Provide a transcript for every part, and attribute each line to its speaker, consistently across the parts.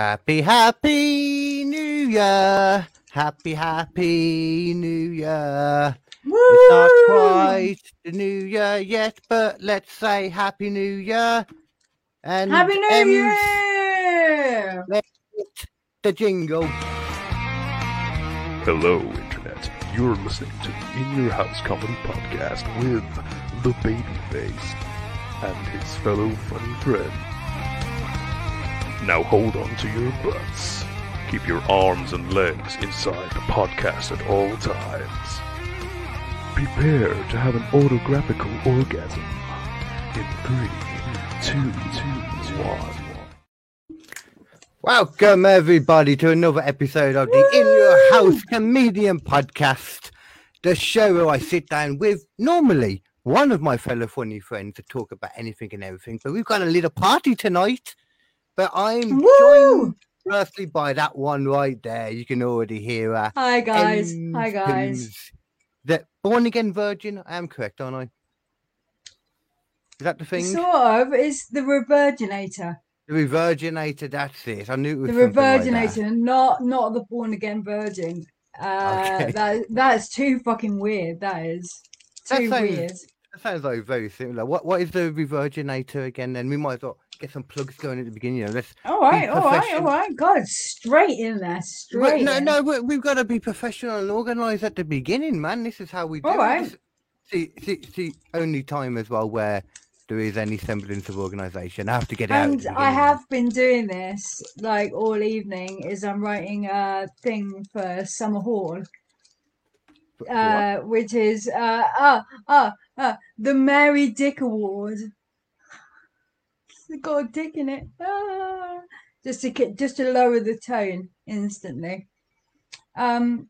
Speaker 1: Happy, happy new year. Happy, happy new year. It's not quite the new year yet, but let's say happy new year. And
Speaker 2: Happy New
Speaker 1: end
Speaker 2: Year!
Speaker 1: The jingle.
Speaker 3: Hello, Internet. You're listening to the In Your House Comedy Podcast with the Babyface and his fellow funny friend. Now hold on to your butts. Keep your arms and legs inside the podcast at all times. Prepare to have an autographical orgasm in three, two, two, one.
Speaker 1: Welcome, everybody, to another episode of the In Your House Comedian Podcast, the show where I sit down with normally one of my fellow funny friends to talk about anything and everything. But we've got a little party tonight. But I'm joined
Speaker 2: Woo!
Speaker 1: firstly by that one right there. You can already hear her.
Speaker 2: Hi guys. Hi
Speaker 1: Ems
Speaker 2: guys.
Speaker 1: Pims. The born again virgin, I am correct, aren't I? Is that the thing?
Speaker 2: Sort of. It's the revirginator.
Speaker 1: the revirginator, that's it. I knew it was
Speaker 2: The
Speaker 1: something like that.
Speaker 2: revirginator, not not the born again virgin. Uh,
Speaker 1: Okay.
Speaker 2: That that's too fucking weird. That is
Speaker 1: That
Speaker 2: too
Speaker 1: sounds-
Speaker 2: weird.
Speaker 1: That sounds like very similar. What what is the revirginator again? Then we might as well get some plugs going at the beginning. You know, let's.
Speaker 2: All right, all right, all
Speaker 1: profession-
Speaker 2: right. God, straight in there,
Speaker 1: Well,
Speaker 2: straight.
Speaker 1: no,
Speaker 2: in.
Speaker 1: no, we- we've got to be professional and organised at the beginning, man. This is how we do
Speaker 2: All
Speaker 1: it.
Speaker 2: right.
Speaker 1: This- See, see, see, only time as well where there is any semblance of organisation. I have to get it out. at
Speaker 2: and
Speaker 1: the
Speaker 2: I
Speaker 1: beginning.
Speaker 2: have been doing this like all evening. Is I'm writing a thing for Summer Hall,
Speaker 1: But what?
Speaker 2: uh, which is uh, uh, uh, uh, the Mary Dick Award. It's got a dick in it. Ah. Just to ki- just to lower the tone instantly. Um,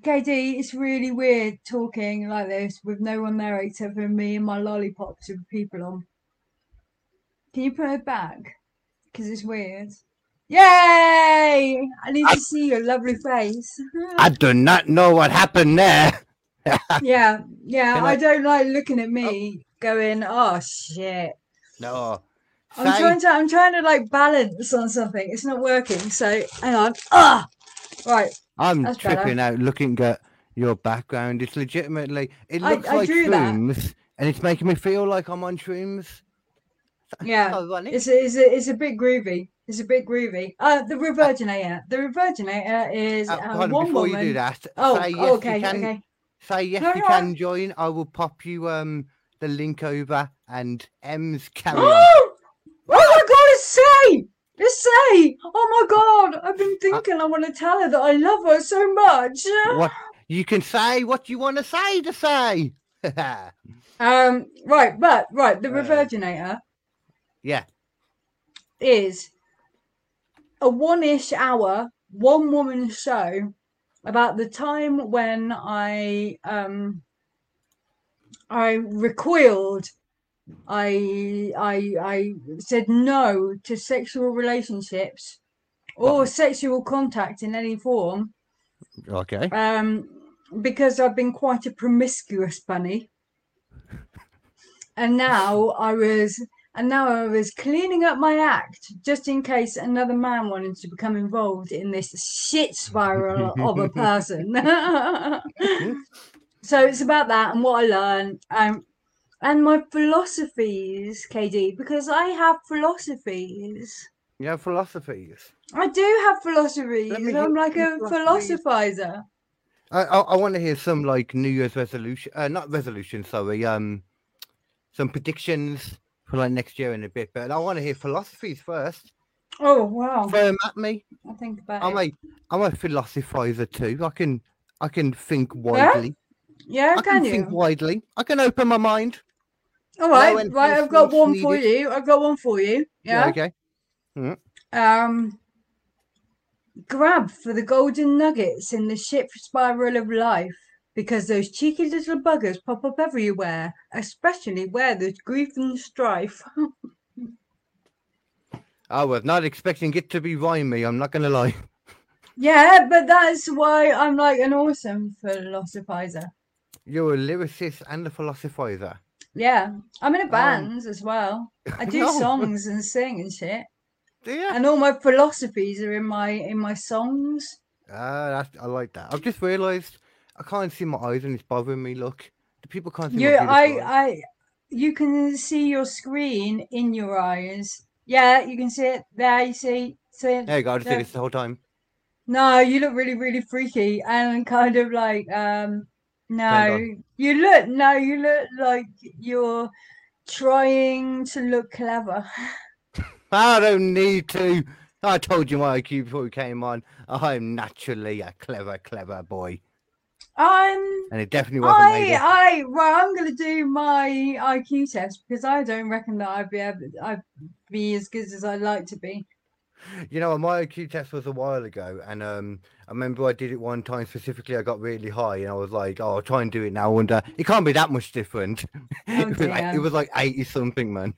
Speaker 2: KD, it's really weird talking like this with no one there except for me and my lollipops with people on. Can you put it back? Because it's weird. Yay! I need to see your lovely face.
Speaker 1: I do not know what happened there.
Speaker 2: yeah, yeah.
Speaker 1: Can
Speaker 2: I,
Speaker 1: I-
Speaker 2: don't like looking at me going, oh shit.
Speaker 1: No.
Speaker 2: I'm
Speaker 1: Say-
Speaker 2: trying to I'm trying to like balance on something. It's not working. So hang on. Ah right.
Speaker 1: I'm
Speaker 2: That's better.
Speaker 1: tripping out looking at your background. It's legitimately it
Speaker 2: I-
Speaker 1: looks
Speaker 2: I
Speaker 1: like
Speaker 2: drew that.
Speaker 1: shrooms, and it's making me feel like I'm on shrooms.
Speaker 2: Yeah.
Speaker 1: Ironic.
Speaker 2: It's a, it's a, it's a bit groovy. It's a bit groovy. Uh the revirginator. The revirginator is
Speaker 1: Uh,
Speaker 2: uh,
Speaker 1: hold on,
Speaker 2: one
Speaker 1: before
Speaker 2: woman.
Speaker 1: you do that,
Speaker 2: Oh,
Speaker 1: say yes
Speaker 2: oh, okay,
Speaker 1: you can.
Speaker 2: okay.
Speaker 1: Say yes
Speaker 2: No,
Speaker 1: you
Speaker 2: no, I-
Speaker 1: can join. I will pop you um the link over and M's carry on.
Speaker 2: Oh, oh my god, it's Say! It's Say! Oh my god, I've
Speaker 1: Uh,
Speaker 2: been thinking I want to tell her that I love her so much.
Speaker 1: What you can say what you want to say to say.
Speaker 2: Um, right, but right, the
Speaker 1: Right.
Speaker 2: revirginator
Speaker 1: yeah.
Speaker 2: is a one-ish hour, one-woman show about the time when I um I recoiled. I I I said no to sexual relationships or sexual contact in any form
Speaker 1: Okay.
Speaker 2: um, because I've been quite a promiscuous bunny, and now I was, and now I was cleaning up my act just in case another man wanted to become involved in this shit spiral of a person. so it's about that and what I learned, um, and my philosophies, KD, because I have philosophies.
Speaker 1: You have philosophies.
Speaker 2: I do have philosophies.
Speaker 1: me hear
Speaker 2: I'm like a
Speaker 1: some philosophies.
Speaker 2: philosophizer.
Speaker 1: I I, I want to hear some like New Year's resolution, uh, not resolution, sorry, um, some predictions for like next year in a bit. But I want to hear philosophies first.
Speaker 2: Oh wow!
Speaker 1: Throw 'em at me.
Speaker 2: I think about
Speaker 1: I'm a
Speaker 2: it.
Speaker 1: I'm a philosophizer too. I can I can think widely.
Speaker 2: yeah,
Speaker 1: I
Speaker 2: can,
Speaker 1: can think
Speaker 2: you?
Speaker 1: widely. I can open my mind.
Speaker 2: All right,
Speaker 1: when
Speaker 2: right. I've
Speaker 1: first
Speaker 2: got
Speaker 1: was
Speaker 2: one for
Speaker 1: needed.
Speaker 2: you. I've got one for you. Yeah.
Speaker 1: Okay.
Speaker 2: Um, grab for the golden nuggets in the ship spiral of life because those cheeky little buggers pop up everywhere, especially where there's grief and strife.
Speaker 1: I was not expecting it to be rhymey. I'm not gonna lie.
Speaker 2: yeah, but that's why I'm like an awesome philosophizer.
Speaker 1: You're a lyricist and a philosophizer.
Speaker 2: Yeah, I'm in a
Speaker 1: Um,
Speaker 2: band as well. I do
Speaker 1: No.
Speaker 2: songs and sing and shit.
Speaker 1: Do you?
Speaker 2: and all my philosophies are in my in my songs.
Speaker 1: Ah, that's, I like that. I've just realised I can't see my eyes and it's bothering me. Look, the people can't see. my
Speaker 2: You,
Speaker 1: beautiful
Speaker 2: I,
Speaker 1: eyes.
Speaker 2: I, you can see your screen in your eyes. Yeah, you can see it there. You see, see it.
Speaker 1: There you go. I just
Speaker 2: no.
Speaker 1: did this the whole time.
Speaker 2: No, you look really, really freaky and kind of like, um, no,
Speaker 1: on.
Speaker 2: you look, no, you look like you're trying to look clever.
Speaker 1: I don't need to. I told you my IQ before we came on. I'm naturally a clever, clever boy,
Speaker 2: I'm
Speaker 1: and it definitely wasn't made.
Speaker 2: I,
Speaker 1: up.
Speaker 2: I, well, I'm gonna do my IQ test because I don't reckon that I'd be able, I'd be as good as I'd like to be.
Speaker 1: You know, my IQ test was a while ago, and um, I remember I did it one time specifically. I got really high, and I was like, "Oh, I'll try and do it now." I wonder it can't be that much different.
Speaker 2: Oh,
Speaker 1: it, was like, it
Speaker 2: dear.
Speaker 1: was like eighty something, man.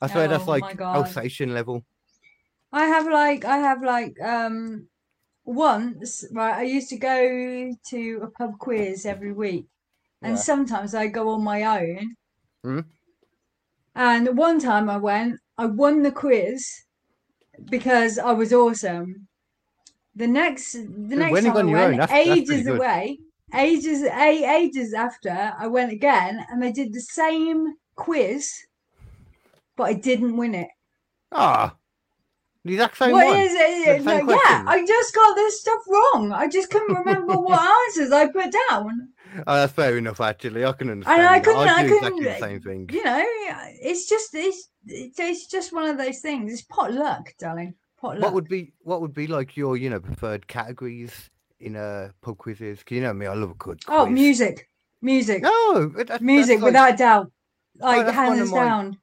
Speaker 1: I swear
Speaker 2: Oh,
Speaker 1: that's
Speaker 2: my
Speaker 1: like
Speaker 2: God.
Speaker 1: Alsatian level.
Speaker 2: I have like, I have like, um, once, right? I used to go to a pub quiz every week, and
Speaker 1: Yeah.
Speaker 2: sometimes I go on my own.
Speaker 1: Mhm.
Speaker 2: And one time I went, I won the quiz because I was awesome. The next, the next
Speaker 1: winning
Speaker 2: time I
Speaker 1: on your own,
Speaker 2: went,
Speaker 1: that's- that's pretty
Speaker 2: ages
Speaker 1: good.
Speaker 2: away, ages, a ages after, I went again, and they did the same quiz, but I didn't win it.
Speaker 1: Ah, the exact same
Speaker 2: What
Speaker 1: one.
Speaker 2: is it?
Speaker 1: The
Speaker 2: Like,
Speaker 1: same
Speaker 2: yeah,
Speaker 1: question.
Speaker 2: I just got this stuff wrong. I just couldn't remember what answers I put down.
Speaker 1: Oh, that's fair enough. Actually, I can understand.
Speaker 2: I
Speaker 1: that. I'd
Speaker 2: couldn't- I
Speaker 1: do
Speaker 2: couldn't,
Speaker 1: exactly the
Speaker 2: uh,
Speaker 1: same thing.
Speaker 2: You know, it's just it's it's just one of those things. It's pot luck, darling. Pot luck.
Speaker 1: What would be what would be like your you know preferred categories in uh pub quizzes? 'Cause you know me, I love a good.
Speaker 2: oh,
Speaker 1: quiz.
Speaker 2: music, music,
Speaker 1: No, but that's-
Speaker 2: music,
Speaker 1: that's like-
Speaker 2: without doubt, like
Speaker 1: that's one of
Speaker 2: hands
Speaker 1: mine.
Speaker 2: down.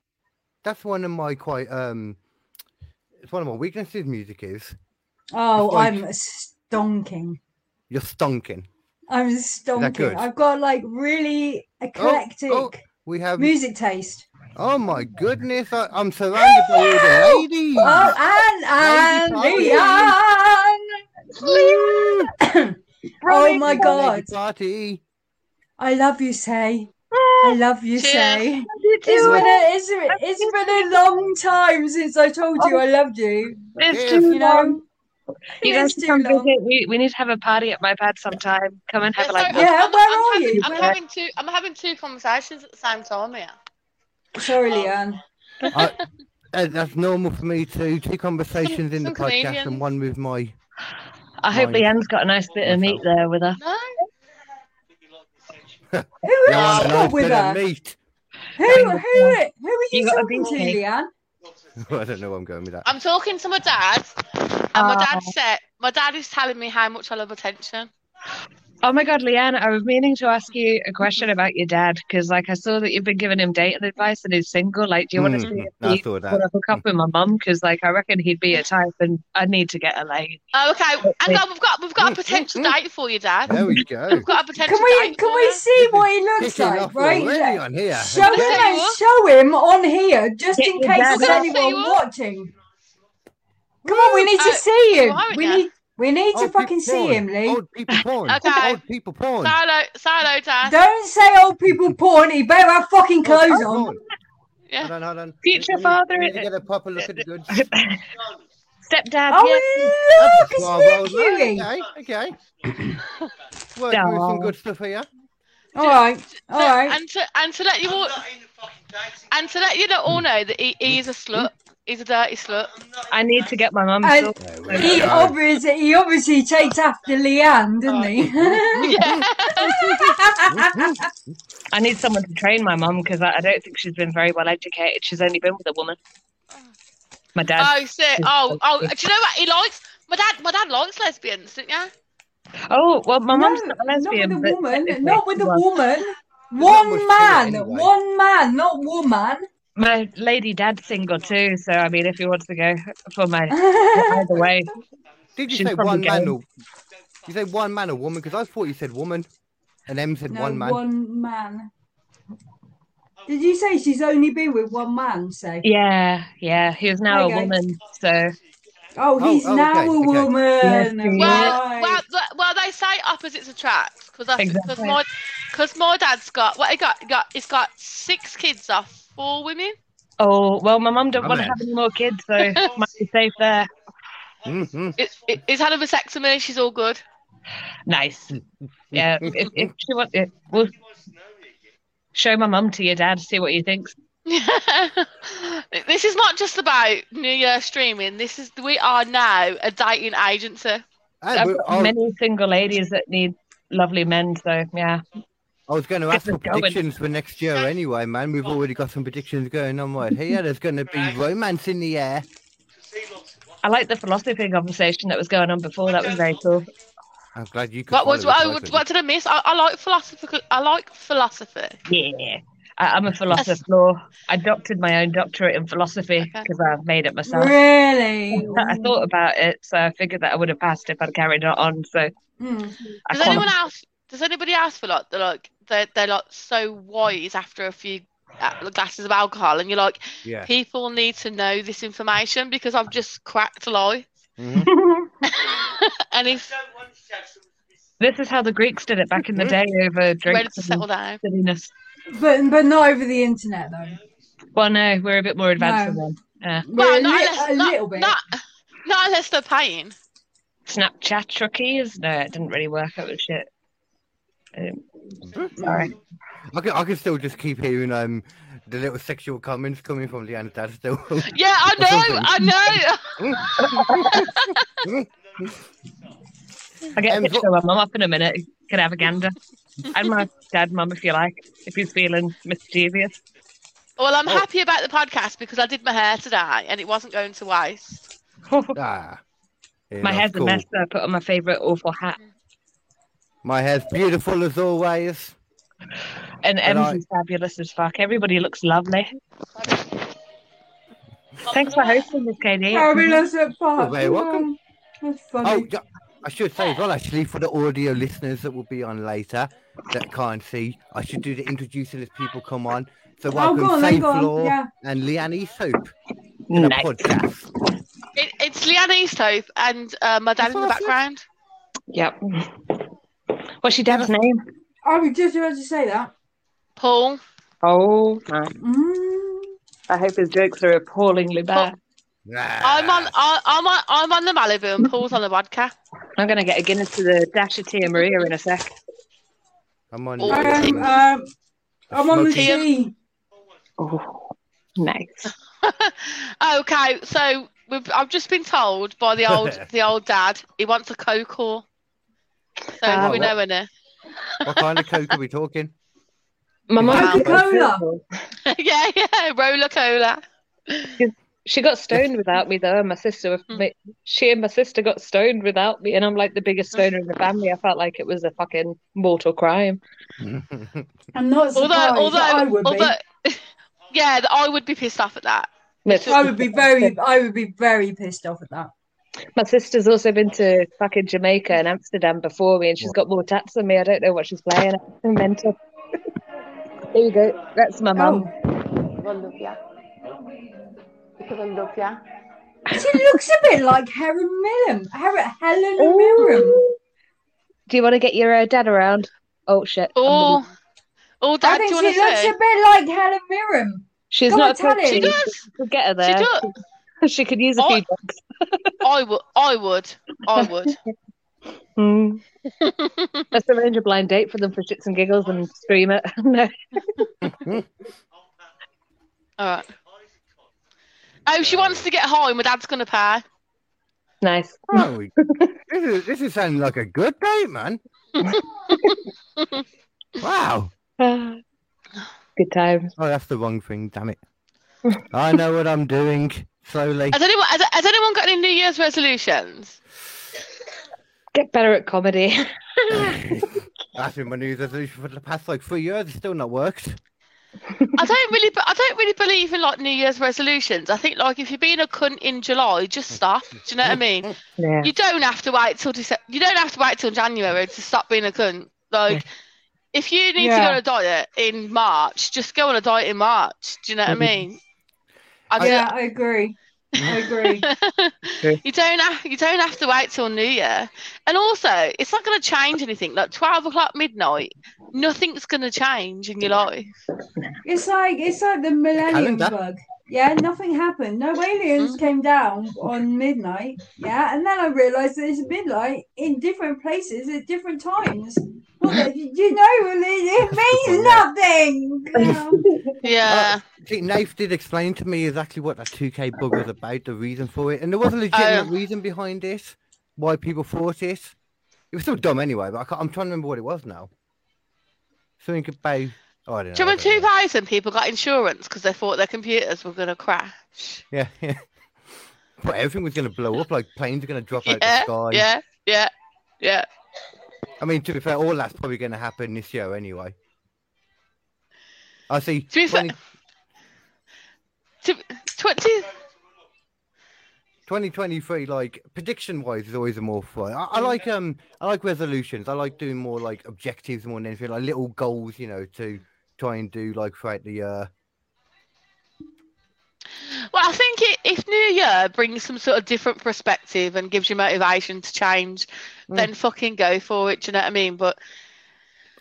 Speaker 1: that's one of my quite um it's one of my weaknesses music is
Speaker 2: Oh,
Speaker 1: like-
Speaker 2: I'm stonking.
Speaker 1: you're stonking
Speaker 2: I'm
Speaker 1: good? Oh,
Speaker 2: stonking. I've got like really eclectic
Speaker 1: we have
Speaker 2: music taste.
Speaker 1: oh my goodness I, i'm surrounded by all the
Speaker 2: Hello!
Speaker 1: ladies
Speaker 2: Oh, and and
Speaker 1: Lady
Speaker 2: Leanne. oh my god.
Speaker 1: Lady party
Speaker 2: I love you, Say. I love you,
Speaker 4: Cheers.
Speaker 2: Say.
Speaker 4: You
Speaker 2: It's
Speaker 4: Ah, too.
Speaker 2: been, a, it's, been- it's been a long time since I told you I loved you.
Speaker 4: It's
Speaker 1: Yes.
Speaker 4: too
Speaker 2: You know,
Speaker 4: Oh. You
Speaker 2: It
Speaker 4: guys
Speaker 2: is
Speaker 4: should
Speaker 2: too
Speaker 4: come
Speaker 2: long.
Speaker 4: visit. We, we need to have a party at my pad sometime. Come and have
Speaker 5: Yeah,
Speaker 4: like
Speaker 5: so-
Speaker 4: a-
Speaker 2: Yeah,
Speaker 5: I'm,
Speaker 2: where
Speaker 5: I'm
Speaker 2: are
Speaker 5: having,
Speaker 2: you?
Speaker 5: I'm
Speaker 4: Where-
Speaker 5: having two. I'm having two conversations at the same time here.
Speaker 2: Sorry,
Speaker 4: Oh.
Speaker 2: Leanne.
Speaker 1: I, that- Uh, that's normal for me too two conversations in the
Speaker 5: some
Speaker 1: podcast and
Speaker 5: comedians.
Speaker 1: one with my
Speaker 4: I hope
Speaker 1: Mine.
Speaker 4: Leanne's got a nice bit of meat there with her.
Speaker 5: No,
Speaker 2: Who
Speaker 1: Yeah,
Speaker 2: else
Speaker 1: one
Speaker 2: got with
Speaker 1: bit of
Speaker 2: her?
Speaker 1: meat.
Speaker 2: Who, who, who are
Speaker 4: You
Speaker 2: you
Speaker 4: got a
Speaker 2: talking to,
Speaker 4: beefcake.
Speaker 2: Leanne?
Speaker 1: i don't know where i'm going with that
Speaker 5: I'm talking to my dad, and my dad
Speaker 2: Oh.
Speaker 5: said, my dad is telling me how much I love attention.
Speaker 4: Oh my God, Leanne, I was meaning to ask you a question about your dad because, like, I saw that you've been giving him dating advice and he's single. Like, do you want to
Speaker 1: Mm,
Speaker 4: see if
Speaker 1: i Mm.
Speaker 4: he
Speaker 1: saw that
Speaker 4: want to hook up with my mum? Because, like, I reckon he'd be a type, and I need to get a lay.
Speaker 5: Oh, okay, hang on, we've got we've got a potential date for you, dad.
Speaker 1: there we go
Speaker 5: We've got a potential
Speaker 2: Can we,
Speaker 5: date
Speaker 2: can
Speaker 5: for
Speaker 2: we
Speaker 5: you.
Speaker 2: see what he looks
Speaker 1: Kicking
Speaker 2: like,
Speaker 1: off already
Speaker 2: right?
Speaker 1: on here
Speaker 2: Show him,
Speaker 5: Okay.
Speaker 2: and show him on here, just
Speaker 4: Yeah,
Speaker 2: in case
Speaker 4: yeah,
Speaker 2: there's
Speaker 5: yeah.
Speaker 2: anyone
Speaker 5: Yeah.
Speaker 2: watching. Come on, we need to
Speaker 5: Uh,
Speaker 2: see
Speaker 5: you
Speaker 2: him.
Speaker 5: are it
Speaker 2: We
Speaker 5: now.
Speaker 2: need, we need to
Speaker 1: Old
Speaker 2: fucking
Speaker 1: people
Speaker 2: see
Speaker 1: porn.
Speaker 2: him, Lee.
Speaker 1: Old people porn.
Speaker 5: Okay.
Speaker 1: Old people porn.
Speaker 5: Say hello, say hello, dad.
Speaker 2: Don't say old people porn. He better have fucking
Speaker 1: Old
Speaker 2: clothes
Speaker 1: people
Speaker 2: on.
Speaker 1: porn. Hold
Speaker 5: Yeah.
Speaker 1: on, hold on.
Speaker 4: Future
Speaker 1: We- we need-
Speaker 4: father-
Speaker 1: We need to get a proper look at the goods.
Speaker 4: Stepdad,
Speaker 2: Oh, look, it's
Speaker 1: Bravo,
Speaker 2: Mercury.
Speaker 1: Okay, okay. Working with some good stuff here.
Speaker 2: All right, all
Speaker 5: So-
Speaker 2: right.
Speaker 5: And to and to let you all and to let you know- all know that he, he is a slut. He's a dirty slut.
Speaker 4: I need to get my mum.
Speaker 2: And-
Speaker 4: sorted.
Speaker 2: He obviously, he obviously takes after Leanne, doesn't
Speaker 4: Oh.
Speaker 2: he?
Speaker 5: Yeah.
Speaker 4: I need someone to train my mum because I, I don't think she's been very well educated. She's only been with a woman. My dad.
Speaker 5: Oh, sick. Oh, oh. Do you know what he likes? My dad, my dad likes lesbians, didn't ya?
Speaker 4: Oh, well, my mum's not a
Speaker 2: not with
Speaker 4: lesbian.
Speaker 2: a
Speaker 4: but
Speaker 2: woman.
Speaker 4: technically
Speaker 2: Not with a
Speaker 4: she was.
Speaker 2: woman.
Speaker 1: not much to
Speaker 2: One
Speaker 1: it
Speaker 2: man,
Speaker 1: anyway.
Speaker 2: one man, not woman.
Speaker 4: My lady dad's single too, so I mean, if he wants to go for my either way,
Speaker 1: Did you
Speaker 4: She's
Speaker 1: say
Speaker 4: probably
Speaker 1: one man
Speaker 4: gay.
Speaker 1: or you say one man or woman? Because I thought you said woman, and M said
Speaker 2: no,
Speaker 1: one man.
Speaker 2: one man. Did you say she's only been with one man? Say,
Speaker 4: yeah, yeah, he was now a
Speaker 2: Okay.
Speaker 4: woman, so
Speaker 2: oh,
Speaker 1: Oh,
Speaker 2: he's
Speaker 1: oh,
Speaker 2: now
Speaker 1: okay,
Speaker 2: a
Speaker 1: okay.
Speaker 2: woman.
Speaker 4: Yes, he
Speaker 5: Well,
Speaker 2: right.
Speaker 5: well, th- well, they say opposites attract because that's because
Speaker 4: Exactly.
Speaker 5: my because my dad's got what he got he got he's got six kids off four women.
Speaker 4: Oh well, my mum didn't want to
Speaker 1: Amen.
Speaker 4: have any more kids, so might be safe there.
Speaker 1: Mhm.
Speaker 5: It, it, it's had a vasectomy. She's all good.
Speaker 4: Nice. Yeah, if, if she wants it, we'll show my mum to your dad, see what he thinks.
Speaker 5: this is not just about New Year streaming. This is we are now a dating agency.
Speaker 1: Hey,
Speaker 4: I've
Speaker 1: well,
Speaker 4: got
Speaker 1: I,
Speaker 4: many single ladies that need lovely men, so yeah.
Speaker 1: I was going to ask for
Speaker 4: Get going.
Speaker 1: predictions for next year anyway, man. We've already got some predictions going on right here. There's going to be romance in the air.
Speaker 4: I like the philosophy conversation that was going on before. That was very cool.
Speaker 1: I'm glad you could.
Speaker 5: What was
Speaker 1: follow us,
Speaker 5: what, what,
Speaker 1: Nigel.
Speaker 5: what did I miss? I, I like philosophical. I like philosophy.
Speaker 4: Yeah. I, I'm a philosopher. I adopted my own doctorate in philosophy
Speaker 5: Okay.
Speaker 4: because I've made it myself.
Speaker 2: Really?
Speaker 4: I thought about it, so I figured that I would have passed if I'd carried it on. So
Speaker 2: Mm.
Speaker 4: I
Speaker 5: Does anyone
Speaker 4: qualified.
Speaker 5: else? Does anybody else feel like they're like they're, they're like so wise after a few uh, glasses of alcohol, and you're like,
Speaker 1: Yeah.
Speaker 5: people need to know this information because I've just cracked a lie.
Speaker 1: Mhm.
Speaker 5: and he's
Speaker 4: This is how the Greeks did it back in the
Speaker 2: Mm-hmm.
Speaker 4: day over
Speaker 5: ready
Speaker 4: drinks
Speaker 5: to
Speaker 4: and
Speaker 5: settle down.
Speaker 4: silliness.
Speaker 2: But but not over the internet though.
Speaker 4: Well, no, we're a bit more advanced
Speaker 2: No.
Speaker 4: than them. Yeah.
Speaker 5: Well,
Speaker 2: We're a,
Speaker 5: not
Speaker 2: li-
Speaker 5: unless-
Speaker 2: a
Speaker 5: not-
Speaker 2: little bit.
Speaker 5: Not, not unless they're paying.
Speaker 4: Snapchat truckies? No, it didn't really work. It was shit. Um, sorry.
Speaker 1: I can, I can still just keep hearing um the little sexual comments coming from Leanna's dad still.
Speaker 5: Yeah, I know, I know.
Speaker 4: I'll get a
Speaker 1: Um,
Speaker 4: picture
Speaker 1: so-
Speaker 4: of my mum up in a minute. Can have a gander. and my dad, mum, if you like, if he's feeling mischievous.
Speaker 5: Well, I'm
Speaker 1: Oh.
Speaker 5: happy about the podcast because I did my hair today and it wasn't going to waste.
Speaker 1: ah, yeah,
Speaker 4: my
Speaker 1: that's
Speaker 4: hair's
Speaker 1: cool.
Speaker 4: a mess, so I put on my favourite awful hat.
Speaker 1: My hair's beautiful as always.
Speaker 4: And
Speaker 1: And
Speaker 4: Em's
Speaker 1: I-
Speaker 4: is fabulous as fuck. Everybody looks lovely. Thanks for hosting this, Katie.
Speaker 5: Mm-hmm.
Speaker 2: Fabulous at
Speaker 1: You're
Speaker 2: Park.
Speaker 1: very welcome.
Speaker 2: That's
Speaker 1: Oh,
Speaker 2: funny.
Speaker 1: yeah, I should say as well, actually, for the audio listeners that will be on later that can't see, I should do the introducing as people come on. So welcome,
Speaker 2: Oh, go on then,
Speaker 1: Faith
Speaker 2: go on,
Speaker 1: Law
Speaker 2: yeah.
Speaker 1: and Leanne Soap to the
Speaker 4: Nice.
Speaker 1: podcast.
Speaker 5: It, it's Leanne Easthope and uh, my dad in the
Speaker 1: That's what
Speaker 5: background.
Speaker 4: Yep. What's your dad's name?
Speaker 2: I was Oh, just about to say that.
Speaker 5: Paul.
Speaker 4: Oh, my.
Speaker 2: Mm.
Speaker 4: I hope his jokes are appallingly bad.
Speaker 5: I'm on. I, I'm on. I'm on the Malibu and Paul's on the vodka.
Speaker 4: I'm going to get a Guinness to the Dasher Tia Maria in a sec.
Speaker 1: Ah, I'm on.
Speaker 5: Oh,
Speaker 1: the,
Speaker 2: Um,
Speaker 1: um,
Speaker 2: um, I'm on the
Speaker 1: smoking-
Speaker 2: tea.
Speaker 4: Oh, nice.
Speaker 5: Okay, so we've, I've just been told by the old the old dad he wants a co-call. So
Speaker 4: Uh,
Speaker 2: Um,
Speaker 5: do we
Speaker 1: what?
Speaker 5: know any?
Speaker 1: what kind of coke are we talking?
Speaker 4: My mum
Speaker 2: Coca-Cola.
Speaker 5: yeah, yeah, roller cola.
Speaker 4: She got stoned without me though. and My sister,
Speaker 2: Hmm.
Speaker 5: Mm.
Speaker 4: she and my sister got stoned without me, and I'm like the biggest stoner in the family. I felt like it was a fucking mortal crime.
Speaker 2: I'm not surprised.
Speaker 5: Although, although,
Speaker 2: I would be.
Speaker 5: although, yeah, th- I would be pissed off at that.
Speaker 4: My,
Speaker 2: I would be very, I would be very pissed off at that.
Speaker 4: my sister's also been to fucking Jamaica and Amsterdam before me, and she's got more tats than me. I don't know what she's playing. I'm mental. There you go. That's my mum.
Speaker 2: Oh. She looks a bit like Helen Mirren. Her- Helen Mirren.
Speaker 4: Do you want to get your uh, dad around? Oh shit! I'm
Speaker 5: Oh,
Speaker 4: gonna-
Speaker 2: Um,
Speaker 5: oh,
Speaker 2: I
Speaker 5: dad, do
Speaker 2: think
Speaker 5: you
Speaker 2: she
Speaker 5: want to
Speaker 2: looks
Speaker 5: say?
Speaker 2: a bit like Helen Mirren.
Speaker 4: she's
Speaker 2: Go on,
Speaker 4: not
Speaker 2: tell him.
Speaker 4: approaching.
Speaker 5: She does.
Speaker 4: We'll get her
Speaker 5: She
Speaker 4: there.
Speaker 5: does.
Speaker 4: She, could use a few
Speaker 5: Oh.
Speaker 4: drugs.
Speaker 5: I would. I would. I would.
Speaker 4: Mm. Let's arrange a blind date for them for shits and giggles and stream it. no.
Speaker 5: All right. Oh, she wants to get home. My dad's gonna pay.
Speaker 4: Nice.
Speaker 1: Oh, we- this is this is sounding like a good date, man. wow.
Speaker 4: Good times.
Speaker 1: Oh, that's the wrong thing. Damn it. I know what I'm doing. Slowly.
Speaker 5: Has anyone? Has, has anyone got any New Year's resolutions?
Speaker 4: Get better at comedy.
Speaker 1: That's been my new resolution for the past like three years. It's still not worked.
Speaker 5: I don't really. be- I don't really believe in like New Year's resolutions. I think like if you're being a cunt in July, just stop. Do you know what I mean?
Speaker 4: Yeah.
Speaker 5: You don't have to wait till December. You don't have to wait till January to stop being a cunt. Like, if you need to go
Speaker 2: Yeah.
Speaker 5: on a diet in March, just go on a diet in March. Do you know what I
Speaker 4: Mhm.
Speaker 5: mean? I
Speaker 2: Mm-hmm.
Speaker 5: mean,
Speaker 2: Yeah, I agree. I agree.
Speaker 4: Okay.
Speaker 5: you don't have you don't have to wait till New Year, and also it's not going to change anything. Like twelve o'clock midnight, nothing's going to change in your life.
Speaker 2: It's like it's like the millennium
Speaker 1: Calendar.
Speaker 2: bug. Yeah, nothing happened. No aliens
Speaker 5: Hmm?
Speaker 2: came down on midnight. Yeah, and then I realised that it's midnight in different places at different times. What the- you know, it, it means nothing. you know.
Speaker 5: Yeah.
Speaker 1: See, Nath did explain to me exactly what that 2K bug was about, the reason for it, and there was a
Speaker 5: Oh.
Speaker 1: legitimate reason behind this, why people fought it. It was still dumb anyway, but I can't, I'm trying to remember what it was now. Something about, oh, I don't
Speaker 5: Do you
Speaker 1: know. I
Speaker 5: remember
Speaker 1: don't know.
Speaker 5: 2000 people got insurance because they thought their computers were going to crash?
Speaker 1: Yeah, yeah. But everything was going to blow up, like planes are going to drop out
Speaker 5: Yeah,
Speaker 1: the sky.
Speaker 5: yeah, yeah, yeah.
Speaker 1: I mean, to be fair, all that's probably going to happen this year anyway. I see.
Speaker 5: To be fair-
Speaker 1: 20,
Speaker 5: T- 20,
Speaker 1: 2023 like prediction wise is always a more fun I, I like um i like resolutions i like doing more like objectives more than anything like little goals you know to try and do like throughout the year
Speaker 5: well, I think it, if New Year brings some sort of different perspective and gives you motivation to change,
Speaker 1: Mm.
Speaker 5: then fucking go for it. Do you know what I mean? But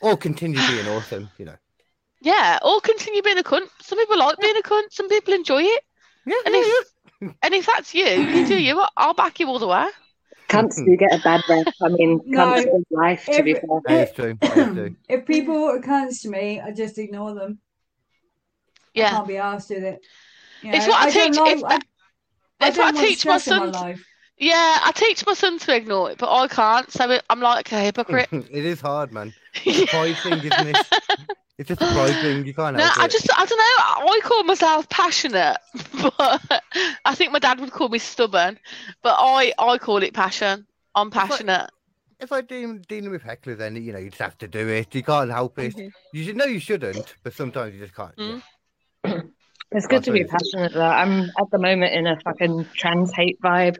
Speaker 1: or continue being awesome you know
Speaker 5: yeah, or continue being a cunt. Some people like being a cunt, some people enjoy it.
Speaker 1: yeah,
Speaker 5: And
Speaker 1: yeah,
Speaker 5: if, and if that's you, you do you. I- I'll back you all the way.
Speaker 4: Cunts
Speaker 1: Mm-hmm.
Speaker 4: do get a bad rep. I mean,
Speaker 2: No.
Speaker 4: cunts no, life, to
Speaker 2: Every-
Speaker 4: be fair.
Speaker 1: yeah. that is true that is true
Speaker 2: if people are cunts to me, I just ignore them. I
Speaker 5: Yeah.
Speaker 2: can't be asked with it. You
Speaker 5: It's what I
Speaker 2: don't
Speaker 5: teach-
Speaker 2: like-
Speaker 5: it's
Speaker 2: I-
Speaker 5: that-
Speaker 2: I
Speaker 5: That's what
Speaker 2: don't
Speaker 5: I
Speaker 2: want
Speaker 5: teach my
Speaker 2: stress in
Speaker 5: son.
Speaker 2: life.
Speaker 5: Yeah, I teach my son to ignore it, but I can't. So I'm like a hypocrite.
Speaker 1: it is hard man it's a pride thing isn't it it's just a pride thing you can't
Speaker 5: No,
Speaker 1: help
Speaker 5: I
Speaker 1: it.
Speaker 5: just, I don't know. I call myself passionate, but I think my dad would call me stubborn. But I, I call it passion. I'm
Speaker 1: like-
Speaker 5: passionate.
Speaker 1: if i deal dealing with hecklers then you know you just have to do it you can't help it you should know you shouldn't but sometimes you just can't yeah.
Speaker 5: Mm-hmm. Mm.
Speaker 4: It's good to be
Speaker 1: Absolutely.
Speaker 4: passionate though. I'm at the moment in a fucking trans hate vibe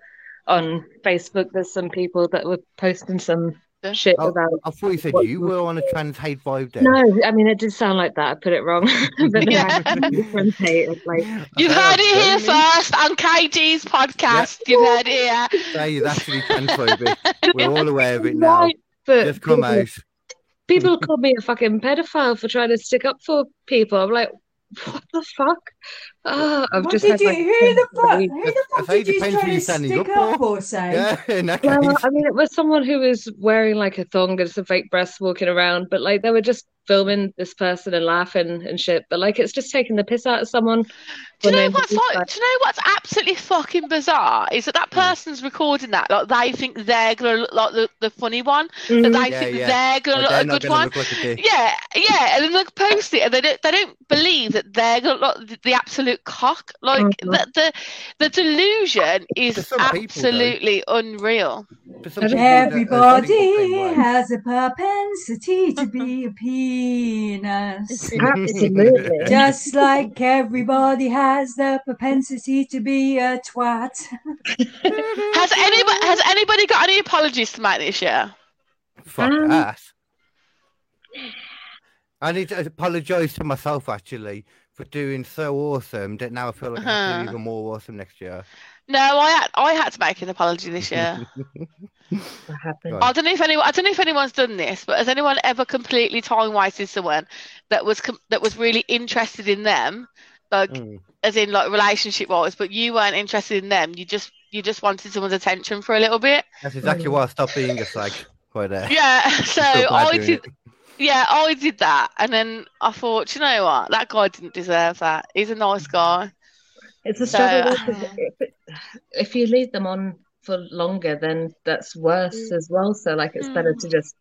Speaker 4: on Facebook. There's some people that were posting some
Speaker 5: Yeah.
Speaker 4: shit
Speaker 1: Oh,
Speaker 4: about.
Speaker 1: i thought you said
Speaker 4: What-
Speaker 1: you were on a trans hate vibe then
Speaker 4: No, I mean it did sound like that. I put it wrong, but
Speaker 5: Yeah.
Speaker 4: yeah. trans hate. It's like
Speaker 5: You've heard it here first on KG's podcast. You've heard it here.
Speaker 1: Say is actually transphobic. We're all aware of it now.
Speaker 4: right, but
Speaker 1: Just come
Speaker 4: people,
Speaker 1: out.
Speaker 4: people called me a fucking pedophile for trying to stick up for people. I'm like, what the fuck? Ah, I've
Speaker 2: What
Speaker 4: just
Speaker 2: did
Speaker 4: had,
Speaker 2: you?
Speaker 4: like,
Speaker 2: Who the fuck? Who
Speaker 1: That's-
Speaker 2: the fuck
Speaker 1: that's how it
Speaker 2: did you
Speaker 1: depends who
Speaker 2: try
Speaker 1: you're
Speaker 2: to
Speaker 1: standing
Speaker 2: stick
Speaker 1: up
Speaker 2: up or say?
Speaker 1: Yeah, in that
Speaker 4: Well,
Speaker 1: case.
Speaker 4: I mean, it was someone who was wearing like a thong and some fake breasts walking around, but like they were just filming this person and laughing and shit. But like it's just taking the piss out of someone.
Speaker 5: Do
Speaker 4: when
Speaker 5: you
Speaker 4: they
Speaker 5: know what's
Speaker 4: do
Speaker 5: like,
Speaker 4: that.
Speaker 5: do you know what's absolutely fucking bizarre is that that
Speaker 1: Hmm.
Speaker 5: person's recording that like they think they're gonna look like the, the funny one
Speaker 2: Mm.
Speaker 4: Mhm.
Speaker 5: that they
Speaker 1: Hmm. Yeah,
Speaker 5: think
Speaker 1: yeah.
Speaker 5: they're gonna
Speaker 1: Like, they're
Speaker 5: look
Speaker 1: not
Speaker 5: a good
Speaker 1: gonna
Speaker 5: one
Speaker 1: look like a dick.
Speaker 5: Yeah, yeah, and then they post it, and they don't they don't believe that they're got like, the, the absolute cock. Like
Speaker 4: Mhm.
Speaker 5: that the the delusion
Speaker 1: For
Speaker 5: is
Speaker 1: Mm-hmm. some people, though.
Speaker 5: absolutely unreal.
Speaker 1: For some people, that- that's not a good
Speaker 2: Everybody
Speaker 1: thing, right?
Speaker 2: has a propensity to be a penis.
Speaker 4: Absolutely.
Speaker 2: Just like everybody has the propensity to be a twat.
Speaker 5: Has anybody has anybody got any apologies to make this year?
Speaker 1: Fuck
Speaker 4: Um,
Speaker 1: that. I need to apologise to myself actually for doing so awesome that now I feel like I have to do
Speaker 5: Uh-huh.
Speaker 1: even more awesome next year.
Speaker 5: No, I had I had to make an apology this year.
Speaker 4: What happened?
Speaker 5: I don't know if anyone I don't know if anyone's done this, but has anyone ever completely time wasted someone that was com- that was really interested in them, like
Speaker 1: Mm.
Speaker 5: as in like relationship wise, but you weren't interested in them. You just you just wanted someone's attention for a little bit.
Speaker 1: That's exactly why I stopped being a slag right there.
Speaker 5: Yeah, so
Speaker 1: Feel bad
Speaker 5: I
Speaker 1: doing
Speaker 5: did.
Speaker 1: it.
Speaker 5: Yeah, I did that, and then I thought, you know what, that guy didn't deserve that. He's a nice guy.
Speaker 4: It's a
Speaker 5: So,
Speaker 4: struggle.
Speaker 5: uh,
Speaker 4: because if, if you leave them on for longer, then that's worse as well. So like it's better
Speaker 5: Mm.
Speaker 4: to just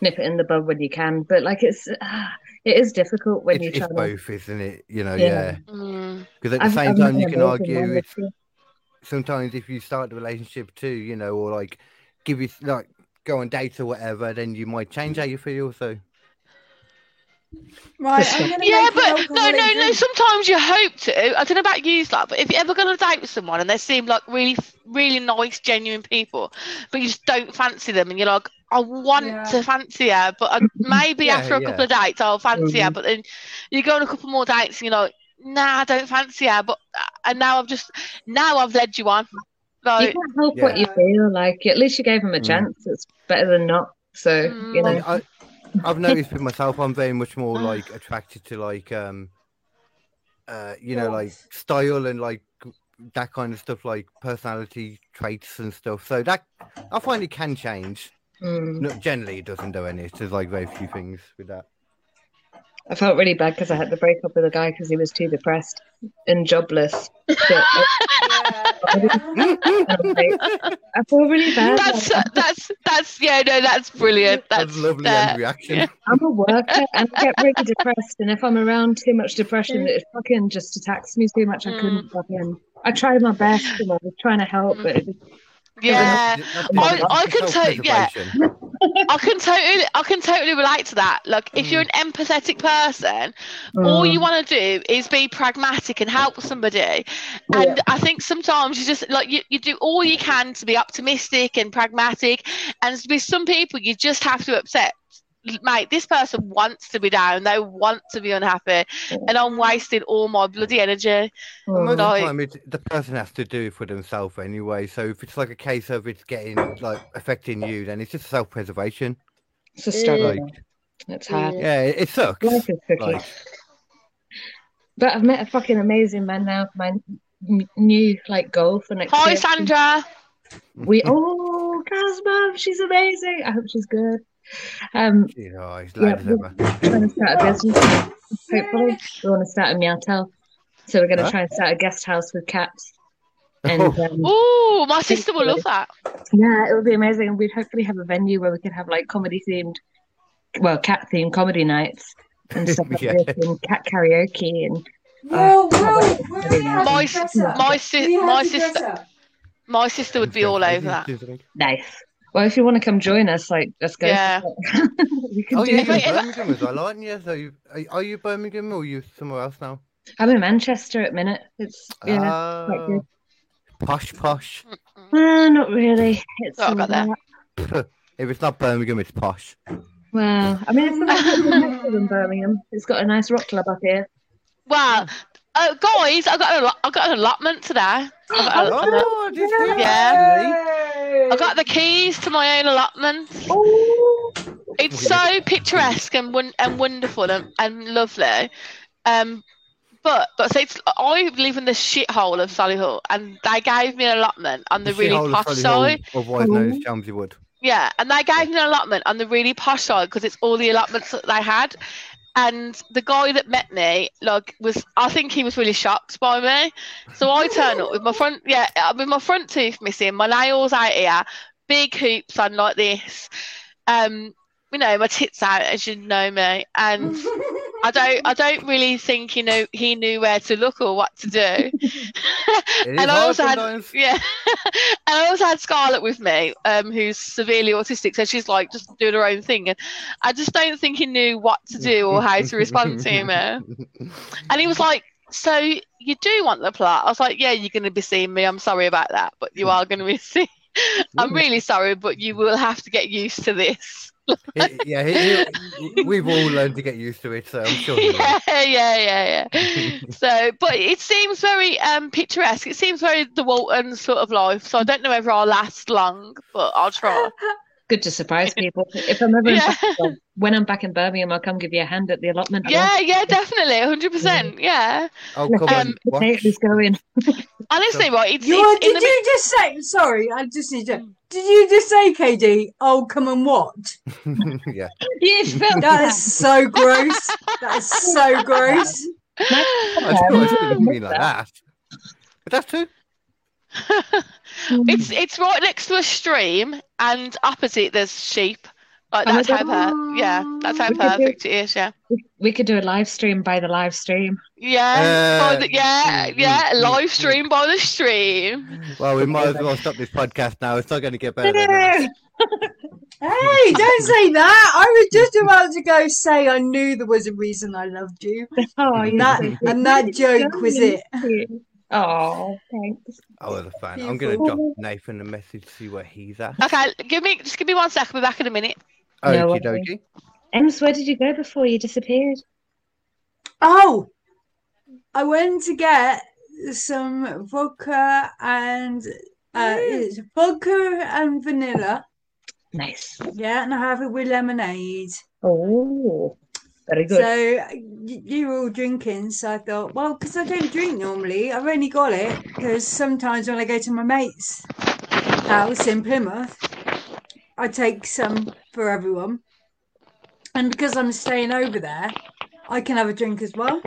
Speaker 4: nip it in the bud when you can. But like it's ah, it is difficult when
Speaker 1: It's,
Speaker 4: you're
Speaker 1: it's
Speaker 4: trying to.
Speaker 1: both, isn't it? You know,
Speaker 4: Yeah.
Speaker 1: yeah.
Speaker 5: Mm,
Speaker 1: Because at the
Speaker 4: I've-
Speaker 1: same
Speaker 4: I've
Speaker 1: time,
Speaker 4: met
Speaker 1: you
Speaker 4: an
Speaker 1: can
Speaker 4: awful
Speaker 1: argue
Speaker 4: one
Speaker 1: it's
Speaker 4: that's just-
Speaker 1: sometimes if you start the relationship too, you know, or like give you like go on dates or whatever, then you might change how you feel. So
Speaker 2: Right, I'm gonna
Speaker 5: Yeah,
Speaker 2: make an
Speaker 5: but no,
Speaker 2: alcoholic
Speaker 5: no, no.
Speaker 2: drink.
Speaker 5: Sometimes you hope to. I don't know about you, like, but if you're ever going to date with someone and they seem like really, really nice, genuine people, but you just don't fancy them, and you're like, I want
Speaker 2: Yeah.
Speaker 5: to fancy her, but I, maybe
Speaker 1: Yeah,
Speaker 5: after a
Speaker 1: yeah. Mm-hmm.
Speaker 5: couple of dates I'll fancy her.
Speaker 4: Mhm.
Speaker 5: But then you go on a couple more dates, and you're like, Nah, I don't fancy her. But uh, and now I've just now I've led you on.
Speaker 4: You
Speaker 5: Like,
Speaker 4: can't help what you
Speaker 2: Yeah.
Speaker 4: feel like. At least you gave him a
Speaker 1: Mm.
Speaker 4: chance. It's better than not. So, you know.
Speaker 5: Mm.
Speaker 1: I, I've noticed with myself, I'm very much more like attracted to like um uh, you know, like
Speaker 2: Yes.
Speaker 1: style and like that kind of stuff, like personality traits and stuff. So that I find it can change.
Speaker 4: Mm.
Speaker 1: No, generally, it doesn't do any. There's like very few things with that.
Speaker 4: I felt really bad because I had to break up with a guy because he was too depressed and jobless. But I,
Speaker 2: Yeah.
Speaker 4: I was like, I feel really bad.
Speaker 5: That's
Speaker 4: like,
Speaker 5: that's that's yeah no that's brilliant. That's,
Speaker 1: That's lovely
Speaker 5: uh,
Speaker 1: end reaction.
Speaker 4: I'm a worker and I get really depressed. And if I'm around too much
Speaker 5: Mm.
Speaker 4: depression, it fucking just attacks me too much. I couldn't fucking. I tried my best and I was trying to help, but
Speaker 5: Mm.
Speaker 4: it just,
Speaker 5: yeah. I- I could take- yeah.
Speaker 1: self-preservation.
Speaker 5: I can totally I can totally relate to that. Like if you're an empathetic person,
Speaker 4: oh,
Speaker 5: all you want to do is be pragmatic and help somebody. And I think sometimes you just like you, you do all you can to be optimistic and pragmatic. And with some people, you just have to accept, mate, this person wants to be down. They want to be unhappy, and I'm wasting all my bloody energy.
Speaker 4: oh,
Speaker 1: Most of the
Speaker 5: Like-
Speaker 1: time, it's, the person has to do it for themselves anyway. So if it's like a case of it's getting like affecting you, then it's just self-preservation.
Speaker 4: it's a struggle.
Speaker 1: Like,
Speaker 4: it's hard.
Speaker 1: yeah, it, it sucks.
Speaker 4: Life is tricky.
Speaker 1: Like,
Speaker 4: But I've met a fucking amazing man now. for My n- new like goal for next
Speaker 5: Hi,
Speaker 4: year.
Speaker 5: Sandra.
Speaker 4: We oh, Kaz, mum, she's amazing. I hope she's good. Um,
Speaker 1: you know, it's loud as
Speaker 4: Yeah.
Speaker 1: ever.
Speaker 4: trying to start a business. Hopefully, we want to start a meowtel. So we're going to
Speaker 1: Huh?
Speaker 4: try and start a guest house with cats. And
Speaker 1: Oh.
Speaker 4: um,
Speaker 5: Ooh, my sister will love that.
Speaker 4: yeah, it would be amazing. And we'd hopefully have a venue where we could have like comedy themed, well, cat themed comedy nights and stuff like
Speaker 1: Yeah.
Speaker 4: this, and cat karaoke and
Speaker 2: Whoa, whoa, whoa.
Speaker 5: My
Speaker 2: we have to dress up.
Speaker 5: my
Speaker 2: We
Speaker 5: sis
Speaker 2: have
Speaker 5: my
Speaker 2: to dress
Speaker 5: sister
Speaker 2: up.
Speaker 5: my sister would be all over that.
Speaker 4: nice. Well, if you want to come join us, like let's go.
Speaker 5: Yeah.
Speaker 4: we can
Speaker 1: Oh
Speaker 4: do
Speaker 1: yeah,
Speaker 5: Wait,
Speaker 1: you're
Speaker 5: if I-
Speaker 1: Birmingham as well, aren't you? So you, are, are you Birmingham or are you somewhere else now?
Speaker 4: I'm in Manchester at the minute. It's yeah, quite good.
Speaker 1: Ah, posh, posh.
Speaker 4: Uh, not really. It's
Speaker 5: Sorry about
Speaker 4: all
Speaker 5: that.
Speaker 4: right.
Speaker 1: If it's not Birmingham, it's posh.
Speaker 4: Well, I mean, it's not better than Birmingham. It's got a nice rock club up here.
Speaker 5: Well, uh, guys, I got a, I got an allotment today. I got, a-
Speaker 1: Oh, this is
Speaker 5: uh, Yeah.
Speaker 1: lovely.
Speaker 5: I got the keys to my own allotment.
Speaker 2: Oh.
Speaker 5: It's so picturesque and won- and wonderful and, and lovely. Um, but but so it's, I live in the shithole of Solihull, and they gave me an allotment on the,
Speaker 1: The shithole
Speaker 5: really
Speaker 1: of
Speaker 5: posh Mm-hmm.
Speaker 1: Solihull,
Speaker 5: side.
Speaker 1: Otherwise known as Chelmsy Wood.
Speaker 5: Yeah, and they gave me an allotment on the really posh side because it's all the allotments that they had. And the guy that met me, like, was I think he was really shocked by me. So I turn up with my front, yeah, uh, with my front tooth missing, my nails out here, big hoops on like this, um, you know, my tits out as you know me, and I don't, I don't really think you know he knew where to look or what to do.
Speaker 1: It is
Speaker 5: And I
Speaker 1: hard
Speaker 5: also had-
Speaker 1: sometimes.
Speaker 5: Yeah. and I also had Scarlett with me, um, who's severely autistic, so she's like just doing her own thing. And I just don't think he knew what to do or how to respond to me. And he was like, So you do want the plot? I was like, Yeah, you're gonna be seeing me. I'm sorry about that, but you are gonna be seeing I'm really sorry, but you will have to get used to this.
Speaker 1: It- yeah, it- it- we've all learned to get used to it, so I'm sure. you will.
Speaker 5: yeah, yeah, yeah, yeah. so, but it seems very um, picturesque. It seems very the Walton sort of life. So I don't know whether I'll last long, but I'll try.
Speaker 4: Good to surprise people. If I'm ever in
Speaker 5: Yeah.
Speaker 4: Birmingham, when I'm back in Birmingham, I'll come give you a hand at the allotment. I'll
Speaker 5: Yeah, yeah, definitely, hundred percent. Yeah,
Speaker 1: Oh,
Speaker 4: Look,
Speaker 1: come on.
Speaker 5: um,
Speaker 1: watch.
Speaker 4: Nate was going.
Speaker 5: honestly, right? It's,
Speaker 2: You are-
Speaker 5: it's in
Speaker 2: did
Speaker 5: the Mm.
Speaker 2: you just say? Sorry, I just need to. Did you just say, KD? Oh, come and watch.
Speaker 1: yeah.
Speaker 4: You felt
Speaker 2: That is so gross. That is so gross.
Speaker 1: I suppose it didn't mean like that. But that's true.
Speaker 5: it's it's right next to a stream, and opposite there's sheep. Like
Speaker 4: Oh my
Speaker 5: that's how per-
Speaker 4: God.
Speaker 5: yeah, that's how
Speaker 4: We could do-
Speaker 5: perfect it is. Yeah,
Speaker 4: We could do a live stream by the live stream.
Speaker 5: yeah, by
Speaker 1: Uh,
Speaker 5: the, yeah,
Speaker 1: mm,
Speaker 5: yeah.
Speaker 1: mm, mm,
Speaker 5: Live stream by the stream.
Speaker 1: Well, we might as well stop this podcast now. It's not going to get better than that.
Speaker 4: That's
Speaker 2: Hey, don't say that. I was just about to go say I knew there was a reason I loved you,
Speaker 4: Oh,
Speaker 2: and that and that joke was it.
Speaker 4: Oh, thanks.
Speaker 1: I was a fan. Oh, I'm going to
Speaker 2: Beautiful.
Speaker 1: drop Nathan a message, see where he's at.
Speaker 5: Okay, give me just give me one sec. I'll be back in a minute.
Speaker 1: Okie
Speaker 4: No worries.
Speaker 1: dokie.
Speaker 4: Ems, where did you go before you disappeared?
Speaker 2: Oh, I went to get some vodka and uh,
Speaker 5: Mm.
Speaker 2: it's vodka and vanilla.
Speaker 4: Nice.
Speaker 2: Yeah, and I have it with lemonade.
Speaker 4: Oh, Very good.
Speaker 2: So y- you were all drinking, so I thought, well, because I don't drink normally, I've only got it because sometimes when I go to my mate's house in Plymouth, I take some for everyone, and because I'm staying over there, I can have a drink as well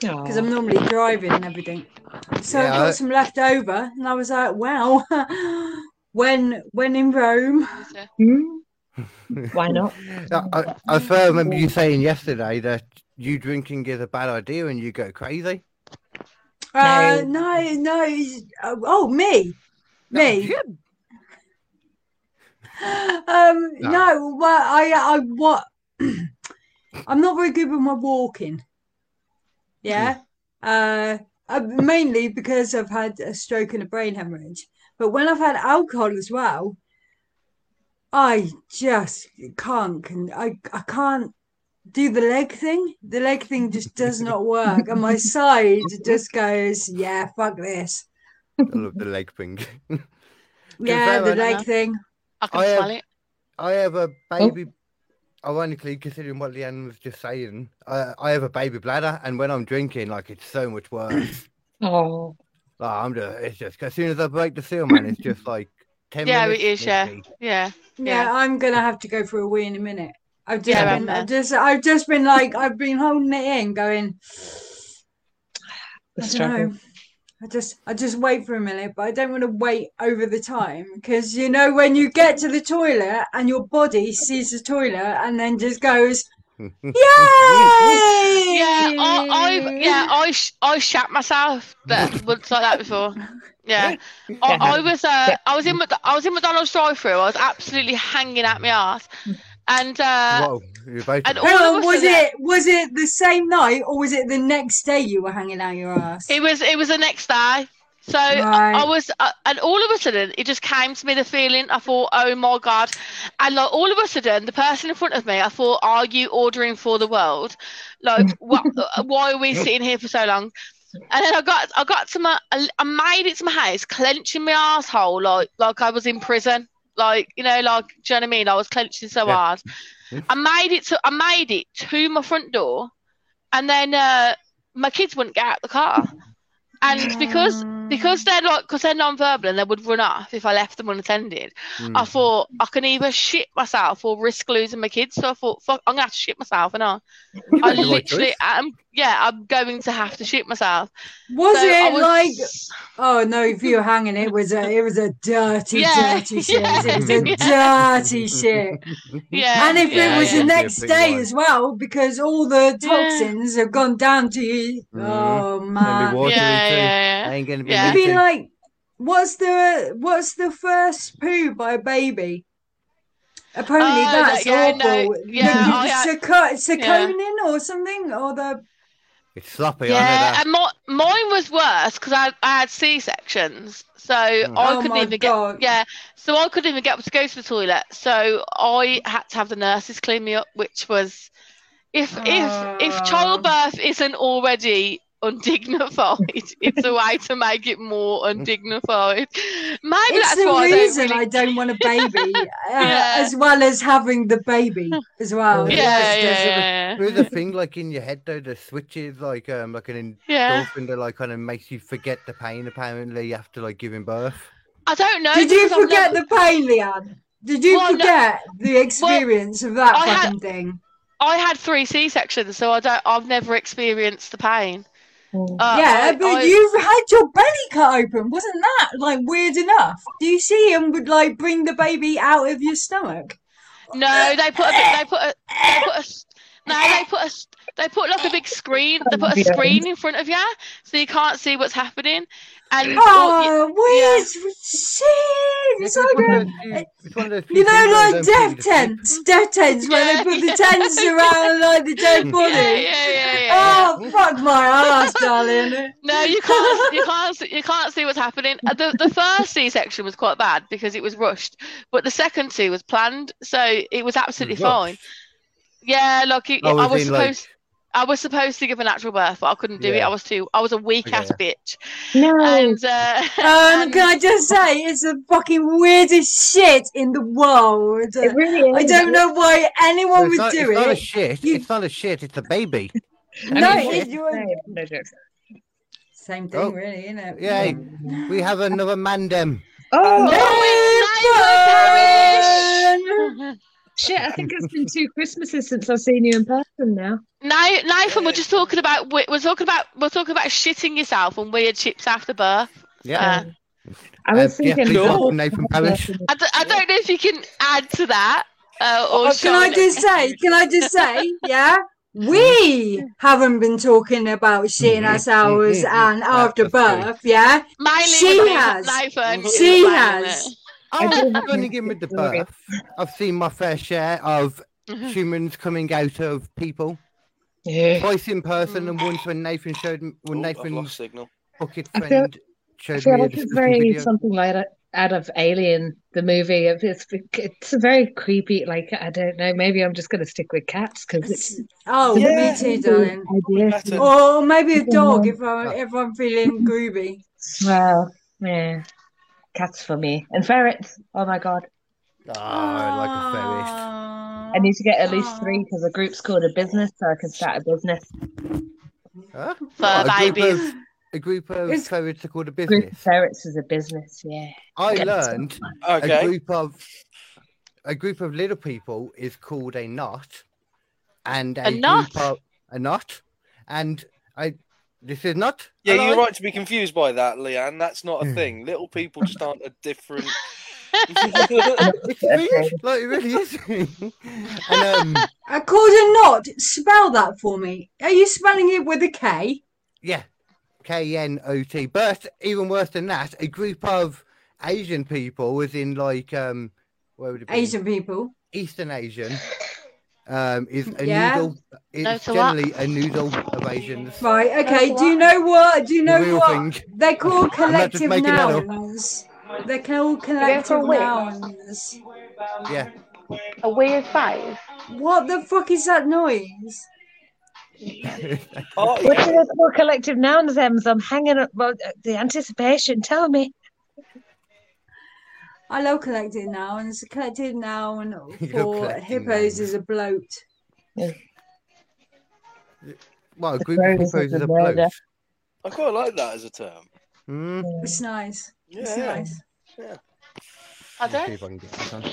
Speaker 2: because I'm normally driving and everything. So
Speaker 1: Yeah,
Speaker 2: I got
Speaker 1: I-
Speaker 2: some left over, and I was like, wow, when when in Rome,
Speaker 4: Hmm? Why not?
Speaker 1: I, I, I swear I remember you saying yesterday that you drinking is a bad idea and you go crazy.
Speaker 2: uh, no, no, it's- oh me, me.
Speaker 1: No,
Speaker 2: um
Speaker 1: No.
Speaker 2: no. well i i what i'm not very good with my walking yeah uh uh, mainly because i've had a stroke and a brain hemorrhage but when i've had alcohol as well i just can't con- i i can't do the leg thing the leg thing just does not work and my side just goes yeah fuck this
Speaker 1: I love the leg thing.
Speaker 2: yeah
Speaker 1: that
Speaker 2: the
Speaker 1: right
Speaker 2: leg
Speaker 5: now?
Speaker 2: thing
Speaker 5: I can
Speaker 1: I have-
Speaker 5: smell it.
Speaker 1: I have a
Speaker 2: Oh.
Speaker 1: baby. Ironically, considering what Leanne was just saying, I, I have a baby bladder, and when I'm drinking, like it's so much worse.
Speaker 4: Oh,
Speaker 1: like, I'm just, it's just as soon as I break the seal, man, it's just like ten
Speaker 5: Yeah,
Speaker 1: minutes.
Speaker 5: it is, yeah.
Speaker 1: maybe.
Speaker 5: Yeah.
Speaker 2: Yeah,
Speaker 5: Yeah.
Speaker 2: I'm gonna have to go for a wee in a minute. I've just
Speaker 5: Yeah, I'm
Speaker 2: been,
Speaker 5: there.
Speaker 2: I've just, I've just been like, I've been holding it in, going,
Speaker 4: the
Speaker 2: I
Speaker 4: struggle.
Speaker 2: don't know. I just, I just wait for a minute, but I don't want to wait over the time because you know when you get to the toilet and your body sees the toilet and then just goes, yay!
Speaker 5: Yeah,
Speaker 2: yeah,
Speaker 5: I, I yeah, I sh- I shat myself that once like that before. Yeah, I, I was uh, I was in Mc- I was in McDonald's drive-through. I was absolutely hanging out my ass, and uh,
Speaker 1: Whoa, you're both.
Speaker 5: and
Speaker 2: Hang
Speaker 5: all of
Speaker 2: on,
Speaker 5: us
Speaker 2: was
Speaker 5: were there.
Speaker 2: it was it the same night or was it the next day you were hanging out your ass?
Speaker 5: It was it was the next day. So I-
Speaker 2: Right.
Speaker 5: I was, uh, and all of a sudden, it just came to me the feeling. I thought, oh my god! And like all of a sudden, the person in front of me, I thought, are you ordering for the world? Like, what? why are we sitting here for so long? And then I got, I got to my, I made it to my house, clenching my asshole like, like I was in prison. Like, you know, like, do you know what I mean? I was clenching so
Speaker 1: Yeah.
Speaker 5: hard. I made it to, I made it to my front door, and then uh, my kids wouldn't get out the car. And because because they're like because they're non-verbal and they would run off if I left them unattended.
Speaker 1: Mm.
Speaker 5: I thought I can either shit myself or risk losing my kids. So I thought, fuck, I'm gonna have to shit myself, and I, I
Speaker 1: had the right
Speaker 5: literally,
Speaker 1: choice.
Speaker 5: I'm yeah, I'm going to have to shit myself.
Speaker 2: was
Speaker 5: So I
Speaker 2: it
Speaker 5: was-
Speaker 2: like Oh no! If you were hanging, it was a it was a dirty,
Speaker 5: Yeah,
Speaker 2: dirty shit. It was a
Speaker 1: yeah.
Speaker 2: dirty shit.
Speaker 5: yeah,
Speaker 2: And if
Speaker 5: yeah,
Speaker 2: it was
Speaker 5: yeah.
Speaker 2: the
Speaker 1: yeah.
Speaker 2: next
Speaker 1: Yeah, pretty
Speaker 2: day
Speaker 1: wide.
Speaker 2: as well, because all the toxins have gone down to you.
Speaker 1: Mhm.
Speaker 2: Oh
Speaker 1: Gonna be
Speaker 2: man!
Speaker 1: watery
Speaker 5: yeah,
Speaker 1: too.
Speaker 5: yeah, yeah.
Speaker 1: I ain't gonna be.
Speaker 5: Yeah.
Speaker 2: It'd be
Speaker 1: nothing.
Speaker 2: like, what's the what's the first poo by a baby? Apparently
Speaker 5: Oh,
Speaker 2: that's
Speaker 5: that- yeah,
Speaker 2: awful.
Speaker 5: no, yeah, oh, yeah.
Speaker 2: Sarco-
Speaker 5: Yeah.
Speaker 2: Sarconin or something, or the
Speaker 1: It's sloppy. I know
Speaker 5: Yeah,
Speaker 1: that.
Speaker 5: and my, mine was worse because I, I had C sections, so I
Speaker 1: Mm.
Speaker 2: Oh
Speaker 5: couldn't
Speaker 2: my
Speaker 5: even
Speaker 2: God.
Speaker 5: get yeah, so I couldn't even get up to go to the toilet. So I had to have the nurses clean me up, which was if if
Speaker 2: Oh.
Speaker 5: if childbirth isn't already undignified, it's a way to make it more undignified. Maybe
Speaker 2: it's
Speaker 5: that's
Speaker 2: the
Speaker 5: why I don't
Speaker 2: reason
Speaker 5: really-
Speaker 2: I don't want a baby, uh,
Speaker 5: Yeah.
Speaker 2: as well as having the baby as well.
Speaker 1: Yeah,
Speaker 5: yeah,
Speaker 2: It's just-
Speaker 5: yeah,
Speaker 1: there's a-
Speaker 5: yeah, yeah.
Speaker 1: Through the thing, like in your head, though, the switches, like um, like an
Speaker 5: Yeah.
Speaker 1: endorphin that like kind of makes you forget the pain. Apparently, after like giving birth.
Speaker 5: I don't know.
Speaker 2: Did you
Speaker 5: because I've
Speaker 2: forget
Speaker 5: never-
Speaker 2: the pain, Leanne? Did you
Speaker 5: Well, no-
Speaker 2: forget the experience of that
Speaker 5: I had-
Speaker 2: fucking thing?
Speaker 5: I had three C sections, so I don't. I've never experienced the pain.
Speaker 4: Mm.
Speaker 5: Uh,
Speaker 2: yeah,
Speaker 5: I-
Speaker 2: but
Speaker 5: I-
Speaker 2: you've had your belly cut open. Wasn't that like weird enough? Do you see him would like bring the baby out of your stomach?
Speaker 5: No, they put a bit, they put a, they put a s- no, they put a s- they put like a big screen. They put a
Speaker 4: Yeah.
Speaker 5: screen in front of you, so you can't see what's happening. And all-
Speaker 2: Oh, weird shit! It's
Speaker 1: Yeah,
Speaker 2: like a-
Speaker 1: few- it's one of those few
Speaker 2: Oh You know,
Speaker 1: things where
Speaker 2: like
Speaker 1: they don't put
Speaker 2: death
Speaker 1: you to
Speaker 2: tents, death tents, where
Speaker 5: Yeah,
Speaker 2: they put
Speaker 5: yeah.
Speaker 2: the tents around like the dead
Speaker 5: yeah,
Speaker 2: body.
Speaker 5: yeah, yeah, yeah, yeah.
Speaker 2: Oh, fuck my ass, darling.
Speaker 5: No, you can't, you can't, see- you can't see what's happening. Uh, The the first C section was quite bad because it was rushed, but the second two was planned, so it was absolutely
Speaker 1: sleep. Look,
Speaker 5: fine. Yeah, like it,
Speaker 1: I
Speaker 5: I
Speaker 1: was
Speaker 5: was
Speaker 1: in, like,
Speaker 5: supposed. I was supposed to give a natural birth, but I couldn't do it.
Speaker 1: Yeah.
Speaker 5: I was too. I was a weak ass bitch.
Speaker 4: Hmm. No.
Speaker 2: Oh.
Speaker 5: And uh,
Speaker 2: Um,
Speaker 5: and-
Speaker 2: can I just say it's the fucking weirdest shit in the world.
Speaker 4: it really is.
Speaker 2: I don't know why anyone
Speaker 1: Well, it's
Speaker 2: would
Speaker 1: not, it's
Speaker 2: do
Speaker 1: not a
Speaker 2: it.
Speaker 1: shit.
Speaker 2: You-
Speaker 1: It's not a shit. It's a baby.
Speaker 4: I
Speaker 2: no,
Speaker 4: mean,
Speaker 2: it's your
Speaker 4: no joke.
Speaker 2: same thing,
Speaker 1: Oh.
Speaker 2: really, Um, isn't it?
Speaker 1: Yay. We have another mandem.
Speaker 4: Oh,
Speaker 5: Oh,
Speaker 2: Nathan!
Speaker 4: shit. I think it's been two Christmases since I've seen you in person now.
Speaker 5: now, Nathan, we're just talking about we- we're talking about we're talking about shitting yourself and weird chips after birth.
Speaker 1: Yeah.
Speaker 5: Uh,
Speaker 4: I
Speaker 1: Uh,
Speaker 4: was
Speaker 1: yeah,
Speaker 4: thinking.
Speaker 1: please welcome Nathan Parrish.
Speaker 5: I, d- I don't know if you can add to that. Uh, or
Speaker 2: Oh, can I
Speaker 5: Charlotte.
Speaker 2: just say? Can I just say? Yeah, we haven't been talking about shitting
Speaker 1: Mhm,
Speaker 2: ourselves
Speaker 1: mhm,
Speaker 2: and
Speaker 1: mhm.
Speaker 2: after
Speaker 1: That's
Speaker 2: birth. Yeah,
Speaker 5: Mainly
Speaker 2: She
Speaker 5: with
Speaker 2: has.
Speaker 5: Nathan.
Speaker 2: She
Speaker 5: Mainly.
Speaker 2: has.
Speaker 4: I do
Speaker 1: Oh, I'm
Speaker 4: have
Speaker 1: going to
Speaker 4: my
Speaker 1: give with the
Speaker 4: story.
Speaker 1: birth. I've seen my fair share of humans coming out of people,
Speaker 4: Yeah.
Speaker 1: twice in person and once when Nathan showed me, when
Speaker 6: Oh, I've
Speaker 1: Nathan's
Speaker 6: lost signal.
Speaker 1: bucket
Speaker 4: I feel-
Speaker 1: friend
Speaker 4: I
Speaker 1: showed
Speaker 4: feel
Speaker 1: me a
Speaker 4: like it's
Speaker 1: discussion
Speaker 4: very
Speaker 1: video.
Speaker 4: something like that out of Alien, the movie. It's it's very creepy. Like I don't know. Maybe I'm just going to stick with cats because it's
Speaker 2: Oh,
Speaker 6: Yeah.
Speaker 2: me too, darling. Oh
Speaker 4: idea.
Speaker 6: Better.
Speaker 2: Or maybe a
Speaker 4: Mhm.
Speaker 2: dog if I if I'm feeling groovy.
Speaker 4: Well, yeah, cats for me and ferrets. Oh my god,
Speaker 1: Oh, I like a
Speaker 5: Ah.
Speaker 1: ferret.
Speaker 4: I need to get at least three because the group's called a business, so I can start a business.
Speaker 1: Huh?
Speaker 5: For
Speaker 1: What, a group
Speaker 5: babies.
Speaker 1: of, a group of
Speaker 2: It's-
Speaker 1: ferrets are called a
Speaker 4: Group of
Speaker 1: business.
Speaker 4: ferrets is a business. Yeah.
Speaker 1: I
Speaker 4: Get this
Speaker 1: learned a
Speaker 6: Okay.
Speaker 1: group of a group of little people is called a knot, and a,
Speaker 5: A knot?
Speaker 1: group of- a knot, and I. This is not.
Speaker 6: Yeah,
Speaker 1: hello?
Speaker 6: you're right to be confused by that, Leanne. That's not a thing. Little people just aren't a different.
Speaker 1: It's English, like it really is. and, um,
Speaker 2: I called Uh, a knot. Spell that for me. Are you spelling it with a K?
Speaker 1: yeah, K N O T. But even worse than that, a group of Asian people was in like um, where would it be?
Speaker 2: Asian people.
Speaker 1: Eastern Asian. Um, is a
Speaker 2: Yeah.
Speaker 1: noodle. It's
Speaker 5: to what?
Speaker 1: generally a noodle of Asians.
Speaker 2: Right. Okay.
Speaker 5: That's
Speaker 2: Do you know what? Do you know
Speaker 1: Real
Speaker 2: what?
Speaker 1: thing.
Speaker 2: They're called
Speaker 1: I'm not just
Speaker 2: collective
Speaker 1: making that up.
Speaker 2: nouns. They're called
Speaker 7: They're for
Speaker 2: collective
Speaker 7: wit.
Speaker 2: nouns.
Speaker 1: Yeah.
Speaker 7: A weird five.
Speaker 2: What the fuck is that noise?
Speaker 6: Oh,
Speaker 4: What are those more collective nouns, Ems? I'm hanging up well, uh, the anticipation. Tell me.
Speaker 2: I love collective nouns. A collective noun
Speaker 1: You love
Speaker 2: for
Speaker 1: collective
Speaker 2: hippos
Speaker 1: nouns.
Speaker 2: is a bloat.
Speaker 1: Well, a
Speaker 4: The
Speaker 1: group of
Speaker 4: Crows is
Speaker 1: hippos is
Speaker 4: the
Speaker 1: a
Speaker 4: murder.
Speaker 1: bloke.
Speaker 6: I quite like that as a term.
Speaker 1: Mm.
Speaker 2: It's nice. It's
Speaker 6: Yeah.
Speaker 2: nice.
Speaker 5: I
Speaker 1: Let's see
Speaker 5: don't.
Speaker 1: if I can get this on.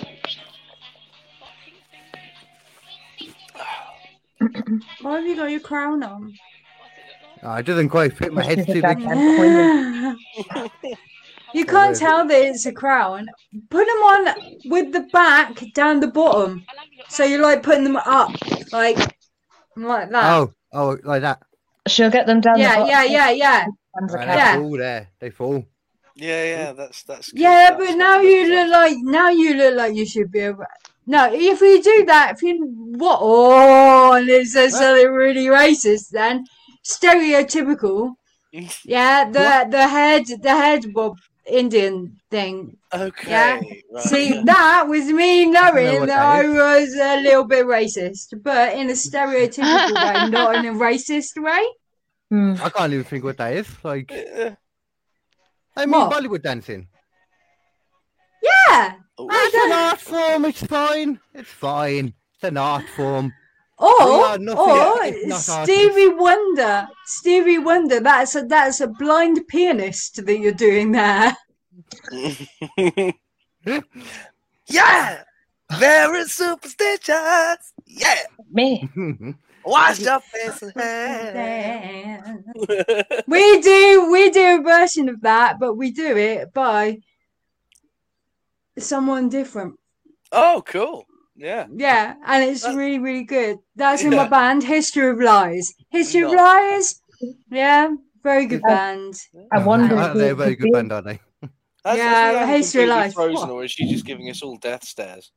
Speaker 2: Why have you got your crown on?
Speaker 1: Oh, it doesn't quite fit my head's too big.
Speaker 4: And poignant.
Speaker 2: you can't tell that it's a crown. Put them on with the back down the bottom. So you're like putting them up, like like that.
Speaker 1: Oh, oh, like that.
Speaker 4: She'll get them down. the
Speaker 2: yeah,
Speaker 4: bottom.
Speaker 2: yeah, yeah, yeah.
Speaker 4: Hands are
Speaker 1: Right,
Speaker 4: cat.
Speaker 1: They
Speaker 2: Yeah.
Speaker 1: fall there. They fall.
Speaker 6: Yeah, yeah, that's that's. good.
Speaker 2: Yeah,
Speaker 6: That's
Speaker 2: but now
Speaker 6: good.
Speaker 2: you look like now you look like you should be a ra- no. If you do that, if you what oh, and it says
Speaker 1: Huh?
Speaker 2: something really racist, then stereotypical. Yeah, the the head the head bob Indian thing.
Speaker 6: Okay. right.
Speaker 2: See, that was me knowing
Speaker 1: what
Speaker 2: that I
Speaker 1: that is.
Speaker 2: was a little bit racist, but in a stereotypical way, not in a racist way.
Speaker 4: Hmm.
Speaker 1: I can't even think what that is. Like,
Speaker 6: Yeah.
Speaker 1: I mean,
Speaker 2: What?
Speaker 1: Bollywood dancing.
Speaker 2: Yeah.
Speaker 6: Oh,
Speaker 2: I
Speaker 1: It's an
Speaker 2: don't.
Speaker 1: art form. It's fine. It's fine. It's an art form. We
Speaker 2: Or,
Speaker 1: are nothing if
Speaker 2: or
Speaker 1: not
Speaker 2: Stevie Wonder, Stevie Wonder. That's a that's a blind pianist that you're doing there.
Speaker 6: yeah. Very superstitious. Yeah.
Speaker 4: Me.
Speaker 6: Wash your face and hair.
Speaker 2: we do we do a version of that, but we do it by someone different.
Speaker 6: oh, cool. Yeah.
Speaker 2: Yeah, and it's
Speaker 1: Uh,
Speaker 6: That-
Speaker 2: really, really good. That's in my
Speaker 6: Yeah.
Speaker 2: band, History of Lies. History of
Speaker 6: No.
Speaker 2: Lies. Yeah, very good
Speaker 4: Yeah.
Speaker 2: band.
Speaker 1: Mm.
Speaker 4: I wonder. if
Speaker 1: They're a
Speaker 4: it
Speaker 1: very
Speaker 4: could
Speaker 1: good
Speaker 4: be-
Speaker 1: band, aren't they?
Speaker 6: Has,
Speaker 2: Yeah,
Speaker 6: has Leanne
Speaker 2: Hayes
Speaker 6: completely
Speaker 2: realised,
Speaker 6: Frozen,
Speaker 2: what?
Speaker 6: or is she just giving us all death stares?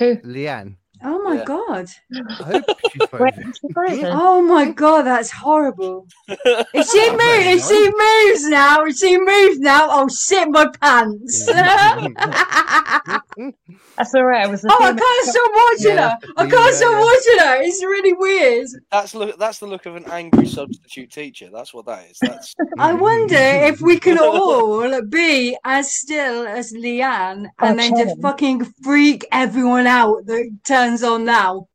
Speaker 1: Leanne.
Speaker 2: Oh my
Speaker 6: Yeah.
Speaker 2: god.
Speaker 1: I hope she's
Speaker 4: Wait,
Speaker 1: frozen.
Speaker 4: she's frozen.
Speaker 2: Oh my god, that's horrible. If she moves, if she moves now, if she moves now, I'll shit my pants. oh,
Speaker 4: That's all right. I was.
Speaker 2: I can't stop watching
Speaker 1: Yeah,
Speaker 2: her. I
Speaker 1: yeah,
Speaker 2: can't stop
Speaker 1: yeah.
Speaker 2: watching her. It's really weird.
Speaker 6: That's look. That's the look of an angry substitute teacher. That's what that is. That's
Speaker 2: I
Speaker 1: Mm.
Speaker 2: wonder if we can all be as still as Leanne
Speaker 4: Oh,
Speaker 2: and then just
Speaker 4: challenge.
Speaker 2: fucking freak everyone out that turns on now.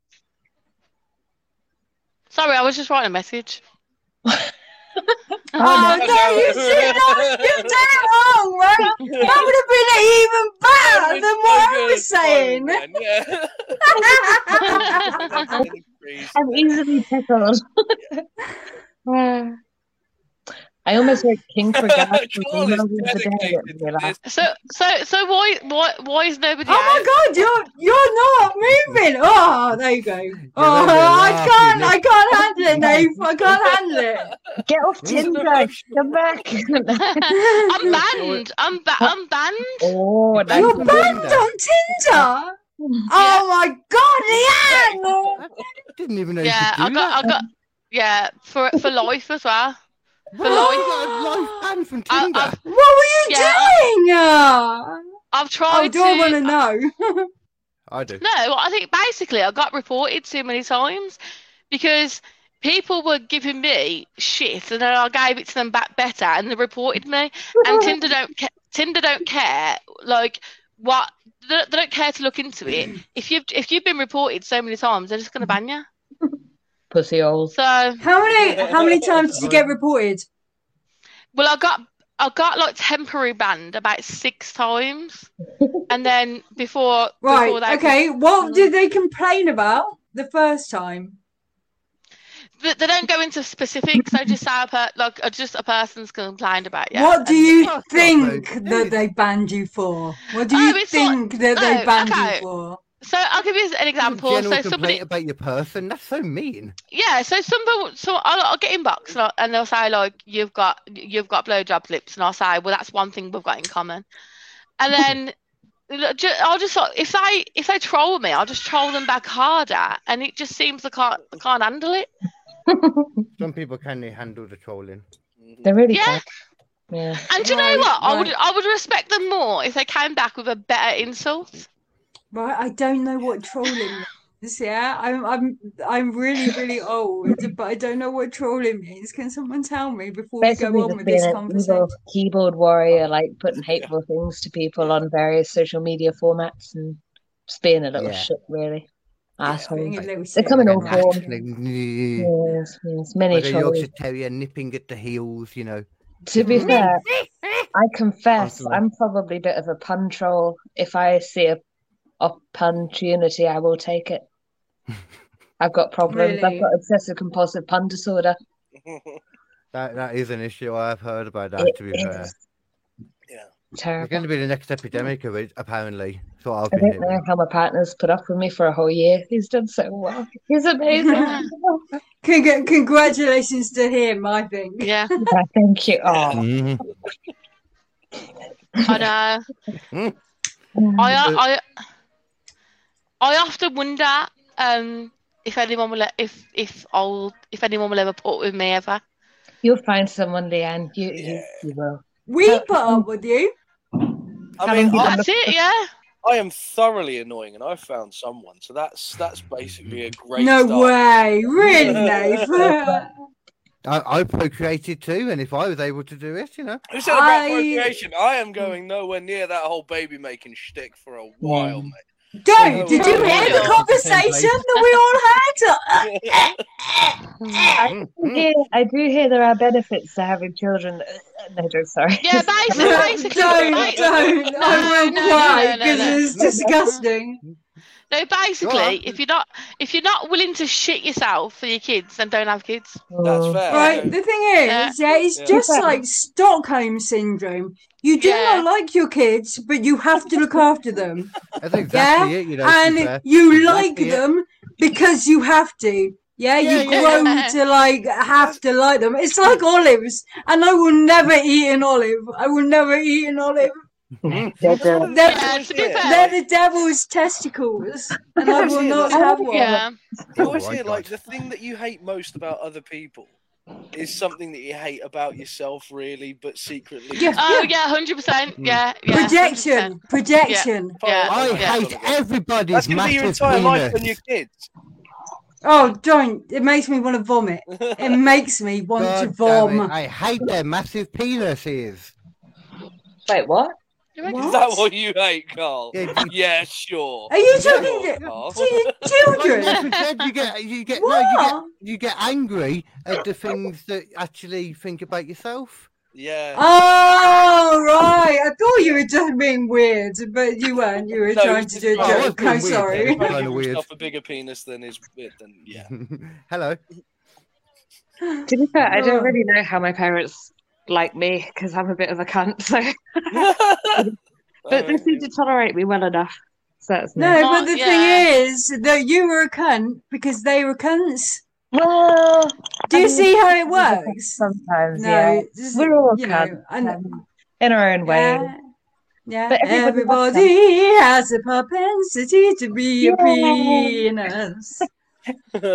Speaker 5: Sorry, I was just writing a message.
Speaker 2: Oh,
Speaker 4: no.
Speaker 2: no, you did not. You did it wrong, right? That would have been even better than what I was saying.
Speaker 6: Fine, Yeah.
Speaker 2: oh,
Speaker 4: I'm easily tickled. I almost read King for God.
Speaker 6: Carl is dedicated to this.
Speaker 5: So, so, so why, why, why is nobody? out?
Speaker 2: my god, you're you're not moving. Oh, there you go. Oh,
Speaker 1: really
Speaker 2: I
Speaker 1: laughing,
Speaker 2: can't,
Speaker 1: yeah.
Speaker 2: I can't handle it, Nave. I can't
Speaker 4: Get off Tinder. Come back.
Speaker 5: I'm
Speaker 2: handle it.
Speaker 5: banned. I'm ba- I'm banned.
Speaker 4: oh, nice.
Speaker 1: You're
Speaker 2: you're
Speaker 1: on
Speaker 2: banned
Speaker 1: Tinder.
Speaker 2: on Tinder. Oh my god, Leanne!
Speaker 1: Didn't even know
Speaker 5: Yeah,
Speaker 1: you could
Speaker 5: I
Speaker 1: do
Speaker 5: got,
Speaker 1: that.
Speaker 5: I got, yeah, for for life as well.
Speaker 1: What? You got a life ban from
Speaker 5: I-
Speaker 1: Tinder.
Speaker 5: I've-
Speaker 2: What were you
Speaker 5: Yeah,
Speaker 2: doing? Uh,
Speaker 5: I've
Speaker 2: oh,
Speaker 5: tried
Speaker 2: do I
Speaker 5: to.
Speaker 2: want to know?
Speaker 1: I do.
Speaker 5: No, I think basically I got reported too many times because people were giving me shit, and then I gave it to them back better, and they reported me. And Tinder don't ca- Tinder don't care like what they don't, they don't care to look into it. If you've if you've been reported so many times, they're just gonna ban you.
Speaker 4: Pussy holes.
Speaker 5: So,
Speaker 2: How many how many times did you get reported?
Speaker 5: well, I got I got like temporary banned about six times, and then before
Speaker 2: Right.
Speaker 5: before they
Speaker 2: okay. What did they complain about the first time?
Speaker 5: They, they don't go into specifics. They just say a per, like uh, just a person's complained about you.
Speaker 2: What do you
Speaker 1: Oh, God,
Speaker 2: think
Speaker 1: mate.
Speaker 2: that they banned you for? What do
Speaker 5: Oh,
Speaker 2: you
Speaker 5: it's
Speaker 2: think that they
Speaker 5: no,
Speaker 2: banned
Speaker 5: okay.
Speaker 2: you for?
Speaker 5: So I'll give you an
Speaker 1: Your
Speaker 5: example.
Speaker 1: General
Speaker 5: So
Speaker 1: complaint
Speaker 5: somebody,
Speaker 1: about your person. That's so mean.
Speaker 5: yeah. So somebody, so I'll, I'll get inbox and, I'll, and they'll say like you've got you've got blowjob lips, and I'll say well that's one thing we've got in common, and
Speaker 2: Hmm.
Speaker 5: then. look, ju- I'll just like, if they if they troll me, I'll just troll them back harder, and it just seems I can't I can't handle it.
Speaker 1: Some people can handle the trolling.
Speaker 4: They're really
Speaker 5: Yeah.
Speaker 4: yeah. Yeah.
Speaker 5: And do you know
Speaker 2: Right,
Speaker 5: what? I would
Speaker 2: right.
Speaker 5: I would respect them more if they came back with a better insult.
Speaker 2: Right. I don't know what trolling means. Yeah. I'm I'm I'm really really old, but I don't know what trolling means. Can someone tell me before we
Speaker 4: Basically,
Speaker 2: go on
Speaker 4: just
Speaker 2: with this
Speaker 4: being an
Speaker 2: conversation?
Speaker 4: evil keyboard warrior, like putting hateful things to people on various social media formats and just being a little
Speaker 1: Yeah.
Speaker 4: shit, really. Asshole.
Speaker 2: Being a little
Speaker 4: They're coming
Speaker 2: shit.
Speaker 4: all formed.
Speaker 1: Like,
Speaker 4: Yes, yes, many
Speaker 1: like a
Speaker 4: trolls.
Speaker 1: Yorkshire Terrier nipping at the heels, you know.
Speaker 4: To
Speaker 2: Mm.
Speaker 4: be fair, I confess
Speaker 1: Awesome.
Speaker 4: I'm probably a bit of a pun troll. If I see a opportunity, I will take it. I've got problems.
Speaker 2: Really?
Speaker 4: I've got obsessive compulsive pun disorder.
Speaker 1: That that is an issue. I've heard about that.
Speaker 4: It
Speaker 1: to be fair,
Speaker 4: is
Speaker 6: Yeah.
Speaker 1: it's
Speaker 4: terrible.
Speaker 1: going to be the next epidemic of it, apparently. So I've
Speaker 4: I
Speaker 1: been
Speaker 4: don't know
Speaker 1: hearing.
Speaker 4: how my partner's put up with me for a whole year. He's done so well. He's amazing.
Speaker 2: Congra- Congratulations to him. I think.
Speaker 5: Yeah,
Speaker 4: Yeah, Thank you. Oh,
Speaker 1: Mhm.
Speaker 5: I know. I, I, I often wonder um, if anyone will, let- if if I'll, if anyone will ever put up with me ever.
Speaker 4: You'll find someone, Leanne. You,
Speaker 6: Yeah.
Speaker 4: you, you will.
Speaker 2: We put up with you.
Speaker 6: I
Speaker 4: Haven't
Speaker 6: mean, I,
Speaker 4: given
Speaker 5: That's it, yeah.
Speaker 6: I am thoroughly annoying, and I found someone. So that's that's basically a great.
Speaker 2: No
Speaker 6: start.
Speaker 2: way. Really, Nave.
Speaker 1: Mm-hmm. I, I procreated too, and if I was able to do it, you know,
Speaker 6: Who said about
Speaker 2: I-
Speaker 6: procreation? I am going nowhere near that whole baby making shtick for a while,
Speaker 2: Mm.
Speaker 6: mate.
Speaker 2: Don't. Did you
Speaker 5: Well,
Speaker 2: hear the
Speaker 5: yeah.
Speaker 2: conversation that we all had?
Speaker 1: Mm.
Speaker 4: I do, hear, I do hear there are benefits to having children. No, I'm sorry.
Speaker 5: Yeah, basically, basically,
Speaker 2: don't,
Speaker 5: ba-
Speaker 2: don't. I
Speaker 5: No,
Speaker 2: will
Speaker 5: no, no,
Speaker 2: cry
Speaker 5: no, no,
Speaker 2: because
Speaker 5: no.
Speaker 2: it's disgusting.
Speaker 5: no,
Speaker 1: on.
Speaker 5: basically, if you're not, if you're not willing to shit yourself for your kids, then don't have kids.
Speaker 6: That's
Speaker 4: Oh.
Speaker 6: fair.
Speaker 2: Uh, Right, the thing is, yeah, it's
Speaker 6: Yeah.
Speaker 2: just like Stockholm syndrome. You do
Speaker 5: Yeah.
Speaker 2: not like your kids, but you have to look after them.
Speaker 1: that's exactly it. You know, to be fair.
Speaker 2: and you
Speaker 1: That's
Speaker 2: like
Speaker 1: it.
Speaker 2: them because you have to. Yeah, you
Speaker 5: Yeah,
Speaker 2: grow
Speaker 5: yeah.
Speaker 2: to like have to like them. It's like olives, and I will never eat an olive. I will never eat an olive.
Speaker 4: They're the-
Speaker 2: They're,
Speaker 5: Yeah, to be fair.
Speaker 2: they're the devil's testicles, and I will not have one.
Speaker 5: Yeah.
Speaker 6: You always
Speaker 1: Oh my
Speaker 6: hear like
Speaker 1: God.
Speaker 6: the thing that you hate most about other people is something that you hate about yourself, really, but secretly.
Speaker 2: Yeah.
Speaker 5: Oh yeah, hundred percent. Yeah, yeah. 100%.
Speaker 2: Projection, projection.
Speaker 5: Yeah.
Speaker 1: I
Speaker 5: Yeah.
Speaker 1: hate everybody's
Speaker 6: That's gonna be your
Speaker 1: massive
Speaker 6: entire life
Speaker 1: penis.
Speaker 6: on your kids.
Speaker 2: Oh, don't! It makes me want to vomit. It makes me want to
Speaker 1: God damn it,
Speaker 2: vom.
Speaker 1: I hate their massive penises.
Speaker 4: Wait, what?
Speaker 5: You reckon?
Speaker 2: What?
Speaker 6: Is that what you hate, Carl?
Speaker 1: Yeah,
Speaker 6: Yeah, sure.
Speaker 2: Are you
Speaker 6: Sure,
Speaker 2: talking to,
Speaker 6: Carl.
Speaker 2: to your
Speaker 1: Like
Speaker 2: children?
Speaker 1: Nathan said, you get you get no, you get
Speaker 2: What?
Speaker 1: you get angry at the things that actually think about yourself.
Speaker 6: Yeah.
Speaker 2: Oh right! I thought you were just being weird, but you weren't. You were
Speaker 6: No,
Speaker 2: trying to
Speaker 6: it's
Speaker 2: do a
Speaker 6: not. I was
Speaker 1: being weird,
Speaker 2: joke. I'm
Speaker 6: eh?
Speaker 2: sorry.
Speaker 1: It's
Speaker 6: If you
Speaker 1: kinda
Speaker 6: give
Speaker 1: weird.
Speaker 6: yourself a bigger penis than is then yeah.
Speaker 1: Hello.
Speaker 4: To be fair, I
Speaker 2: Oh.
Speaker 4: don't really know how my parents like me because I'm a bit of a cunt. So,
Speaker 6: Oh,
Speaker 4: but they seem to tolerate me well enough. So that's
Speaker 2: No,
Speaker 4: nice.
Speaker 2: but
Speaker 5: Not
Speaker 2: the
Speaker 5: yet.
Speaker 2: thing is that you were a cunt because they were cunts.
Speaker 4: Well,
Speaker 2: Do you
Speaker 4: I mean,
Speaker 2: see how it works?
Speaker 4: Sometimes,
Speaker 2: No,
Speaker 4: yeah.
Speaker 2: just-
Speaker 4: We're all
Speaker 2: you
Speaker 4: cunts.
Speaker 2: know, and-
Speaker 4: um, in our own way.
Speaker 2: yeah, yeah.
Speaker 4: But everybody loves
Speaker 2: everybody, has a propensity to be a
Speaker 4: Yeah.
Speaker 2: penis.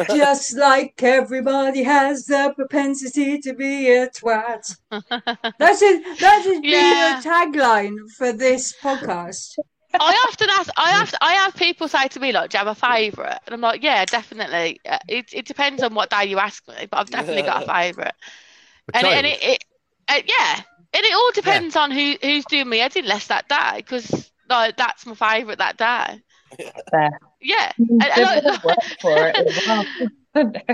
Speaker 2: Just like everybody has the propensity to be a twat. That should that should be your
Speaker 5: Yeah.
Speaker 2: tagline for this podcast.
Speaker 5: I often ask. I have. I have people say to me like, "Do you have a favourite?" And I'm like, "Yeah, definitely." Uh, It it depends on what day you ask me, but I've definitely got a favourite. And it, and it, it uh, yeah, and it all depends on who who's doing me editing less that day because like that's my favourite that day.
Speaker 4: Fair.
Speaker 5: Yeah,
Speaker 4: They've
Speaker 5: I- I
Speaker 4: got to work for it as well.
Speaker 5: and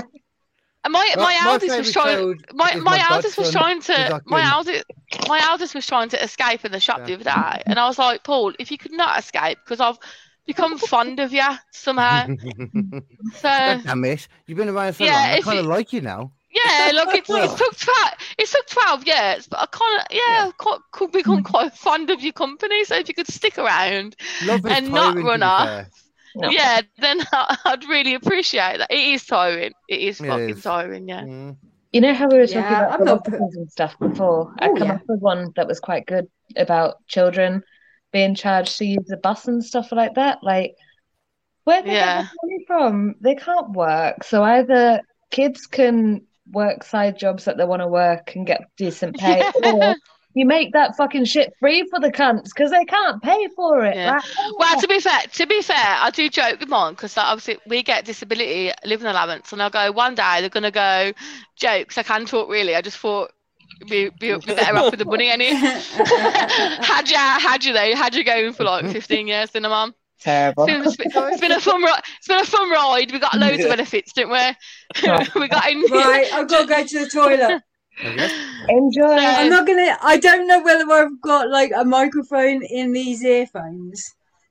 Speaker 5: my
Speaker 1: My-
Speaker 5: my
Speaker 1: my
Speaker 5: eldest was
Speaker 1: favourite
Speaker 5: trying.
Speaker 1: child
Speaker 5: my
Speaker 1: is
Speaker 5: my
Speaker 1: my
Speaker 5: eldest was
Speaker 1: godson,
Speaker 5: trying
Speaker 1: who's
Speaker 5: to
Speaker 1: our
Speaker 5: my
Speaker 1: king.
Speaker 5: eldest my eldest was trying to escape in the shop
Speaker 1: Yeah.
Speaker 5: the other day, and I was like, Paul, if you could not escape, because I've become fond of you somehow. So
Speaker 1: God damn it! You've been around so
Speaker 5: uh, Yeah,
Speaker 1: long. I
Speaker 5: if
Speaker 1: kind of
Speaker 5: you-
Speaker 1: like you now.
Speaker 5: yeah, look, it's,
Speaker 1: Well.
Speaker 5: it's took twelve. It's took twelve years, but I kind of yeah, quite could become quite fond of your company. So if you could stick around,
Speaker 1: Love is
Speaker 5: And not
Speaker 1: tiring, to be
Speaker 5: run off.
Speaker 1: fair.
Speaker 4: No.
Speaker 5: yeah, then I, I'd really appreciate that. It is tiring. It is
Speaker 1: It
Speaker 5: fucking
Speaker 1: is.
Speaker 5: tiring. Yeah.
Speaker 1: Mm.
Speaker 4: You know how we were talking
Speaker 2: Yeah,
Speaker 4: about
Speaker 2: I'm not-
Speaker 4: philosophies and stuff before? I
Speaker 2: Oh,
Speaker 4: come
Speaker 2: yeah.
Speaker 4: up with one that was quite good about children being charged to use the bus and stuff like that. Like, where they
Speaker 5: Yeah.
Speaker 4: get the money from? They can't work. So either kids can work side jobs that they want to work and get decent pay, or you make that fucking shit free for the cunts because they can't pay for it.
Speaker 5: Yeah.
Speaker 4: Like,
Speaker 5: Well, to be fair, to be fair, I do joke with mine because like, obviously we get disability living allowance, and I go one day they're gonna go jokes. I can talk really. I just thought we be, be better off with the money. Any had you had you though? Had you going for like fifteen years in a mum?
Speaker 4: terrible.
Speaker 5: It's been- it's been it's been a fun ride. It's been a fun ride. We got loads of
Speaker 6: Yeah.
Speaker 5: benefits, didn't
Speaker 4: Right.
Speaker 5: we? we got in.
Speaker 2: Right, I've got to go to the toilet.
Speaker 4: Enjoy.
Speaker 5: So-
Speaker 2: I'm not gonna. I don't know whether I've got like a microphone in these earphones,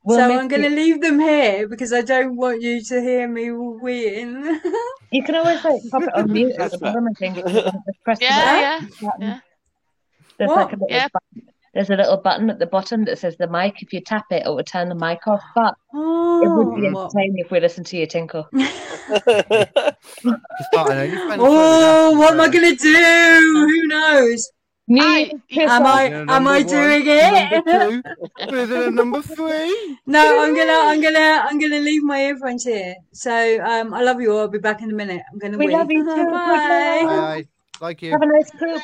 Speaker 4: We'll
Speaker 2: so
Speaker 4: make
Speaker 2: I'm gonna
Speaker 4: you,
Speaker 2: leave them here because I don't want you to hear me wheeing.
Speaker 4: you can always like pop it on mute at
Speaker 6: That's
Speaker 4: the
Speaker 6: right.
Speaker 4: bottom, I think. Just press the button.
Speaker 5: Yeah, yeah.
Speaker 4: button.
Speaker 5: Yeah.
Speaker 4: There's
Speaker 2: What?
Speaker 4: like a little
Speaker 5: Yeah.
Speaker 4: button. There's a little button at the bottom that says the mic. If you tap it, it will turn the mic off. But it would
Speaker 2: oh,
Speaker 1: Hmm.
Speaker 4: be
Speaker 2: my-
Speaker 4: entertaining if we listen to you tinkle.
Speaker 1: Just start an OnlyFans
Speaker 2: oh,
Speaker 1: for
Speaker 2: what am I
Speaker 1: that.
Speaker 2: gonna do? Who knows?
Speaker 5: I-
Speaker 4: Me, piss
Speaker 2: Am
Speaker 4: off.
Speaker 2: I
Speaker 1: Prisoner
Speaker 2: am I
Speaker 1: number one,
Speaker 2: doing it?
Speaker 1: Number two, prisoner number three.
Speaker 2: No, I'm gonna I'm gonna I'm gonna leave my earphones here. So um, I love you all. I'll be back in a minute. I'm gonna.
Speaker 4: We
Speaker 2: wee.
Speaker 4: love you too. Good
Speaker 2: Bye.
Speaker 4: night.
Speaker 1: I like you.
Speaker 4: Have a nice poop.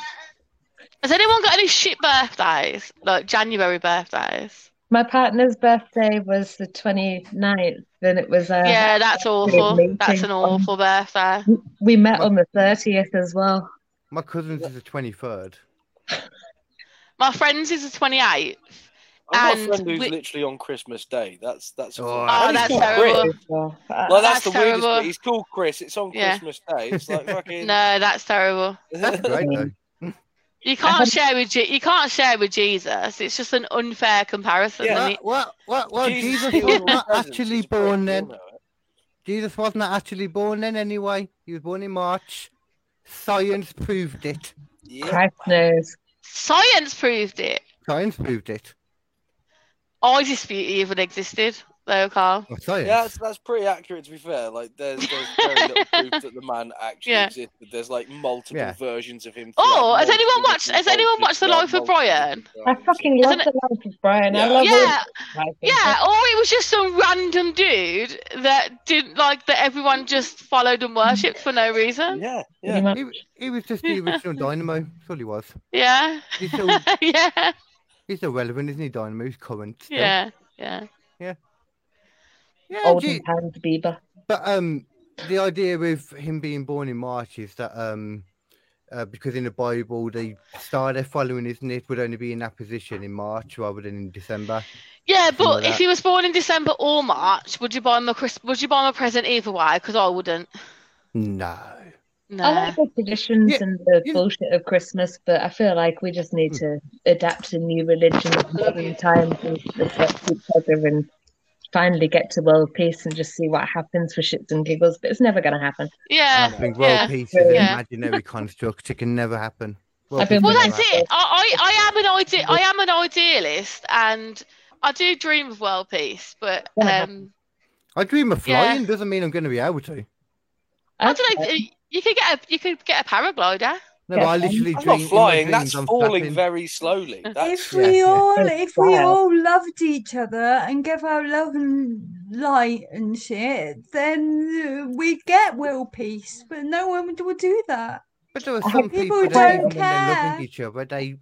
Speaker 5: Has anyone got any shit birthdays? Like January birthdays?
Speaker 4: My partner's birthday was the 29th, and it was uh,
Speaker 5: Yeah, that's awful.
Speaker 4: amazing.
Speaker 5: That's an awful birthday.
Speaker 4: we met on the 30th as well.
Speaker 1: My cousin's is the twenty third.
Speaker 5: My friend's is the 28th.
Speaker 6: I've got a
Speaker 5: And
Speaker 6: friend who's
Speaker 5: we-
Speaker 6: literally on Christmas Day. That's that's.
Speaker 1: Oh,
Speaker 5: Oh,
Speaker 6: And
Speaker 5: that's
Speaker 6: he's called
Speaker 5: terrible.
Speaker 6: Chris.
Speaker 4: Oh, uh,
Speaker 6: Well, that's, the
Speaker 5: That's
Speaker 6: weirdest
Speaker 5: terrible.
Speaker 6: bit. He's called Chris. It's on
Speaker 5: Yeah.
Speaker 6: Christmas Day. It's like fucking.
Speaker 5: No, that's terrible.
Speaker 1: Great though.
Speaker 5: You
Speaker 4: had-
Speaker 5: can't share with Je- you can't share with Jesus. It's just an unfair comparison.
Speaker 6: Yeah.
Speaker 5: isn't
Speaker 1: Well,
Speaker 5: it?
Speaker 1: well, well, well, Jesus
Speaker 6: he
Speaker 1: was
Speaker 6: was
Speaker 1: not
Speaker 6: present.
Speaker 1: actually
Speaker 6: He's a great
Speaker 1: born then.
Speaker 6: corner.
Speaker 1: Jesus was not actually born then anyway. He was born in March. Science proved it.
Speaker 6: Yeah.
Speaker 4: Christ knows.
Speaker 5: Science proved it.
Speaker 1: Science proved it.
Speaker 5: I dispute he even existed. though, Carl.
Speaker 1: I tell you.
Speaker 6: Yeah, that's, that's pretty accurate to be fair. Like, there's, there's very little proof that the man actually
Speaker 5: Yeah.
Speaker 6: existed. There's like multiple
Speaker 1: Yeah.
Speaker 6: versions of him.
Speaker 5: Oh,
Speaker 6: throughout
Speaker 5: has anyone
Speaker 6: multiple
Speaker 5: watched- has anyone
Speaker 6: cultures,
Speaker 5: watched The
Speaker 6: throughout
Speaker 5: Life of
Speaker 6: multiple
Speaker 5: Brian?
Speaker 4: I
Speaker 6: times.
Speaker 4: fucking love
Speaker 5: Isn't
Speaker 4: the life of Brian. I
Speaker 6: Yeah.
Speaker 4: love
Speaker 5: Yeah,
Speaker 4: all his life.
Speaker 5: yeah. Or it was just some random dude that didn't like that everyone just followed and worshipped for no reason.
Speaker 6: Yeah,
Speaker 4: Pretty
Speaker 6: yeah.
Speaker 4: much.
Speaker 1: He, he was just the original Dynamo. That's all he was.
Speaker 5: Yeah,
Speaker 1: He's still,
Speaker 5: yeah, yeah,
Speaker 1: he's still relevant, isn't he? Dynamo. He's current. Still.
Speaker 5: yeah.
Speaker 1: Yeah,
Speaker 4: Olden
Speaker 1: gee,
Speaker 4: times Bieber.
Speaker 1: But um, the idea with him being born in March is that um, uh, because in the Bible the star they're following, isn't it, would only be in that position in March rather than in December.
Speaker 5: Yeah,
Speaker 1: Something
Speaker 5: but
Speaker 1: like
Speaker 5: if
Speaker 1: that.
Speaker 5: he was born in December or March, would you buy him a Chris- Would you buy him a present either way? Because I wouldn't.
Speaker 2: Oh,
Speaker 1: No.
Speaker 5: No.
Speaker 4: I like the traditions
Speaker 1: Yeah,
Speaker 4: and the
Speaker 1: you-
Speaker 4: bullshit of Christmas, but I feel like we just need to adapt to new religion at modern times and respect each other and finally get to world peace and just see what happens for shits and giggles. But it's never going to happen.
Speaker 1: I
Speaker 5: yeah.
Speaker 1: think world
Speaker 5: yeah.
Speaker 1: peace is an
Speaker 5: Yeah.
Speaker 1: imaginary construct. It can never happen. World
Speaker 4: I've been-
Speaker 1: peace
Speaker 5: Well,
Speaker 1: will never
Speaker 5: that's it. I, I, I am an ide- I am an idealist, and I do dream of world peace. But
Speaker 4: Yeah.
Speaker 5: um,
Speaker 1: I dream of
Speaker 5: Yeah.
Speaker 1: flying. Doesn't mean I'm going to be able to. No,
Speaker 5: I don't know. if- You could get a you could get a paraglider.
Speaker 1: but I
Speaker 4: Yeah.
Speaker 1: literally
Speaker 6: That's
Speaker 1: dream.
Speaker 6: not
Speaker 1: in my
Speaker 6: flying.
Speaker 1: dreams
Speaker 6: That's
Speaker 1: I'm
Speaker 6: falling
Speaker 1: flapping.
Speaker 6: very slowly. That's
Speaker 2: if we
Speaker 1: yeah.
Speaker 2: all
Speaker 4: It's
Speaker 2: if we
Speaker 4: wild.
Speaker 2: all loved each other and gave our love and light and shit, then uh, we'd get world peace. But no one would do that.
Speaker 1: But there are
Speaker 4: I
Speaker 1: some
Speaker 4: think
Speaker 1: people,
Speaker 2: people
Speaker 1: that
Speaker 2: don't
Speaker 1: even when they're
Speaker 2: care.
Speaker 1: loving each other, they.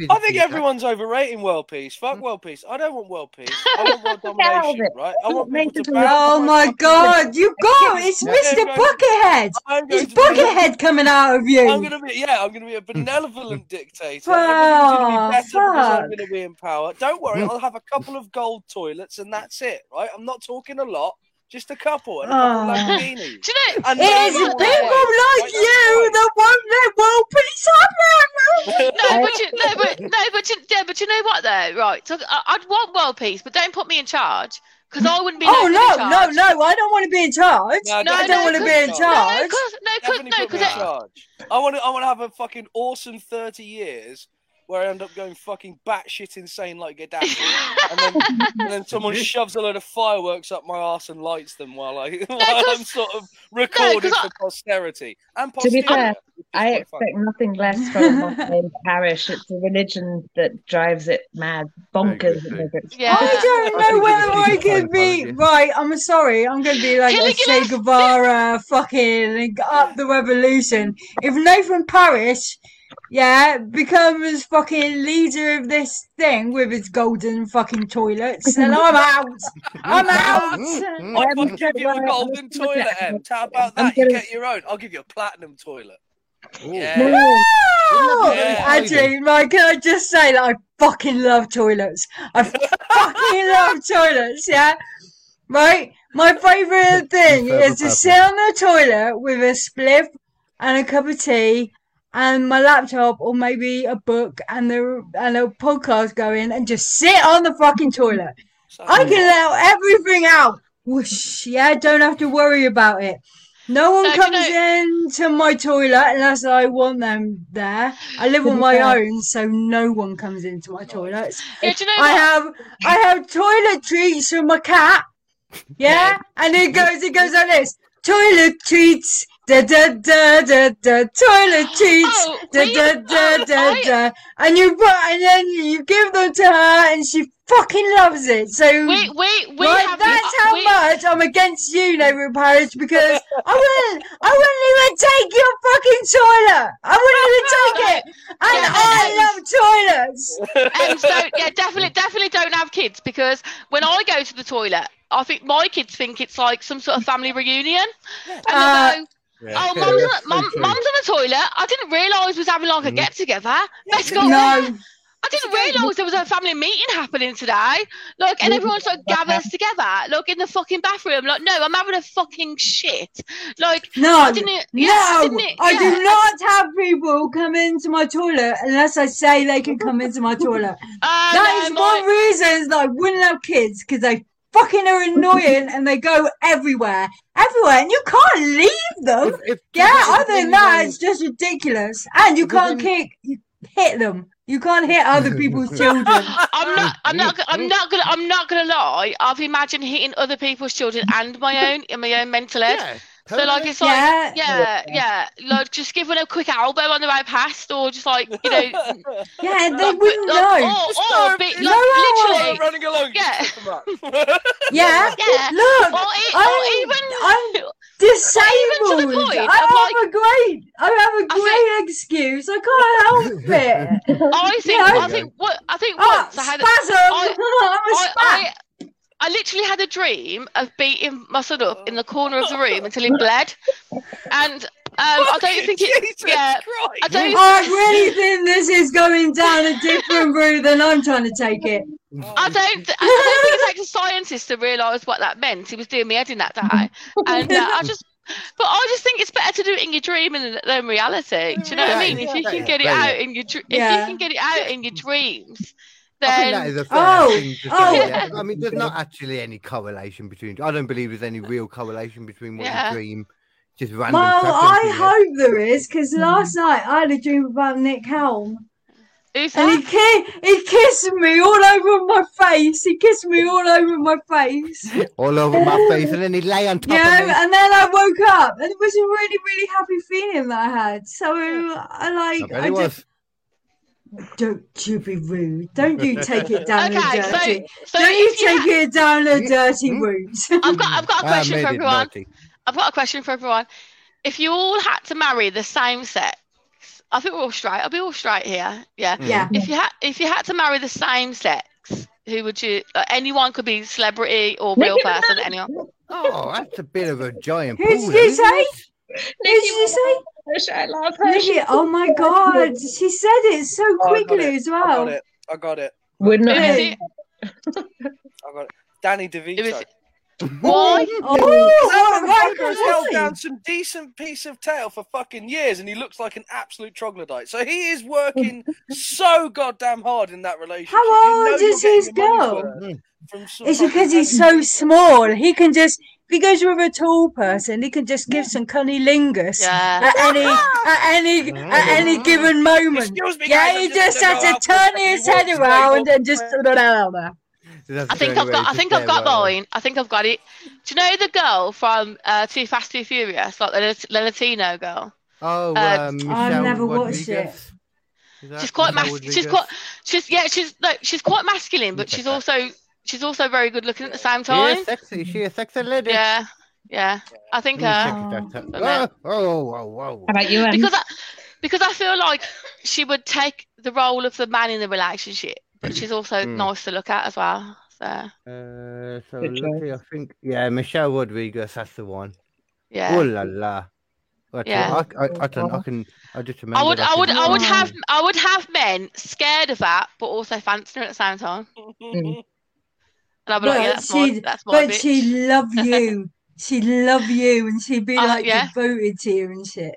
Speaker 6: I
Speaker 1: physically
Speaker 6: think
Speaker 1: attack-
Speaker 6: everyone's overrating world peace. Fuck world peace. I don't want world peace. I want world
Speaker 4: Get out of
Speaker 6: domination,
Speaker 4: it.
Speaker 6: right? I want
Speaker 4: Make
Speaker 6: people to
Speaker 4: it a
Speaker 6: bow
Speaker 4: law.
Speaker 2: Oh
Speaker 6: to
Speaker 2: my
Speaker 6: fucking-
Speaker 2: god, you go! It's
Speaker 6: Yeah.
Speaker 2: Mr.
Speaker 6: Yeah.
Speaker 2: Buckethead!
Speaker 6: I'm going
Speaker 2: It's
Speaker 6: to be-
Speaker 2: Buckethead coming out of you!
Speaker 6: I'm gonna be yeah, I'm gonna be a benevolent dictator. Everything's gonna
Speaker 2: Oh,
Speaker 6: be better because I'm
Speaker 2: fuck.
Speaker 6: gonna be in power. Don't worry,
Speaker 1: Mm.
Speaker 6: I'll have a couple of gold toilets and that's it, right? I'm not talking a lot, just a couple and a
Speaker 2: Oh.
Speaker 6: couple of Lamborghinis.
Speaker 5: Do you know?
Speaker 6: And
Speaker 2: It is
Speaker 6: no
Speaker 2: people
Speaker 6: more
Speaker 2: like
Speaker 6: wars, right?
Speaker 2: you
Speaker 6: That's
Speaker 2: that won't let world peace happen! Oh.
Speaker 5: No, but you, no, but no, but you, yeah, but you know what though, right? So I, I'd want world peace, but don't put me in charge because I wouldn't be.
Speaker 2: Oh
Speaker 5: left in
Speaker 2: no, no,
Speaker 5: charge.
Speaker 2: no, I don't want to be in charge.
Speaker 6: No,
Speaker 5: No,
Speaker 2: I
Speaker 5: no,
Speaker 2: don't want to be in
Speaker 6: no.
Speaker 5: No,
Speaker 2: charge.
Speaker 5: because no, because
Speaker 6: Definitely
Speaker 5: no,
Speaker 6: put me
Speaker 5: because
Speaker 6: in
Speaker 5: it,
Speaker 6: charge. I want to. I want to have a fucking awesome thirty years where I end up going fucking batshit insane like Gaddafi, and then, and then someone shoves a load of fireworks up my ass and lights them while I while
Speaker 5: 'cause-
Speaker 6: I'm sort of recorded
Speaker 5: 'cause I-
Speaker 6: for posterity and
Speaker 4: To be
Speaker 6: posterity.
Speaker 4: fair, I expect nothing less from my own parish. It's a religion that drives it mad, bonkers.
Speaker 1: good,
Speaker 4: It
Speaker 1: too.
Speaker 4: makes it
Speaker 5: yeah.
Speaker 2: I don't
Speaker 1: I
Speaker 2: know
Speaker 1: think
Speaker 2: whether
Speaker 1: it's a
Speaker 2: I
Speaker 1: decent
Speaker 2: could be
Speaker 1: apology.
Speaker 2: right. I'm sorry. I'm going to be like a
Speaker 5: Caligula.
Speaker 2: Che Guevara, fucking up the revolution. If Nathan Parrish, yeah, becomes fucking leader of this thing with his golden fucking toilets, then I'm out. I'm out.
Speaker 6: I'll
Speaker 4: I'm
Speaker 6: fucking give you a
Speaker 4: gonna-
Speaker 6: golden toilet, Em. How about
Speaker 4: I'm
Speaker 6: that? You
Speaker 4: gonna-
Speaker 6: get your own. I'll give you a platinum toilet.
Speaker 1: Ooh.
Speaker 6: Yeah.
Speaker 4: No,
Speaker 2: Oh,
Speaker 6: Yeah.
Speaker 2: I do, Mike. Can I just say that I fucking love toilets? I fucking love toilets, yeah? Right? My favourite thing
Speaker 1: favourite
Speaker 2: is to sit on the toilet with a spliff and a cup of tea and my laptop or maybe a book and the and a podcast going and just sit on the fucking toilet.
Speaker 6: So-
Speaker 2: I
Speaker 5: Oh,
Speaker 2: can let everything out. Whoosh, yeah, don't have to worry about it. No one
Speaker 5: No, do you
Speaker 2: comes into my toilet unless I want them there. I live on my
Speaker 4: Yeah.
Speaker 2: own, so no one comes into my toilets.
Speaker 5: Yeah, do you know
Speaker 2: I
Speaker 5: what?
Speaker 2: have I have toiletries for my cat. Yeah, and it goes it goes like this: toilet treats, da da da da da, toilet treats,
Speaker 5: Oh,
Speaker 2: da
Speaker 5: we-
Speaker 2: da da
Speaker 5: oh,
Speaker 2: da
Speaker 5: I-
Speaker 2: da. And you put and then you give them to her, and she fucking loves it. So
Speaker 5: we we we
Speaker 2: Right,
Speaker 5: have uh,
Speaker 2: that's how
Speaker 5: we,
Speaker 2: much I'm against you, neighbour Parish, because I wouldn't, I wouldn't even take your fucking toilet. I wouldn't even take it. And
Speaker 5: Yeah,
Speaker 2: I love toilets.
Speaker 5: and so yeah, definitely, definitely don't have kids because when I go to the toilet, I think my kids think it's like some sort of family reunion, and they
Speaker 2: Uh,
Speaker 5: go, "Oh, mum's on, the, mum, mum's on the toilet. I didn't realise we was having like a
Speaker 1: Mhm.
Speaker 5: get together. Let's go.
Speaker 2: No,
Speaker 5: I didn't realise there was a family meeting happening today. Look, and everyone sort of gathers together. Look in the fucking bathroom. Like, no, I'm having a fucking shit. Like, I
Speaker 2: no,
Speaker 5: didn't. Yeah,
Speaker 2: Oh, no.
Speaker 5: I didn't.
Speaker 2: I
Speaker 5: yeah.
Speaker 2: do not have people come into my toilet unless I say they can come into my toilet.
Speaker 5: Uh,
Speaker 2: That is
Speaker 5: no,
Speaker 2: one
Speaker 5: my-
Speaker 2: reason that I wouldn't have kids because they fucking are annoying and they go everywhere, everywhere, and you can't leave them.
Speaker 1: If- if-
Speaker 2: Yeah,
Speaker 1: if
Speaker 2: I think that
Speaker 1: anyone-
Speaker 2: is just ridiculous. And you
Speaker 1: Because
Speaker 2: can't
Speaker 1: then-
Speaker 2: kick, you hit them. You can't hit other people's children.
Speaker 5: I'm not. I'm not. I'm not gonna. I'm not gonna lie. I've imagined hitting other people's children and my own in my own mental head.
Speaker 1: Yeah,
Speaker 5: So like
Speaker 1: totally.
Speaker 5: it's like
Speaker 2: Yeah.
Speaker 5: yeah. yeah, Like just give it a quick elbow on the way past, or just like you know,
Speaker 2: Yeah, they
Speaker 5: like,
Speaker 2: wouldn't
Speaker 5: like,
Speaker 2: know.
Speaker 5: or, or be, like,
Speaker 2: No, no,
Speaker 6: Oh,
Speaker 5: literally,
Speaker 6: running along.
Speaker 5: yeah,
Speaker 2: Yeah.
Speaker 5: oh, yeah.
Speaker 2: Look,
Speaker 5: Or,
Speaker 2: I'm-
Speaker 5: e-
Speaker 2: I'm
Speaker 5: or even
Speaker 2: disabled.
Speaker 5: even to the point
Speaker 2: I
Speaker 5: of,
Speaker 2: have a great, I have a
Speaker 5: I
Speaker 2: great excuse. I can't help it.
Speaker 5: I think
Speaker 2: Yeah.
Speaker 5: I think what I think
Speaker 2: Ah,
Speaker 5: once I had
Speaker 2: spasm.
Speaker 5: a- I- I,
Speaker 2: I'm a spasm.
Speaker 5: I, I literally had a dream of beating my son up in the corner of the room until he bled, and um, I don't think it.
Speaker 6: Jesus
Speaker 5: yeah.
Speaker 6: Christ.
Speaker 5: I don't.
Speaker 2: I really think this is going down a different route than I'm trying to take it.
Speaker 5: I don't. th- I don't think it takes a scientist to realise what that meant. He was doing me head in that day, and uh, I just. But I just think it's better to do it in your dream than, than reality. Do you know what I
Speaker 1: Yeah,
Speaker 5: mean? If you
Speaker 1: yeah,
Speaker 5: can get it
Speaker 1: yeah.
Speaker 5: out in your, dr- if
Speaker 2: Yeah.
Speaker 5: you can get it out in your dreams,
Speaker 1: I think that
Speaker 5: then
Speaker 1: is a fair
Speaker 2: Oh,
Speaker 1: thing to say,
Speaker 2: oh.
Speaker 1: yeah. I mean, there's not actually any correlation between. I don't believe there's any real correlation between what
Speaker 5: Yeah.
Speaker 1: you dream, just random.
Speaker 2: Well, I
Speaker 1: preferences, yeah. Hmm.
Speaker 2: hope there is because last night I had a dream about Nick Helm
Speaker 5: who's
Speaker 2: and he,
Speaker 5: that?
Speaker 2: ki- he kissed me all over my face. He kissed me all over my face.
Speaker 1: all over my face, and then he lay on top
Speaker 2: Yeah,
Speaker 1: of me.
Speaker 2: and then I woke up, and it was a really, really happy feeling that I had. So I
Speaker 1: I
Speaker 2: like,
Speaker 1: bet
Speaker 2: I,
Speaker 1: it
Speaker 2: just
Speaker 1: was.
Speaker 2: don't you be rude. Don't you take it down
Speaker 5: Okay,
Speaker 2: a
Speaker 5: so
Speaker 2: dirty.
Speaker 5: so
Speaker 2: don't you
Speaker 5: if you
Speaker 2: take
Speaker 5: ha-
Speaker 2: it down a
Speaker 1: Mm,
Speaker 2: dirty
Speaker 1: mm.
Speaker 2: route.
Speaker 5: I've got I've got a
Speaker 1: Ah,
Speaker 5: question
Speaker 1: made
Speaker 5: for
Speaker 1: it
Speaker 5: everyone.
Speaker 1: naughty.
Speaker 5: I've got a question for everyone. If you all had to marry the same sex, I think we're all straight. I'll be all straight here. Yeah.
Speaker 2: yeah.
Speaker 5: If you had, if you had to marry the same sex, who would you? Like anyone could be celebrity or
Speaker 4: Nicki
Speaker 5: real person.
Speaker 4: Minaj.
Speaker 5: Anyone?
Speaker 1: Oh, that's a bit of a giant.
Speaker 2: Who
Speaker 1: pool,
Speaker 2: did you
Speaker 1: isn't
Speaker 2: say?
Speaker 1: it?
Speaker 2: Did you say?
Speaker 4: Minaj, I love her. She
Speaker 2: Nikki, oh my god, she said it so
Speaker 6: Oh, I got
Speaker 2: quickly
Speaker 6: it.
Speaker 2: as
Speaker 6: I
Speaker 2: well.
Speaker 6: got it. I got it.
Speaker 4: would not.
Speaker 5: Who is
Speaker 4: hate
Speaker 5: it?
Speaker 6: I got it. Danny
Speaker 5: Who is
Speaker 6: DeVito.
Speaker 5: it? Why?
Speaker 2: Oh,
Speaker 6: That
Speaker 2: right,
Speaker 6: motherfucker has held
Speaker 2: right.
Speaker 6: down some decent piece of tail for fucking years, and he looks like an absolute troglodyte. So he is working so goddamn hard in that relationship.
Speaker 2: How
Speaker 6: You know
Speaker 2: old
Speaker 6: you're
Speaker 2: is
Speaker 6: getting
Speaker 2: his
Speaker 6: your money's
Speaker 2: girl?
Speaker 6: worth
Speaker 1: Mm.
Speaker 6: From some
Speaker 2: It's
Speaker 6: fucking
Speaker 2: because he's so small. He can just, if he goes with a tall person, he can just give some cunnilingus
Speaker 5: Yeah.
Speaker 2: at any at any
Speaker 6: Mm.
Speaker 2: at any given moment.
Speaker 6: Excuse me, guys,
Speaker 2: Yeah,
Speaker 6: I'm
Speaker 2: he just
Speaker 6: gonna
Speaker 2: has
Speaker 6: go
Speaker 2: to
Speaker 6: out for
Speaker 2: turn
Speaker 6: a few
Speaker 2: his head
Speaker 6: walks.
Speaker 2: around
Speaker 6: Wait,
Speaker 2: and just. Yeah,
Speaker 1: That's
Speaker 5: I
Speaker 1: the
Speaker 5: think
Speaker 1: only
Speaker 5: I've got.
Speaker 1: way
Speaker 5: I
Speaker 1: to
Speaker 5: think
Speaker 1: say
Speaker 5: I've got
Speaker 1: about it.
Speaker 5: mine. I think I've got it. Do you know the girl from uh, Too Fast Too Furious, like the, Lat- the Latino girl?
Speaker 1: Oh,
Speaker 5: Uh,
Speaker 1: um, Michelle
Speaker 2: I've never watched
Speaker 1: Rodriguez.
Speaker 2: it.
Speaker 1: Is that
Speaker 5: She's quite
Speaker 1: Michelle
Speaker 5: mas- she's
Speaker 1: Rodriguez?
Speaker 5: quite She's yeah. She's like she's quite masculine, but
Speaker 1: Okay.
Speaker 5: she's also she's also very good looking at the same
Speaker 1: She is
Speaker 5: time.
Speaker 1: sexy. She is sexy lady.
Speaker 5: Yeah. Yeah. I think. Uh,
Speaker 1: Mm, check it
Speaker 5: But
Speaker 1: out.
Speaker 5: then-
Speaker 1: Whoa, whoa, whoa, whoa.
Speaker 4: How about you, Em?
Speaker 5: because I, because I feel like she would take the role of the man in the relationship, but she's also
Speaker 1: Mm.
Speaker 5: nice to look at as well. So
Speaker 1: Uh, so
Speaker 4: Good choice.
Speaker 1: luckily, I think yeah, Michelle Rodriguez. That's the one.
Speaker 5: yeah,
Speaker 1: Oh la la. What-
Speaker 5: Yeah.
Speaker 1: I, I, I don't. I can. I just remember. Oh,
Speaker 5: I would, I would, I would
Speaker 4: Yeah.
Speaker 5: have, I would have men scared of that, but also fancying her at the same time.
Speaker 4: Mm.
Speaker 5: And I'd be like,
Speaker 2: But
Speaker 5: yeah, that's
Speaker 2: she-
Speaker 5: my, that's my
Speaker 2: But
Speaker 5: bitch.
Speaker 2: she love you. She love you, and she'd be
Speaker 5: Uh,
Speaker 2: like
Speaker 5: yeah.
Speaker 2: devoted to you and shit.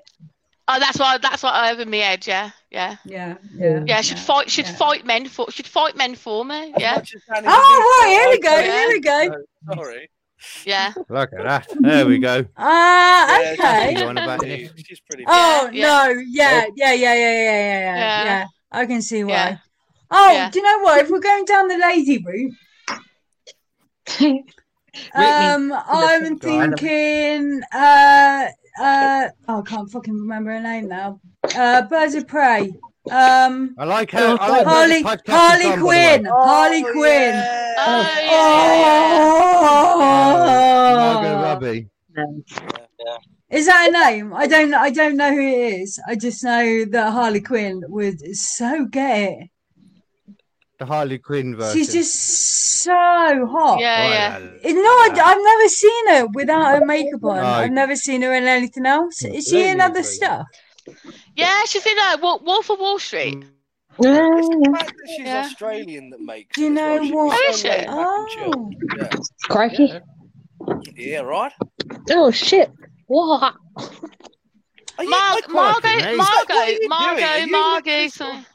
Speaker 5: Oh, that's why, that's why I have in my head. Yeah, yeah,
Speaker 2: Yeah, yeah,
Speaker 4: Yeah.
Speaker 5: yeah. Should fight, should
Speaker 2: yeah.
Speaker 5: fight men for, should fight men for me.
Speaker 6: As
Speaker 5: Yeah,
Speaker 6: much as Danny
Speaker 2: Oh, right,
Speaker 6: DeVito,
Speaker 2: here we go,
Speaker 6: I'm
Speaker 2: here we go.
Speaker 6: Sorry.
Speaker 5: yeah.
Speaker 2: Oh,
Speaker 1: Look at that. There we go.
Speaker 2: Ah,
Speaker 6: Yeah,
Speaker 2: okay.
Speaker 1: You on about
Speaker 6: pretty-
Speaker 1: this?
Speaker 6: She's pretty.
Speaker 2: Oh
Speaker 5: Yeah, yeah.
Speaker 2: no, yeah, yeah, yeah, yeah, yeah, yeah, yeah,
Speaker 5: Yeah.
Speaker 2: yeah. I can see why.
Speaker 5: Yeah.
Speaker 2: Oh,
Speaker 5: Yeah.
Speaker 2: do you know what? If we're going down the lazy route, um, I'm
Speaker 1: Go on.
Speaker 2: thinking, uh, uh, oh, I can't fucking remember her name now. Uh, Birds of Prey. Um,
Speaker 1: I like her. I like how
Speaker 2: Harley,
Speaker 1: the podcast is
Speaker 2: Harley
Speaker 1: on, by the way.
Speaker 2: Quinn, Harley
Speaker 6: Oh,
Speaker 2: Quinn.
Speaker 6: yeah.
Speaker 5: Oh, yeah, yeah,
Speaker 1: Margot
Speaker 2: Oh,
Speaker 1: Robbie.
Speaker 2: is that a name? I don't, I don't know who it is. I just know that Harley Quinn would so get it.
Speaker 1: The Harley Quinn version.
Speaker 2: She's just so hot.
Speaker 5: yeah, yeah, yeah.
Speaker 2: It- No, I, have never seen her without her makeup on.
Speaker 1: No.
Speaker 2: I've never seen her in anything else.
Speaker 6: Mm.
Speaker 2: Is she
Speaker 1: Let
Speaker 2: in
Speaker 1: me
Speaker 2: other
Speaker 1: agree.
Speaker 2: stuff?
Speaker 5: Yeah, she's in uh, Wa- Wolf of Wall Street.
Speaker 6: It's the fact that she's
Speaker 5: Yeah.
Speaker 6: Australian that makes.
Speaker 2: Do you
Speaker 6: it as well.
Speaker 2: know
Speaker 6: She's
Speaker 2: what?
Speaker 6: so
Speaker 5: Is she?
Speaker 6: laid back and chill.
Speaker 2: Oh,
Speaker 4: Crikey.
Speaker 6: Yeah, right.
Speaker 4: Oh, shit. What?
Speaker 6: Are you,
Speaker 5: Mar-
Speaker 6: like,
Speaker 5: Margot,
Speaker 1: amazing.
Speaker 5: Margot,
Speaker 6: What are you doing? Are
Speaker 5: Margot,
Speaker 6: you
Speaker 5: Margot.
Speaker 6: looking
Speaker 5: some-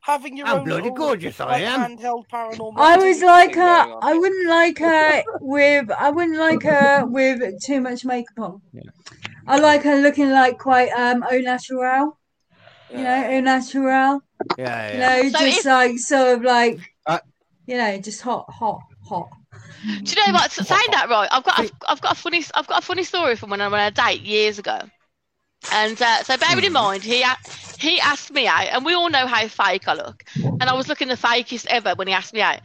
Speaker 6: having your
Speaker 1: I'm
Speaker 6: own
Speaker 1: bloody
Speaker 6: little,
Speaker 1: gorgeous, I
Speaker 6: like,
Speaker 1: am.
Speaker 6: Handheld paranormal.
Speaker 2: I was
Speaker 6: activity
Speaker 2: like
Speaker 6: thing
Speaker 2: her.
Speaker 6: going on
Speaker 2: I
Speaker 6: here.
Speaker 2: wouldn't like her with. I wouldn't like her with too much makeup on. I like her looking like quite um au naturel. You know, au naturel.
Speaker 1: Yeah, yeah.
Speaker 2: No,
Speaker 5: So
Speaker 2: just
Speaker 5: if-
Speaker 2: like sort of like
Speaker 1: Uh,
Speaker 2: you know, just hot, hot, hot.
Speaker 5: Do you know what? Saying that right, I've got I've, I've got a funny I've got a funny story from when I went on a date years ago, and uh, so bearing in
Speaker 6: Hmm.
Speaker 5: mind he a- he asked me out, and we all know how fake I look, and I was looking the fakest ever when he asked me out,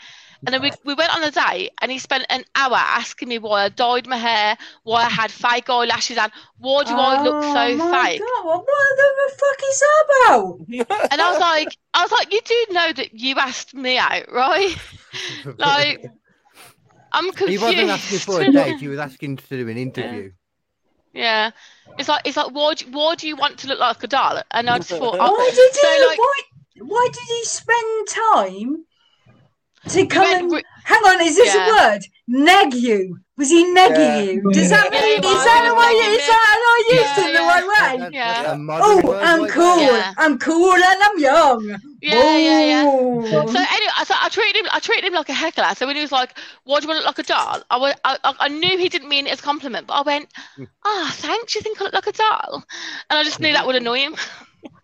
Speaker 5: and then we we went on a date, and he spent an hour asking me why I dyed my hair, why I had fake eyelashes, and why do I look
Speaker 2: Oh,
Speaker 5: so
Speaker 2: my
Speaker 5: fake?
Speaker 2: God, what, what the fuck is that about?
Speaker 5: And I was like, I was like, you do know that you asked me out, right? Like, I'm
Speaker 1: he
Speaker 5: confused.
Speaker 1: wasn't asking for a date. He was asking to do an interview.
Speaker 5: Yeah, it's like it's like why do, why do you want to look like a doll? And I just thought, I-
Speaker 2: Why did
Speaker 5: so,
Speaker 2: he?
Speaker 5: like-
Speaker 2: why, why did he spend time to come
Speaker 5: went
Speaker 2: and
Speaker 5: re-
Speaker 2: hang on? Is this
Speaker 5: Yeah.
Speaker 2: a word? Neg you? Was he negging
Speaker 6: Yeah.
Speaker 2: you? Does that
Speaker 5: Yeah,
Speaker 2: mean
Speaker 5: he
Speaker 2: is that
Speaker 5: was
Speaker 2: the way?
Speaker 5: negging
Speaker 2: Is
Speaker 5: me.
Speaker 2: that how I used
Speaker 5: Yeah,
Speaker 2: it
Speaker 5: yeah.
Speaker 2: the right way?
Speaker 1: That- that's
Speaker 5: Yeah.
Speaker 1: a modern
Speaker 2: Oh,
Speaker 1: word
Speaker 2: I'm
Speaker 1: like
Speaker 2: cool.
Speaker 1: that.
Speaker 5: Yeah.
Speaker 2: I'm cool and I'm young. Oh.
Speaker 5: yeah, yeah, yeah.
Speaker 2: Ooh.
Speaker 5: So anyway, so I treated him, I treated him like a heckler. So when he was like, "Why do you want to look like a doll?" I, went, I, I I knew he didn't mean it as a compliment, but I went,
Speaker 1: Hmm.
Speaker 5: "Ah, thanks. You think I look like a doll?" And I just knew that would annoy him.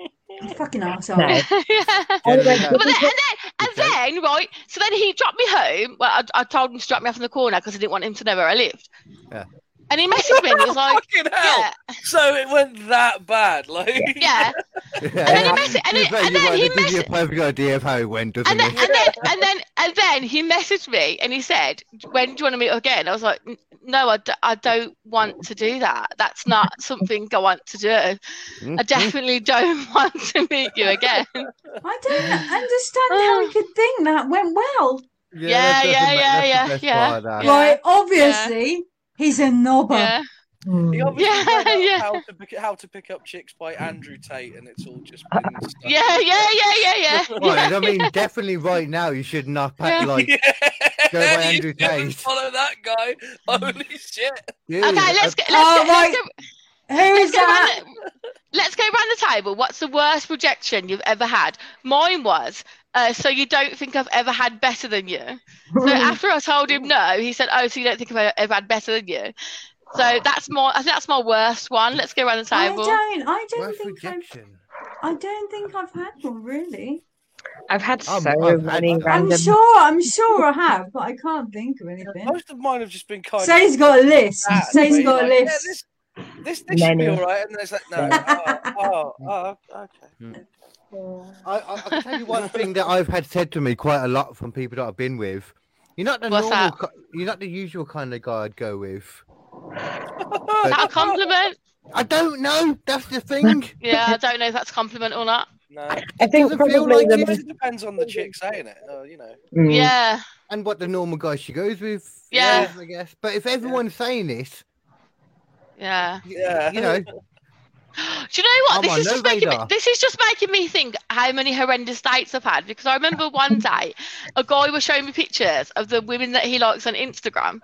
Speaker 2: Fucking arsehole.
Speaker 4: No.
Speaker 5: yeah.
Speaker 1: Generally,
Speaker 4: Yeah.
Speaker 5: But
Speaker 1: that's-
Speaker 5: then, and then, and then, right. So then he dropped me home. Well, I, I told him to drop me off in the corner because I didn't want him to know where I lived.
Speaker 1: Yeah.
Speaker 5: And he messaged me and he was like,
Speaker 6: Fucking hell.
Speaker 5: "Yeah,
Speaker 6: So it went that bad. Like,
Speaker 5: yeah." then he messes- and
Speaker 1: He's
Speaker 5: then-
Speaker 1: basically
Speaker 5: and then
Speaker 1: right,
Speaker 5: he
Speaker 1: that gives you a
Speaker 5: messes-
Speaker 1: perfect idea of how it went, doesn't
Speaker 5: and then,
Speaker 1: it?
Speaker 5: and then and then and then he messaged me and he said when do you want to meet up again i was like "N- no I, d- I don't want to do that that's not something i want to do
Speaker 1: Hmm?
Speaker 5: i definitely don't want to meet you again
Speaker 2: I don't understand how
Speaker 5: Oh.
Speaker 2: he could think that went well.
Speaker 5: Yeah,
Speaker 1: that's- that's
Speaker 5: yeah,
Speaker 1: the- that's the
Speaker 5: yeah, yeah,
Speaker 1: best
Speaker 5: yeah.
Speaker 1: part of that.
Speaker 5: Yeah.
Speaker 2: Right, obviously he's a knobber.
Speaker 5: yeah
Speaker 6: He
Speaker 4: Mm.
Speaker 6: obviously
Speaker 5: Yeah,
Speaker 6: found out
Speaker 5: yeah.
Speaker 6: How, to pick, how to pick up chicks by Andrew Tate, and it's all just
Speaker 2: Uh,
Speaker 6: been stuff.
Speaker 5: yeah yeah yeah yeah yeah
Speaker 1: Right, I mean, definitely right now you should not pack
Speaker 5: Yeah.
Speaker 1: like Go by
Speaker 6: You
Speaker 1: Andrew
Speaker 6: didn't
Speaker 1: Tate.
Speaker 6: follow that guy.
Speaker 2: Mm.
Speaker 6: Holy shit!
Speaker 1: you.
Speaker 5: okay let's go let's,
Speaker 2: Oh,
Speaker 5: go,
Speaker 2: right.
Speaker 5: let's, go,
Speaker 2: Who is
Speaker 5: let's, go
Speaker 2: that?
Speaker 5: round the, let's go round the table what's the worst rejection you've ever had mine was uh, so you don't think i've ever had better than you So after I told him no, he said, "Oh, so you don't think I've ever had better than you?" So that's my, I think that's my worst one. Let's go around the
Speaker 2: I
Speaker 5: table.
Speaker 2: don't. I don't
Speaker 1: Worst
Speaker 2: think I've
Speaker 1: rejection.
Speaker 2: I don't think I've had one really.
Speaker 4: I've had so
Speaker 1: I'm- I've had-
Speaker 4: many
Speaker 1: I've-
Speaker 4: random.
Speaker 2: I'm sure. I'm sure I have, but I can't think of anything.
Speaker 6: Most of mine have just been kind.
Speaker 2: Say he's got a list.
Speaker 6: bad,
Speaker 2: Say he's
Speaker 6: really,
Speaker 2: got a
Speaker 6: like, yeah,
Speaker 2: list.
Speaker 6: this this, this should be
Speaker 4: Many.
Speaker 6: all right, and there's like no. Oh, oh, oh okay.
Speaker 1: I, I, I can tell you one thing that I've had said to me quite a lot from people that I've been with. You're not the
Speaker 5: What's
Speaker 1: normal.
Speaker 5: that?
Speaker 1: ki- You're not the usual kind of guy I'd go with.
Speaker 5: Is that a compliment?
Speaker 1: I don't know. That's the thing.
Speaker 5: Yeah, I don't know if that's a compliment or not.
Speaker 6: No,
Speaker 4: I think
Speaker 1: Doesn't
Speaker 4: probably
Speaker 1: feel like
Speaker 4: the
Speaker 1: it.
Speaker 6: it depends on the chick saying it. Uh, you know.
Speaker 4: Mm.
Speaker 5: Yeah,
Speaker 1: and what the normal guy she goes with.
Speaker 5: Yeah.
Speaker 1: is, I guess. But if everyone's saying this,
Speaker 5: yeah.
Speaker 1: y-
Speaker 6: Yeah.
Speaker 1: you know,
Speaker 5: Do you know what?
Speaker 1: I'm
Speaker 5: This
Speaker 1: on
Speaker 5: is
Speaker 1: no
Speaker 5: just making me,
Speaker 1: radar.
Speaker 5: this is just making me think how many horrendous dates I've had because I remember one day a guy was showing me pictures of the women that he likes on Instagram.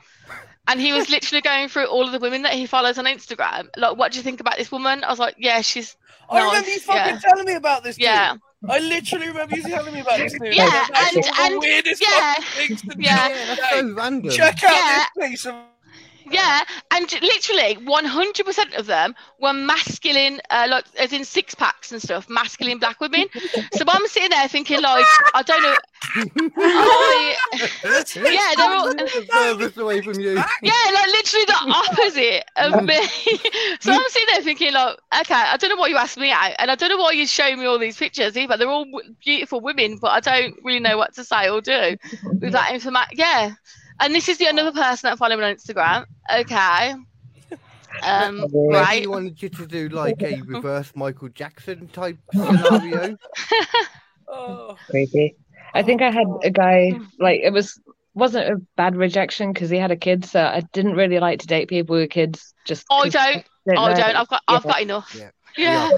Speaker 5: And he was literally going through all of the women that he follows on Instagram. Like, what do you think about this woman? I was like, yeah, she's
Speaker 6: I remember
Speaker 5: Nice,
Speaker 6: you fucking
Speaker 5: yeah.
Speaker 6: telling me about this. dude.
Speaker 5: yeah,
Speaker 6: I literally remember you telling me about this. Dude.
Speaker 5: Yeah,
Speaker 6: Like, that's
Speaker 5: and-
Speaker 6: all the
Speaker 5: and-
Speaker 6: weirdest
Speaker 5: yeah.
Speaker 6: fucking things to
Speaker 5: Yeah.
Speaker 6: do.
Speaker 1: yeah, that's so random.
Speaker 6: Check out
Speaker 5: Yeah.
Speaker 6: this piece of.
Speaker 5: Yeah, and j- literally 100% of them were masculine, uh, like as in six packs and stuff, masculine black women. So I'm sitting there thinking, like, I don't know. I, yeah, they're all.
Speaker 1: The furthest away from you.
Speaker 5: Yeah, like literally the opposite of me. so I'm sitting there thinking, like, okay, I don't know what you asked me out, and I don't know why you showing me all these pictures either. They're all w- beautiful women, but I don't really know what to say or do with that information. Yeah, and this is the another person that I follow me on Instagram. Okay, um,
Speaker 1: Maybe
Speaker 5: right.
Speaker 1: he wanted you to do like a reverse Michael Jackson type scenario.
Speaker 6: Oh.
Speaker 4: crazy. I think I had a guy like it was wasn't a bad rejection because he had a kid, so I didn't really like to date people with kids. Just
Speaker 5: I
Speaker 4: 'cause
Speaker 5: don't. I
Speaker 4: know.
Speaker 5: don't. I've got. I've
Speaker 4: Yeah.
Speaker 5: got enough.
Speaker 1: Yeah.
Speaker 5: Yeah.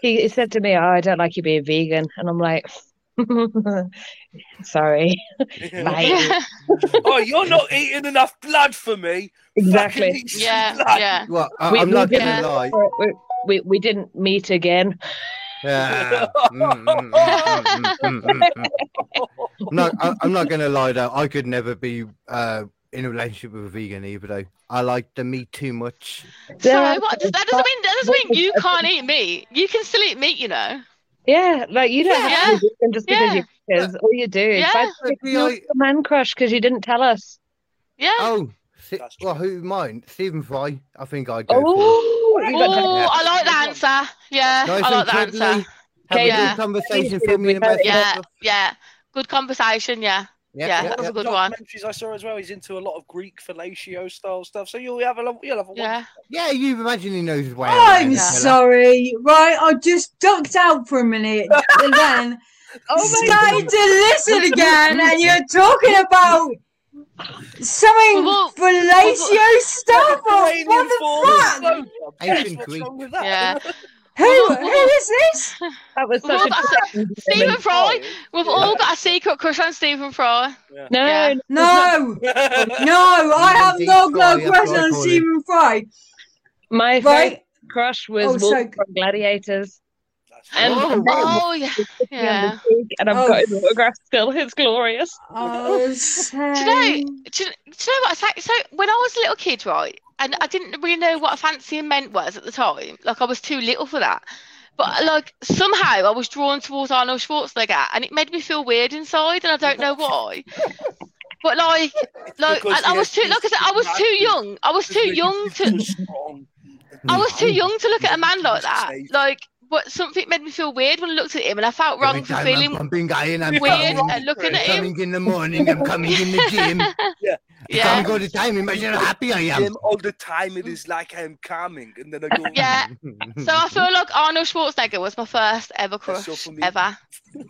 Speaker 4: He, he said to me, "Oh, I don't like you being vegan," and I'm like, "Sorry, Bye.
Speaker 5: Yeah.
Speaker 6: oh, you're not eating enough blood for me. Fucking
Speaker 4: exactly."
Speaker 6: eat some
Speaker 5: Yeah.
Speaker 6: blood.
Speaker 5: Yeah.
Speaker 1: Well, I,
Speaker 4: We-
Speaker 1: I'm
Speaker 4: we
Speaker 1: not
Speaker 4: did-
Speaker 1: gonna
Speaker 5: Yeah.
Speaker 1: lie.
Speaker 4: We, we we didn't meet again.
Speaker 1: Yeah. Mm, mm, mm, mm, mm, mm, mm. I'm not. I, I'm not gonna lie though. I could never be uh, in a relationship with a vegan either. Though I like the meat too much.
Speaker 5: So
Speaker 4: Yeah.
Speaker 5: what? That doesn't mean. That doesn't mean you can't eat meat. You can still eat meat. You know.
Speaker 4: Yeah, like you don't have to be different just because
Speaker 5: Yeah.
Speaker 4: you because all you do is
Speaker 5: Yeah.
Speaker 4: bad
Speaker 1: So do
Speaker 4: you're
Speaker 1: I-
Speaker 4: a man crush because you didn't tell us.
Speaker 5: Yeah.
Speaker 1: Oh, si-
Speaker 6: That's
Speaker 1: well,
Speaker 6: true.
Speaker 1: who mine? Stephen Fry. I think I'd go for.
Speaker 4: Oh, you got
Speaker 1: Oh,
Speaker 5: Oh, I like the answer. Yeah,
Speaker 1: Nice
Speaker 5: I like
Speaker 1: and
Speaker 5: the
Speaker 1: cuddly.
Speaker 5: answer.
Speaker 1: Have
Speaker 4: Okay,
Speaker 1: a
Speaker 5: yeah.
Speaker 1: good conversation for me about
Speaker 5: Yeah,
Speaker 1: stuff.
Speaker 5: yeah. Good conversation. Yeah. yeah, that was a good one.
Speaker 6: Documentaries I saw as well. He's into a lot of Greek fellatio style stuff. So you'll have a lo- you'll have a
Speaker 5: Yeah.
Speaker 1: Yeah, you imagine he knows his way. around
Speaker 2: I'm
Speaker 1: the fella.
Speaker 2: sorry. Right, I just ducked out for a minute and then
Speaker 6: Oh
Speaker 2: started to listen again, and you're talking about something
Speaker 5: Well, well,
Speaker 2: fellatio stuff. or
Speaker 6: Mediterranean
Speaker 2: What the fuck?
Speaker 6: form of slow
Speaker 1: Ancient
Speaker 6: jam. Yes, what's
Speaker 1: Greek.
Speaker 6: wrong with that?
Speaker 5: Yeah.
Speaker 2: Who, who is this?
Speaker 4: that was
Speaker 5: Well,
Speaker 4: such
Speaker 5: that's
Speaker 4: a
Speaker 5: Stephen Fry. We've
Speaker 6: Yeah.
Speaker 5: all got a secret crush on Stephen Fry. Um,
Speaker 4: no,
Speaker 5: Yeah.
Speaker 4: no,
Speaker 2: No,
Speaker 6: That's
Speaker 2: no, I have
Speaker 1: Deep
Speaker 2: no
Speaker 1: fry,
Speaker 2: no
Speaker 1: that's
Speaker 2: crush
Speaker 1: what I
Speaker 2: on
Speaker 1: call it.
Speaker 2: Stephen Fry.
Speaker 4: my
Speaker 2: Right?
Speaker 4: first crush was
Speaker 2: Oh,
Speaker 4: Wolf
Speaker 2: so-
Speaker 4: from Gladiators,
Speaker 6: fine.
Speaker 5: And
Speaker 1: Oh,
Speaker 5: oh,
Speaker 1: wow.
Speaker 5: yeah.
Speaker 4: He on
Speaker 5: yeah.
Speaker 4: the cheek, and I've
Speaker 2: Oh.
Speaker 4: got his autograph still. It's glorious.
Speaker 2: Oh,
Speaker 5: Do you
Speaker 2: say.
Speaker 5: know? Do you, do you know what? It's like, so when I was a little kid, right, and I didn't really know what fancying meant was at the time. Like I was too little for that. But like somehow I was drawn towards Arnold Schwarzenegger, and it made me feel weird inside, and I don't know why. But like, like,
Speaker 6: because
Speaker 5: and I
Speaker 6: he
Speaker 5: was
Speaker 6: has
Speaker 5: too, like I said, I was
Speaker 6: these
Speaker 5: too young. I was too young to,
Speaker 6: Strong.
Speaker 5: I was too young to look at a man like
Speaker 6: Jesus
Speaker 5: that.
Speaker 6: sake.
Speaker 5: Like, but something made me feel weird when I looked at him, and I felt wrong
Speaker 1: Every
Speaker 5: for
Speaker 1: time
Speaker 5: feeling
Speaker 1: I'm pumping iron, I'm
Speaker 5: weird
Speaker 1: coming.
Speaker 5: at looking at him.
Speaker 1: coming in the morning, I'm coming in the gym. It's
Speaker 5: Yeah,
Speaker 1: coming all the time. Imagine how happy I am.
Speaker 6: Him all the time. It is like I'm calming, and then I go.
Speaker 5: yeah. Uh, So I feel like Arnold Schwarzenegger was my first ever
Speaker 6: That's
Speaker 5: crush
Speaker 6: so for me.
Speaker 5: ever.
Speaker 4: I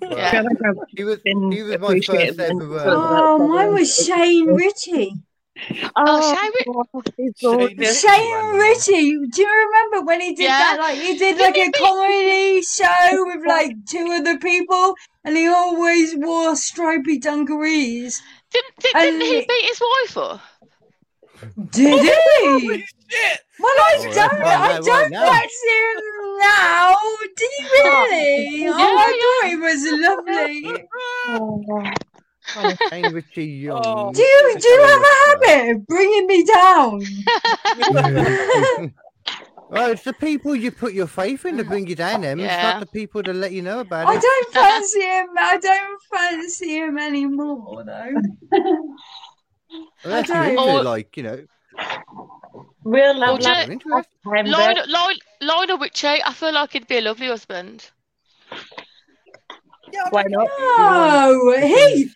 Speaker 5: Yeah.
Speaker 4: feel like I've
Speaker 1: He was,
Speaker 4: been
Speaker 1: he was my
Speaker 4: appreciated
Speaker 1: first ever.
Speaker 4: and-
Speaker 1: uh,
Speaker 2: Oh, mine was Shane Ritchie.
Speaker 5: Oh, Shane Ritchie.
Speaker 4: he's
Speaker 6: Shane
Speaker 4: gorgeous.
Speaker 2: Shane Ritchie, do you remember when he did
Speaker 5: Yeah.
Speaker 2: that? Like he did like a comedy show with like two other people, and he always wore stripy dungarees.
Speaker 5: Didn't, did,
Speaker 2: And-
Speaker 5: didn't he beat his wife up?
Speaker 2: Did he?
Speaker 6: Shit!
Speaker 2: Oh, Well, I
Speaker 1: Oh,
Speaker 2: don't,
Speaker 1: well,
Speaker 2: I
Speaker 1: well, well,
Speaker 2: don't
Speaker 1: now.
Speaker 2: watch him now. Did he really? Oh, I thought he was lovely.
Speaker 1: Shane Ritchie Young.
Speaker 6: Oh.
Speaker 2: Do you do you have a habit of bringing me down?
Speaker 1: well, it's the people you put your faith in to bring you down, Em. It's
Speaker 5: Yeah.
Speaker 1: not the people to let you know about
Speaker 2: I
Speaker 1: it.
Speaker 2: don't fancy him. I don't fancy him anymore, though.
Speaker 1: Unless you're
Speaker 2: I
Speaker 1: into,
Speaker 5: don't.
Speaker 1: like, you know,
Speaker 4: Real love,
Speaker 5: Would you-
Speaker 4: love,
Speaker 1: an interest.
Speaker 4: time, bro.
Speaker 5: Lionel, Lion- Lionel Richie, I feel like he'd be a lovely husband.
Speaker 4: Why not?
Speaker 2: No, he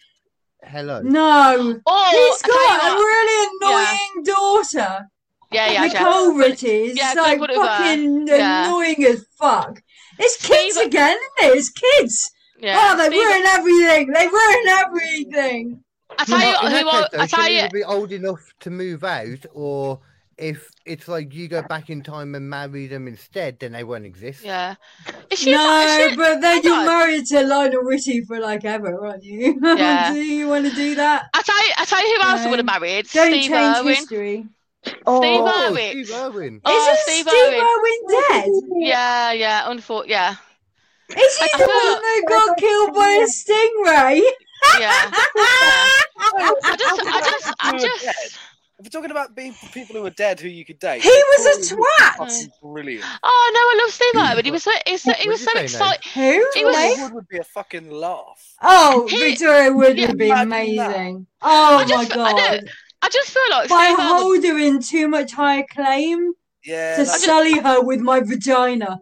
Speaker 1: Hello.
Speaker 2: no.
Speaker 5: Or
Speaker 2: He's
Speaker 5: Oh, I tell you
Speaker 2: got a
Speaker 5: what,
Speaker 2: really
Speaker 5: yeah.
Speaker 2: annoying daughter,
Speaker 5: yeah, yeah, yeah.
Speaker 2: Nicole Ritchie. It's
Speaker 5: yeah, go
Speaker 2: like
Speaker 5: put it with her.
Speaker 2: fucking
Speaker 5: Yeah.
Speaker 2: annoying as fuck. It's kids
Speaker 5: Steve-
Speaker 2: again, isn't it? It's kids.
Speaker 5: Yeah.
Speaker 2: Oh, they
Speaker 5: Steve-
Speaker 2: ruin everything. They ruin everything.
Speaker 5: I tell you
Speaker 1: Well, in
Speaker 5: who
Speaker 1: that
Speaker 5: I,
Speaker 1: case, though,
Speaker 5: I
Speaker 1: should
Speaker 5: tell you,
Speaker 1: either be old enough to move out, or if it's like you go back in time and marry them instead, then they won't exist.
Speaker 5: yeah. Is she,
Speaker 2: No,
Speaker 5: is she,
Speaker 2: but then
Speaker 5: hang
Speaker 2: you're
Speaker 5: on.
Speaker 2: married to Lionel Ritchie for like ever, aren't you?
Speaker 5: Yeah.
Speaker 2: do you want to do that?
Speaker 5: I tell you, I tell you who else I
Speaker 2: No.
Speaker 5: would have married?
Speaker 2: Don't
Speaker 5: Steve
Speaker 2: change
Speaker 5: Irwin.
Speaker 2: history.
Speaker 5: Steve
Speaker 1: Oh,
Speaker 5: Irwin.
Speaker 1: Steve Irwin.
Speaker 5: Oh,
Speaker 2: Isn't
Speaker 5: Steve
Speaker 2: Steve,
Speaker 5: Irwin.
Speaker 2: Irwin dead?
Speaker 5: Yeah, yeah, unfor- yeah,
Speaker 2: Is he
Speaker 5: I
Speaker 2: the
Speaker 5: thought-
Speaker 2: one that got killed by a stingray?
Speaker 5: yeah. I just, I just,
Speaker 1: Oh,
Speaker 5: I just.
Speaker 6: If we're talking about being people who are dead who you could date,
Speaker 2: He was a
Speaker 6: Paul
Speaker 2: twat.
Speaker 6: Fucking brilliant.
Speaker 5: Oh no, I love Steve Irwin. He was so, he was so,
Speaker 1: What
Speaker 5: he was
Speaker 1: did
Speaker 5: so
Speaker 1: you say, Nate?
Speaker 5: excited.
Speaker 2: Who?
Speaker 5: He was-
Speaker 2: Wait.
Speaker 6: Wood would be a fucking laugh.
Speaker 2: Oh,
Speaker 5: He-
Speaker 2: Victoria Wood
Speaker 5: Yeah, uh,
Speaker 2: would be
Speaker 6: imagine that.
Speaker 2: amazing. Oh
Speaker 5: I
Speaker 2: my
Speaker 5: just- I know.
Speaker 2: god.
Speaker 5: I just feel like
Speaker 2: By
Speaker 5: Steve Irwin.
Speaker 2: holding in too much high claim
Speaker 6: Yeah.
Speaker 2: to
Speaker 6: that-
Speaker 2: sully her with my vagina.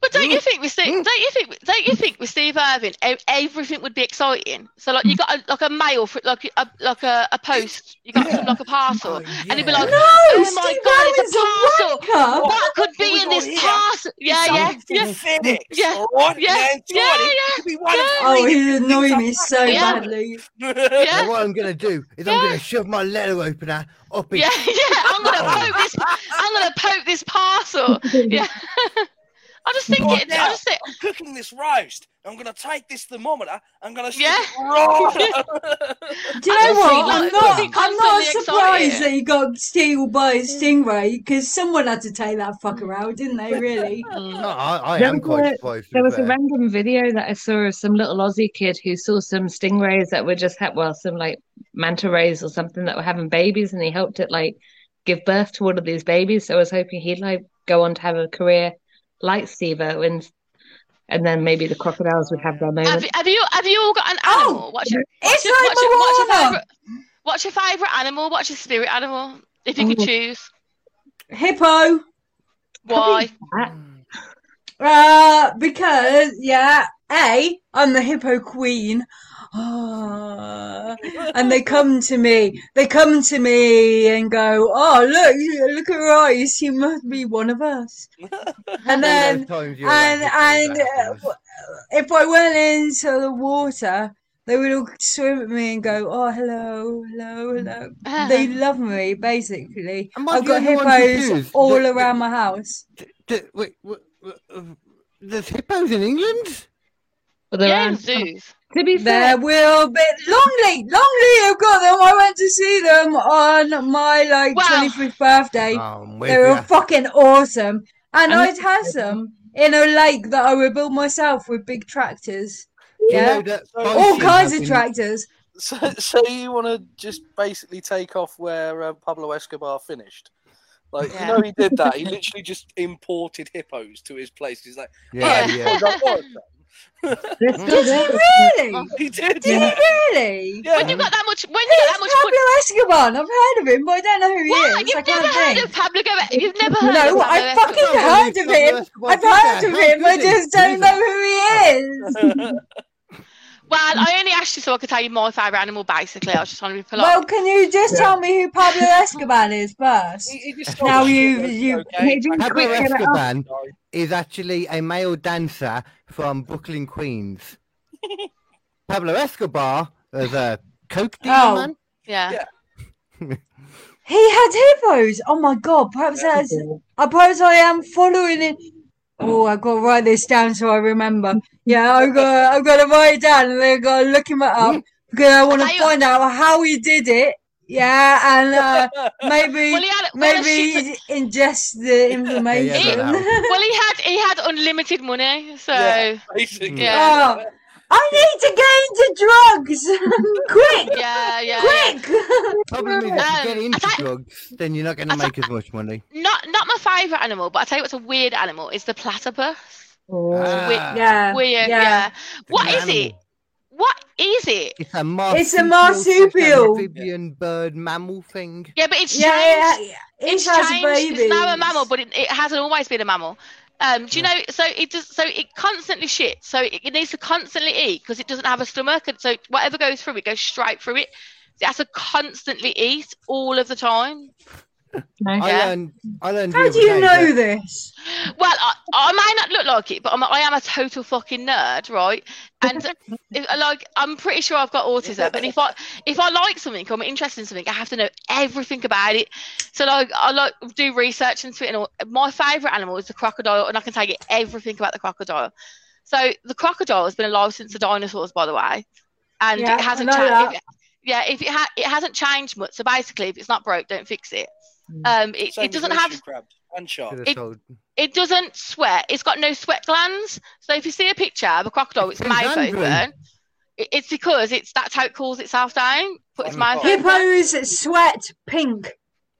Speaker 5: But don't you think with
Speaker 1: Mm.
Speaker 5: Steve, don't you think don't you think with Steve Irvin e- everything would be exciting? So like you got a, like a mail for like a like a, a post, you got like a parcel, and he'd be like,
Speaker 2: No,
Speaker 5: Oh
Speaker 2: Steve
Speaker 5: my God, it's
Speaker 2: Irwin's a
Speaker 5: a
Speaker 2: wanker.
Speaker 5: "What could be
Speaker 6: we
Speaker 5: in
Speaker 6: got
Speaker 5: this
Speaker 6: here
Speaker 5: parcel?" Yeah, yeah, yeah,
Speaker 6: Phoenix.
Speaker 5: Yeah.
Speaker 6: Right,
Speaker 5: Yeah.
Speaker 6: man,
Speaker 5: yeah,
Speaker 6: Tony,
Speaker 5: yeah.
Speaker 6: we want to
Speaker 2: Oh,
Speaker 6: free
Speaker 2: he annoyed me so
Speaker 5: Yeah.
Speaker 2: badly.
Speaker 5: Yeah.
Speaker 1: Now what I'm gonna do is I'm
Speaker 5: Yeah.
Speaker 1: gonna shove my letter opener up his
Speaker 5: Yeah, yeah, I'm gonna poke this. I'm gonna poke this parcel. Yeah, I just think
Speaker 6: Right
Speaker 5: it.
Speaker 6: now.
Speaker 5: I just think.
Speaker 6: I'm cooking this roast. I'm gonna take this thermometer. I'm gonna stick
Speaker 5: Yeah.
Speaker 6: it right.
Speaker 2: Do you
Speaker 5: I
Speaker 2: know
Speaker 5: just
Speaker 2: what? I'm
Speaker 5: think, like,
Speaker 2: not,
Speaker 5: being
Speaker 2: I'm not
Speaker 5: constantly
Speaker 2: surprised
Speaker 5: excited.
Speaker 2: that he got stealed by a stingray because someone had to take that fucker out, didn't they, really?
Speaker 1: No, I, I
Speaker 4: There
Speaker 1: am
Speaker 4: was
Speaker 1: quite
Speaker 4: a-
Speaker 1: surprised. to be
Speaker 4: There was a
Speaker 1: fair.
Speaker 4: random video that I saw of some little Aussie kid who saw some stingrays that were just ha- well, some like manta rays or something that were having babies, and he helped it like give birth to one of these babies. So I was hoping he'd like go on to have a career lightsaber, and and then maybe the crocodiles would have their
Speaker 5: Have,
Speaker 4: moment.
Speaker 5: have you have you all got an
Speaker 2: Oh,
Speaker 5: animal? what's, your,
Speaker 2: It's
Speaker 5: your- what's, your, what's, your
Speaker 2: like Moana.
Speaker 5: favorite, what's your favorite animal? What's your spirit animal? If you could
Speaker 4: Oh.
Speaker 5: choose,
Speaker 2: Hippo.
Speaker 5: why?
Speaker 2: Uh, because yeah, a I'm the hippo queen, Ah, and they come to me. They come to me and go, "Oh, look, you- look at her eyes. She must be one of us." And then and and uh, if I went into the water, they would all swim at me and go, "Oh, hello, hello, hello." They love me basically.
Speaker 1: Am I
Speaker 2: I've
Speaker 1: the
Speaker 2: got
Speaker 1: only one
Speaker 2: hippos
Speaker 1: confused?
Speaker 2: all
Speaker 1: The- the-
Speaker 2: around my house.
Speaker 1: D- wait, w- w- uh, there's hippos in England?
Speaker 4: But there
Speaker 5: Yeah,
Speaker 4: aren't-
Speaker 5: zoos.
Speaker 4: to be fair,
Speaker 2: There will be Longley. Longley have got them. I went to see them on my like
Speaker 5: Wow.
Speaker 2: twenty fifth birthday.
Speaker 1: Um,
Speaker 2: they were fucking awesome, and
Speaker 4: And-
Speaker 2: I'd had them in a lake that I would build myself with big tractors. Yeah, all
Speaker 6: Oh,
Speaker 2: kinds of
Speaker 1: tracks.
Speaker 2: tractors.
Speaker 6: So, so you want to just basically take off where uh, Pablo Escobar finished? Like,
Speaker 5: Yeah.
Speaker 6: you know, he did that. He literally just imported hippos to his place. He's like,
Speaker 1: Yeah,
Speaker 5: Yeah.
Speaker 1: yeah.
Speaker 6: "I've got one."
Speaker 4: um, they're still
Speaker 2: Did
Speaker 4: there.
Speaker 2: he
Speaker 5: Oh.
Speaker 2: really?
Speaker 6: he did.
Speaker 2: Did
Speaker 6: Yeah.
Speaker 2: he really?
Speaker 6: Yeah.
Speaker 5: When you got that much, when you got
Speaker 2: Who's
Speaker 5: that much,
Speaker 2: Pablo Escobar? I've heard of him, but I don't know who he
Speaker 5: What?
Speaker 2: is. I
Speaker 5: You've never
Speaker 2: can't
Speaker 5: heard
Speaker 2: think.
Speaker 5: of Pablo Escobar? You've never heard
Speaker 2: No,
Speaker 5: of Pablo
Speaker 2: I
Speaker 5: Escobar?
Speaker 2: fucking heard of him. I've heard of him, I just don't know who he is.
Speaker 5: Well, I only asked you so I could tell you my favourite animal, basically. I was just trying to be polite.
Speaker 2: Well, can you just tell me who Pablo Escobar is first?
Speaker 6: He, he just
Speaker 2: Now
Speaker 6: told
Speaker 2: you-
Speaker 6: us,
Speaker 2: you-
Speaker 6: okay?
Speaker 4: Maybe
Speaker 6: Back
Speaker 1: Pablo
Speaker 4: quick,
Speaker 6: away.
Speaker 4: get it up.
Speaker 1: Escobar is actually a male dancer from Brooklyn, Queens. Pablo Escobar is a coke dealer,
Speaker 2: Oh.
Speaker 1: man.
Speaker 5: yeah.
Speaker 6: Yeah.
Speaker 2: He had hippos. Oh my god! Perhaps that's. I suppose I am following it. Oh, I've got to write this down so I remember. Yeah, I've got. I've got to write it down and then I've got to look him up because I want to
Speaker 5: Are you-
Speaker 2: find out how he did it. Yeah, and uh, maybe
Speaker 5: Well, he had well, she-
Speaker 2: maybe ingest the information.
Speaker 1: Yeah, yeah,
Speaker 5: well, he had he had unlimited money, so
Speaker 6: Yeah.
Speaker 5: yeah.
Speaker 6: Basically.
Speaker 5: Yeah.
Speaker 2: Oh, I need to get into drugs. Quick,
Speaker 5: yeah, yeah.
Speaker 2: quick.
Speaker 1: Problem is, if you
Speaker 5: Um,
Speaker 1: get into
Speaker 5: I thought-
Speaker 1: drugs, then you're not going to
Speaker 5: I thought-
Speaker 1: make as much money.
Speaker 5: Not not my favourite animal, but I tell you what's a weird animal is the platypus.
Speaker 2: Uh,
Speaker 4: Oh.
Speaker 1: Ah,
Speaker 2: Yeah.
Speaker 5: Weird,
Speaker 2: yeah.
Speaker 5: yeah.
Speaker 1: it's
Speaker 5: What
Speaker 1: an
Speaker 5: is it?
Speaker 1: animal.
Speaker 5: What is it?
Speaker 1: It's a
Speaker 2: It's a
Speaker 1: marsupial, slash
Speaker 2: marsupial.
Speaker 1: amphibian bird mammal thing.
Speaker 5: Yeah, but it's changed.
Speaker 2: Yeah, yeah,
Speaker 5: it's
Speaker 2: it has
Speaker 5: changed.
Speaker 2: babies.
Speaker 5: It's now a mammal, but it, it hasn't always been a mammal. Um, do you know? So it just so it constantly shits. So it, it needs to constantly eat because it doesn't have a stomach, and so whatever goes through it goes straight through it. It has to constantly eat all of the time.
Speaker 1: I
Speaker 5: Yeah.
Speaker 1: learned. I learned. the
Speaker 2: How do
Speaker 1: other
Speaker 2: you
Speaker 1: day
Speaker 2: know
Speaker 1: that-
Speaker 2: this?
Speaker 5: Well, I, I may not look like it, but I'm, I am a total fucking nerd, right? And if, like, I'm pretty sure I've got autism. And if I if I like something, or I'm interested in something, I have to know everything about it. So like, I like do research into it. And all. my favorite animal is the crocodile, and I can tell you everything about the crocodile. So the crocodile has been alive since the dinosaurs, by the way, and
Speaker 2: Yeah,
Speaker 5: it hasn't
Speaker 2: I know
Speaker 5: changed.
Speaker 2: that.
Speaker 5: yeah, if it ha- it hasn't changed much. So basically, if it's not broke, don't fix it.
Speaker 2: Mm.
Speaker 5: Um, it,
Speaker 6: Same
Speaker 5: it
Speaker 6: as
Speaker 5: doesn't
Speaker 6: an
Speaker 5: have
Speaker 6: ocean crab and shark.
Speaker 1: Should've
Speaker 5: It-
Speaker 1: told-
Speaker 5: it doesn't sweat. It's got no sweat glands. So if you see a picture of a crocodile, it's
Speaker 1: It's
Speaker 5: mouth
Speaker 1: angry.
Speaker 5: open. it- It's because it's that's how it cools itself down. Put its
Speaker 6: Oh,
Speaker 5: mouth
Speaker 6: God.
Speaker 5: open.
Speaker 2: Hippos sweat pink.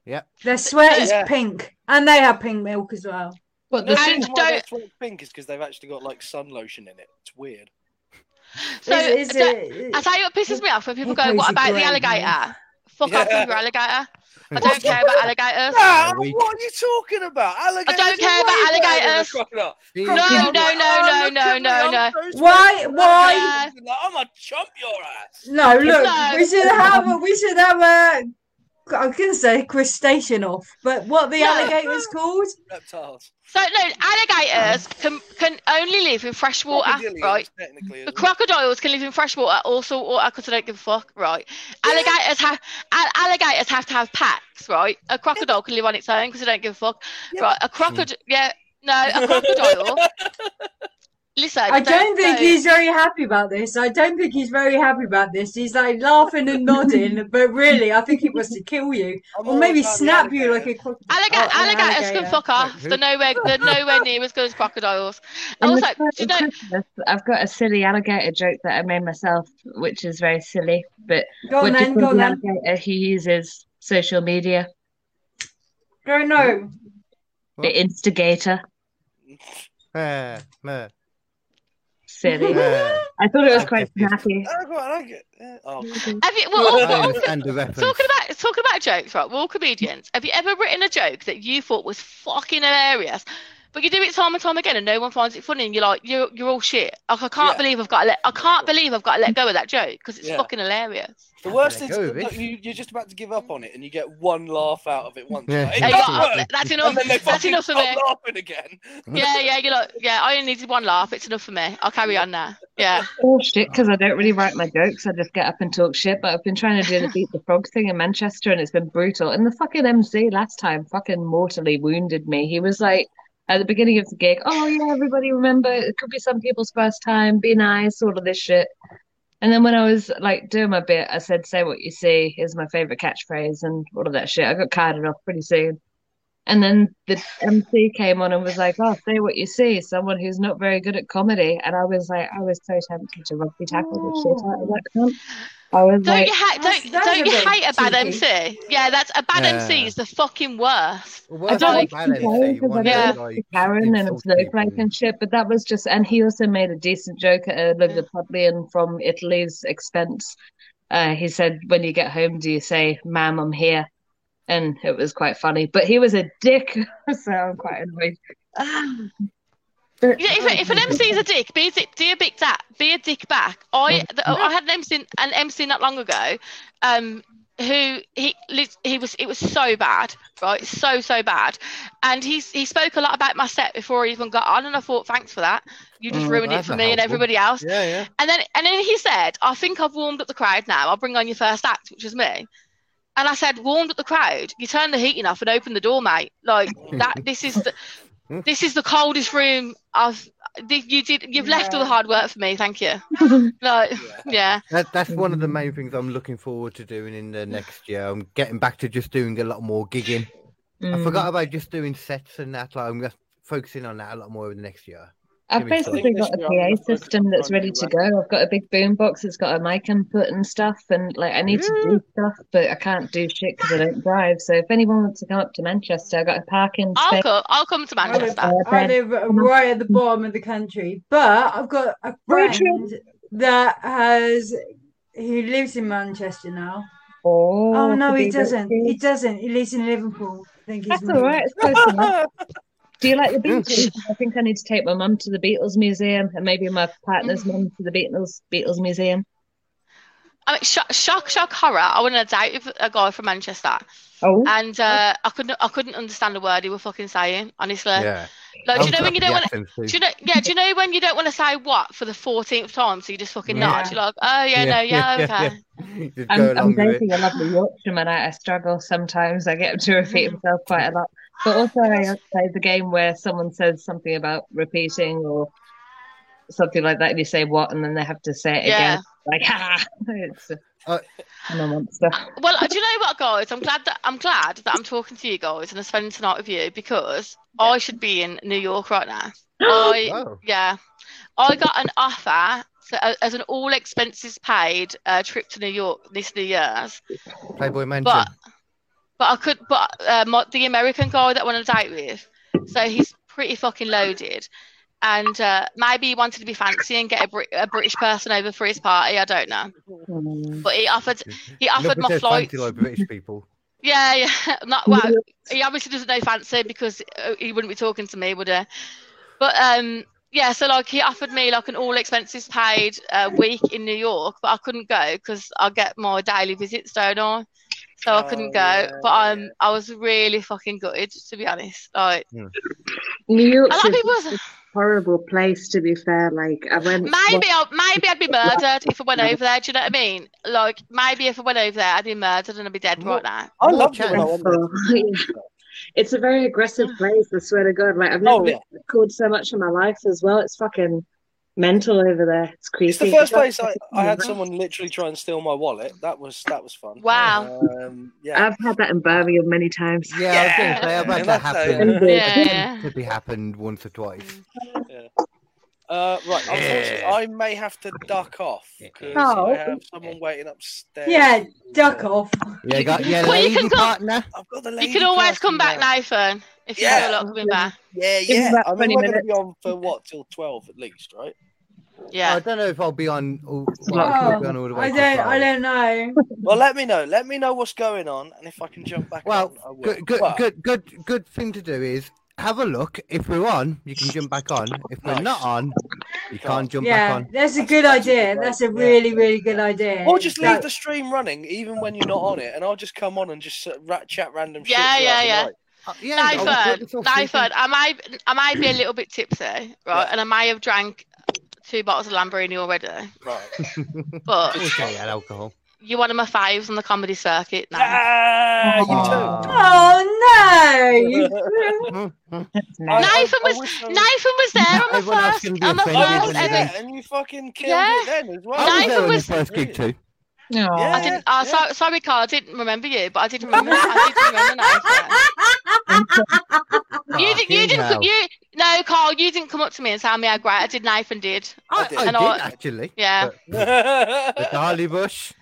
Speaker 1: Yep.
Speaker 2: Their sweat is
Speaker 6: Yeah.
Speaker 2: pink, and they have pink milk as well.
Speaker 4: But
Speaker 6: The
Speaker 4: the
Speaker 5: And
Speaker 6: reason why
Speaker 5: don't-
Speaker 6: that's what pink is because they've actually got like sun lotion in it. It's weird.
Speaker 5: So
Speaker 2: Is- is
Speaker 5: d-
Speaker 2: it-
Speaker 5: I tell you what pisses me off when people go,
Speaker 2: Hippos
Speaker 5: "What
Speaker 2: are
Speaker 5: about the
Speaker 2: great,
Speaker 5: alligator?" Fuck off
Speaker 6: Yeah.
Speaker 5: with your alligator. I
Speaker 1: What's
Speaker 5: don't care about alligators.
Speaker 1: Ah,
Speaker 6: what are
Speaker 1: we-
Speaker 6: you talking about? Alligators
Speaker 5: don't care
Speaker 6: are
Speaker 5: about
Speaker 6: way better than a
Speaker 5: alligators.
Speaker 6: crocodile.
Speaker 1: See, see,
Speaker 5: No, no,
Speaker 6: Ah,
Speaker 5: no, no, no, no.
Speaker 2: Why- why-
Speaker 6: I'm a chump your
Speaker 5: uh,
Speaker 6: ass.
Speaker 2: No, look,
Speaker 5: No.
Speaker 2: we should have a, we should have a. I was gonna say crustacean off, but what the
Speaker 5: No.
Speaker 2: alligator's called?
Speaker 6: Reptiles.
Speaker 5: So no, alligators can can only live in fresh water,
Speaker 6: Crocodilians,
Speaker 5: right?
Speaker 6: Technically,
Speaker 5: The
Speaker 6: isn't it?
Speaker 5: crocodiles can live in fresh water, also water, because I don't give a fuck, right? Alligators have al- alligators have to have packs, right? A crocodile can live on its own because I don't give a fuck,
Speaker 6: Yeah,
Speaker 5: right? A crocodile, yeah, no, a crocodile. Listen,
Speaker 2: I don't think
Speaker 5: go-
Speaker 2: he's very happy about this. I don't think he's very happy about this. He's like laughing and nodding, but really, I think he wants to kill you
Speaker 6: I'm
Speaker 2: or
Speaker 6: all
Speaker 2: maybe
Speaker 6: about the
Speaker 2: snap you like
Speaker 6: alligator.
Speaker 2: a crocodile.
Speaker 5: Alliga-
Speaker 2: Oh, an
Speaker 5: alligators
Speaker 2: alligator.
Speaker 5: can fuck off.
Speaker 1: Like who?
Speaker 5: They're nowhere. They're nowhere near as good as crocodiles.
Speaker 4: In the
Speaker 5: Also,
Speaker 4: spirit
Speaker 5: do you
Speaker 4: of
Speaker 5: know?
Speaker 4: Christmas, I've got a silly alligator joke that I made myself, which is very silly. But
Speaker 2: Go on
Speaker 4: what do you
Speaker 2: then,
Speaker 4: call
Speaker 2: go on
Speaker 4: the
Speaker 2: then.
Speaker 4: alligator who uses social media?
Speaker 2: Go no.
Speaker 1: What?
Speaker 4: The instigator.
Speaker 1: Uh, uh,
Speaker 4: Silly.
Speaker 1: uh.
Speaker 4: I thought it was quite
Speaker 1: Yeah.
Speaker 4: snappy.
Speaker 6: I quite like it. Yeah. Oh,
Speaker 5: Have you, well,
Speaker 1: I
Speaker 5: also-
Speaker 1: understand the reference.
Speaker 5: talking about talking about jokes, right? We're all comedians. Have you ever written a joke that you thought was fucking hilarious, but you do it time and time again, and no one finds it funny, and you're like, you're you're all shit. Like, I can't
Speaker 6: Yeah.
Speaker 5: believe I've got to let I can't believe I've got to let go of that joke because it's
Speaker 6: Yeah.
Speaker 5: fucking hilarious.
Speaker 6: the worst
Speaker 1: Let
Speaker 6: is
Speaker 1: go of
Speaker 6: look,
Speaker 1: it.
Speaker 6: you, you're just about to give up on it, and you get one laugh out of it once.
Speaker 1: Yeah.
Speaker 6: Like,
Speaker 1: Yeah,
Speaker 5: And
Speaker 6: "Hey,
Speaker 5: you're
Speaker 1: absolutely.
Speaker 5: like,
Speaker 6: look!"
Speaker 5: "Oh, that's
Speaker 6: and
Speaker 5: enough.
Speaker 6: then they
Speaker 5: That's
Speaker 6: fucking
Speaker 5: enough for
Speaker 6: stop
Speaker 5: me.
Speaker 6: laughing again.
Speaker 5: Yeah, yeah. You're like, yeah. I only needed one laugh. It's enough for me. I'll carry on now. Yeah.
Speaker 4: Oh shit, because I don't really write my jokes. I just get up and talk shit. But I've been trying to do the beat the frog thing in Manchester, and it's been brutal. And the fucking MC last time fucking mortally wounded me. He was like at the beginning of the gig, "Oh yeah, everybody remember it could be some people's first time. Be nice, all of this shit." And then when I was like doing my bit, I said, "Say what you see." Here's my favorite catchphrase and all of that shit. I got carded off pretty soon. And then the MC came on and was like, "Oh, say what you see." Someone who's not very good at comedy, and I was like, I was so tempted to rugby tackle the shit out of that cunt. I was
Speaker 5: Don't
Speaker 4: like,
Speaker 5: you hate?
Speaker 2: that's-
Speaker 5: Don't,
Speaker 2: that's
Speaker 5: don't
Speaker 2: a
Speaker 5: you
Speaker 2: bit
Speaker 5: hate a bad
Speaker 2: cheeky.
Speaker 5: MC? Yeah, that's a bad
Speaker 1: Yeah.
Speaker 5: MC is the fucking worst.
Speaker 1: Well,
Speaker 4: I
Speaker 1: it's
Speaker 4: don't
Speaker 1: not
Speaker 4: like
Speaker 1: bad,
Speaker 4: to
Speaker 1: I'd
Speaker 4: go
Speaker 1: say. You
Speaker 4: because
Speaker 1: want
Speaker 4: I
Speaker 5: Yeah.
Speaker 1: to,
Speaker 4: don't
Speaker 1: like,
Speaker 4: like Karen and a
Speaker 1: insult
Speaker 4: snowflake
Speaker 1: people.
Speaker 4: and shit. But that was just, and he also made a decent joke at uh, Luca Podlian from Italy's expense. Uh, he said, "When you get home, do you say, ma'am, I'm here?" And it was quite funny. But he was a dick, so I'm quite annoyed.
Speaker 5: Yeah, if, if an MC is a dick, be a dick, be a big that, be a dick back. I the, I had an MC an MC not long ago, um, who he lit- he was it was so bad, right, so so bad, and he he spoke a lot about my set before he even got on, and I thought thanks for that, you just
Speaker 1: Mm,
Speaker 5: ruined it
Speaker 1: that's
Speaker 5: for
Speaker 1: not
Speaker 5: me and
Speaker 1: helpful.
Speaker 5: everybody else.
Speaker 1: Yeah, yeah.
Speaker 5: And then and then he said, I think I've warmed up the crowd now. I'll bring on your first act, which was me. And I said, warmed up the crowd. You turn the heating off and open the door, mate. Like that. This is the this is the coldest room I've. You did. You've left all the
Speaker 2: Yeah.
Speaker 5: hard work for me. Thank you. Like yeah.
Speaker 1: That, that's one
Speaker 4: Mm.
Speaker 1: of the main things I'm looking forward to doing in the next year. I'm getting back to just doing a lot more gigging.
Speaker 4: Mm.
Speaker 1: I
Speaker 4: Hmm.
Speaker 1: forgot about just doing sets and that. Like, I'm just focusing on that a lot more over the next year.
Speaker 4: I've
Speaker 1: Give me some.
Speaker 4: basically
Speaker 6: I think
Speaker 4: got a
Speaker 6: this year I'm gonna
Speaker 4: PA
Speaker 6: focus
Speaker 4: system that's
Speaker 6: on
Speaker 4: ready
Speaker 6: you,
Speaker 4: to
Speaker 6: right?
Speaker 4: go. I've got a big boom box. It's got a mic input and stuff, and like I need to do stuff, but I can't do shit because I don't drive. So if anyone wants to come up to Manchester, I've got a parking
Speaker 5: I'll
Speaker 4: space.
Speaker 5: come. I'll come to Manchester.
Speaker 4: Uh,
Speaker 2: I
Speaker 4: then-
Speaker 2: live right at the bottom of the country, but I've got a
Speaker 4: Richard.
Speaker 2: friend that has who lives in Manchester now.
Speaker 4: Oh,
Speaker 2: Oh no,
Speaker 4: could
Speaker 2: he
Speaker 4: be
Speaker 2: doesn't.
Speaker 4: Richie.
Speaker 2: He doesn't. He lives in Liverpool. I think he's
Speaker 4: That's all
Speaker 2: moved.
Speaker 4: right. It's close enough.
Speaker 6: Uh,
Speaker 4: Do you like the Beatles? I think I need to take my mum to the Beatles Museum and maybe my partner's mum to the Beatles Beatles Museum.
Speaker 5: I mean, shock, shock, shock, horror. I went on a date with a guy from Manchester,
Speaker 4: Oh,
Speaker 5: and uh, I couldn't. I couldn't understand a word he was fucking saying. Honestly,
Speaker 1: Yeah.
Speaker 5: like Uh, oh, do you
Speaker 1: I've
Speaker 5: know
Speaker 1: got
Speaker 5: when you don't
Speaker 1: the
Speaker 5: want
Speaker 1: accents too.
Speaker 5: Do you know? Yeah. Do you know when you don't want to say what for the fourteenth time, so you just fucking
Speaker 1: Yeah.
Speaker 5: nod? You're like, oh yeah, no, yeah, okay.
Speaker 1: yeah. Just go
Speaker 4: I'm, I'm
Speaker 1: along with it.
Speaker 4: dating a lovely Yorkshireman. I, I struggle sometimes. I get him to repeat himself quite a lot. But also, I play the game where someone says something about repeating or something like that, and you say what, and then they have to say it
Speaker 5: Yeah.
Speaker 4: again. Like, ha! It's,
Speaker 1: Uh,
Speaker 4: I'm a monster.
Speaker 5: Well, do you know what, guys? I'm glad that I'm glad that I'm talking to you guys and I'm spending tonight with you because I should be in New York right now. I
Speaker 1: Oh.
Speaker 5: yeah, I got an offer to, as an all expenses paid uh, trip to New York this New Year's,
Speaker 1: Playboy Mansion.
Speaker 5: but but I could but uh, my, the American guy that I went on a date with, so he's pretty fucking loaded, and uh, maybe he wanted to be fancy and get a, Brit- a British person over for his party. I don't know,
Speaker 4: Hmm.
Speaker 5: but he offered
Speaker 1: Mm.
Speaker 5: he
Speaker 1: Not
Speaker 5: offered
Speaker 1: because
Speaker 5: my
Speaker 1: they're
Speaker 5: flight.
Speaker 1: fancy like British people.
Speaker 5: Yeah, yeah, not well. He obviously doesn't know fancy because uh, he wouldn't be talking to me, would he? But um, yeah, so like he offered me like an all expenses paid uh, week in New York, but I couldn't go because I get my daily visits, don't I? So I couldn't
Speaker 6: Oh,
Speaker 5: go.
Speaker 6: yeah,
Speaker 5: but um, I was really fucking gutted, to be honest. Like
Speaker 4: New
Speaker 5: a
Speaker 4: York's
Speaker 5: lot of
Speaker 4: a
Speaker 5: people,
Speaker 4: horrible place, to be fair. Like, I
Speaker 6: Mm,
Speaker 4: went.
Speaker 5: maybe I maybe I'd be murdered if I went over there. Do you know what I mean? Like maybe if I went over there, I'd be murdered and I'd be dead right now.
Speaker 6: I
Speaker 1: More
Speaker 6: loved it when I went there.
Speaker 4: Oh, it's a very aggressive place. I swear to God, like I've
Speaker 6: Oh,
Speaker 4: never
Speaker 6: yeah.
Speaker 4: recorded so much in my life as well. It's fucking mental over there. It's creepy.
Speaker 6: It's the first place I, I had someone literally try and steal my wallet. That was that was fun.
Speaker 5: Wow.
Speaker 6: Um, yeah.
Speaker 4: I've had that in Birmingham many times.
Speaker 1: Yeah, I was going to say, I've
Speaker 6: Yeah,
Speaker 1: had that
Speaker 6: that's a-
Speaker 1: happen.
Speaker 4: Yeah.
Speaker 5: Yeah.
Speaker 1: It happened once or twice.
Speaker 6: Uh, right. Unfortunately,
Speaker 1: Yeah.
Speaker 6: I may have to duck off because
Speaker 4: Oh.
Speaker 6: I have someone waiting upstairs.
Speaker 2: Yeah, duck off.
Speaker 1: Yeah, you got your
Speaker 5: Well, you
Speaker 1: lady
Speaker 5: can go-
Speaker 1: partner.
Speaker 6: I've got the
Speaker 5: You
Speaker 6: lady
Speaker 5: can always
Speaker 6: person
Speaker 5: come back,
Speaker 6: now.
Speaker 5: Nathan. If
Speaker 6: Yeah.
Speaker 5: you feel like coming back.
Speaker 6: Yeah,
Speaker 4: Give us
Speaker 6: yeah.
Speaker 4: about
Speaker 6: I mean,
Speaker 4: 20
Speaker 6: we're going to
Speaker 4: minutes.
Speaker 6: be on for what till twelve at least, right?
Speaker 5: Yeah.
Speaker 1: I don't know if I'll be on. All,
Speaker 4: a
Speaker 1: well,
Speaker 4: lot.
Speaker 1: I could be on all the
Speaker 2: Oh,
Speaker 1: way
Speaker 2: I
Speaker 1: till
Speaker 2: don't, I
Speaker 1: Friday.
Speaker 2: don't know.
Speaker 6: Well, let me know. Let me know what's going on, and if I can jump back.
Speaker 1: Well,
Speaker 6: on, I will.
Speaker 1: good, good,
Speaker 6: But-
Speaker 1: good, good, good thing to do is have a look. If we're on, you can jump back on. If we're not
Speaker 6: Nice.
Speaker 1: on, you can't jump
Speaker 2: yeah,
Speaker 1: back on.
Speaker 2: that's a good idea. That's a really, really good idea.
Speaker 6: Or just
Speaker 2: Like,
Speaker 6: leave the stream running, even when you're not on it, and I'll just come on and just uh, ra- chat random shit.
Speaker 5: Yeah,
Speaker 6: throughout
Speaker 5: yeah,
Speaker 6: the
Speaker 5: yeah.
Speaker 6: night.
Speaker 1: Uh, yeah, I'll put
Speaker 5: Nathan,
Speaker 1: this all
Speaker 5: Nathan,
Speaker 1: through.
Speaker 5: I might, I might be a little bit tipsy, right?
Speaker 6: Yeah.
Speaker 5: And I may have drank two bottles of Lamborghini already,
Speaker 6: Right.
Speaker 5: but
Speaker 1: We'll say that alcohol.
Speaker 5: you're one of my fives on the comedy circuit now.
Speaker 6: Ah, you
Speaker 1: Aw.
Speaker 6: too.
Speaker 5: Oh.
Speaker 2: Oh no! You
Speaker 1: Oh.
Speaker 6: I- I-
Speaker 5: Nathan
Speaker 6: I
Speaker 5: was-
Speaker 6: wish I
Speaker 5: Nathan was there on the
Speaker 1: Everyone else
Speaker 5: first,
Speaker 1: can
Speaker 5: on
Speaker 1: be
Speaker 5: the
Speaker 6: I
Speaker 1: offended
Speaker 6: was
Speaker 5: first
Speaker 1: when they
Speaker 5: ever.
Speaker 1: think-
Speaker 6: there, and you fucking killed
Speaker 5: Yeah.
Speaker 6: it then as well.
Speaker 1: I was
Speaker 5: Nathan
Speaker 1: Oh, there on the
Speaker 5: was-
Speaker 1: first gig too.
Speaker 4: No.
Speaker 5: I
Speaker 6: Yeah.
Speaker 5: didn't. Oh, so, sorry, Carl. I didn't remember you, but I didn't remember. I didn't remember Nathan.
Speaker 1: Oh,
Speaker 5: You, did, you
Speaker 1: Fucking
Speaker 5: didn't.
Speaker 1: hell.
Speaker 5: You no, Carl. You didn't come up to me and tell me how great I did. Nathan did.
Speaker 1: I,
Speaker 6: did.
Speaker 1: I
Speaker 5: And
Speaker 1: did
Speaker 5: I-
Speaker 1: actually.
Speaker 5: Yeah.
Speaker 1: The Harley Bush.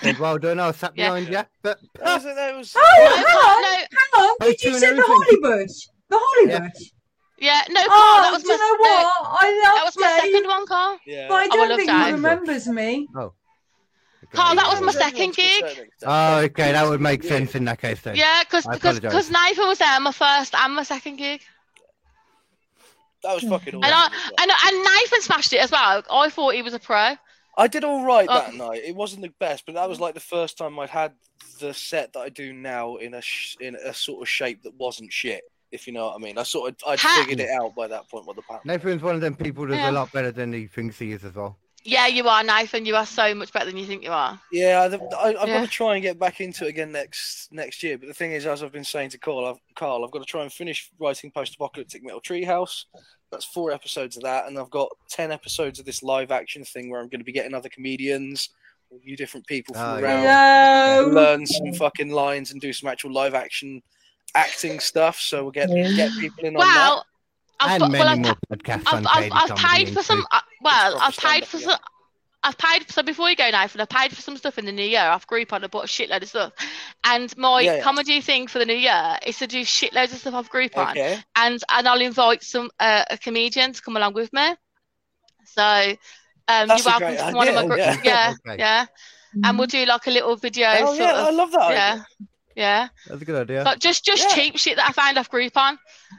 Speaker 1: said, well done, I was sat
Speaker 5: Yeah.
Speaker 1: behind you. But
Speaker 6: That was, that was,
Speaker 5: No,
Speaker 2: Oh,
Speaker 5: Carl,
Speaker 2: hang on,
Speaker 5: no.
Speaker 2: hang on.
Speaker 1: Those
Speaker 2: Did you
Speaker 1: two
Speaker 2: say
Speaker 1: and
Speaker 2: the holly
Speaker 1: everything.
Speaker 2: bush? The holly
Speaker 1: Yeah.
Speaker 2: bush?
Speaker 5: Yeah. No, Carl.
Speaker 2: Oh,
Speaker 5: that was
Speaker 2: do
Speaker 5: my.
Speaker 2: you know
Speaker 5: no,
Speaker 2: what? I
Speaker 5: that
Speaker 2: love
Speaker 5: was my
Speaker 2: Dave,
Speaker 5: second one, Carl.
Speaker 6: yeah.
Speaker 2: But I
Speaker 5: Oh, I
Speaker 2: don't
Speaker 5: love
Speaker 2: think
Speaker 5: Dave.
Speaker 2: he remembers me.
Speaker 5: Carl, that was my
Speaker 6: Everyone's
Speaker 5: second gig.
Speaker 6: concerning.
Speaker 1: Oh, okay, that would make
Speaker 6: Yeah.
Speaker 1: sense in that case then.
Speaker 5: Yeah, because
Speaker 1: I
Speaker 5: because
Speaker 1: apologise.
Speaker 5: because Nathan was there, my first and my second gig,
Speaker 6: That was fucking awesome.
Speaker 5: and I
Speaker 6: as well.
Speaker 5: and, and Nathan smashed it as well. I thought he was a pro.
Speaker 6: I did all right
Speaker 5: Oh.
Speaker 6: that night. It wasn't the best, but that was like the first time I'd had the set that I do now in a sh- in a sort of shape that wasn't shit. If you know what I mean, I sort of I
Speaker 5: Ha-
Speaker 6: figured it out by that point. What the pattern?
Speaker 1: Nathan's one of them people that's
Speaker 5: Yeah.
Speaker 1: a lot better than he thinks he is as well.
Speaker 5: Yeah, you are Nathan. You are so much better than you think you are.
Speaker 6: Yeah, I, I, I've got
Speaker 5: Yeah.
Speaker 6: to try and get back into it again next next year. But the thing is, as I've been saying to Carl, I've, Carl, I've got to try and finish writing post-apocalyptic metal treehouse. That's four episodes of that, and I've got ten episodes of this live-action thing where I'm going to be getting other comedians, new different people from
Speaker 1: Oh, yeah.
Speaker 6: around.
Speaker 2: Hello.
Speaker 6: learn some fucking lines and do some actual live action acting stuff. So we'll get get people in on that.
Speaker 5: Well, I've
Speaker 1: and
Speaker 5: got,
Speaker 1: many
Speaker 5: well, I've,
Speaker 1: more podcasts
Speaker 5: I've,
Speaker 1: on
Speaker 5: I've,
Speaker 1: Katie
Speaker 5: I've
Speaker 1: Comedy
Speaker 5: paid
Speaker 1: and
Speaker 5: for some.
Speaker 1: stuff.
Speaker 5: Uh, well,
Speaker 6: proper
Speaker 5: I've paid
Speaker 6: stand-up,
Speaker 5: for
Speaker 6: yeah.
Speaker 5: some. I've paid so before you go, Nathan. I've paid for some stuff in the new year. I've Groupon. I bought a shitload of stuff, and my
Speaker 6: Yeah, yeah.
Speaker 5: comedy thing for the new year is to do shitloads of stuff off Groupon,
Speaker 6: Okay.
Speaker 5: and and I'll invite some uh, a comedian to come along with me. So, um,
Speaker 6: That's
Speaker 5: you're
Speaker 6: a
Speaker 5: welcome
Speaker 6: great
Speaker 5: to one of my
Speaker 6: idea,
Speaker 5: group.
Speaker 6: yeah.
Speaker 5: Yeah,
Speaker 1: Okay.
Speaker 5: yeah, and we'll do like a little video.
Speaker 6: Oh
Speaker 5: sort
Speaker 6: yeah,
Speaker 5: of,
Speaker 6: I love that.
Speaker 5: yeah,
Speaker 6: Idea.
Speaker 5: yeah.
Speaker 1: That's a good idea.
Speaker 5: Like just just
Speaker 6: Yeah.
Speaker 5: cheap shit that I found off Groupon,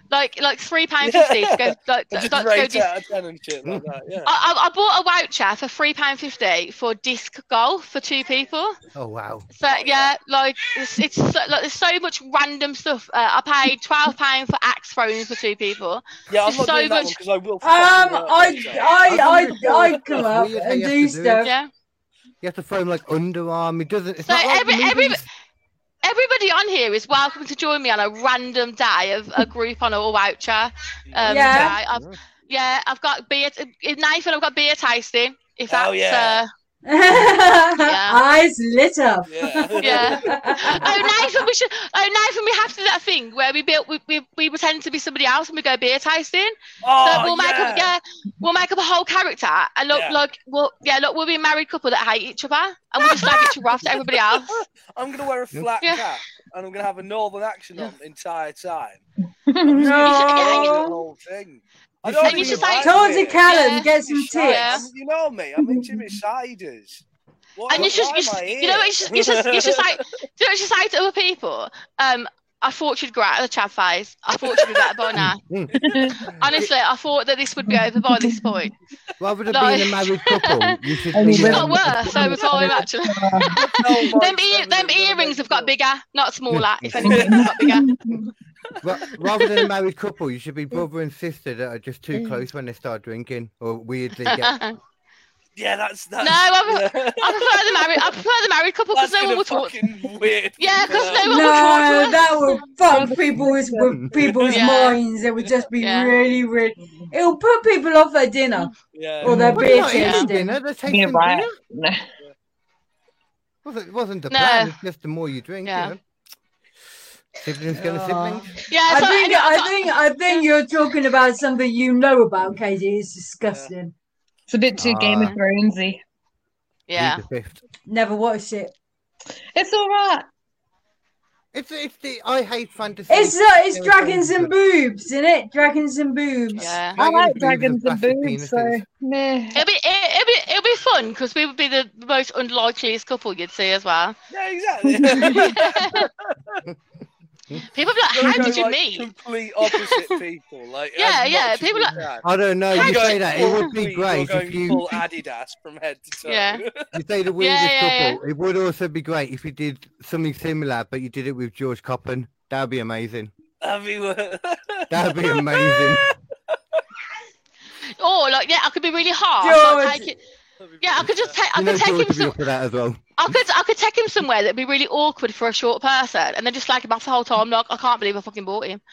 Speaker 5: like like three pound fifty to go like,
Speaker 6: I
Speaker 5: like to
Speaker 6: just
Speaker 5: go
Speaker 6: rate
Speaker 5: do
Speaker 6: out of ten and shit like that. Yeah.
Speaker 5: I, I, I bought a voucher for three pound fifty for disc golf for two people.
Speaker 1: oh wow.
Speaker 5: So yeah, like it's, it's so, like there's so much random stuff. Uh, I paid twelve pound for axe throwing for two people.
Speaker 6: Yeah, I'm
Speaker 5: There's
Speaker 6: not
Speaker 5: so
Speaker 6: doing that
Speaker 5: much-
Speaker 6: because I will.
Speaker 2: Um, I, I, I, I come up
Speaker 1: Weird how
Speaker 2: and
Speaker 1: you
Speaker 2: do
Speaker 1: have to do it.
Speaker 2: stuff.
Speaker 5: Yeah,
Speaker 1: You have to throw him like underarm. He doesn't. It's
Speaker 5: So
Speaker 1: not like
Speaker 5: every-
Speaker 1: movies.
Speaker 5: every- everybody on here is welcome to join me on a random day of a group on a voucher.
Speaker 2: Yeah.
Speaker 5: Um, day. I've, yeah, I've got beer. T- eh, Nathan, I've got beer tasting. If that's
Speaker 6: Oh, yeah.
Speaker 5: uh,
Speaker 2: Eyes lit up.
Speaker 6: Yeah.
Speaker 5: Yeah. oh, Nathan, we should. Oh, Nathan, we have to do that thing where we built. We, we, we pretend to be somebody else and we go beer tasting. So
Speaker 6: Oh,
Speaker 5: we'll make
Speaker 6: yeah.
Speaker 5: up. Yeah, we'll make up a whole character and look,
Speaker 6: Yeah.
Speaker 5: look, we'll yeah, look, we'll be a married couple that hate each other and we'll just slag each other off to everybody else.
Speaker 6: I'm gonna wear a flat
Speaker 5: Yeah.
Speaker 6: cap and I'm gonna have a northern accent on the entire time.
Speaker 5: yeah,
Speaker 6: The
Speaker 2: No.
Speaker 6: whole thing. I
Speaker 1: You
Speaker 6: don't
Speaker 1: should-
Speaker 6: know
Speaker 1: you should
Speaker 6: what
Speaker 5: say-
Speaker 6: I'm
Speaker 2: Told you,
Speaker 6: doing.
Speaker 2: Callum,
Speaker 5: Yeah.
Speaker 2: get some
Speaker 6: Shite.
Speaker 5: Yeah.
Speaker 2: tips.
Speaker 6: I'm- You know me. I'm into my ciders. What,
Speaker 5: And you should,
Speaker 6: why
Speaker 5: you,
Speaker 6: am I
Speaker 5: should- you know,
Speaker 6: here?
Speaker 5: what you should, you should, you should say, you know, you should say to other people, um, I thought you'd grow out of the Chad phase. I thought you'd be better by now. Honestly, I thought that this would be over by this point.
Speaker 1: Rather than
Speaker 5: Like-
Speaker 1: being a married couple, you should
Speaker 4: I mean,
Speaker 1: be.
Speaker 5: It's
Speaker 4: Yeah.
Speaker 5: got
Speaker 1: um,
Speaker 5: worse over time, actually.
Speaker 6: No, Oh my
Speaker 5: them, ear,
Speaker 6: seven
Speaker 5: them
Speaker 6: is gonna
Speaker 5: earrings
Speaker 6: make
Speaker 5: have got
Speaker 6: sure.
Speaker 5: bigger, not smaller. If anything, they've got bigger.
Speaker 1: ra- rather than a married couple, you should be brother and sister that are just
Speaker 4: Mm.
Speaker 1: too close when they start drinking or weirdly get.
Speaker 6: Yeah, that's that's.
Speaker 5: No, I
Speaker 6: yeah.
Speaker 5: I prefer the married. I prefer the married couple because
Speaker 6: That's
Speaker 5: no one
Speaker 6: gonna
Speaker 5: will talk.
Speaker 6: fucking weird.
Speaker 5: Yeah, 'cause
Speaker 6: people
Speaker 2: No,
Speaker 5: no one will talk to us.
Speaker 2: that would fuck people's with people's
Speaker 5: Yeah.
Speaker 2: minds. It would just be
Speaker 5: Yeah.
Speaker 2: really, really. It'll put people off their dinner
Speaker 6: Yeah.
Speaker 2: or their
Speaker 1: Well,
Speaker 2: beer
Speaker 1: not eating
Speaker 2: tasting.
Speaker 1: dinner. They're tasting
Speaker 4: You're right.
Speaker 1: dinner. Wasn't, wasn't the
Speaker 5: No.
Speaker 1: plan. It's just the more you drink,
Speaker 5: Yeah.
Speaker 1: you know. Siblings gonna
Speaker 2: Aw.
Speaker 1: siblings.
Speaker 5: Yeah,
Speaker 2: I
Speaker 5: so
Speaker 2: think,
Speaker 5: anyway, I've
Speaker 2: I
Speaker 5: got-
Speaker 2: think, I think you're talking about something you know about, Katie. It's disgusting.
Speaker 4: It's a bit too Game of Thronesy.
Speaker 5: Yeah,
Speaker 1: Leave the fifth.
Speaker 2: Never watched it.
Speaker 4: It's all right.
Speaker 1: It's it's the I hate fantasy.
Speaker 2: It's uh, it's
Speaker 1: There are
Speaker 2: dragons
Speaker 1: things
Speaker 2: and
Speaker 1: that-
Speaker 2: boobs, isn't it? Dragons and boobs.
Speaker 5: Yeah.
Speaker 4: I like
Speaker 1: Dragons,
Speaker 4: dragons and boobs,
Speaker 1: boobs and
Speaker 4: so
Speaker 1: plastic penises.
Speaker 4: meh.
Speaker 5: It'll be it, it'll be it'll be fun because we would be the most unlikeliest couple you'd see as well.
Speaker 6: Yeah, exactly.
Speaker 5: People be like, "How did you
Speaker 6: like,
Speaker 5: meet?"
Speaker 6: Complete opposite people. Like
Speaker 5: Yeah,
Speaker 6: as
Speaker 5: yeah,
Speaker 6: much as
Speaker 5: people
Speaker 6: we
Speaker 5: are-
Speaker 6: can.
Speaker 1: I don't know. You
Speaker 6: You're
Speaker 1: say
Speaker 6: going
Speaker 1: that it would
Speaker 6: full
Speaker 1: be
Speaker 6: Greek, you're
Speaker 1: great
Speaker 6: going
Speaker 1: if you
Speaker 6: full Adidas from head to toe.
Speaker 5: Yeah.
Speaker 1: you say the weirdest
Speaker 5: yeah, yeah.
Speaker 1: couple. It would also be great if you did something similar, but you did it with George Coppin. That'd be amazing.
Speaker 6: That'd be wor-
Speaker 1: That'd be amazing.
Speaker 5: Or Oh, like, yeah, I could be really hard. I'll
Speaker 2: George.
Speaker 5: take it. Yeah, I could just take. I
Speaker 1: you know
Speaker 5: could take
Speaker 1: George
Speaker 5: him
Speaker 1: would be
Speaker 5: some.
Speaker 1: up for that as well.
Speaker 5: I could I could take him somewhere that'd be really awkward for a short person, and then just slag him off the whole time. Like, I can't believe I fucking bought him.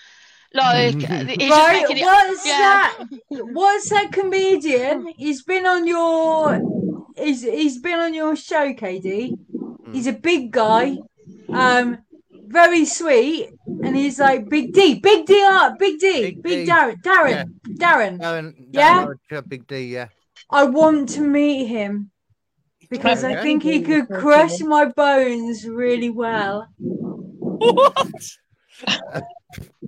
Speaker 5: Like, he's just
Speaker 2: Right,
Speaker 5: making it.
Speaker 2: what's
Speaker 5: yeah. Hmm.
Speaker 2: that? What's that comedian? He's been on your, he's he's been on your show, KD.
Speaker 1: Hmm.
Speaker 2: He's a big guy, um, very sweet, and he's like Big D, Big D up, Big D,
Speaker 1: Big
Speaker 2: Big,
Speaker 1: D.
Speaker 2: Darren,
Speaker 1: Yeah. Uh,
Speaker 2: Darren, Darren.
Speaker 1: Darren,
Speaker 2: Yeah?
Speaker 1: Darren Lodge, uh, Big D, yeah.
Speaker 2: I want to meet him because I
Speaker 1: Okay.
Speaker 2: think he could crush my bones really well.
Speaker 6: what?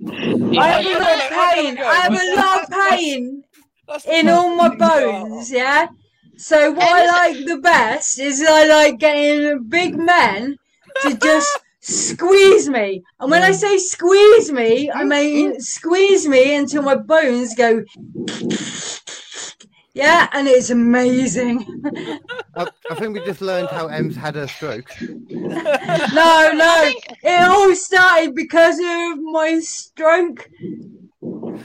Speaker 2: I have a lot of
Speaker 6: Yeah.
Speaker 2: pain. I have a lot of pain.
Speaker 6: That's the
Speaker 2: in all Oh my
Speaker 6: thing you are.
Speaker 2: bones, yeah. So what I like the best is I like getting big men to just squeeze me. And when I say squeeze me, I mean squeeze me until my bones go Yeah, and it's amazing.
Speaker 1: I, I think we just learned how Ems had her stroke.
Speaker 2: No, no. It all started because of my stroke
Speaker 5: I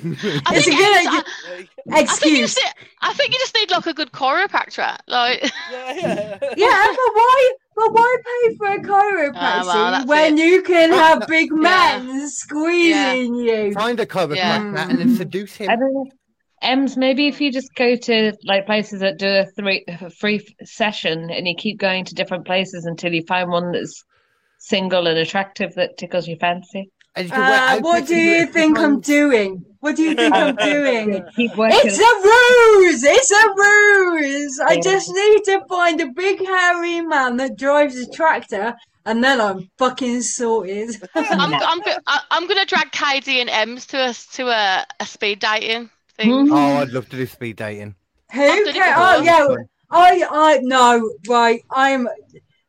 Speaker 2: It's
Speaker 5: think
Speaker 2: a good
Speaker 5: Ed's-
Speaker 2: idea.
Speaker 6: Like,
Speaker 5: I think you
Speaker 2: excuse.
Speaker 5: just need, I think you just need like a good chiropractor. Like
Speaker 6: yeah, yeah.
Speaker 2: Yeah, but why? But why pay for a chiropractor
Speaker 5: Ah, well, that's
Speaker 2: when
Speaker 5: it.
Speaker 2: you can
Speaker 1: Well,
Speaker 2: have big men squeezing you?
Speaker 1: Find a chiropractor
Speaker 2: Yeah.
Speaker 1: and then seduce him.
Speaker 4: I
Speaker 2: Mm.
Speaker 4: don't know. Ems, maybe if you just go to like places that do a three a free session and you keep going to different places until you find one that's single and attractive that tickles your fancy.
Speaker 1: And you can wear
Speaker 2: Uh, what
Speaker 1: outfits
Speaker 2: do
Speaker 1: and
Speaker 2: you think I'm
Speaker 1: exercise.
Speaker 2: doing? What do you think I'm doing?
Speaker 4: Keep working.
Speaker 2: It's a ruse! It's a ruse! I
Speaker 4: Yeah.
Speaker 2: just need to find a big hairy man that drives a tractor, and then I'm fucking sorted.
Speaker 5: I'm I'm go- I- I'm gonna drag KD and Ems to us to a, a speed dating thing.
Speaker 4: Mhm.
Speaker 1: Oh, I'd love to do speed dating.
Speaker 5: I've
Speaker 2: Who
Speaker 5: done it
Speaker 2: cares? Oh
Speaker 5: before.
Speaker 2: yeah, I I no right. I'm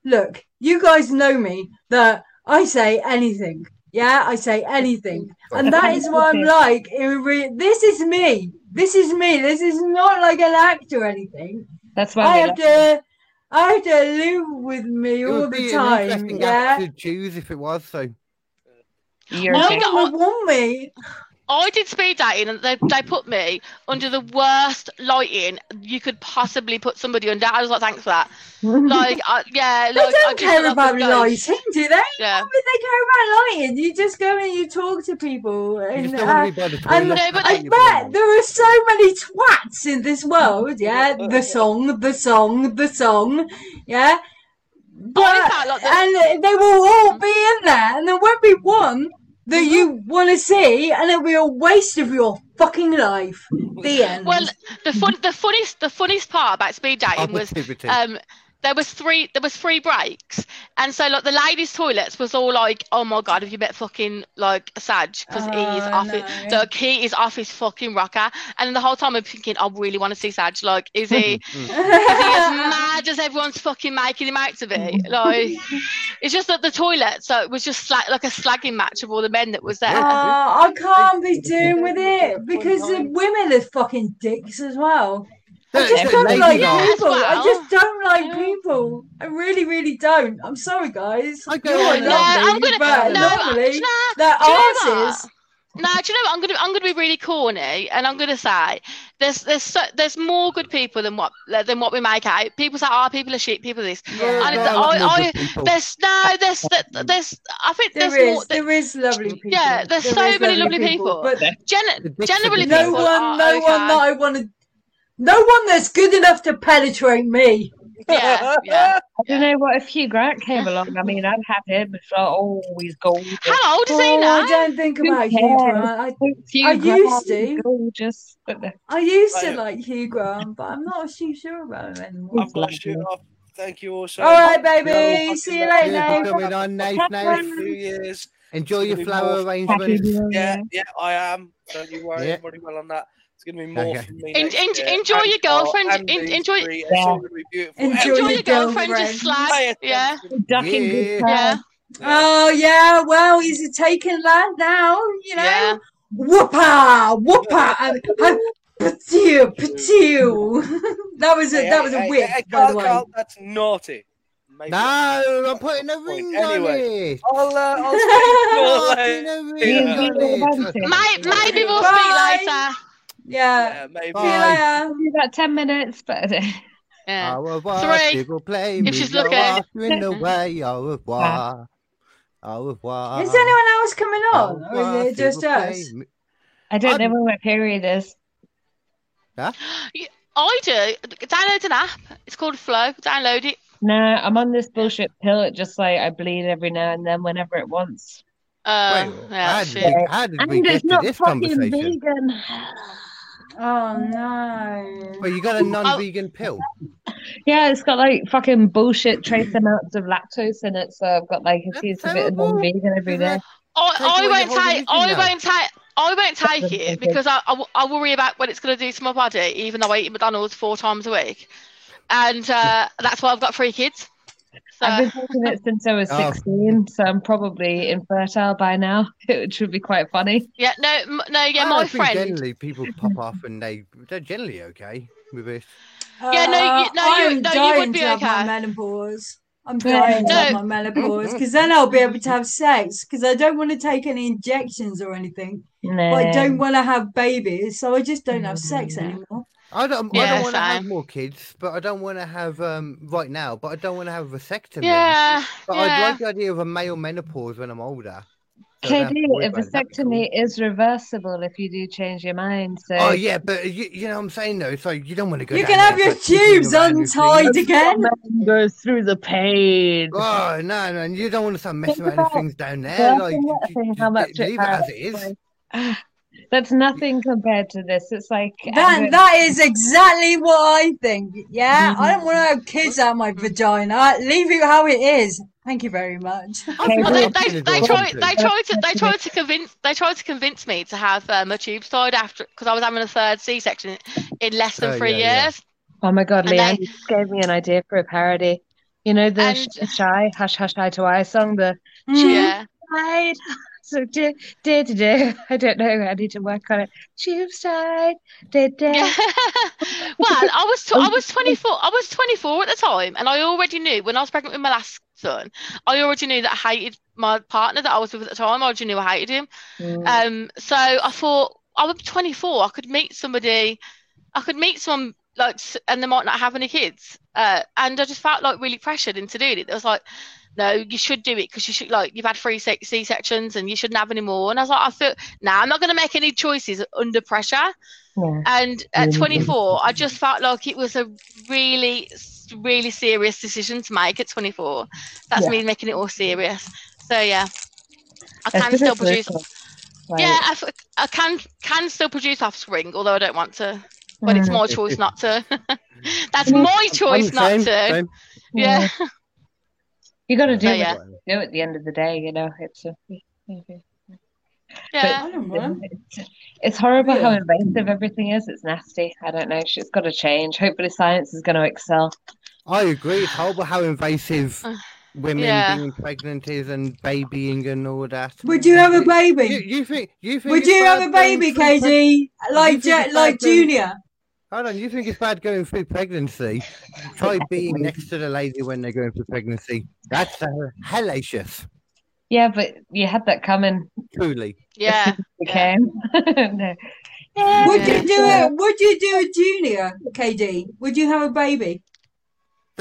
Speaker 2: look. You guys know me that I say anything. Yeah, I say anything, and that is what I'm like. In re- this is me. This is me. This is not like an act or anything.
Speaker 4: That's why
Speaker 2: I
Speaker 4: we
Speaker 2: have
Speaker 4: love-
Speaker 2: to. I have to live with me
Speaker 1: It
Speaker 2: all
Speaker 1: would
Speaker 2: the
Speaker 1: be an
Speaker 2: time.
Speaker 1: interesting
Speaker 2: Yeah,
Speaker 1: act to choose if it was so.
Speaker 4: you're
Speaker 5: Well,
Speaker 2: no
Speaker 4: okay.
Speaker 5: got-
Speaker 2: one would want me.
Speaker 5: I did speed dating and they, they put me under the worst lighting you could possibly put somebody under. I was like, thanks for that. Like, I, yeah,
Speaker 2: They
Speaker 5: like, I
Speaker 2: don't
Speaker 5: just
Speaker 2: care
Speaker 5: love
Speaker 2: about
Speaker 5: those.
Speaker 2: lighting, do they?
Speaker 5: Yeah.
Speaker 2: But they care about lighting. You just go and you talk to people,
Speaker 1: You
Speaker 2: and
Speaker 1: just
Speaker 2: uh,
Speaker 1: don't want to be by the
Speaker 2: I'm-
Speaker 1: toilet.
Speaker 5: No, but
Speaker 1: That's
Speaker 5: I
Speaker 1: what
Speaker 2: I
Speaker 1: you belong
Speaker 2: bet
Speaker 1: on.
Speaker 2: there are so many twats in this world. Yeah, the song, the song, the song. Yeah, but
Speaker 5: felt like that.
Speaker 2: and they will all be in there, and there won't be one that
Speaker 5: Mm-hmm.
Speaker 2: you want to see, and it'll be a waste of your fucking life. The end.
Speaker 5: Well, the fun, the funniest, the funniest part about speed dating was
Speaker 1: Positivity.
Speaker 5: um there was three there was three breaks and so like the ladies toilets was all like oh my god have you met fucking like Saj because he is
Speaker 2: Oh,
Speaker 5: off his,
Speaker 2: no.
Speaker 5: like he is off his fucking rocker and the whole time I'm thinking I really want to see Saj like is
Speaker 1: Mm,
Speaker 5: he is he as mad as everyone's fucking making him out to be like it's just that the toilet so it was just like like a slagging match of all the men that was there
Speaker 2: Ah, I can't be doing with it because the women are fucking dicks as well. I
Speaker 1: Look,
Speaker 2: just
Speaker 1: look,
Speaker 2: don't
Speaker 1: ladies
Speaker 2: like
Speaker 5: Yeah,
Speaker 1: are-
Speaker 5: as
Speaker 2: people. I
Speaker 5: well.
Speaker 2: just don't like
Speaker 5: Yeah.
Speaker 2: people. I really, really don't. I'm sorry, guys.
Speaker 1: I go
Speaker 2: You
Speaker 1: on
Speaker 2: are
Speaker 1: and
Speaker 5: no, I'm
Speaker 2: lovely, Oh,
Speaker 5: gonna
Speaker 2: but
Speaker 5: no,
Speaker 2: normally
Speaker 5: I- nah,
Speaker 2: they're
Speaker 5: do you know
Speaker 2: arses.
Speaker 5: what? No, do you know what? I'm gonna I'm gonna be really corny, and I'm gonna say there's there's so, there's more good people than what than what we make out. People say, "Oh, people are shit, people are this."
Speaker 1: There
Speaker 5: I-
Speaker 1: are a lot
Speaker 5: I-
Speaker 1: more
Speaker 5: I-
Speaker 1: good people.
Speaker 5: There's no, there's there's I think there's
Speaker 2: Oh. There
Speaker 5: more.
Speaker 2: is, there is lovely people.
Speaker 5: Yeah, there's
Speaker 2: There
Speaker 5: so
Speaker 2: is
Speaker 5: many lovely people.
Speaker 2: But
Speaker 5: Gen-
Speaker 1: The
Speaker 5: generally,
Speaker 1: dicks are
Speaker 2: no
Speaker 5: people
Speaker 1: different.
Speaker 5: are
Speaker 2: one, no
Speaker 5: okay.
Speaker 2: one that I want to, no one that's good enough to penetrate me.
Speaker 5: Yeah, yeah.
Speaker 4: I don't know what if Hugh Grant came along. I mean, I'd have him. It's like, oh, he's golden.
Speaker 5: How old is he
Speaker 2: Oh, I
Speaker 5: now?
Speaker 2: don't think about Hugh
Speaker 4: cares?
Speaker 2: Grant. I,
Speaker 4: Hugh
Speaker 2: I
Speaker 4: Grant,
Speaker 2: used to.
Speaker 4: gorgeous. But the-
Speaker 2: I used to
Speaker 6: Right.
Speaker 2: like Hugh Grant, but I'm not too sure about him anymore.
Speaker 6: I've got shit off. Thank you also.
Speaker 2: All right, baby.
Speaker 6: Yeah.
Speaker 2: See you later.
Speaker 1: Cheers for
Speaker 2: Nath.
Speaker 1: coming on, Nath.
Speaker 6: Catch
Speaker 1: Nath.
Speaker 6: you in a few years.
Speaker 1: Enjoy your
Speaker 6: Happy
Speaker 1: flower
Speaker 6: birthday.
Speaker 1: arrangements.
Speaker 6: Yeah, yeah, I am. Don't you worry,
Speaker 1: Yeah.
Speaker 6: everybody well on that. It's gonna be more
Speaker 1: Okay.
Speaker 6: from me.
Speaker 5: En-
Speaker 6: next
Speaker 5: en-
Speaker 6: year.
Speaker 5: enjoy your
Speaker 6: And Carl
Speaker 5: girlfriend.
Speaker 6: and
Speaker 5: En-
Speaker 6: these
Speaker 5: enjoy-
Speaker 6: three. It's
Speaker 8: Yeah.
Speaker 6: all gonna be beautiful.
Speaker 2: Enjoy
Speaker 5: Enjoy
Speaker 2: your
Speaker 5: your girlfriend,
Speaker 2: girlfriend.
Speaker 5: just slag. Yeah.
Speaker 8: Ducking
Speaker 1: Yeah.
Speaker 8: good
Speaker 5: Yeah.
Speaker 8: times.
Speaker 2: Oh yeah, well he's a taken lad now, you know.
Speaker 5: Yeah.
Speaker 2: Whoopa, whoopa, and- and patew, patew. that was a that was
Speaker 6: eh?
Speaker 2: a whip, by the way.
Speaker 6: that's naughty. Maybe.
Speaker 1: No, I'm putting a ring
Speaker 6: Anyway.
Speaker 1: on it.
Speaker 6: I'll, uh, I'll
Speaker 1: Putting
Speaker 6: speak to you later.
Speaker 1: a
Speaker 8: Being
Speaker 1: ring
Speaker 6: Yeah.
Speaker 1: on
Speaker 8: really
Speaker 1: it.
Speaker 8: romantic.
Speaker 5: May- maybe we'll
Speaker 2: Bye.
Speaker 5: speak later.
Speaker 2: Yeah.
Speaker 6: Yeah, maybe.
Speaker 2: See you
Speaker 1: Bye.
Speaker 2: later.
Speaker 8: Probably About 10 minutes, but
Speaker 5: Yeah.
Speaker 1: Au revoir,
Speaker 5: Three.
Speaker 1: people play
Speaker 5: If
Speaker 1: me.
Speaker 5: she's
Speaker 1: Au
Speaker 5: looking.
Speaker 1: revoir, you're oh, in the way. Au revoir. Au revoir.
Speaker 2: Is anyone else coming
Speaker 1: Au
Speaker 2: on, or
Speaker 1: revoir,
Speaker 2: is it just
Speaker 1: people play
Speaker 2: us?
Speaker 1: me-
Speaker 8: I
Speaker 1: I'm-
Speaker 8: don't know when my period is.
Speaker 5: I do. Download an app. It's called Flow. Download it.
Speaker 8: No, I'm on this bullshit pill. It just like I bleed every now and then whenever it wants.
Speaker 5: Uh,
Speaker 1: Wait,
Speaker 5: yeah,
Speaker 1: how did
Speaker 5: shit.
Speaker 1: we, how did we
Speaker 8: And
Speaker 1: get
Speaker 8: it's
Speaker 1: to
Speaker 8: not
Speaker 1: this
Speaker 8: fucking
Speaker 1: conversation?
Speaker 8: vegan.
Speaker 2: Oh no.
Speaker 1: Well, you got a
Speaker 5: Oh,
Speaker 1: non-vegan pill.
Speaker 8: Yeah, it's got like fucking bullshit trace amounts of lactose in it, so I've got like a
Speaker 1: That's
Speaker 8: piece of it and
Speaker 1: terrible.
Speaker 8: I'm vegan every day.
Speaker 5: I,
Speaker 1: Take
Speaker 5: I
Speaker 1: away
Speaker 5: won't
Speaker 1: your whole
Speaker 5: take. I
Speaker 1: religion now.
Speaker 5: won't take. I won't take
Speaker 8: That's
Speaker 5: it
Speaker 8: okay.
Speaker 5: because I, I, w- I worry about what it's going to do to my body, even though I eat McDonald's four times a week, and uh, that's why I've got three kids. So
Speaker 8: I've been taking it since I was
Speaker 1: Oh.
Speaker 8: 16, so I'm probably infertile by now, which would be quite funny.
Speaker 5: yeah, no, m- no, yeah,
Speaker 1: I
Speaker 5: my
Speaker 1: think
Speaker 5: friend.
Speaker 1: Generally, people pop off and they they're generally okay with this.
Speaker 5: Yeah, no, you-
Speaker 2: Uh,
Speaker 5: no, you-
Speaker 2: I'm
Speaker 5: no, you
Speaker 2: dying
Speaker 5: would be
Speaker 2: to have my
Speaker 5: okay.
Speaker 2: menopause. I'm
Speaker 8: Yeah.
Speaker 2: dying to have
Speaker 5: No.
Speaker 2: my menopause because then I'll be able to have sex because I don't want to take any injections or anything. But I don't
Speaker 8: No.
Speaker 2: want to have babies, so I just don't have sex anymore.
Speaker 1: I don't. I
Speaker 5: Yeah,
Speaker 1: don't want to have
Speaker 5: same.
Speaker 1: more kids, but I don't want to have um right now. But I don't want to have a vasectomy.
Speaker 5: Yeah,
Speaker 1: But I
Speaker 5: yeah.
Speaker 1: like the idea of a male menopause when I'm older. so I don't have to
Speaker 8: KD,
Speaker 1: worry
Speaker 8: a
Speaker 1: about it. That'd be cool.
Speaker 8: vasectomy is reversible if you do change your mind. So
Speaker 1: Oh yeah, but you, you know what I'm saying though. It's like you don't want to go.
Speaker 2: You
Speaker 1: down
Speaker 2: can have
Speaker 1: there
Speaker 2: your
Speaker 1: for kicking
Speaker 2: tubes
Speaker 1: around with
Speaker 2: untied
Speaker 1: things.
Speaker 2: again.
Speaker 8: goes through the pain.
Speaker 1: Oh no, no, you don't want to start messing around with
Speaker 8: about
Speaker 1: things down there.
Speaker 8: birth
Speaker 1: Like,
Speaker 8: and
Speaker 1: you-
Speaker 8: that
Speaker 1: you-
Speaker 8: thing,
Speaker 1: you
Speaker 8: how much
Speaker 1: d-
Speaker 8: it
Speaker 1: leave it as
Speaker 8: hurts,
Speaker 1: it is.
Speaker 8: like- That's nothing compared to this. It's like
Speaker 2: That that is exactly what I think. Yeah, I don't
Speaker 8: Mhm.
Speaker 2: want to have kids out of my vagina. Leave it how it is. Thank you very much.
Speaker 1: I've
Speaker 5: Well,
Speaker 1: got
Speaker 5: they,
Speaker 1: a
Speaker 5: they,
Speaker 1: kid as
Speaker 5: they
Speaker 1: well,
Speaker 5: tried.
Speaker 1: simply.
Speaker 5: They tried to. They tried to convince. They tried to convince me to have um, a tube tied after because I was having a third C-section in less than
Speaker 1: Oh,
Speaker 5: three
Speaker 1: yeah, yeah.
Speaker 5: years.
Speaker 8: Oh my God,
Speaker 5: And
Speaker 8: Leanne
Speaker 5: they-
Speaker 8: just gave me an idea for a parody. You know the
Speaker 5: And-
Speaker 8: sh- shy hush hush hi to I song, the
Speaker 2: Mm.
Speaker 5: Yeah.
Speaker 8: side. So dear, dear, dear, dear. I don't know. I need to work on it. Tube side, dear, dear.
Speaker 5: Yeah. well, I was tw- I was 24. I was 24 at the time, and I already knew when I was pregnant with my last son. I already knew that I hated my partner that I was with at the time. I already knew I hated him.
Speaker 8: Mm.
Speaker 5: Um, so I thought I was 24. I could meet somebody. I could meet someone like, s- and they might not have any kids. Uh, and I just felt like really pressured into doing it. It was like, no, you should do it because you should like you've had three C sections and you shouldn't have any more. And I was like, I feel now nah, I'm not going to make any choices under pressure.
Speaker 8: Yeah.
Speaker 5: And at
Speaker 8: Mhm.
Speaker 5: 24, I just felt like it was a really, really serious decision to make at 24. That's
Speaker 8: Yeah.
Speaker 5: me making it all serious. So yeah, I
Speaker 8: It's
Speaker 5: can
Speaker 8: a
Speaker 5: still
Speaker 8: bit
Speaker 5: produce.
Speaker 8: brutal, like,
Speaker 5: Yeah, I, f- I can can still produce offspring, although I don't want to. But it's
Speaker 8: mm,
Speaker 5: my choice not to. That's
Speaker 8: Mm.
Speaker 5: my
Speaker 1: I'm
Speaker 5: choice
Speaker 1: the
Speaker 5: not
Speaker 1: same,
Speaker 5: to.
Speaker 1: same.
Speaker 5: Yeah.
Speaker 8: You got to do
Speaker 5: So,
Speaker 8: what
Speaker 5: yeah.
Speaker 8: you do at the end of the day, you know. It's a,
Speaker 5: Yeah.
Speaker 2: I don't know.
Speaker 8: it's, it's horrible how
Speaker 2: Yeah.
Speaker 8: invasive everything is. It's nasty. I don't know. It's got to change. Hopefully, science is going to excel.
Speaker 1: I agree. It's horrible how invasive
Speaker 5: Uh,
Speaker 1: women
Speaker 5: yeah.
Speaker 1: being pregnant is and babying and all that.
Speaker 2: Would you have a
Speaker 1: You,
Speaker 2: baby?
Speaker 1: you think? You think?
Speaker 2: Would
Speaker 1: it's
Speaker 2: you
Speaker 1: bad
Speaker 2: have a
Speaker 1: going
Speaker 2: baby,
Speaker 1: through preg-
Speaker 2: KG? Like
Speaker 1: think it's
Speaker 2: Ju- like
Speaker 1: bad being-
Speaker 2: Junior?
Speaker 1: Hold on. You think it's bad going through pregnancy? Try being next to the lady when they're going through pregnancy. That's uh, hellacious.
Speaker 8: Yeah, but you had that coming.
Speaker 1: Truly.
Speaker 5: Yeah.
Speaker 8: It
Speaker 5: Yeah.
Speaker 8: came. No.
Speaker 2: Would you do
Speaker 8: Yeah.
Speaker 2: it? Would you do a Junior, KD? Would you have a baby?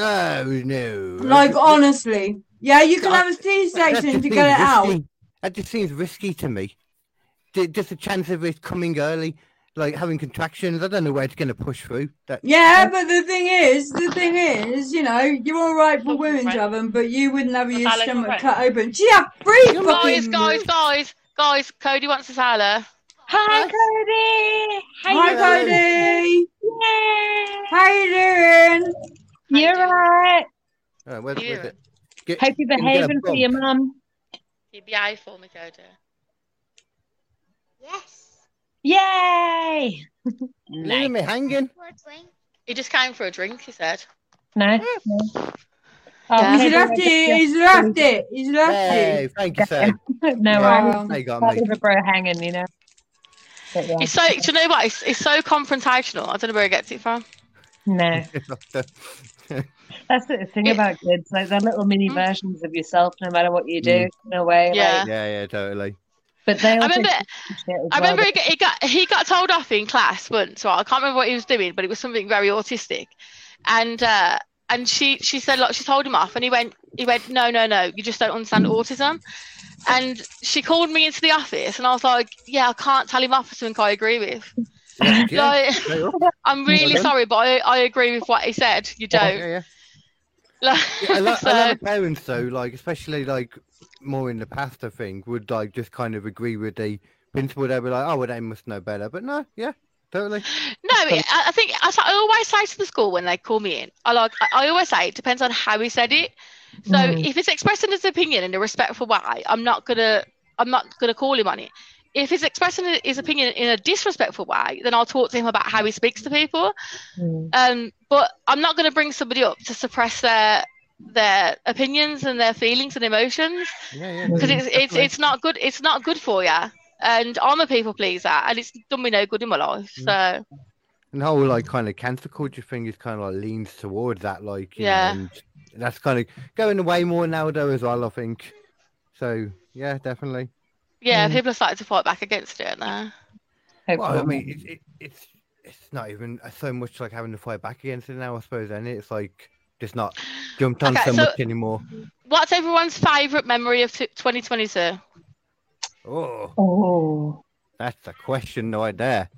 Speaker 1: Oh no.
Speaker 2: Like honestly, yeah, you can
Speaker 1: I-
Speaker 2: have a C-section
Speaker 1: just
Speaker 2: to
Speaker 1: seems
Speaker 2: get it out.
Speaker 1: risky. That just seems risky to me. Ju- Just the chance of it coming early, like having contractions. I don't know where it's going to push through. That
Speaker 2: Yeah, but the thing is, the thing is, you know, you're all right for women to have them, but you wouldn't have your
Speaker 5: Valid
Speaker 2: stomach
Speaker 5: point.
Speaker 2: cut open. She had three
Speaker 1: Guys,
Speaker 5: Guys,
Speaker 2: fucking.
Speaker 5: guys, guys, guys. Cody wants to tell her.
Speaker 8: Hi, Cody.
Speaker 2: Hi, Cody.
Speaker 8: Yay.
Speaker 2: How you doing?
Speaker 8: You're
Speaker 5: Cody.
Speaker 8: right.
Speaker 1: Uh, where,
Speaker 5: Yeah.
Speaker 1: where's it? Get-
Speaker 4: Hope you're
Speaker 1: can get a
Speaker 4: behaving for your
Speaker 1: bump.
Speaker 4: mum.
Speaker 5: TBI for me, Jojo.
Speaker 9: Yes.
Speaker 4: Yay!
Speaker 1: Leaving me hanging.
Speaker 9: What drink?
Speaker 5: He just came for a drink, he said.
Speaker 4: No. no. Oh,
Speaker 5: Yeah.
Speaker 4: maybe
Speaker 2: He's left it. He's left it. He's left it.
Speaker 1: Hey, thank you, sir.
Speaker 4: I- No,
Speaker 2: Yeah.
Speaker 4: I'm
Speaker 2: Wow.
Speaker 1: They got
Speaker 4: part
Speaker 1: me.
Speaker 4: of a bro hanging, you know. But yeah,
Speaker 5: It's so, do you know what? It's, it's so confrontational. I don't know where he gets it from.
Speaker 4: no. That's the thing
Speaker 5: Yeah.
Speaker 4: about kids. Like they're little mini
Speaker 5: Mm.
Speaker 4: versions of yourself, no matter what you do,
Speaker 1: Mm.
Speaker 4: in a way. like-
Speaker 5: Yeah.
Speaker 1: yeah, yeah, totally.
Speaker 4: but they
Speaker 5: I
Speaker 4: also
Speaker 5: remember,
Speaker 4: teach shit as
Speaker 5: I
Speaker 4: well.
Speaker 5: remember he got, he got he got told off in class once. Right? I can't remember what he was doing, but it was something very autistic, and uh, and she she said like she told him off, and he went he went no no no you just don't understand autism, and she called me into the office, and I was like yeah I can't tell him off for something I agree with.
Speaker 1: Yeah, yeah.
Speaker 5: Like,
Speaker 1: Straight up.
Speaker 5: I'm really
Speaker 1: done.
Speaker 5: sorry, but I, I agree with what he said. You
Speaker 1: Yeah,
Speaker 5: don't.
Speaker 1: yeah, yeah.
Speaker 5: Like,
Speaker 1: Yeah, a, lot,
Speaker 5: so,
Speaker 1: a lot of parents though, like especially like more in the past, I think would like just kind of agree with the principle. They'd be like, "Oh, well, they must know better." But no, yeah, totally.
Speaker 5: no, I, I think I, I always say to the school when they call me in, I like I, I always say it depends on how he said it. So
Speaker 4: Mm.
Speaker 5: if it's expressing his opinion in a respectful way, I'm not gonna I'm not gonna call him on it. If he's expressing his opinion in a disrespectful way, then I'll talk to him about how he speaks to people.
Speaker 4: Mm.
Speaker 5: Um, but I'm not gonna bring somebody up to suppress their their opinions and their feelings and emotions.
Speaker 1: Yeah, yeah.
Speaker 5: because
Speaker 1: totally,
Speaker 5: it's it's
Speaker 1: definitely.
Speaker 5: it's not good it's not good for you and i'm a people pleaser and it's done me no good in my life so
Speaker 1: and the whole like kind of cancer culture thing is kind of like leans towards that, like you know,
Speaker 5: Yeah.
Speaker 1: and that's kind of going away more now though as well. I think so. Yeah, definitely.
Speaker 5: yeah
Speaker 4: Mm.
Speaker 5: people are starting to fight back against it now
Speaker 1: Well, I
Speaker 4: Hopefully.
Speaker 1: mean, it, it, it's it's not even uh, so much like having to fight back against it now. I suppose, and it's like just not jumped on
Speaker 5: Okay,
Speaker 1: so,
Speaker 5: so-
Speaker 1: much anymore.
Speaker 5: what's everyone's favorite memory of t- 2022
Speaker 1: Oh,
Speaker 4: Oh,
Speaker 1: that's a question right there.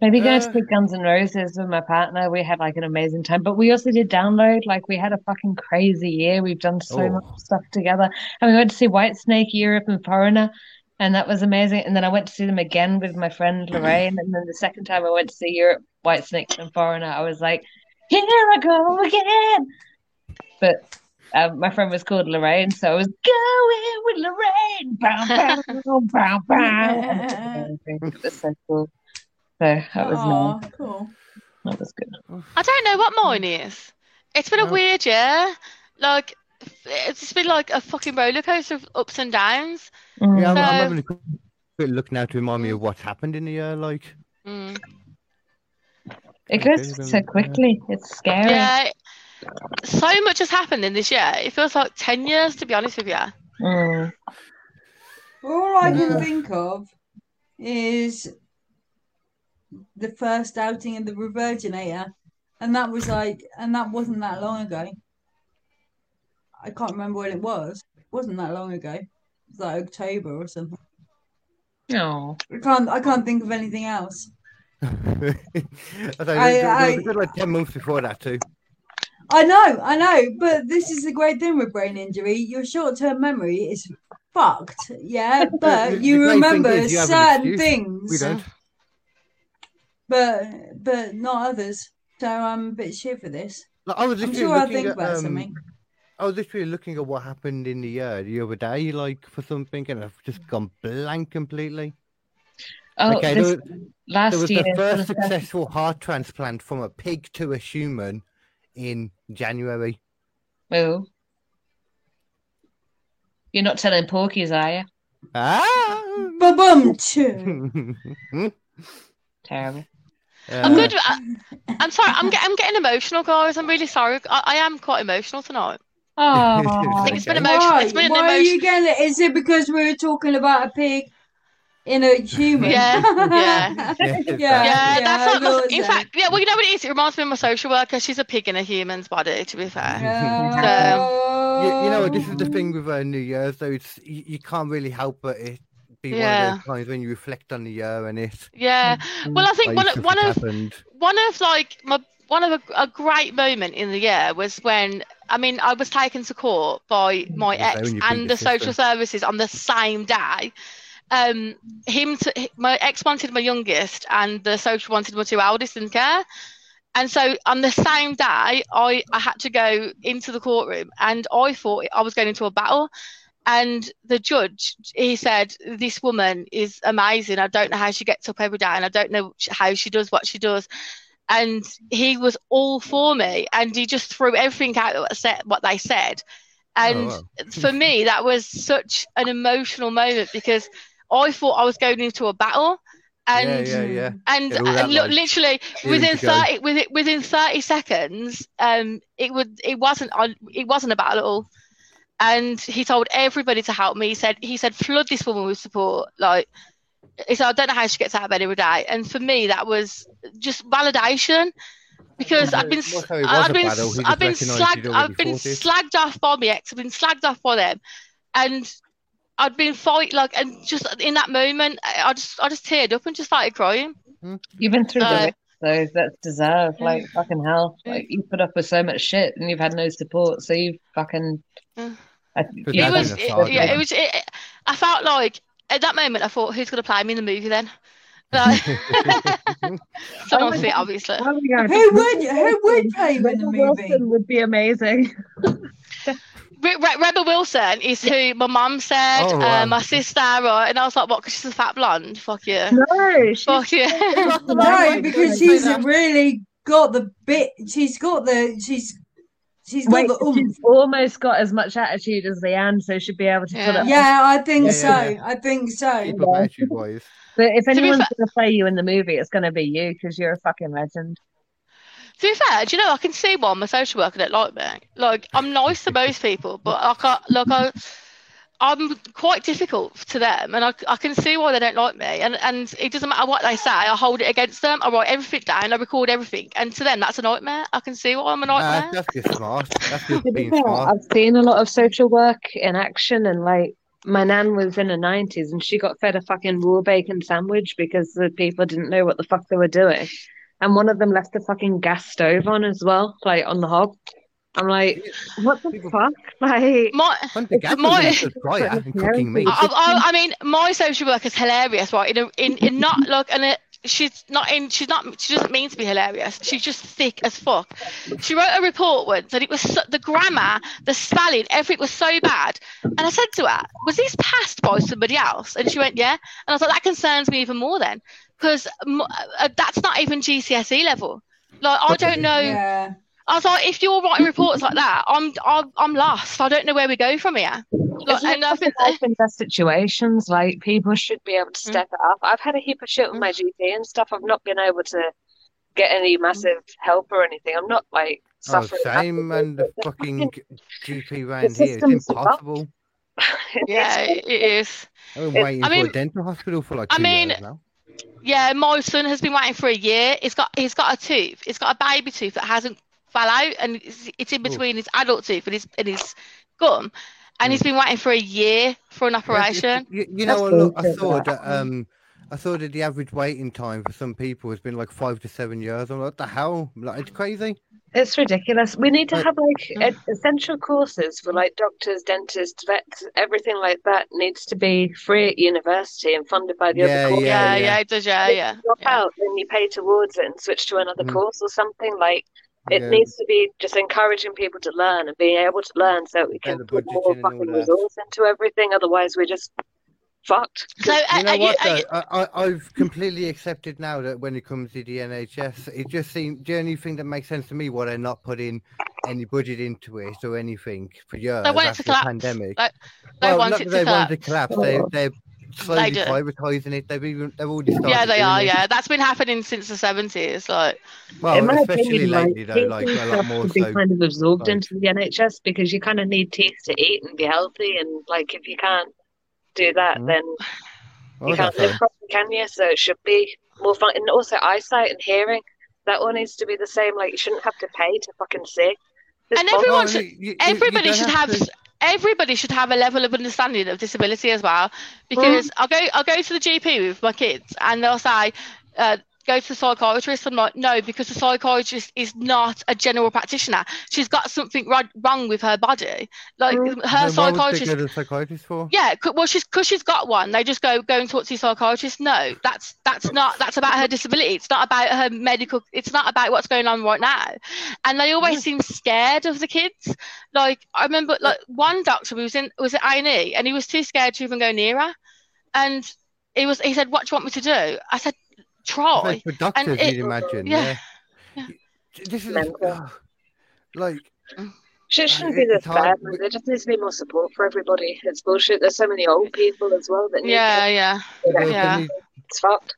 Speaker 4: maybe going to
Speaker 1: Uh.
Speaker 4: see Guns N' Roses with my partner. We had like an amazing time, but we also did download. Like we had a fucking crazy year. We've done so
Speaker 1: Oh.
Speaker 4: much stuff together, and we went to see Whitesnake, Europe, and Foreigner, and that was amazing. And then I went to see them again with my friend Lorraine, and then the second time I went to see Europe, Whitesnake, and Foreigner, I was like, here I go again. But um, my friend was called Lorraine, so I was going with Lorraine. Bow, bow, bow, bow. it was so cool. So that was
Speaker 2: Aw,
Speaker 4: nice.
Speaker 2: cool.
Speaker 4: That was good.
Speaker 5: i don't know what mine is it's been a
Speaker 1: No.
Speaker 5: weird year like it's just been like a fucking roller coaster of ups and downs
Speaker 4: Mm.
Speaker 1: Yeah, I'm, I'm
Speaker 5: So-
Speaker 1: having a quick quick look now to remind me of what's happened in the year. Like,
Speaker 5: Mm.
Speaker 4: It goes so quickly. It's scary.
Speaker 5: yeah so much has happened in this year it feels like 10 years to be honest with you
Speaker 4: Mm.
Speaker 2: All I
Speaker 1: Yeah.
Speaker 2: can think of is the first outing of the Revirginator, and that was like, and that wasn't that long ago. I can't remember when it was. It wasn't that long ago. It was like October or something.
Speaker 4: Oh.
Speaker 2: I can't. I can't think of anything else.
Speaker 1: I don't know,
Speaker 2: I-
Speaker 1: it was a
Speaker 2: I-
Speaker 1: good like ten months before that too.
Speaker 2: I know, I know, but this is the great thing with brain injury. Your short term memory is fucked, yeah,
Speaker 1: the-
Speaker 2: but
Speaker 1: the
Speaker 2: you
Speaker 1: great thing
Speaker 2: remember
Speaker 1: is you have an
Speaker 2: certain
Speaker 1: excuse.
Speaker 2: things,
Speaker 1: We don't.
Speaker 2: but but not others. So I'm a bit shit for this.
Speaker 1: Like, I was
Speaker 2: I'm
Speaker 1: literally
Speaker 2: sure I'll
Speaker 1: looking
Speaker 2: think
Speaker 1: at,
Speaker 2: about
Speaker 1: um,
Speaker 2: something.
Speaker 1: I was literally looking at what happened in the year the other day, like for something, and I've just gone blank completely.
Speaker 4: Oh,
Speaker 1: okay,
Speaker 4: this
Speaker 1: there, was-
Speaker 4: last
Speaker 1: there was
Speaker 4: year.
Speaker 1: the first successful heart transplant from a pig to a human in January.
Speaker 4: Oh. You're not telling porkies, are you?
Speaker 1: Ah.
Speaker 2: Ba bum choo.
Speaker 4: Terrible.
Speaker 5: I'm
Speaker 1: Uh,
Speaker 5: good. I, I'm sorry. I'm, get, I'm getting emotional, guys. I'm really sorry. I, I am quite emotional tonight. I
Speaker 4: Oh,
Speaker 5: think it's been
Speaker 1: Okay.
Speaker 5: emotional.
Speaker 2: Why?
Speaker 5: It's been an
Speaker 2: Why are
Speaker 5: emotion.
Speaker 2: you getting it? Is it because we were talking about a pig in a human?
Speaker 5: Yeah, yeah.
Speaker 1: yeah,
Speaker 2: yeah,
Speaker 5: Yeah,
Speaker 2: I
Speaker 5: that's
Speaker 2: thought
Speaker 5: not. In
Speaker 2: so.
Speaker 5: fact, yeah. Well, you know what it is. It reminds me of my social worker. She's a pig in a human's body. To be fair.
Speaker 1: You, you know what? This is the thing with uh, New Year's, though. It's you, you can't really help but it be one
Speaker 5: Yeah.
Speaker 1: of those times when you reflect on the year and it.
Speaker 5: Yeah. Well, I think
Speaker 1: Hmm. like,
Speaker 5: one
Speaker 1: stuff that
Speaker 5: of one of
Speaker 1: happened.
Speaker 5: one of like my one of a, a great moment in the year was when I mean I was taken to court by my
Speaker 1: Yeah,
Speaker 5: ex
Speaker 1: Hmm. when you beat
Speaker 5: and
Speaker 1: your
Speaker 5: the social services on the same day. Um, him to my ex wanted my youngest and the social wanted my two eldest in care, And so on the same day, I, I had to go into the courtroom and I thought I was going into a battle. And the judge, he said, This woman is amazing. I don't know how she gets up every day and I don't know sh- how she does what she does. And he was all for me and he just threw everything out that said, what they said. And
Speaker 1: Oh, wow.
Speaker 5: for me, that was such an emotional moment because I thought I was going into a battle. And
Speaker 1: yeah, yeah, yeah.
Speaker 5: and,
Speaker 1: Yeah, all that
Speaker 5: and look,
Speaker 1: like
Speaker 5: literally
Speaker 1: years
Speaker 5: within
Speaker 1: ago.
Speaker 5: thirty within, within thirty seconds, um, it would it wasn't on it wasn't a battle at all. And he told everybody to help me. He said he said flood this woman with support. Like he said, I don't know how she gets out of bed every day. And for me, that was just validation because
Speaker 1: Well,
Speaker 5: I've been
Speaker 1: so-
Speaker 5: s-
Speaker 1: well, so it was
Speaker 5: I've
Speaker 1: a
Speaker 5: been
Speaker 1: battle, he
Speaker 5: s-
Speaker 1: just
Speaker 5: I've been
Speaker 1: recognised he'd
Speaker 5: slagged
Speaker 1: already
Speaker 5: I've been
Speaker 1: fought it.
Speaker 5: slagged off by my ex. I've been slagged off by them, and I'd been fight like and just in that moment, I I just I just teared up and just started crying.
Speaker 4: You've been through
Speaker 5: Uh,
Speaker 4: the risk, though. That's deserved. Like fucking hell. Like you put up with so much shit, and you've had no support. So you fucking.
Speaker 5: Mm.
Speaker 4: I,
Speaker 1: But
Speaker 4: you
Speaker 5: it
Speaker 1: that's
Speaker 5: was
Speaker 1: in a
Speaker 5: it-
Speaker 1: saga.
Speaker 5: yeah it was it, it- i felt like at that moment i thought who's going to play me in the movie then like someone
Speaker 4: my
Speaker 5: fit
Speaker 4: God.
Speaker 5: obviously
Speaker 4: Oh my God.
Speaker 2: Who would who would play him in the
Speaker 4: Rebel
Speaker 2: movie?
Speaker 4: Wilson would be amazing.
Speaker 5: Re- Re- rebel wilson is who my mum said
Speaker 1: Oh,
Speaker 5: uh,
Speaker 1: wow.
Speaker 5: my sister right and i was like what because she's a fat blonde fuck yeah
Speaker 4: No, she's
Speaker 5: fuck yeah
Speaker 2: No, because she's really got the bit. She's got the she's she's got
Speaker 4: Wait,
Speaker 2: the oomph.
Speaker 4: she's almost got as much attitude as Leanne, so she'd be able to put
Speaker 5: Yeah.
Speaker 4: up.
Speaker 2: Yeah, I think
Speaker 1: Yeah,
Speaker 2: so.
Speaker 1: yeah, yeah.
Speaker 2: I think so.
Speaker 1: Keep up attitude, boys.
Speaker 4: But if
Speaker 5: be
Speaker 4: anyone's
Speaker 5: fair-
Speaker 4: going to play you in the movie, it's going to be you because you're a fucking legend.
Speaker 5: to be fair do you know i can see why my social worker don't like me like i'm nice to most people but i can't like i I'm quite difficult to them, and I, I can see why they don't like me. And, and it doesn't matter what they say, I hold it against them. I write everything down, I record everything. And to them, that's a nightmare. I can see why I'm a
Speaker 1: Nah,
Speaker 5: nightmare.
Speaker 1: that's just smart. That's just
Speaker 4: To be
Speaker 1: being
Speaker 4: fair,
Speaker 1: smart.
Speaker 4: I've seen a lot of social work in action, and like my nan was in her 90s and she got fed a fucking raw bacon sandwich because the people didn't know what the fuck they were doing. And one of them left the fucking gas stove on as well, like on the hob. I'm like, what the fuck? Like,
Speaker 5: My,
Speaker 1: Hunter
Speaker 5: my-
Speaker 1: Gatherer is a dryer and cooking meat.
Speaker 5: I, I, I mean, my social worker's hilarious, right? In, a, in, in not like, and a, she's not in, she's not, she doesn't mean to be hilarious. She's just thick as fuck. She wrote a report once, and it was so, the grammar, the spelling, everything was so bad. And I said to her, "Was this passed by somebody else?" And she went, "Yeah." And I was like, "That concerns me even more then, because uh, that's not even GCSE E level." Like, I don't know.
Speaker 2: Yeah.
Speaker 5: I was like, if you're writing reports like that, I'm I'm, I'm lost. I don't know where we go from here. Like,
Speaker 4: Isn't it
Speaker 5: and I think,
Speaker 4: I've been in those situations like people should be able to step it up. I've had a heap of shit with my GP and stuff. I've not been able to get any massive help or anything. I'm not like
Speaker 1: Oh,
Speaker 4: suffering.
Speaker 1: same
Speaker 4: massively,
Speaker 1: and the
Speaker 4: but
Speaker 1: fucking GP round
Speaker 4: the
Speaker 1: here. It's
Speaker 4: system's fucked.
Speaker 1: impossible.
Speaker 4: it's
Speaker 5: yeah, it is.
Speaker 1: I've been
Speaker 4: It-
Speaker 1: waiting
Speaker 5: I
Speaker 1: for a
Speaker 5: mean-
Speaker 1: dental hospital for like
Speaker 5: I
Speaker 1: two
Speaker 5: mean-
Speaker 1: years now.
Speaker 5: Yeah, my son has been waiting for a year. He's got he's got a tooth. He's got a baby tooth that hasn't fell out, and it's, it's in
Speaker 1: Oh.
Speaker 5: between his adult tooth and his and his gum. And
Speaker 1: Mm.
Speaker 5: he's been waiting for a year for an
Speaker 1: Yeah, it's-
Speaker 5: operation.
Speaker 1: You, you
Speaker 4: That's
Speaker 1: know, I, look, I
Speaker 4: bullshit,
Speaker 1: saw
Speaker 4: that.
Speaker 1: that. Um, I saw that the average waiting time for some people has been like five to seven years. I'm like, what the hell? Like, it's crazy.
Speaker 4: It's ridiculous. We need to
Speaker 1: But-
Speaker 4: have like
Speaker 1: Mm.
Speaker 4: ed- essential courses for like doctors, dentists, vets, everything like that needs to be free at university and funded by the
Speaker 1: Yeah,
Speaker 4: other course.
Speaker 5: Yeah,
Speaker 1: yeah.
Speaker 5: yeah, it does. Yeah,
Speaker 4: If
Speaker 5: yeah.
Speaker 4: you drop
Speaker 5: yeah.
Speaker 4: out, then you pay towards it and switch to another
Speaker 1: Mm.
Speaker 4: course or something. Like it
Speaker 1: Yeah.
Speaker 4: needs to be just encouraging people to learn and being able to learn so that we can
Speaker 1: Better
Speaker 4: put
Speaker 1: budgeting
Speaker 4: more
Speaker 1: and all
Speaker 4: fucking
Speaker 1: that.
Speaker 4: resource into everything. Otherwise, we're just fucked.
Speaker 5: So, uh,
Speaker 1: You know
Speaker 5: are
Speaker 1: what?
Speaker 5: are
Speaker 1: though? I, I, I've completely accepted now that when it comes to the NHS, it just seems the only thing that makes sense to me why they're not putting any budget into it or anything for years
Speaker 5: they want it
Speaker 1: after
Speaker 5: to
Speaker 1: the
Speaker 5: collapse.
Speaker 1: pandemic.
Speaker 5: Like, they
Speaker 1: well,
Speaker 5: want
Speaker 1: not
Speaker 5: it
Speaker 1: that they
Speaker 5: to
Speaker 1: want
Speaker 5: collapse.
Speaker 1: to collapse. They,
Speaker 4: Oh.
Speaker 1: they're slowly
Speaker 5: do.
Speaker 1: privatising it. They've even they've already started.
Speaker 5: Yeah, they
Speaker 1: doing
Speaker 5: are.
Speaker 1: it.
Speaker 5: Yeah, that's been happening since the seventies. Like,
Speaker 1: Well,
Speaker 4: my
Speaker 1: especially
Speaker 4: opinion, like,
Speaker 1: lately though, like
Speaker 4: teaching
Speaker 1: a
Speaker 4: stuff
Speaker 1: lot more
Speaker 4: should be
Speaker 1: so.
Speaker 4: kind of absorbed
Speaker 1: like-
Speaker 4: into the NHS because you kind of need teeth to eat and be healthy. And like, if you can't do that,
Speaker 1: Mm.
Speaker 4: then
Speaker 1: I
Speaker 4: you
Speaker 1: would
Speaker 4: can't
Speaker 1: have
Speaker 4: live
Speaker 1: thought.
Speaker 4: properly, can you? So it should be more fun. And also eyesight and hearing, that all needs to be the same. Like you shouldn't have to pay to fucking see. This
Speaker 5: And
Speaker 4: bother-
Speaker 5: everyone
Speaker 1: Well,
Speaker 5: should-
Speaker 1: you- you- you
Speaker 5: everybody
Speaker 1: don't
Speaker 5: should have
Speaker 1: to-
Speaker 5: everybody should have a level of understanding of disability as well because I'll go I'll go to the GP with my kids and they'll say uh, go to the psychiatrist. I'm like, no, because the psychiatrist is not a general practitioner. She's got something ri- wrong with her body. Like her
Speaker 1: Then why would they
Speaker 5: psychiatrist
Speaker 1: go to the psychiatrist for?
Speaker 5: yeah, c- well, she's because she's got one. They just go go and talk to your psychiatrist. No, that's that's not that's about her disability. It's not about her medical. It's not about what's going on right now. And they always seem scared of the kids. Like I remember, like one doctor who was in was at A and E, and he was too scared to even go near her. And he was he said, "What do you want me to do?" I said,
Speaker 1: Like
Speaker 5: "Try."
Speaker 1: for doctors,
Speaker 5: it-
Speaker 1: you'd imagine.
Speaker 5: yeah,
Speaker 1: yeah. This is
Speaker 4: Mental.
Speaker 1: ugh. like
Speaker 4: Shit shouldn't be
Speaker 1: It's
Speaker 4: this bad.
Speaker 1: hard.
Speaker 4: man. There just needs to be more support for everybody. It's bullshit. There's so many old people as well that need
Speaker 5: yeah, yeah.
Speaker 1: there's
Speaker 5: Yeah.
Speaker 1: only-
Speaker 4: It's fucked.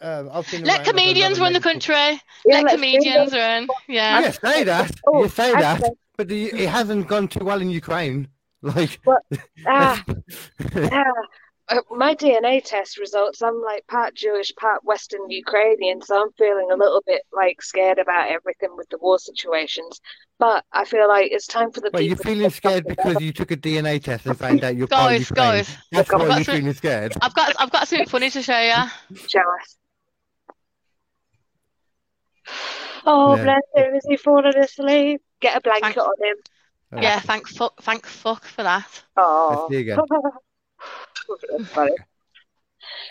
Speaker 1: um, I've been around
Speaker 5: Let
Speaker 1: with a lot
Speaker 5: comedians
Speaker 1: of
Speaker 5: run the
Speaker 1: medical-
Speaker 5: country.
Speaker 4: Yeah,
Speaker 5: Let
Speaker 4: let's do
Speaker 5: comedians
Speaker 4: that.
Speaker 5: run. Yeah.
Speaker 1: You say that.
Speaker 4: Oh,
Speaker 1: You say that.
Speaker 4: actually-
Speaker 1: But the, it hasn't gone too well in Ukraine. Like
Speaker 4: Ah, ah. Uh, My DNA test results, I'm like part Jewish, part Western Ukrainian, so I'm feeling a little bit like scared about everything with the war situations. But I feel like it's time for the
Speaker 1: Wait, you're
Speaker 4: people to
Speaker 1: feeling
Speaker 4: get
Speaker 1: scared
Speaker 4: something
Speaker 1: because
Speaker 4: up.
Speaker 1: you took a DNA test and found out you're part
Speaker 5: Guys,
Speaker 1: of Ukraine.
Speaker 5: guys,
Speaker 1: That's
Speaker 4: I've
Speaker 1: why you're
Speaker 5: got-
Speaker 1: feeling scared.
Speaker 5: I've got I've got something funny to show you.
Speaker 4: jealous. Oh,
Speaker 1: Yeah.
Speaker 4: bless him, is he falling asleep? Get a blanket
Speaker 5: Thanks.
Speaker 4: on him.
Speaker 1: Oh.
Speaker 5: Yeah, thank fuck, thank fuck for that.
Speaker 4: Oh,
Speaker 1: see again.
Speaker 4: That's funny.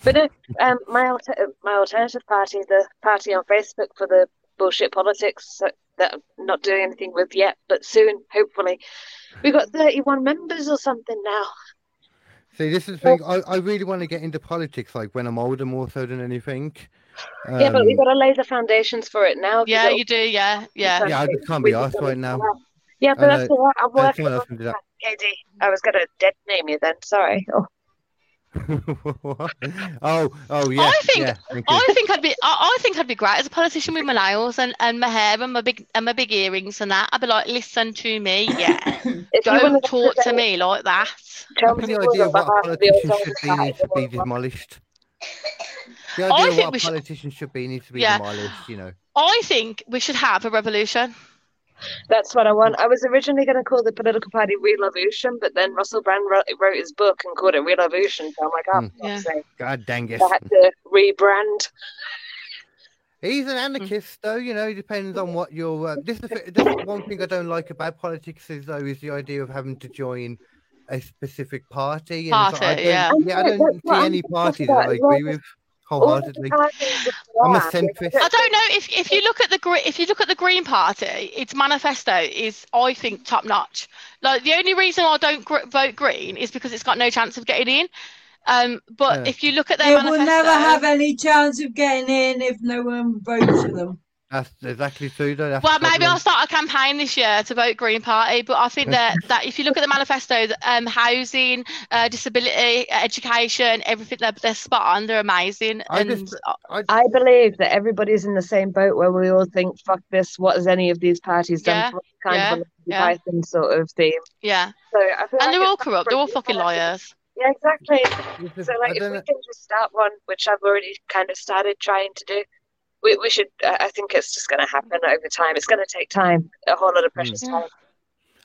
Speaker 4: But no, um, my alter- my alternative party, the party on Facebook for the bullshit politics so- that I'm not doing anything with yet, but soon, hopefully, we've got thirty-one members or something now.
Speaker 1: See, this is the thing. I, I really want to get into politics, like when I'm older, more so than anything.
Speaker 4: yeah, but we've
Speaker 1: Um,
Speaker 4: got to lay the foundations for it now. 'cause
Speaker 5: Yeah,
Speaker 4: it'll
Speaker 5: you do. Yeah, yeah.
Speaker 4: be
Speaker 1: Yeah, I
Speaker 4: something
Speaker 1: just can't
Speaker 4: we
Speaker 1: be
Speaker 4: can
Speaker 1: arsed right now.
Speaker 4: Yeah,
Speaker 1: I
Speaker 4: but that's
Speaker 1: know.
Speaker 4: all right. I'm
Speaker 1: uh,
Speaker 4: working
Speaker 1: someone else
Speaker 4: on
Speaker 1: can do that.
Speaker 4: KD. I was gonna dead name you then. Sorry.
Speaker 1: Mm.
Speaker 4: Oh,
Speaker 1: What? oh, oh yeah.
Speaker 5: I think-
Speaker 1: yeah, thank you.
Speaker 5: I think I'd be I, I think I'd be great as a politician with my nails and, and my hair and my big and my big earrings and that. I'd be like, listen to me, yeah.
Speaker 4: if you
Speaker 5: Don't
Speaker 4: wanna
Speaker 5: talk to
Speaker 4: represent-
Speaker 5: me like that.
Speaker 4: tell
Speaker 1: Having
Speaker 4: me
Speaker 1: the
Speaker 4: who
Speaker 1: idea
Speaker 4: on
Speaker 1: of what
Speaker 4: behalf
Speaker 1: a
Speaker 4: of the
Speaker 1: politician
Speaker 4: alternative
Speaker 1: should be needs
Speaker 4: party
Speaker 1: to be
Speaker 4: will-
Speaker 1: demolished. The
Speaker 5: I
Speaker 1: idea of
Speaker 5: think
Speaker 1: what
Speaker 5: we
Speaker 1: a
Speaker 5: should-
Speaker 1: politician should be needs to be
Speaker 5: Yeah.
Speaker 1: demolished, you know.
Speaker 5: I think we should have a revolution.
Speaker 4: That's what I want. I was originally going to call the political party Relovution, but then Russell Brand wrote, wrote his book and called it Relovution. So I'm like, oh,
Speaker 1: Hmm.
Speaker 4: for fuck's sake.
Speaker 1: God dang it.
Speaker 4: I had to rebrand.
Speaker 1: He's
Speaker 5: Mm.
Speaker 1: an anarchist, though. You know, it depends on what your. Uh, this is the- this is one thing I don't like about politics is though is the idea of having to join a specific party. And it's like, I
Speaker 5: Party,
Speaker 1: don't- I
Speaker 5: yeah.
Speaker 4: That's
Speaker 1: don't
Speaker 4: what
Speaker 1: see
Speaker 4: I'm
Speaker 1: any
Speaker 4: talking
Speaker 1: party that I
Speaker 4: about as well.
Speaker 1: agree with wholeheartedly.
Speaker 4: All the parties
Speaker 1: I'm a
Speaker 4: are-
Speaker 5: I
Speaker 1: centrist.
Speaker 5: don't know if, if you look at the Gre- if you look at the Green Party, its manifesto is I think top notch. Like the only reason I don't gr- vote Green is because it's got no chance of getting in. Um, but
Speaker 1: Yeah.
Speaker 5: if you look at
Speaker 2: They
Speaker 5: their
Speaker 2: will
Speaker 5: manifesto,
Speaker 2: never have any chance of getting in if no one votes for them.
Speaker 1: That's exactly true, though. That's
Speaker 5: Well,
Speaker 1: the
Speaker 5: maybe I'll
Speaker 1: problem.
Speaker 5: start a campaign this year to vote Green Party, but I think that, that if you look at the manifesto, that, um, housing, uh, disability, uh, education, everything, they're, they're spot on, they're amazing.
Speaker 1: I
Speaker 5: and
Speaker 1: just-
Speaker 5: uh,
Speaker 4: I believe that everybody's in the same boat where we all think, fuck this, what has any of these parties done
Speaker 5: Yeah,
Speaker 4: for us?" Kind of
Speaker 5: yeah,
Speaker 4: a Monty
Speaker 5: yeah.
Speaker 4: Python sort of theme.
Speaker 5: yeah,
Speaker 4: So I feel
Speaker 5: and
Speaker 4: like
Speaker 5: they're
Speaker 4: it's
Speaker 5: all
Speaker 4: time
Speaker 5: corrupt,
Speaker 4: for
Speaker 5: they're all
Speaker 4: new
Speaker 5: fucking
Speaker 4: parties.
Speaker 5: liars.
Speaker 4: Yeah, exactly.
Speaker 1: This is-
Speaker 4: So,
Speaker 1: I
Speaker 4: like, if
Speaker 1: don't
Speaker 4: we
Speaker 1: know-
Speaker 4: can just start one, which I've already kind of started trying to do, we, we should. I I think it's just going to happen over time. It's going to take time, a whole lot of
Speaker 1: Hmm.
Speaker 4: precious
Speaker 5: Yeah.
Speaker 4: time,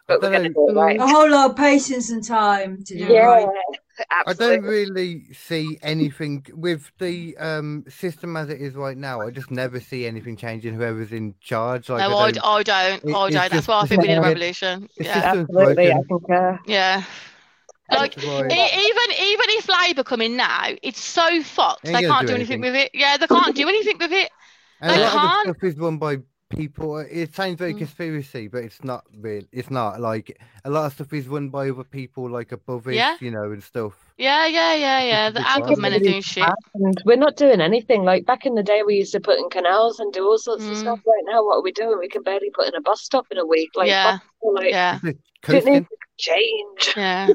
Speaker 4: but we're going to do it right.
Speaker 2: A whole lot of patience and time to do
Speaker 4: Oh, Yeah,
Speaker 1: I
Speaker 2: right.
Speaker 1: don't
Speaker 4: absolutely.
Speaker 1: really see anything with the um, system as it is right now. I just never see anything changing. Whoever's in charge, like
Speaker 5: no,
Speaker 1: I
Speaker 5: I,
Speaker 1: don't-
Speaker 5: I don't,
Speaker 1: It-
Speaker 5: I
Speaker 1: it's
Speaker 5: don't. That's
Speaker 1: just-
Speaker 5: why I
Speaker 1: it's
Speaker 5: think we need a
Speaker 1: not-
Speaker 5: revolution.
Speaker 1: it's
Speaker 5: Yeah,
Speaker 1: just
Speaker 4: Absolutely, I uh,
Speaker 1: broken.
Speaker 4: concur.
Speaker 5: yeah. Like,
Speaker 1: This is why-
Speaker 5: E- even even if Labour come in now, it's so fucked.
Speaker 1: They
Speaker 5: They
Speaker 1: ain't gonna
Speaker 5: can't
Speaker 1: do
Speaker 5: do anything
Speaker 1: anything.
Speaker 5: with it. Yeah, they can't do anything with it.
Speaker 1: And
Speaker 5: I
Speaker 1: a lot
Speaker 5: can't-
Speaker 1: of the stuff is run by people. It sounds very
Speaker 5: Mm.
Speaker 1: conspiracy, but it's not real. It's not like a lot of stuff is run by other people, like above us,
Speaker 5: Yeah.
Speaker 1: you know, and stuff.
Speaker 5: Yeah, yeah, yeah, yeah.
Speaker 1: It's a
Speaker 5: The,
Speaker 1: big
Speaker 5: our
Speaker 1: lie.
Speaker 5: government are doing shit.
Speaker 4: And we're not doing anything. Like back in the day, we used to put in canals and do all sorts of
Speaker 5: Mm.
Speaker 4: stuff. Right now, what are we doing? We can barely put in a bus stop in a week. Like,
Speaker 5: Yeah,
Speaker 4: fuck, like
Speaker 5: yeah,
Speaker 4: it
Speaker 1: Coasting,
Speaker 4: needs to change.
Speaker 5: yeah.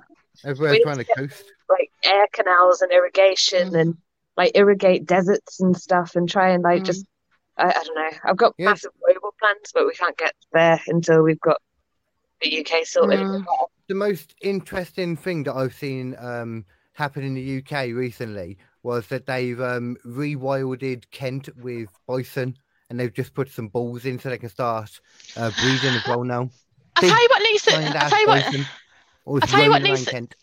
Speaker 1: everywhere
Speaker 4: we
Speaker 1: trying to
Speaker 4: need to
Speaker 1: coast.
Speaker 4: like air canals and irrigation
Speaker 5: Mm.
Speaker 4: and like irrigate deserts and stuff and try and like
Speaker 5: Mm.
Speaker 4: just I, I don't know. I've got
Speaker 1: Yes.
Speaker 4: massive global plans, but we can't get there until we've got the UK sorted.
Speaker 5: Mm.
Speaker 1: the most interesting thing that I've seen um, happen in the UK recently was that they've um, rewilded Kent with bison, and they've just put some bulls in so they can start uh, breeding as well now.
Speaker 5: I
Speaker 1: Big
Speaker 5: tell you what needs to.
Speaker 1: giant
Speaker 5: I
Speaker 1: ass
Speaker 5: tell you what.
Speaker 1: bison, always
Speaker 5: I tell you what
Speaker 1: roaming around
Speaker 5: needs to-
Speaker 1: Kent.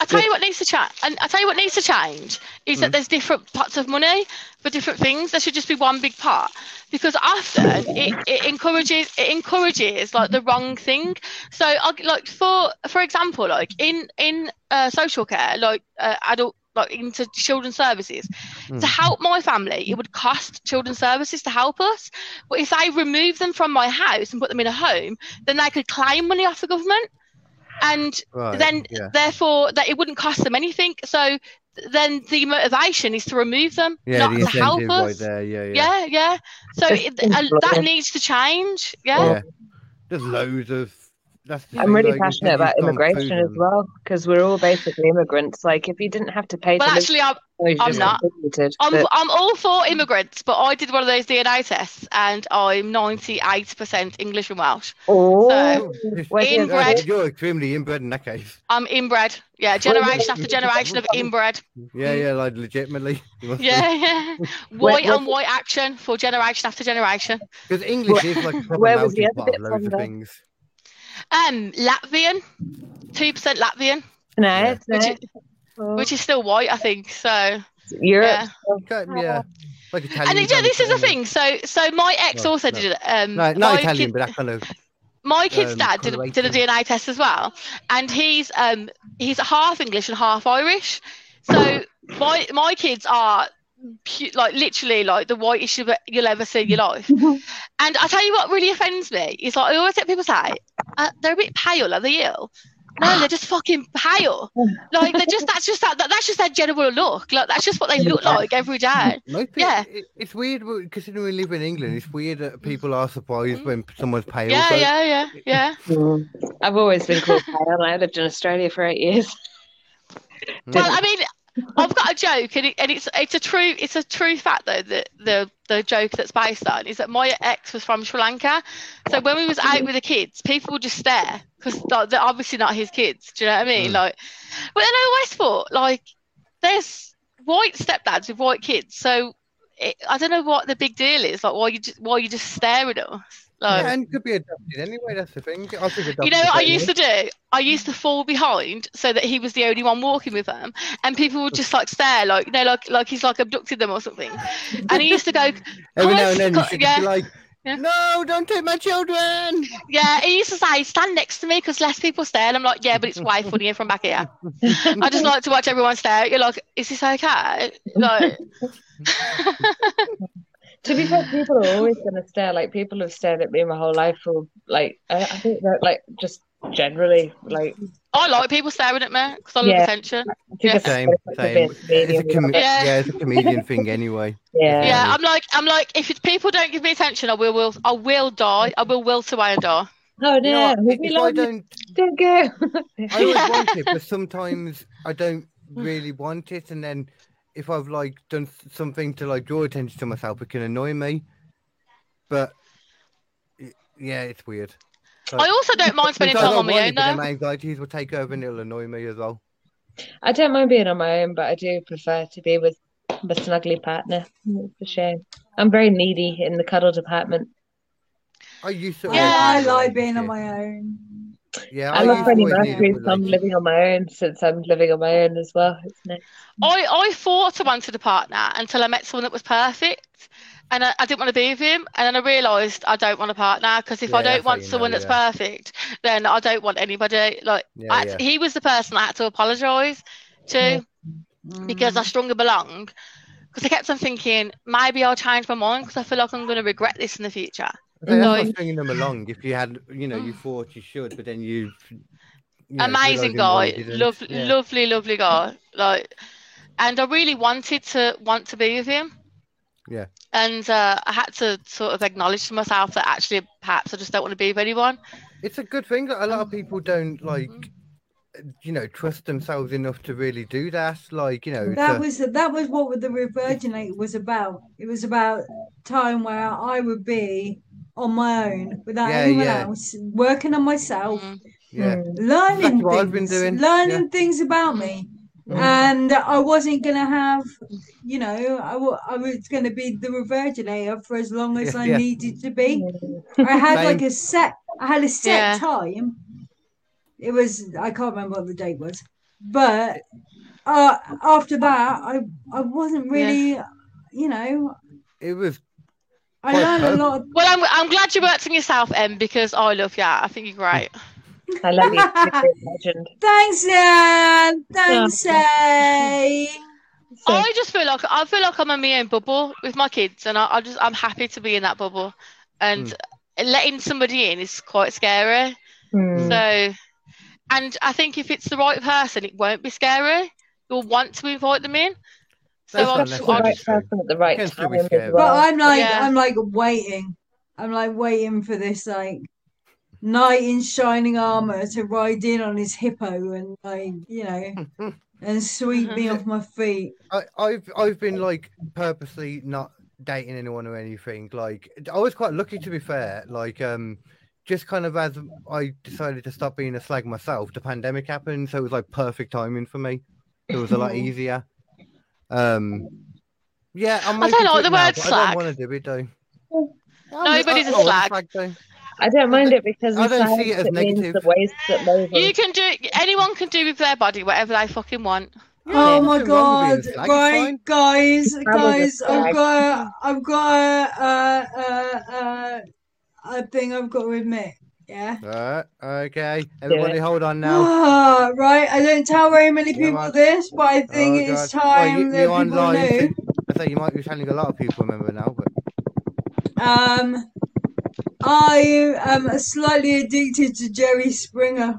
Speaker 5: I tell you what needs to change. And I tell you what needs to change is that there's different pots of money for different things. There should just be one big pot because often it, it encourages it encourages like the wrong thing. So I- like for for example, like in in uh, social care, like uh, adult like into children's services to help my family it would cost children's services to help us but if they remove them from my house and put them in a home then they could claim money off the government and
Speaker 1: Right,
Speaker 5: then
Speaker 1: yeah.
Speaker 5: therefore that it wouldn't cost them anything so th- then the motivation is to remove them
Speaker 1: Yeah,
Speaker 5: not
Speaker 1: the
Speaker 5: to help
Speaker 1: incentive right
Speaker 5: us
Speaker 1: there. Yeah, yeah.
Speaker 5: yeah yeah, so
Speaker 4: Just
Speaker 5: it,
Speaker 4: think
Speaker 5: uh,
Speaker 4: about
Speaker 5: that
Speaker 4: it.
Speaker 5: needs to change yeah,
Speaker 1: Yeah. There's loads of. That's the
Speaker 4: I'm
Speaker 1: thing,
Speaker 4: really
Speaker 1: like, you
Speaker 4: passionate
Speaker 1: said,
Speaker 4: about
Speaker 1: you've gone through
Speaker 4: immigration as
Speaker 1: them.
Speaker 4: well because we're all basically immigrants. Like, if you didn't have to pay
Speaker 5: well
Speaker 4: to live,
Speaker 5: actually i'm
Speaker 4: you
Speaker 5: I'm
Speaker 4: just
Speaker 5: not.
Speaker 4: contributed.
Speaker 5: I'm,
Speaker 4: But
Speaker 5: I'm all for immigrants, but I did one of those DNA tests and I'm 98% English and Welsh.
Speaker 4: oh,
Speaker 1: Just-
Speaker 4: Where's
Speaker 5: the Inbred. other-
Speaker 1: You're extremely inbred in that case.
Speaker 5: I'm inbred. Yeah, generation after generation of inbred.
Speaker 1: Yeah, yeah, like legitimately.
Speaker 5: Mm. Yeah, yeah. White on white action for generation after generation.
Speaker 1: Because English is like a proper
Speaker 4: Where was the
Speaker 1: melting
Speaker 4: other
Speaker 1: pot of
Speaker 4: bit
Speaker 1: loads of
Speaker 4: from the-
Speaker 1: things.
Speaker 5: Um, Latvian, 2% Latvian,
Speaker 4: no, it's
Speaker 5: Which
Speaker 4: not.
Speaker 5: is- which is still white, I think. So,
Speaker 4: Europe.
Speaker 5: yeah.
Speaker 1: Okay, yeah. Like Italian.
Speaker 5: And it, Oh. yeah, this is the thing. So, so my ex
Speaker 1: No,
Speaker 5: also
Speaker 1: no.
Speaker 5: did it. Um,
Speaker 1: No,
Speaker 5: my
Speaker 1: not Italian,
Speaker 5: kid-
Speaker 1: but that kind of.
Speaker 5: my kid's
Speaker 1: um,
Speaker 5: dad did a, did a
Speaker 1: Croatian.
Speaker 5: DNA test as well, and he's um he's half English and half Irish. So my my kids are pu- like literally like the whitest you- you'll ever see in your life. and I tell you what really offends me is like I always hear people say uh, they're a bit pale, are they ill? No, they're just fucking pale. Like they're just that's just that, that's just their general look. Like that's just what they look like every day.
Speaker 1: Most people,
Speaker 5: Yeah.
Speaker 1: it- it's weird w- considering we live in England. It's weird that people are surprised when someone's pale.
Speaker 5: Mm. Yeah,
Speaker 1: though.
Speaker 5: yeah, yeah, yeah.
Speaker 4: I've always been called.
Speaker 9: Well, I lived in Australia for eight years.
Speaker 1: Mm.
Speaker 5: Well, I mean, I've got a joke, and, it, and it's it's a true it's a true fact though that the the joke that's based on is that my ex was from Sri Lanka, so when we was out with the kids, people would just stare because they're obviously not his kids. Do you know what I mean?
Speaker 1: Mm.
Speaker 5: Like, but then I always thought like there's white stepdads with white kids, so it, I don't know what the big deal is. Like, why you just, why you just stare at us? Like,
Speaker 1: Yeah, and it could be adopted anyway. That's the thing. I think adopted.
Speaker 5: you know what I used to do? I used to fall behind so that he was the only one walking with them, and people would just like stare, like you know, like like he's like abducted them or something. And he used to go,
Speaker 1: Every
Speaker 5: Come
Speaker 1: now
Speaker 5: on,
Speaker 1: and then, you
Speaker 5: come-
Speaker 1: should
Speaker 5: yeah.
Speaker 1: be like,
Speaker 5: Yeah.
Speaker 1: "No, don't take my children."
Speaker 5: yeah. He used to say, stand next to me because less people stare. And I'm like, yeah, but it's way funnier from back here. I just like to watch everyone stare. You're like, is this okay? Like,
Speaker 4: To be fair, people are always going to stare. Like people have stared at me my whole life. Or like I, I think that like just generally like
Speaker 5: I like people staring at me because I love
Speaker 4: Yeah.
Speaker 5: attention.
Speaker 4: I think it's
Speaker 1: Same,
Speaker 4: like a
Speaker 1: same.
Speaker 4: bit
Speaker 1: It's a
Speaker 4: medium,
Speaker 1: com-
Speaker 4: like,
Speaker 5: Yeah.
Speaker 1: yeah, it's a comedian thing anyway.
Speaker 4: yeah.
Speaker 5: Yeah, I'm like, I'm like, if it- people don't give me attention, I will, will, I will die. I will wilt away and die.
Speaker 4: Oh
Speaker 1: um, You know what,
Speaker 4: no, leave me
Speaker 1: if I
Speaker 4: alone,
Speaker 1: don't
Speaker 4: don't go.
Speaker 1: I always want it, but sometimes I don't really want it. And then if I've like done s- something to like draw attention to myself, it can annoy me. But y- yeah, it's weird.
Speaker 5: I also don't mind spending
Speaker 1: Sometimes
Speaker 5: time
Speaker 1: I
Speaker 5: on
Speaker 1: want
Speaker 5: my
Speaker 1: it,
Speaker 5: own
Speaker 1: but
Speaker 5: though.
Speaker 1: then my anxieties will take over and it'll annoy me as well.
Speaker 4: I don't mind being on my own, but I do prefer to be with my snuggly partner. It's a shame. I'm very needy in the cuddle department.
Speaker 1: I used to.
Speaker 5: Yeah.
Speaker 1: always be
Speaker 2: I like
Speaker 1: like
Speaker 2: being on
Speaker 1: this.
Speaker 2: my own.
Speaker 1: Yeah,
Speaker 4: I
Speaker 1: I
Speaker 4: love
Speaker 1: used to
Speaker 4: Freddie
Speaker 1: always be in
Speaker 4: Mercury, so I'm
Speaker 1: relationship.
Speaker 4: living on my own since I'm living on my own as well. It's nice.
Speaker 5: I, I thought I wanted a partner until I met someone that was perfect and I, I didn't want to be with him. And then I realised I don't want a partner because if
Speaker 1: Yeah,
Speaker 5: I
Speaker 1: that's
Speaker 5: don't
Speaker 1: how
Speaker 5: want
Speaker 1: you know,
Speaker 5: someone that's
Speaker 1: yeah.
Speaker 5: perfect, then I don't want anybody. Like,
Speaker 1: Yeah,
Speaker 5: I,
Speaker 1: yeah.
Speaker 5: he was the person I had to apologise to because I strung him along. Because I kept on thinking, maybe I'll change my mind because I feel like I'm going to regret this in the future.
Speaker 1: So that's
Speaker 5: like-
Speaker 1: not stringing them along. If you had, you know, you thought you should, but then you. you know,
Speaker 5: amazing
Speaker 1: realising why
Speaker 5: guy
Speaker 1: you didn't.
Speaker 5: lov-
Speaker 1: Yeah.
Speaker 5: lovely lovely guy like and i really wanted to want to be with him
Speaker 1: Yeah.
Speaker 5: and uh, i had to sort of acknowledge to myself that actually perhaps i just don't want to be with anyone
Speaker 1: it's a good thing that a lot of people don't
Speaker 5: Mm-hmm.
Speaker 1: like you know trust themselves enough to really do that like you know it's
Speaker 2: That
Speaker 1: a-
Speaker 2: was that was what the Revirginate was about. It was about time where I would be on my own without
Speaker 1: Yeah,
Speaker 2: anyone
Speaker 1: yeah.
Speaker 2: else, working on myself,
Speaker 5: Mm.
Speaker 1: yeah
Speaker 2: learning
Speaker 1: That's what I've been
Speaker 2: things,
Speaker 1: doing, Mm-hmm.
Speaker 2: learning things about me, and I wasn't gonna have, you know, I wa- I was gonna be the Revirginator for as long as
Speaker 1: Yeah,
Speaker 2: I
Speaker 1: yeah.
Speaker 2: needed to be. I had
Speaker 1: Same.
Speaker 2: like a set. I had a set
Speaker 5: Yeah.
Speaker 2: time. It was I can't remember what the date was. but uh, after that, I I wasn't really, you know,
Speaker 1: It was
Speaker 2: I
Speaker 1: Quite
Speaker 2: learned
Speaker 1: perfect.
Speaker 2: a lot. Of,
Speaker 5: Well, I'm, I'm glad you worked on yourself, Em, because I love you. I think you're great.
Speaker 4: I love you. You're a great legend.
Speaker 2: thanks, Anne. Thanks, Say.
Speaker 4: So-
Speaker 5: I just feel like I feel like I'm in my own bubble with my kids, and I, I just I'm happy to be in that bubble. And
Speaker 2: Mm.
Speaker 5: letting somebody in is quite scary.
Speaker 4: Hmm.
Speaker 5: So, and I think if it's the right person, it won't be scary. You'll want to invite them in. So
Speaker 1: That's
Speaker 5: I'll,
Speaker 1: not
Speaker 5: just-
Speaker 4: It's
Speaker 1: necessary.
Speaker 4: the right
Speaker 5: I'll just,
Speaker 4: person at the right
Speaker 1: Against
Speaker 4: time
Speaker 1: Louis
Speaker 4: as
Speaker 1: Gale.
Speaker 4: well.
Speaker 2: But I'm like,
Speaker 5: Yeah.
Speaker 2: I'm like waiting. I'm like waiting for this like knight in shining armor to ride in on his hippo and like you know and sweep me off my feet.
Speaker 1: I, I've I've been like purposely not dating anyone or anything. Like I was quite lucky to be fair. Like um, just kind of as I decided to stop being a slag myself, the pandemic happened, so it was like perfect timing for me. It was a lot
Speaker 5: Mm-hmm.
Speaker 1: easier. Um, yeah, I'm
Speaker 5: I
Speaker 1: open
Speaker 5: don't
Speaker 1: to it
Speaker 5: like the
Speaker 1: now,
Speaker 5: word
Speaker 1: but I
Speaker 5: slag.
Speaker 1: don't want to do it though. Oh,
Speaker 5: Nobody's a
Speaker 1: I- I want
Speaker 5: slag.
Speaker 1: though.
Speaker 4: I don't mind it because
Speaker 1: I don't
Speaker 4: inside
Speaker 1: see it as
Speaker 4: it means
Speaker 1: negative.
Speaker 4: the ways that Lois
Speaker 5: you can do. Anyone can do with their body whatever they fucking want.
Speaker 2: Oh
Speaker 1: there's
Speaker 2: my
Speaker 1: nothing wrong
Speaker 2: god!
Speaker 1: with being a slag, it's fine.
Speaker 2: Right, guys,
Speaker 4: It's probably
Speaker 2: guys,
Speaker 4: just
Speaker 2: I've
Speaker 4: like-
Speaker 2: got, a, I've got, a, uh, uh, uh, I think I've got to admit, yeah.
Speaker 1: Right, okay,
Speaker 4: it.
Speaker 1: everybody, hold on now.
Speaker 2: Ah, right, I don't tell very many
Speaker 1: Come
Speaker 2: people
Speaker 1: on.
Speaker 2: this, but I
Speaker 1: Oh,
Speaker 2: think it's
Speaker 1: God. Well,
Speaker 2: time
Speaker 1: you,
Speaker 2: that
Speaker 1: you're on
Speaker 2: people
Speaker 1: live.
Speaker 2: knew.
Speaker 1: I say you might be telling a lot of people remember now, but
Speaker 2: Um, I am slightly addicted to Jerry Springer.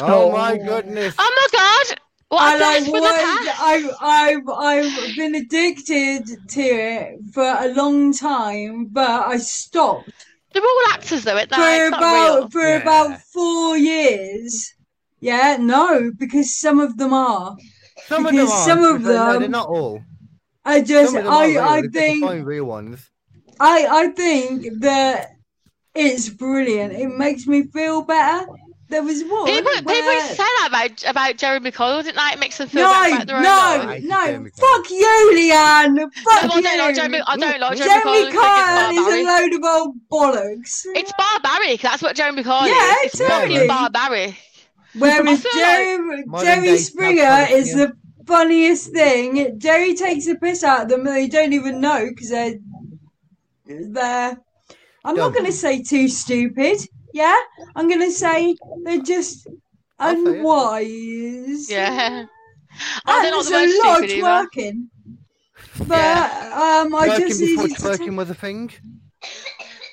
Speaker 1: oh,
Speaker 4: Oh.
Speaker 1: my goodness.
Speaker 5: Oh my god! What
Speaker 2: I
Speaker 5: a flash
Speaker 2: like
Speaker 5: from
Speaker 2: what
Speaker 5: the past.
Speaker 2: I've, I've I've been addicted to it for a long time, but I stopped
Speaker 5: They're all actors, though, aren't they?
Speaker 2: for
Speaker 5: It's
Speaker 2: about
Speaker 5: not real.
Speaker 2: for
Speaker 1: Yeah.
Speaker 2: about four years. Yeah, no, because some of them are.
Speaker 1: Some of them
Speaker 2: Because
Speaker 1: are.
Speaker 2: some
Speaker 1: to
Speaker 2: of
Speaker 1: be fair, no, they're
Speaker 2: them-
Speaker 1: not all.
Speaker 2: I just
Speaker 1: Some of them are real,
Speaker 2: I I
Speaker 1: if they can
Speaker 2: think
Speaker 1: find real ones.
Speaker 2: I I think that it's brilliant. It makes me feel better. There was one
Speaker 5: People, people
Speaker 2: where-
Speaker 5: used to say that about about Jeremy Coyle, didn't they? It makes them feel
Speaker 2: No,
Speaker 5: better about their own lives.
Speaker 2: no,
Speaker 1: life. I
Speaker 2: no.
Speaker 1: hate
Speaker 2: Fuck you, Leanne.
Speaker 5: No,
Speaker 2: Fuck
Speaker 5: I don't like Jeremy.
Speaker 2: you.
Speaker 5: I don't like Jeremy,
Speaker 2: Jeremy
Speaker 5: Coyle. I
Speaker 2: Kyle
Speaker 5: think
Speaker 2: is
Speaker 5: it's
Speaker 2: a
Speaker 5: barbaric.
Speaker 2: load of old bollocks.
Speaker 5: It's barbaric. That's what Jeremy Coyle
Speaker 2: Yeah,
Speaker 5: is. It's fucking
Speaker 1: totally.
Speaker 5: barbaric.
Speaker 2: Whereas
Speaker 5: I feel
Speaker 2: Jerry,
Speaker 1: modern
Speaker 2: Jerry
Speaker 1: day
Speaker 2: Springer
Speaker 1: South Park,
Speaker 2: is
Speaker 1: yeah.
Speaker 2: the funniest thing. Jerry takes the piss out of them that they don't even know because they're they're. I'm
Speaker 1: Dumb.
Speaker 2: not going to say too stupid. Yeah, I'm going to say they're just
Speaker 1: I'll say it.
Speaker 2: unwise.
Speaker 5: Yeah. I
Speaker 2: and
Speaker 5: don't like
Speaker 2: there's
Speaker 5: Oh, the word
Speaker 2: a lot of
Speaker 5: stupid either.
Speaker 2: twerking. But um, I
Speaker 1: Working
Speaker 2: just
Speaker 1: before
Speaker 2: needed to.
Speaker 1: twerking was a thing.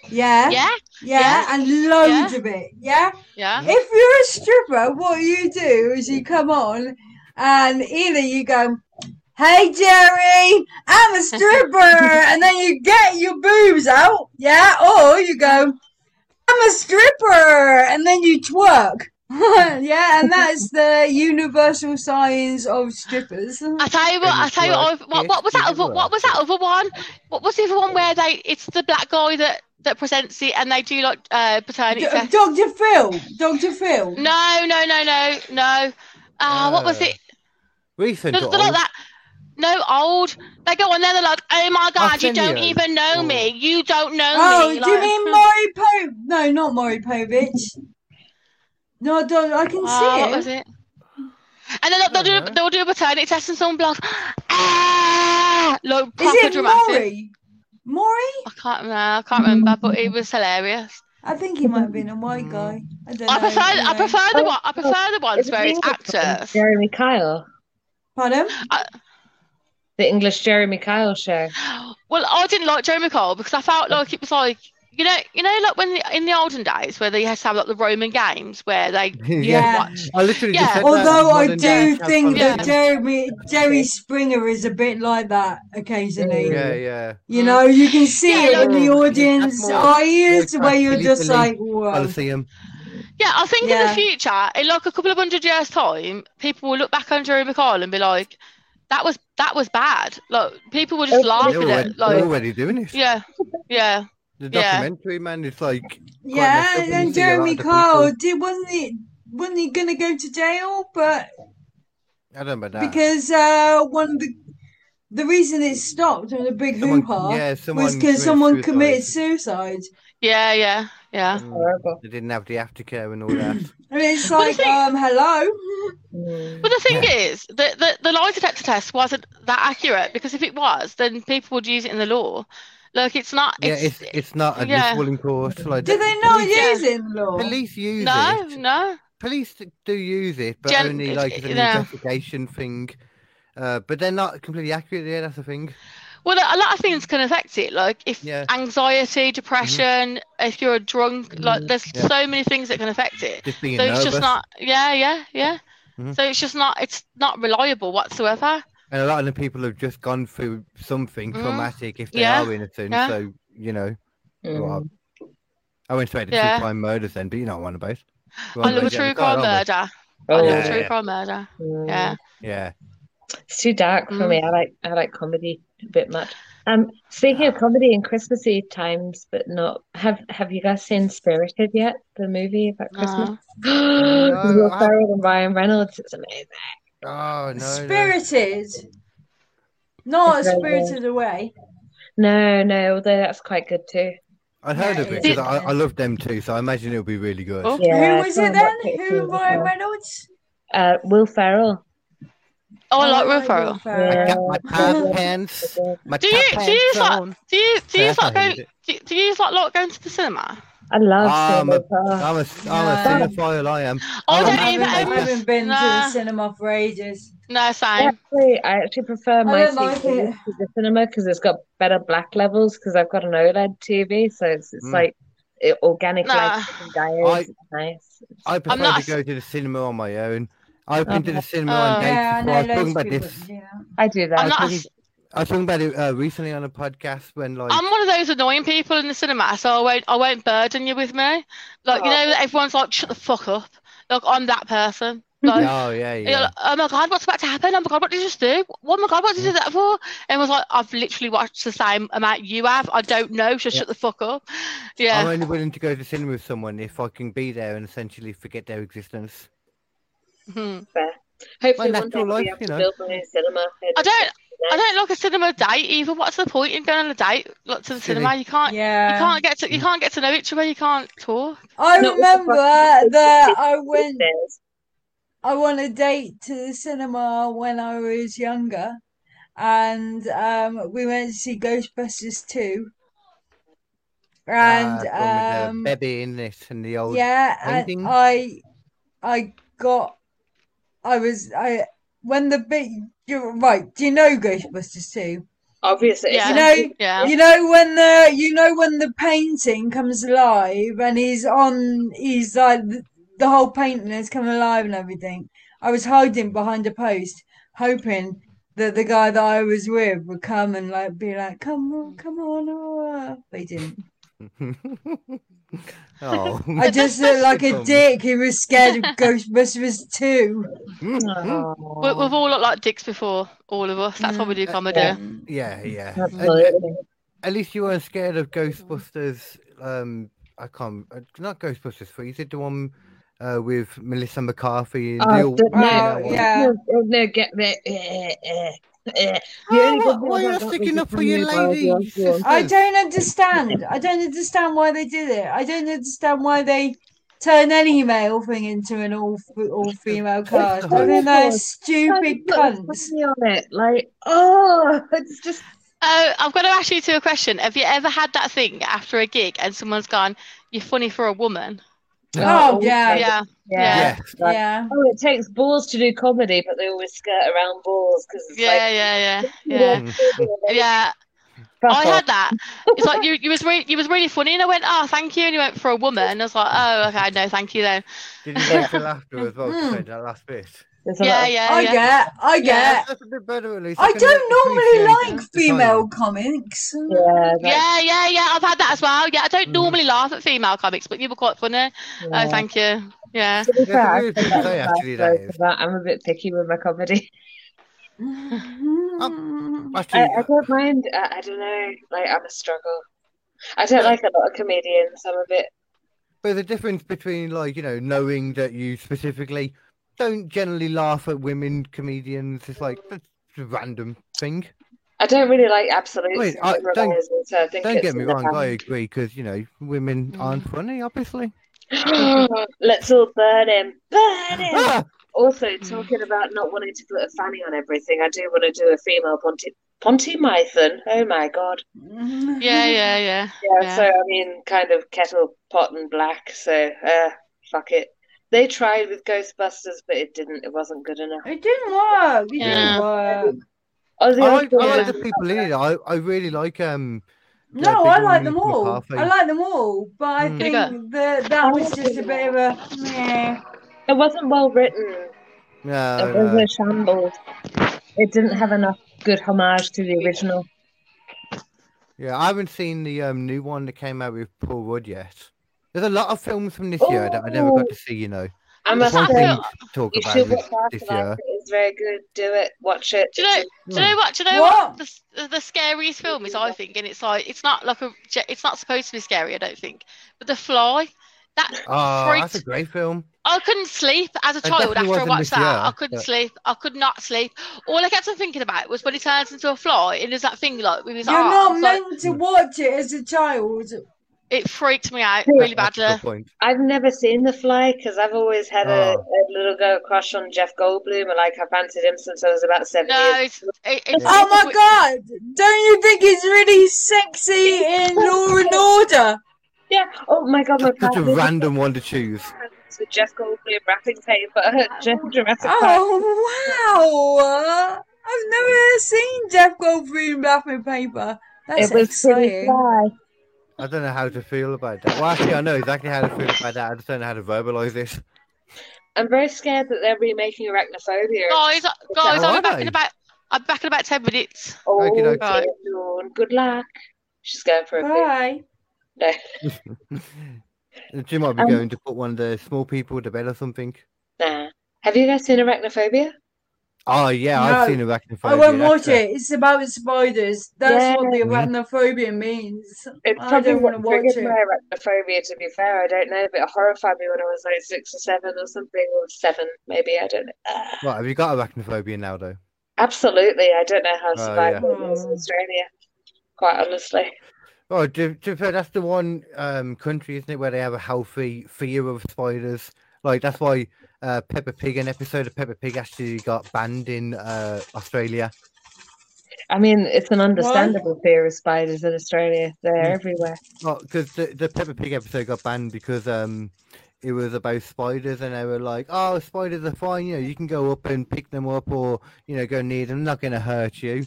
Speaker 2: Yeah, yeah,
Speaker 5: Yeah,
Speaker 2: and loads of it. Yeah.
Speaker 5: yeah.
Speaker 2: If you're a stripper, what you do is you come on and either you go, Hey Jerry, I'm a stripper, and then you get your boobs out, yeah, or you go, I'm a stripper, and then you twerk. yeah, and that's the universal signs of strippers.
Speaker 5: I tell
Speaker 1: Then you
Speaker 5: you what, I tell you what,
Speaker 1: twerk,
Speaker 5: what, what was that
Speaker 1: yes, you
Speaker 5: other, what was that other one? What was the other one where they, it's the black guy that, that presents it and they do like uh, paternity
Speaker 2: D-
Speaker 5: tests?
Speaker 2: Dr. Phil, Dr. Phil.
Speaker 5: No, no, no, no, no. Uh, what was
Speaker 1: Uh,
Speaker 5: it?
Speaker 1: Recent.
Speaker 5: They're,
Speaker 1: or
Speaker 5: they're like
Speaker 1: old.
Speaker 5: that. No, old. They go on there, they're like, oh my god, you don't
Speaker 1: Arsenio.
Speaker 5: even know
Speaker 1: Oh.
Speaker 5: me. You don't know
Speaker 2: Oh,
Speaker 5: me.
Speaker 2: do you
Speaker 5: like-
Speaker 2: mean Maury Po? No, not Maury Povich. No, I don't. I can
Speaker 5: Oh, what
Speaker 2: see
Speaker 5: was
Speaker 2: it.
Speaker 5: it? And then they'll, they'll,
Speaker 1: don't
Speaker 5: do,
Speaker 1: know.
Speaker 5: they'll do a paternity test and someone blows. Ah! Like,
Speaker 2: Is
Speaker 5: proper
Speaker 2: it
Speaker 5: dramatic.
Speaker 2: Maury? Maury?
Speaker 5: I can't remember. I can't remember, but it was hilarious.
Speaker 2: I think he might have been a
Speaker 1: Mm.
Speaker 2: white guy. I don't know.
Speaker 5: I
Speaker 2: Oh,
Speaker 5: prefer, I
Speaker 2: anyway.
Speaker 5: prefer the one, I prefer the
Speaker 4: It's
Speaker 5: ones where it's
Speaker 4: English one,
Speaker 5: actors.
Speaker 4: Jeremy Kyle.
Speaker 2: Pardon?
Speaker 4: The English Jeremy Kyle show.
Speaker 5: Well, I didn't like Jeremy Cole because I felt like it was like you know, you know, like when the, in the olden days where they had to have like the Roman games where they you
Speaker 1: Yeah.
Speaker 5: yeah. watch.
Speaker 1: I literally
Speaker 5: Yeah.
Speaker 1: just said
Speaker 2: Although
Speaker 1: that.
Speaker 2: I
Speaker 1: Modern day
Speaker 2: do
Speaker 1: South Park.
Speaker 2: think that Jeremy Jerry Springer is a bit like that occasionally.
Speaker 1: Yeah, yeah.
Speaker 2: You know, you can see
Speaker 5: Yeah,
Speaker 2: it in the
Speaker 1: no,
Speaker 2: audience
Speaker 1: that's more-
Speaker 2: eyes
Speaker 1: more
Speaker 2: where you're just
Speaker 1: Italy.
Speaker 2: like, whoa.
Speaker 1: Coliseum.
Speaker 5: Yeah, I think in
Speaker 2: Yeah.
Speaker 5: the future, in like a couple of hundred years' time, people will look back on Jeremy Cole and be like, "That was that was bad." Like people will just
Speaker 4: Oh,
Speaker 5: laugh
Speaker 1: They're
Speaker 5: at
Speaker 1: already,
Speaker 5: it.
Speaker 1: they're
Speaker 5: Like,
Speaker 1: already doing it.
Speaker 5: yeah, yeah.
Speaker 1: The
Speaker 5: yeah.
Speaker 1: documentary, man, it's like
Speaker 2: Yeah,
Speaker 1: messed up
Speaker 2: and
Speaker 1: when you
Speaker 2: then
Speaker 1: see a lot
Speaker 2: Jeremy
Speaker 1: of the
Speaker 2: Kyle
Speaker 1: people-
Speaker 2: did wasn't he wasn't he gonna go to jail? But
Speaker 1: I don't know about that.
Speaker 2: because uh one of the the reason it stopped and a big hoo ha
Speaker 1: someone, yeah, someone
Speaker 2: was because
Speaker 1: committed
Speaker 2: someone
Speaker 1: suicide.
Speaker 2: committed suicide.
Speaker 5: Yeah, yeah, yeah.
Speaker 1: Mm,
Speaker 4: Horrible.
Speaker 1: They didn't have the aftercare and all that.
Speaker 2: I mean, it's
Speaker 5: Well, the
Speaker 2: like,
Speaker 5: thing-
Speaker 2: um, hello.
Speaker 5: But the thing is, the, the, the lie detector test wasn't that accurate because if it was, then people would use it in the law. Like, it's not.
Speaker 1: Yeah,
Speaker 5: it's,
Speaker 1: it's it's not a
Speaker 5: yeah.
Speaker 1: disabling course. Like,
Speaker 2: Do they not
Speaker 5: Yeah.
Speaker 2: use it in law?
Speaker 1: Police use
Speaker 5: no,
Speaker 1: it.
Speaker 5: no.
Speaker 1: Police d- do use it, but
Speaker 5: Gen-
Speaker 1: only like as an
Speaker 5: yeah.
Speaker 1: investigation thing. Uh, but they're not completely accurate. Yeah, that's the thing.
Speaker 5: Well, a lot of things can affect it. Like if
Speaker 1: Yeah. Mm-hmm.
Speaker 5: anxiety, depression, if you're a drunk, like there's
Speaker 1: Yeah.
Speaker 5: so many things that can affect it.
Speaker 1: Just being
Speaker 5: So
Speaker 1: nervous.
Speaker 5: it's just not. Yeah, yeah, yeah.
Speaker 1: Mhm.
Speaker 5: So it's just not. It's not reliable whatsoever.
Speaker 1: And a lot of the people have just gone through something
Speaker 5: Mhm.
Speaker 1: traumatic if they
Speaker 5: Yeah,
Speaker 1: are innocent.
Speaker 5: yeah.
Speaker 1: So you know,
Speaker 2: Oh,
Speaker 4: Mm.
Speaker 1: well, I went straight to
Speaker 5: Yeah.
Speaker 1: true crime murders then, but you know what I'm on about. We're
Speaker 5: I
Speaker 1: on
Speaker 5: love a
Speaker 1: those
Speaker 5: true
Speaker 1: every time,
Speaker 5: crime
Speaker 1: aren't
Speaker 5: murder. I
Speaker 4: Oh,
Speaker 5: love
Speaker 1: Yeah,
Speaker 5: a true
Speaker 1: yeah.
Speaker 5: crime murder.
Speaker 4: mm.
Speaker 5: Yeah.
Speaker 1: we? Yeah.
Speaker 4: It's too dark for
Speaker 5: Mm.
Speaker 4: me. I like I like comedy a bit much. Um, speaking of comedy in Christmassy times, but not have have you guys seen Spirited yet? The movie about Christmas.
Speaker 5: No.
Speaker 4: Will
Speaker 1: I-
Speaker 4: Ferrell and Ryan Reynolds. It's amazing.
Speaker 1: Oh no. no.
Speaker 2: Spirited. Not
Speaker 4: It's very good.
Speaker 2: spirited away.
Speaker 4: No, no, although that's quite good too.
Speaker 1: I heard
Speaker 2: Yeah,
Speaker 1: of it
Speaker 2: it-
Speaker 1: because I, I love them too, so I imagine it'll be really good.
Speaker 5: Oh.
Speaker 4: Yeah,
Speaker 2: Who was
Speaker 4: someone
Speaker 2: it then?
Speaker 4: watched it
Speaker 2: Who
Speaker 4: too
Speaker 2: Ryan
Speaker 4: before.
Speaker 2: Reynolds?
Speaker 4: Uh, Will Ferrell.
Speaker 5: Oh, I like Will
Speaker 2: Will
Speaker 5: Ferrell.
Speaker 1: I
Speaker 2: Ferrell.
Speaker 1: got my
Speaker 4: Yeah.
Speaker 1: pants, pants, my
Speaker 5: Do you
Speaker 1: tap
Speaker 5: do you
Speaker 1: pants
Speaker 5: like
Speaker 1: on.
Speaker 5: do you do you
Speaker 1: Fair
Speaker 5: like go
Speaker 1: play.
Speaker 5: do, do you like like going to the cinema?
Speaker 4: I love
Speaker 2: Ah,
Speaker 1: Um,
Speaker 4: Sarah Paul.
Speaker 1: I'm a, I'm
Speaker 2: No.
Speaker 1: a cinephile, I am.
Speaker 5: I
Speaker 1: Oh,
Speaker 5: don't
Speaker 1: I haven't-
Speaker 5: even
Speaker 2: I
Speaker 1: I
Speaker 5: own-
Speaker 1: haven't
Speaker 2: haven't been to
Speaker 5: Nah.
Speaker 2: the cinema for ages.
Speaker 5: no
Speaker 4: I
Speaker 5: same.
Speaker 4: actually, I actually prefer my
Speaker 2: don't like
Speaker 4: TV
Speaker 2: it.
Speaker 4: to the cinema because it's got better black levels because I've got an E OLED TV, so it's it's
Speaker 1: Mm.
Speaker 4: like it, organic
Speaker 5: Nah.
Speaker 4: light from diodes.
Speaker 1: I-
Speaker 4: It's nice.
Speaker 1: I prefer
Speaker 5: not a
Speaker 1: to go to the cinema on my own. I've been to the cinema
Speaker 5: Oh.
Speaker 1: on dates
Speaker 2: Yeah, I
Speaker 1: before. I was
Speaker 2: know
Speaker 1: talking
Speaker 2: loads of
Speaker 1: about
Speaker 2: people.
Speaker 1: this.
Speaker 2: Yeah.
Speaker 4: I do that.
Speaker 5: I'm not. a
Speaker 1: talking-
Speaker 5: s-
Speaker 1: I was talking about it uh, recently on a podcast when like Oh,
Speaker 5: I'm one of those annoying people in the cinema, so I won't I won't burden you with me. Like you know, that everyone's like, shut the fuck up. Like I'm that person. Like
Speaker 1: oh yeah
Speaker 5: you're
Speaker 1: yeah
Speaker 5: like, oh my god, what's about to happen? Oh my god, what did you just do? Oh my god, what did you do that for? And was like, I've literally watched the same amount you have. I don't know. Just
Speaker 1: Yeah.
Speaker 5: shut the fuck up.
Speaker 1: I'm
Speaker 5: Yeah.
Speaker 1: only willing to go to the cinema with someone if I can be there and essentially forget their existence.
Speaker 5: Mhm.
Speaker 4: Hopefully,
Speaker 1: my
Speaker 4: one day
Speaker 1: natural
Speaker 4: we'll be
Speaker 1: life,
Speaker 4: able
Speaker 1: you
Speaker 4: to
Speaker 1: know.
Speaker 4: build my own cinema.
Speaker 5: I don't. I don't like a cinema date either. What's the point in going on a date? Like to the
Speaker 1: Silly. Hmm.
Speaker 5: cinema, you can't. You
Speaker 2: Yeah.
Speaker 5: can't get to. You can't get to know each other. You can't talk.
Speaker 2: I
Speaker 4: No, it's a
Speaker 2: remember
Speaker 4: fucking-
Speaker 2: that I went
Speaker 4: There's-
Speaker 2: I went on a date to the cinema when I was younger, and um, we went to see Ghostbusters 2.
Speaker 1: Ah,
Speaker 2: And
Speaker 1: the one
Speaker 2: um,
Speaker 1: with the baby in it and the old
Speaker 2: yeah,
Speaker 1: painting.
Speaker 2: and I, I got, I was, I when the big, you're right. Do you know Ghostbusters 2?
Speaker 4: Obviously, it's
Speaker 5: Yeah.
Speaker 2: You
Speaker 4: not-
Speaker 2: know,
Speaker 5: Yeah.
Speaker 2: you know when the you know when the painting comes alive and he's on he's like th- the whole painting has come alive and everything. I was hiding behind a post, hoping that the guy that I was with would come and like be like, "Come on, come on!" uh," But he didn't.
Speaker 1: oh.
Speaker 2: I just looked like a
Speaker 1: Dumb.
Speaker 2: dick who was scared of Ghostbusters too.
Speaker 5: We, we've all looked like dicks before, all of us. That's why
Speaker 2: Hmm.
Speaker 5: we do comedy.
Speaker 4: yeah.
Speaker 1: yeah, yeah. And-
Speaker 4: Absolutely.
Speaker 1: At least you weren't scared of Ghostbusters. Um, I can't. uh, Not Ghostbusters three. You did the one uh, with Melissa McCarthy. And
Speaker 4: Oh,
Speaker 1: Neil-
Speaker 4: don't-
Speaker 1: you
Speaker 4: no,
Speaker 1: know,
Speaker 2: Oh,
Speaker 1: what-
Speaker 2: yeah.
Speaker 4: no, no, no, get me. eh, eh, eh. The
Speaker 1: Oh,
Speaker 4: only good
Speaker 1: what-
Speaker 4: thing
Speaker 1: why
Speaker 4: about
Speaker 1: are you
Speaker 4: that was
Speaker 1: sticking
Speaker 4: the
Speaker 1: up for your
Speaker 4: cameo by the
Speaker 1: lady?
Speaker 4: other one.
Speaker 2: I
Speaker 1: Yes.
Speaker 2: don't understand. I don't understand why they did it. I don't understand why they turn any male thing into an all all female cast. I think they're stupid
Speaker 4: Put a
Speaker 2: cunts.
Speaker 4: funny on it, like oh, it's just
Speaker 5: Oh, I've got to ask you two a question. Have you ever had that thing after a gig and someone's gone, "You're funny for a woman"?
Speaker 2: Oh, yeah.
Speaker 5: Yeah,
Speaker 4: yeah.
Speaker 5: Yeah.
Speaker 1: Yes.
Speaker 4: Like,
Speaker 2: Yeah.
Speaker 4: Oh, it takes balls to do comedy, but they always skirt around balls because it's
Speaker 5: yeah,
Speaker 4: like
Speaker 5: yeah, yeah, yeah,
Speaker 4: yeah,
Speaker 5: yeah. Oh,
Speaker 4: fuck
Speaker 5: I
Speaker 4: off.
Speaker 5: had that. It's like you, you was re- you was really funny, and I went, "Oh, thank you," and you went for a woman. And I was like, "Oh, okay, no, thank you then."
Speaker 1: Did you wait till after as well to
Speaker 2: Mm.
Speaker 1: say that last bit?
Speaker 4: There's a lot
Speaker 5: Yeah,
Speaker 4: of-
Speaker 5: yeah,
Speaker 2: I
Speaker 5: yeah.
Speaker 2: get. I
Speaker 5: Yeah.
Speaker 2: get.
Speaker 1: That's a bit better, at least.
Speaker 2: I
Speaker 1: can
Speaker 2: don't normally
Speaker 1: appreciate
Speaker 2: like
Speaker 1: the timing.
Speaker 2: female comics.
Speaker 4: yeah, that-
Speaker 5: Yeah, yeah, yeah. I've had that as well. Yeah, I don't
Speaker 1: Mhm.
Speaker 5: normally laugh at female comics, but you were quite funny.
Speaker 4: Mm. yeah.
Speaker 5: Oh, thank you. Yeah.
Speaker 4: To be
Speaker 1: That's a
Speaker 4: fair, I
Speaker 1: weird
Speaker 4: think
Speaker 1: thing to
Speaker 4: that's
Speaker 1: say,
Speaker 4: a
Speaker 1: actually,
Speaker 4: bad
Speaker 1: that
Speaker 4: joke
Speaker 1: is.
Speaker 4: about I'm a bit picky with my comedy.
Speaker 1: Actually,
Speaker 4: I, I don't mind. uh, I, I don't know. Like I'm a struggle. I don't like a lot of comedians. I'm a bit.
Speaker 1: But the difference between like, you know, knowing that you specifically don't generally laugh at women comedians is like that's a random thing.
Speaker 4: I don't really like absolutes.
Speaker 1: Wait,
Speaker 4: and
Speaker 1: I- don't-
Speaker 4: generalisers, so I think
Speaker 1: Don't
Speaker 4: it's
Speaker 1: get me
Speaker 4: in the Mm.
Speaker 1: wrong, I
Speaker 4: balance.
Speaker 1: agree because you know women aren't funny, obviously.
Speaker 4: Let's all burn him. Burn him.
Speaker 1: Ah!
Speaker 4: Also, talking about not wanting to put a fanny on everything, I do want to do a female Ponty Pontymithon. Oh my god!
Speaker 5: Yeah, yeah, yeah.
Speaker 4: Yeah,
Speaker 5: Yeah.
Speaker 4: So I mean, kind of kettle pot and black. So uh, fuck it. They tried with Ghostbusters, but it didn't. It wasn't good enough.
Speaker 2: It didn't work. It
Speaker 5: Yeah.
Speaker 2: didn't work.
Speaker 4: Oh, the
Speaker 1: I
Speaker 4: other
Speaker 1: like, I like
Speaker 4: thing-
Speaker 1: the people in it. I, I really like um.
Speaker 2: No,
Speaker 1: Yeah,
Speaker 2: I
Speaker 1: big
Speaker 2: like them
Speaker 1: Monique
Speaker 2: all.
Speaker 1: McCarthy.
Speaker 2: I like them all, but I
Speaker 1: Mm.
Speaker 2: think
Speaker 5: Bigger.
Speaker 2: that that was just a bit of a meh.
Speaker 4: It wasn't well written.
Speaker 1: Yeah, I
Speaker 8: It was
Speaker 1: know.
Speaker 8: a shambles. It didn't have enough good homage to the original.
Speaker 1: yeah. I haven't seen the um new one that came out with Paul Rudd yet. There's a lot of films from this year that I never got to see. You know,
Speaker 4: Oh. I
Speaker 1: That's
Speaker 4: must
Speaker 1: one
Speaker 5: have
Speaker 1: thing
Speaker 4: say,
Speaker 5: it.
Speaker 1: to talk
Speaker 4: you
Speaker 1: about
Speaker 4: should
Speaker 1: this,
Speaker 4: watch Afterlife.
Speaker 1: this year.
Speaker 4: It's very good. Do it. Watch it.
Speaker 5: Do you know? Do you
Speaker 4: Mm.
Speaker 5: know what? Do you know
Speaker 2: What?
Speaker 5: what? The, the, the scariest film is, I think, and it's like it's not like a. ge- It's not supposed to be scary, I don't think. But The Fly, that
Speaker 1: Oh, that's a
Speaker 5: freaked-
Speaker 1: great film.
Speaker 5: I couldn't sleep as a
Speaker 1: That
Speaker 5: child
Speaker 1: definitely
Speaker 5: after I
Speaker 1: wasn't
Speaker 5: watched
Speaker 1: this
Speaker 5: that.
Speaker 1: year,
Speaker 5: I couldn't
Speaker 1: but-
Speaker 5: sleep. I could not sleep. All I kept on thinking about was when he turns into a fly and there's that thing like with his
Speaker 2: You're
Speaker 5: arms.
Speaker 2: not
Speaker 5: like,
Speaker 2: meant to watch it as a child.
Speaker 5: it freaked me out
Speaker 8: Yeah.
Speaker 5: really
Speaker 1: That's a
Speaker 5: badly.
Speaker 1: good point.
Speaker 4: I've never seen The Fly because I've always had a,
Speaker 1: Oh.
Speaker 4: a little girl crush on Jeff Goldblum, and like I fancied him since I was about seven.
Speaker 5: No,
Speaker 4: years.
Speaker 5: it's, it, it's
Speaker 2: Oh my
Speaker 5: it's-
Speaker 2: god! Don't you think he's really sexy in Law and Order?
Speaker 4: Yeah. Oh my god, my
Speaker 1: That's such a
Speaker 4: partner
Speaker 1: random one to choose.
Speaker 4: with Jeff Goldblum wrapping paper. Jeff Jurassic
Speaker 5: Oh.
Speaker 4: Park.
Speaker 2: Oh wow! I've never seen Jeff Goldblum wrapping paper. That's
Speaker 8: it was pretty
Speaker 2: exciting.
Speaker 8: fly.
Speaker 1: I don't know how to feel about that. Well, actually, I know exactly how to feel about that. I just don't know how to verbalize this.
Speaker 4: I'm very scared that they're remaking Arachnophobia.
Speaker 5: Guys, guys,
Speaker 1: How
Speaker 5: I'll
Speaker 1: are
Speaker 5: be back
Speaker 1: they?
Speaker 5: in about. I'll be back in about ten minutes.
Speaker 4: oh,
Speaker 1: Okey doke.
Speaker 4: dear Lord. Good luck. She's going for a poop.
Speaker 2: Bye.
Speaker 4: No.
Speaker 1: She might be
Speaker 8: Um,
Speaker 1: going to put one of the small people to bed or something.
Speaker 4: Nah. Have you guys seen Arachnophobia?
Speaker 1: Oh yeah, I've
Speaker 2: No,
Speaker 1: seen arachnophobia.
Speaker 2: I won't
Speaker 1: that's
Speaker 2: watch
Speaker 1: a-
Speaker 2: it. It's about spiders. That's
Speaker 4: Yeah.
Speaker 2: what the
Speaker 1: Mhm.
Speaker 2: arachnophobia means.
Speaker 4: It's
Speaker 2: I
Speaker 4: probably
Speaker 2: don't
Speaker 4: what
Speaker 2: wanna watch
Speaker 4: triggered
Speaker 2: it.
Speaker 4: my arachnophobia, to be fair. I don't know, but it horrified me when I was like six or seven or something, or seven, maybe. I don't know. Ah.
Speaker 1: Right, have you got arachnophobia now though?
Speaker 4: Absolutely. I don't know how
Speaker 1: Oh,
Speaker 4: survived it was in
Speaker 8: Hmm.
Speaker 2: yeah.
Speaker 4: Australia, quite honestly.
Speaker 1: Oh, to, to be fair, that's the one um, country, isn't it, where they have a healthy fear of spiders. Like that's why uh, Peppa Pig, an episode of Peppa Pig, actually got banned in uh, Australia.
Speaker 8: I mean, it's an understandable fear of spiders in Australia. They're
Speaker 1: Mm.
Speaker 8: everywhere.
Speaker 1: because the, the Peppa Pig episode got banned because um it was about spiders and they were like, oh, spiders are fine. You know, you can go up and pick them up or you know go near them. Not going to hurt you.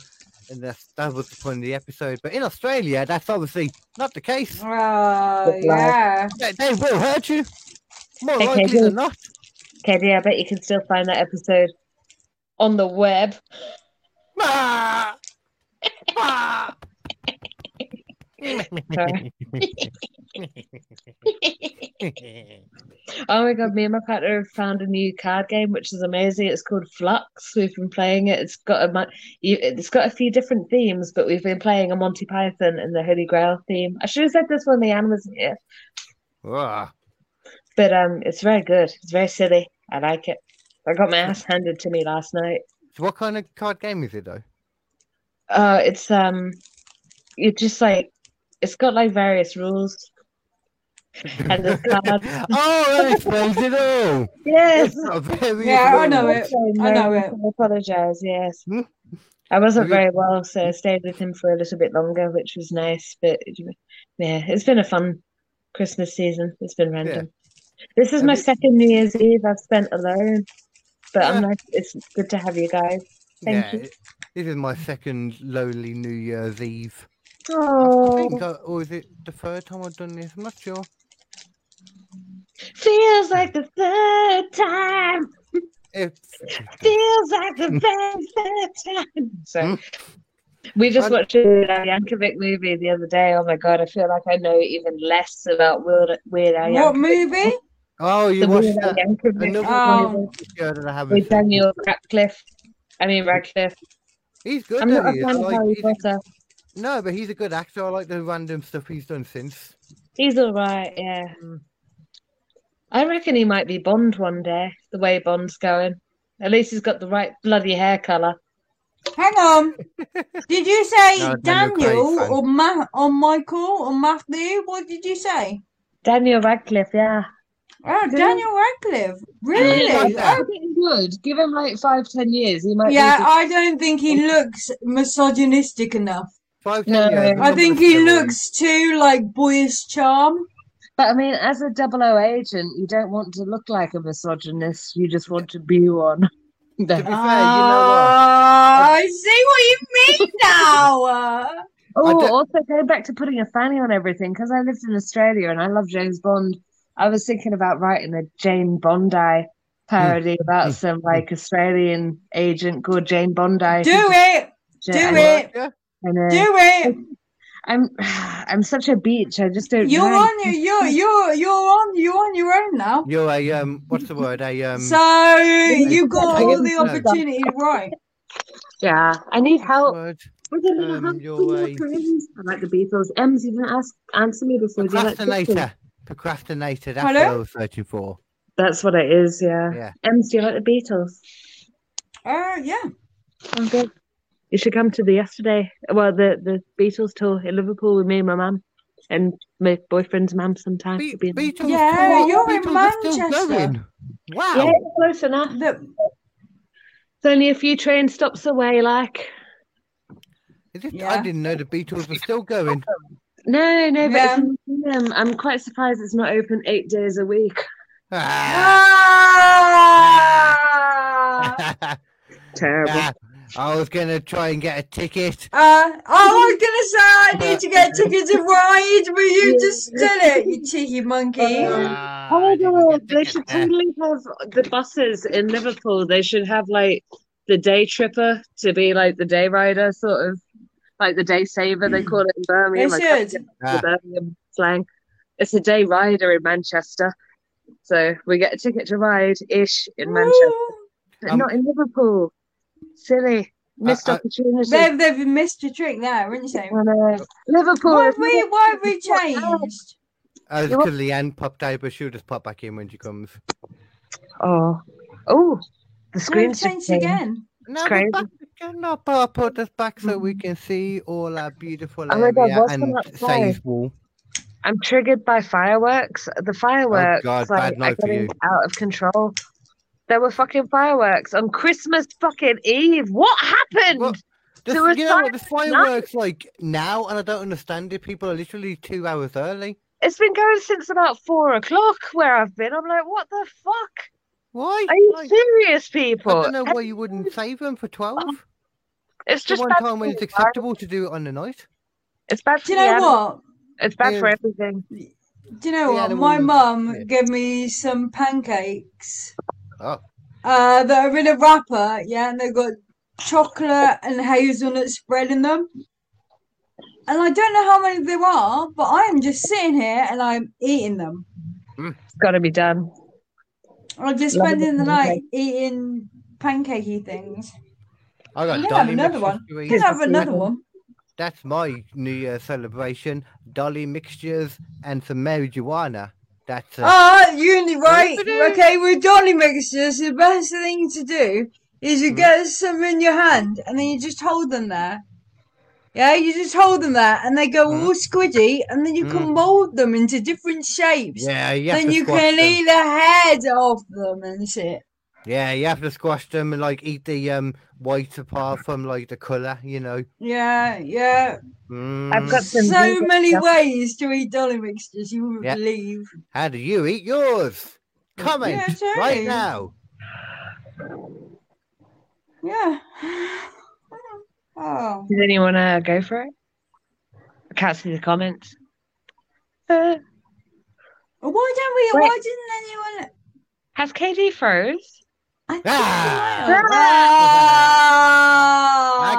Speaker 1: And that's that was the point of the episode. But in Australia, that's obviously not the case.
Speaker 2: Oh,
Speaker 8: Good luck.
Speaker 2: yeah.
Speaker 1: They, they will hurt you. More
Speaker 8: Okay,
Speaker 1: likely than not.
Speaker 8: Katie, I bet you can still find that episode on the web. Oh
Speaker 1: Ah! Ah!
Speaker 8: Sorry. oh my god, me and my partner have found a new card game which is amazing. It's called Flux. We've been playing it. It's got a mon- you- it's got a few different themes, but we've been playing a Monty Python and the Holy Grail theme. I should have said this when the Anne was here,
Speaker 1: Ah.
Speaker 8: but um, it's very good. It's very silly. I like it. I got my ass handed to me last night.
Speaker 1: So what kind of card game is it though?
Speaker 8: Uh, it's um, you just like it's got like various rules. And there's cards.
Speaker 1: oh, that explains it all.
Speaker 8: Yes.
Speaker 2: Yeah, I know it.
Speaker 8: Okay,
Speaker 2: I know
Speaker 8: no,
Speaker 2: it.
Speaker 8: I apologize. Yes,
Speaker 1: Hmm?
Speaker 8: I wasn't
Speaker 1: Have you-
Speaker 8: very well, so I stayed with him for a little bit longer, which was nice. But yeah, it's been a fun Christmas season. It's been random. This is
Speaker 1: Have
Speaker 8: my
Speaker 1: you-
Speaker 8: second New Year's Eve I've spent alone, but I'm
Speaker 1: Yeah.
Speaker 8: like, it's good to have you guys. Thank
Speaker 1: yeah,
Speaker 8: you.
Speaker 1: it- This is my second lonely New Year's Eve. I
Speaker 8: Oh,
Speaker 1: think I, or is it the third time I've done this? I'm not sure.
Speaker 8: feels like the third time.
Speaker 1: If,
Speaker 8: Feels like the very third time.
Speaker 1: Hmm.
Speaker 8: So. We just
Speaker 1: I'd-
Speaker 8: watched a Weird Al Yankovic movie the other day. Oh my god, I feel like I know even less about Weird, Weird Al
Speaker 2: What
Speaker 8: Yankovic.
Speaker 2: movie?
Speaker 1: oh, you
Speaker 8: The
Speaker 1: watched
Speaker 8: Weird Al
Speaker 1: that?
Speaker 8: Yankovic
Speaker 1: Another
Speaker 2: Oh.
Speaker 1: one of those shows that I haven't
Speaker 8: with
Speaker 1: seen.
Speaker 8: Daniel Radcliffe. I mean Radcliffe.
Speaker 1: He's good,
Speaker 8: I'm
Speaker 1: though.
Speaker 8: not a
Speaker 1: he is.
Speaker 8: fan of
Speaker 1: Like,
Speaker 8: Harry
Speaker 1: he's a-
Speaker 8: Potter.
Speaker 1: no, but he's a good actor. I like the random stuff he's done since.
Speaker 8: He's all right, yeah.
Speaker 1: Hmm.
Speaker 8: I reckon he might be Bond one day. The way Bond's going, at least he's got the right bloody hair color.
Speaker 2: Hang on. Did you say
Speaker 1: No, Daniel
Speaker 2: Daniel,
Speaker 1: Craig fan.
Speaker 2: or, Ma- or Michael or Matthew? What did you say?
Speaker 8: Daniel Radcliffe, yeah.
Speaker 2: Oh, Daniel Radcliffe. Really?
Speaker 4: I
Speaker 2: Oh,
Speaker 4: think he would. Give him like five, ten years. He might.
Speaker 2: yeah, I don't think he looks misogynistic enough.
Speaker 1: Five, ten
Speaker 4: No,
Speaker 1: years,
Speaker 4: I
Speaker 2: I
Speaker 1: number
Speaker 2: think he
Speaker 1: seven.
Speaker 2: looks too like boyish charm.
Speaker 4: But I mean, as a double O agent, you don't want to look like a misogynist. You just want to be one.
Speaker 1: To be fair,
Speaker 4: Then-
Speaker 1: you know
Speaker 2: Ah, I see what you mean now. Uh,
Speaker 4: oh,
Speaker 1: don't-
Speaker 4: also going back to putting a fanny on everything because I lived in Australia and I love James Bond. I was thinking about writing a Jane Bondi
Speaker 2: Hmm.
Speaker 4: parody about some like Australian agent called Jane Bondi.
Speaker 2: do it.
Speaker 4: do
Speaker 2: do
Speaker 1: what?
Speaker 2: it.
Speaker 1: Yeah.
Speaker 4: And, uh,
Speaker 2: Do it.
Speaker 4: I'm I'm such a beach. I just don't.
Speaker 2: You're
Speaker 4: know.
Speaker 2: on. your- You're you're you're on. You're on your own now.
Speaker 1: You're a um, what's the word? A um,
Speaker 2: So you got
Speaker 1: I
Speaker 2: all
Speaker 1: guess
Speaker 2: the
Speaker 1: so.
Speaker 2: opportunities right.
Speaker 4: Yeah, I need help.
Speaker 1: word?
Speaker 4: With a little
Speaker 1: Um,
Speaker 4: help
Speaker 1: you're
Speaker 4: from your
Speaker 1: right.
Speaker 4: friends. I like the Beatles. Ems, you didn't ask answer me before. Do you like Beatles?
Speaker 1: procrastinator. Procrastinator. That's
Speaker 2: Hello?
Speaker 1: what I was searching for.
Speaker 4: That's what it is.
Speaker 8: Uh,
Speaker 4: Yeah.
Speaker 1: Yeah.
Speaker 4: Ems, do you like the Beatles?
Speaker 2: Uh, yeah.
Speaker 4: Oh, good. You should come to the yesterday. Well, the the Beatles tour in Liverpool with me and my mum and my boyfriend's mum. Sometimes.
Speaker 1: Be-
Speaker 4: It'd be-
Speaker 1: Beatles.
Speaker 2: Yeah,
Speaker 1: tour,
Speaker 2: you're in
Speaker 1: Beatles are still
Speaker 2: Manchester.
Speaker 1: going. Wow.
Speaker 4: yeah, it's close enough.
Speaker 2: The,
Speaker 4: It's only a few train stops away. Like.
Speaker 1: Is it- I
Speaker 2: Yeah.
Speaker 1: didn't know the Beatles were still going.
Speaker 4: No, no, but
Speaker 2: Yeah.
Speaker 4: it's in the museum. I'm quite surprised it's not open eight days a week.
Speaker 1: Ah.
Speaker 4: Uh,
Speaker 2: ah!
Speaker 4: Terrible.
Speaker 1: Ah, I was gonna try and get a ticket.
Speaker 2: Uh, oh, I was gonna say I need to get tickets to ride, but you just did it, you cheeky monkey.
Speaker 1: Ah, I
Speaker 4: Oh my
Speaker 1: didn't
Speaker 4: god,
Speaker 1: get
Speaker 4: they
Speaker 1: tickets.
Speaker 4: should
Speaker 1: Ah.
Speaker 4: totally have the buses in Liverpool. They should have like the day tripper to be like the day rider, sort of like the day saver,
Speaker 1: Mm.
Speaker 4: they call it in
Speaker 2: They
Speaker 4: Birmingham. I can't
Speaker 2: should.
Speaker 1: Ah.
Speaker 4: remember the Birmingham slang. It's a day rider in Manchester. So we get a ticket to ride ish in Manchester, but
Speaker 1: Um,
Speaker 4: not in Liverpool. Silly. Missed
Speaker 1: I-
Speaker 4: opportunity.
Speaker 2: They've, they've missed a trick there, haven't they?
Speaker 4: And, uh, Liverpool.
Speaker 2: Why
Speaker 4: if
Speaker 2: have we,
Speaker 4: you-
Speaker 2: why have we
Speaker 4: What else?
Speaker 2: changed?
Speaker 1: I was
Speaker 4: You want-
Speaker 1: because Leanne popped out, but she'll just pop back in when she comes.
Speaker 4: Oh, oh, the
Speaker 2: We've
Speaker 4: screen's
Speaker 2: changed
Speaker 4: just
Speaker 2: again.
Speaker 1: No,
Speaker 4: crazy.
Speaker 1: we're back. No, but put us back so we can see all our beautiful
Speaker 4: Oh my God,
Speaker 1: area
Speaker 4: what's on
Speaker 1: and
Speaker 4: that side?
Speaker 1: Sainsbury.
Speaker 4: I'm triggered by fireworks. The fireworks
Speaker 1: God,
Speaker 4: like,
Speaker 1: bad
Speaker 4: are
Speaker 1: night for
Speaker 4: getting
Speaker 1: you.
Speaker 4: out of control. There were fucking fireworks on Christmas fucking Eve. What happened?
Speaker 1: What? The,
Speaker 4: There was
Speaker 1: you know what? The
Speaker 4: fireworks
Speaker 1: fireworks like now, and I don't understand it. People are literally two hours early.
Speaker 4: It's been going since about four o'clock where I've been. I'm like, what the fuck?
Speaker 1: Why?
Speaker 4: Are you
Speaker 1: Like,
Speaker 4: serious,
Speaker 1: I
Speaker 4: people?
Speaker 1: don't know why you wouldn't save them for twelve.
Speaker 4: It's
Speaker 1: The
Speaker 4: just
Speaker 1: one
Speaker 4: bad
Speaker 1: time when
Speaker 4: for
Speaker 1: it's
Speaker 4: the
Speaker 1: acceptable to do it on the night.
Speaker 4: environment. It's bad for
Speaker 2: Do you
Speaker 4: the
Speaker 2: know
Speaker 4: animals.
Speaker 2: what?
Speaker 4: It's bad for
Speaker 1: Yeah.
Speaker 4: everything.
Speaker 2: Do you know
Speaker 1: Yeah,
Speaker 2: what?
Speaker 1: they
Speaker 2: My
Speaker 1: were-
Speaker 2: mum
Speaker 1: yeah.
Speaker 2: gave me some pancakes
Speaker 1: Oh,
Speaker 2: uh, that are in a wrapper, yeah, and they've got chocolate and hazelnut spread in them. And I don't know how many there are, but I am just sitting here and I'm eating them.
Speaker 4: It's got to be done.
Speaker 2: I'm just
Speaker 4: Love a
Speaker 2: spending the
Speaker 4: good
Speaker 2: night eating pancakey things.
Speaker 1: I got
Speaker 2: I'm gonna have
Speaker 1: Dolly
Speaker 2: another one.
Speaker 1: mixtures to eat.
Speaker 2: Could have another
Speaker 4: Yeah.
Speaker 2: one.
Speaker 1: That's my New Year celebration. Dolly mixtures and some marijuana. That's uh,
Speaker 2: Ah, you right?
Speaker 1: Doo-doo.
Speaker 2: Okay, with dolly mixers, the best thing to do is
Speaker 1: Hmm.
Speaker 2: you get some in your hand and then you just hold them there. Yeah, you just hold them there and they go
Speaker 1: Mm.
Speaker 2: all squidgy, and then you
Speaker 1: Mm.
Speaker 2: can mold them into different shapes.
Speaker 1: yeah. You have
Speaker 2: Then
Speaker 1: to
Speaker 2: you
Speaker 1: squash
Speaker 2: can
Speaker 1: them.
Speaker 2: eat the head off them and shit.
Speaker 1: Yeah, you have to squash them and like eat the um white apart from like the color. You know.
Speaker 2: Yeah, yeah.
Speaker 4: I've
Speaker 1: Mm.
Speaker 4: got some
Speaker 2: So
Speaker 4: vegan
Speaker 2: many
Speaker 4: stuff.
Speaker 2: ways to eat dolly mixtures, you wouldn't
Speaker 1: Yeah.
Speaker 2: believe.
Speaker 1: How do you eat yours? Comment right
Speaker 2: totally.
Speaker 1: now.
Speaker 2: Yeah. Oh.
Speaker 4: Did anyone uh, go for it? I can't see the comments. Uh,
Speaker 2: Why don't we?
Speaker 4: Wait.
Speaker 2: Why didn't anyone?
Speaker 4: has KD froze?
Speaker 2: I think
Speaker 1: Ah!
Speaker 2: they might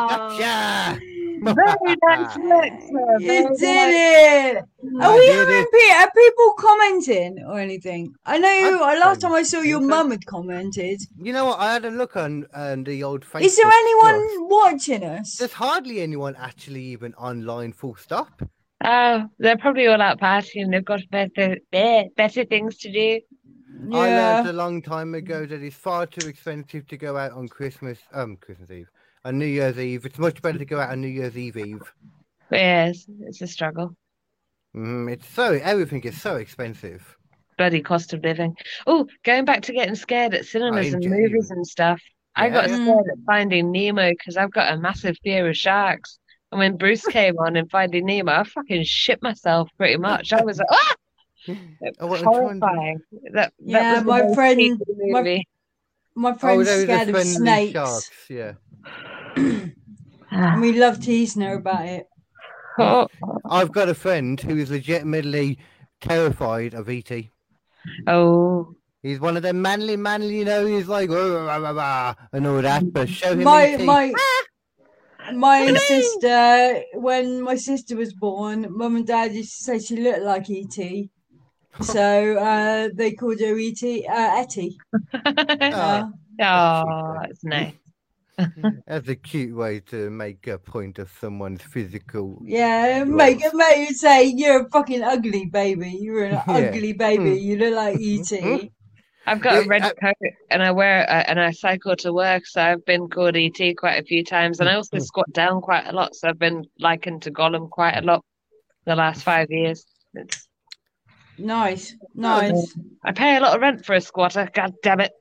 Speaker 2: have.
Speaker 1: Ah! I gotcha.
Speaker 4: Very nice work, sir. Very
Speaker 2: You
Speaker 4: nice.
Speaker 2: did it. Are
Speaker 1: I
Speaker 2: we
Speaker 1: did
Speaker 2: having
Speaker 1: it.
Speaker 2: pe- are people commenting or anything? I know uh,
Speaker 1: I
Speaker 2: last
Speaker 1: don't
Speaker 2: time I saw your
Speaker 1: think so.
Speaker 2: mum had commented.
Speaker 1: You know what? I had a look on um, the old Facebook.
Speaker 2: Is there
Speaker 1: stuff.
Speaker 2: anyone watching us?
Speaker 1: There's hardly anyone actually even online. Full stop.
Speaker 4: Oh, they're probably all out partying. They've got better, eh, better things to do.
Speaker 1: I learned
Speaker 2: Yeah.
Speaker 1: a long time ago that it's far too expensive to go out on Christmas, um, Christmas Eve, on New Year's Eve. It's much better to go out on New Year's Eve Eve.
Speaker 4: But yeah, it's, it's a struggle.
Speaker 1: Mm-hmm. Mm, it's so everything is so expensive.
Speaker 4: bloody cost of living. Oh, going back to getting scared at cinemas
Speaker 1: I
Speaker 4: and
Speaker 1: do.
Speaker 4: movies and stuff. I got
Speaker 1: Yeah.
Speaker 4: scared
Speaker 2: Mm.
Speaker 4: at Finding Nemo because I've got a massive fear of sharks. And when Bruce came on in Finding Nemo, I fucking shit myself pretty much. I was like, ah! It
Speaker 1: Oh, what,
Speaker 4: was
Speaker 1: which one?
Speaker 4: horrifying. That, that
Speaker 2: Yeah,
Speaker 4: was the
Speaker 2: my
Speaker 4: most
Speaker 2: friend-
Speaker 4: creepy
Speaker 2: my-
Speaker 4: movie.
Speaker 2: My
Speaker 1: Oh,
Speaker 2: friend's
Speaker 1: those are
Speaker 2: scared of
Speaker 1: friendly
Speaker 2: snakes.
Speaker 1: sharks. Yeah.
Speaker 2: And we love teasing her about it.
Speaker 4: Oh,
Speaker 1: I've got a friend who is legitimately terrified of ET.
Speaker 4: oh.
Speaker 1: He's one of them manly, manly, you know, he's like, "Rah, rah, rah, rah," and all that. But show him E
Speaker 2: my
Speaker 1: ET.
Speaker 2: my
Speaker 4: Ah!
Speaker 2: my sister when my sister was born mum and dad used to say she looked like et so uh they called her et uh, etty
Speaker 1: Ah,
Speaker 2: uh,
Speaker 4: Oh, it's nice.
Speaker 1: That's a cute way to make a point of someone's physical.
Speaker 2: yeah make it make you say you're a fucking ugly baby you're an
Speaker 1: Yeah. Hmm.
Speaker 2: ugly baby you look like E et
Speaker 4: I've got a
Speaker 1: Yeah,
Speaker 4: red
Speaker 1: I-
Speaker 4: coat and I wear it, uh, and I cycle to work, so I've been called ET quite a few times, and I also squat down quite a lot, so I've been likened to Gollum quite a lot the last five years. It's,
Speaker 2: nice
Speaker 4: Oh,
Speaker 2: nice
Speaker 4: I pay a lot of rent for a squatter. God damn it!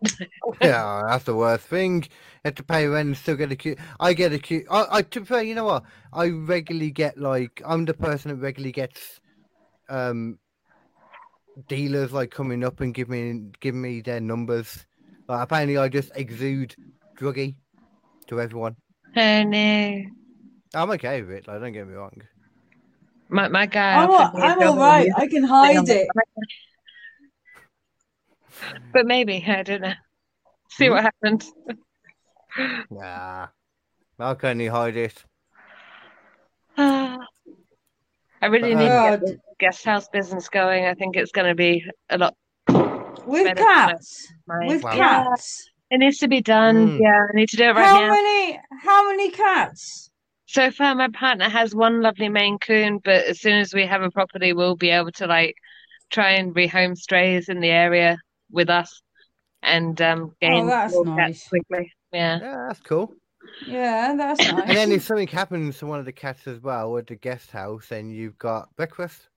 Speaker 1: yeah, that's the worst thing. Have to pay rent and still get a cute. I get a cute. I, I to pay, you know what? I regularly get like I'm the person that regularly gets, um, dealers like coming up and give me give me their numbers. Like apparently, I just exude druggy to everyone.
Speaker 4: Oh no,
Speaker 1: I'm okay with it. Like, don't get me wrong.
Speaker 4: my my guy.
Speaker 2: i'm, all,
Speaker 4: offered me a
Speaker 2: I'm
Speaker 4: job
Speaker 2: all
Speaker 4: on
Speaker 2: right
Speaker 4: the-
Speaker 2: i can hide it
Speaker 4: but maybe I don't know. See what happens.
Speaker 1: Nah, how can you hide it?
Speaker 4: Ah. I really need to
Speaker 2: God.
Speaker 4: get the guest house business going. I think it's going to be a lot.
Speaker 2: with
Speaker 4: Better
Speaker 2: cats
Speaker 4: my-
Speaker 2: with
Speaker 1: Wow.
Speaker 2: cats
Speaker 4: It needs to be done.
Speaker 1: Mm.
Speaker 4: Yeah, I need to do it right
Speaker 2: how
Speaker 4: now.
Speaker 2: many how many cats
Speaker 4: So far, my partner has one lovely Maine Coon, but as soon as we have a property, we'll be able to like try and rehome strays in the area with us and um, gain
Speaker 2: Oh, that's
Speaker 4: more cats
Speaker 2: nice.
Speaker 4: quickly. Yeah.
Speaker 1: Yeah, that's cool.
Speaker 2: yeah that's nice
Speaker 1: And then if something happens to one of the cats as well at the guest house, then you've got breakfast.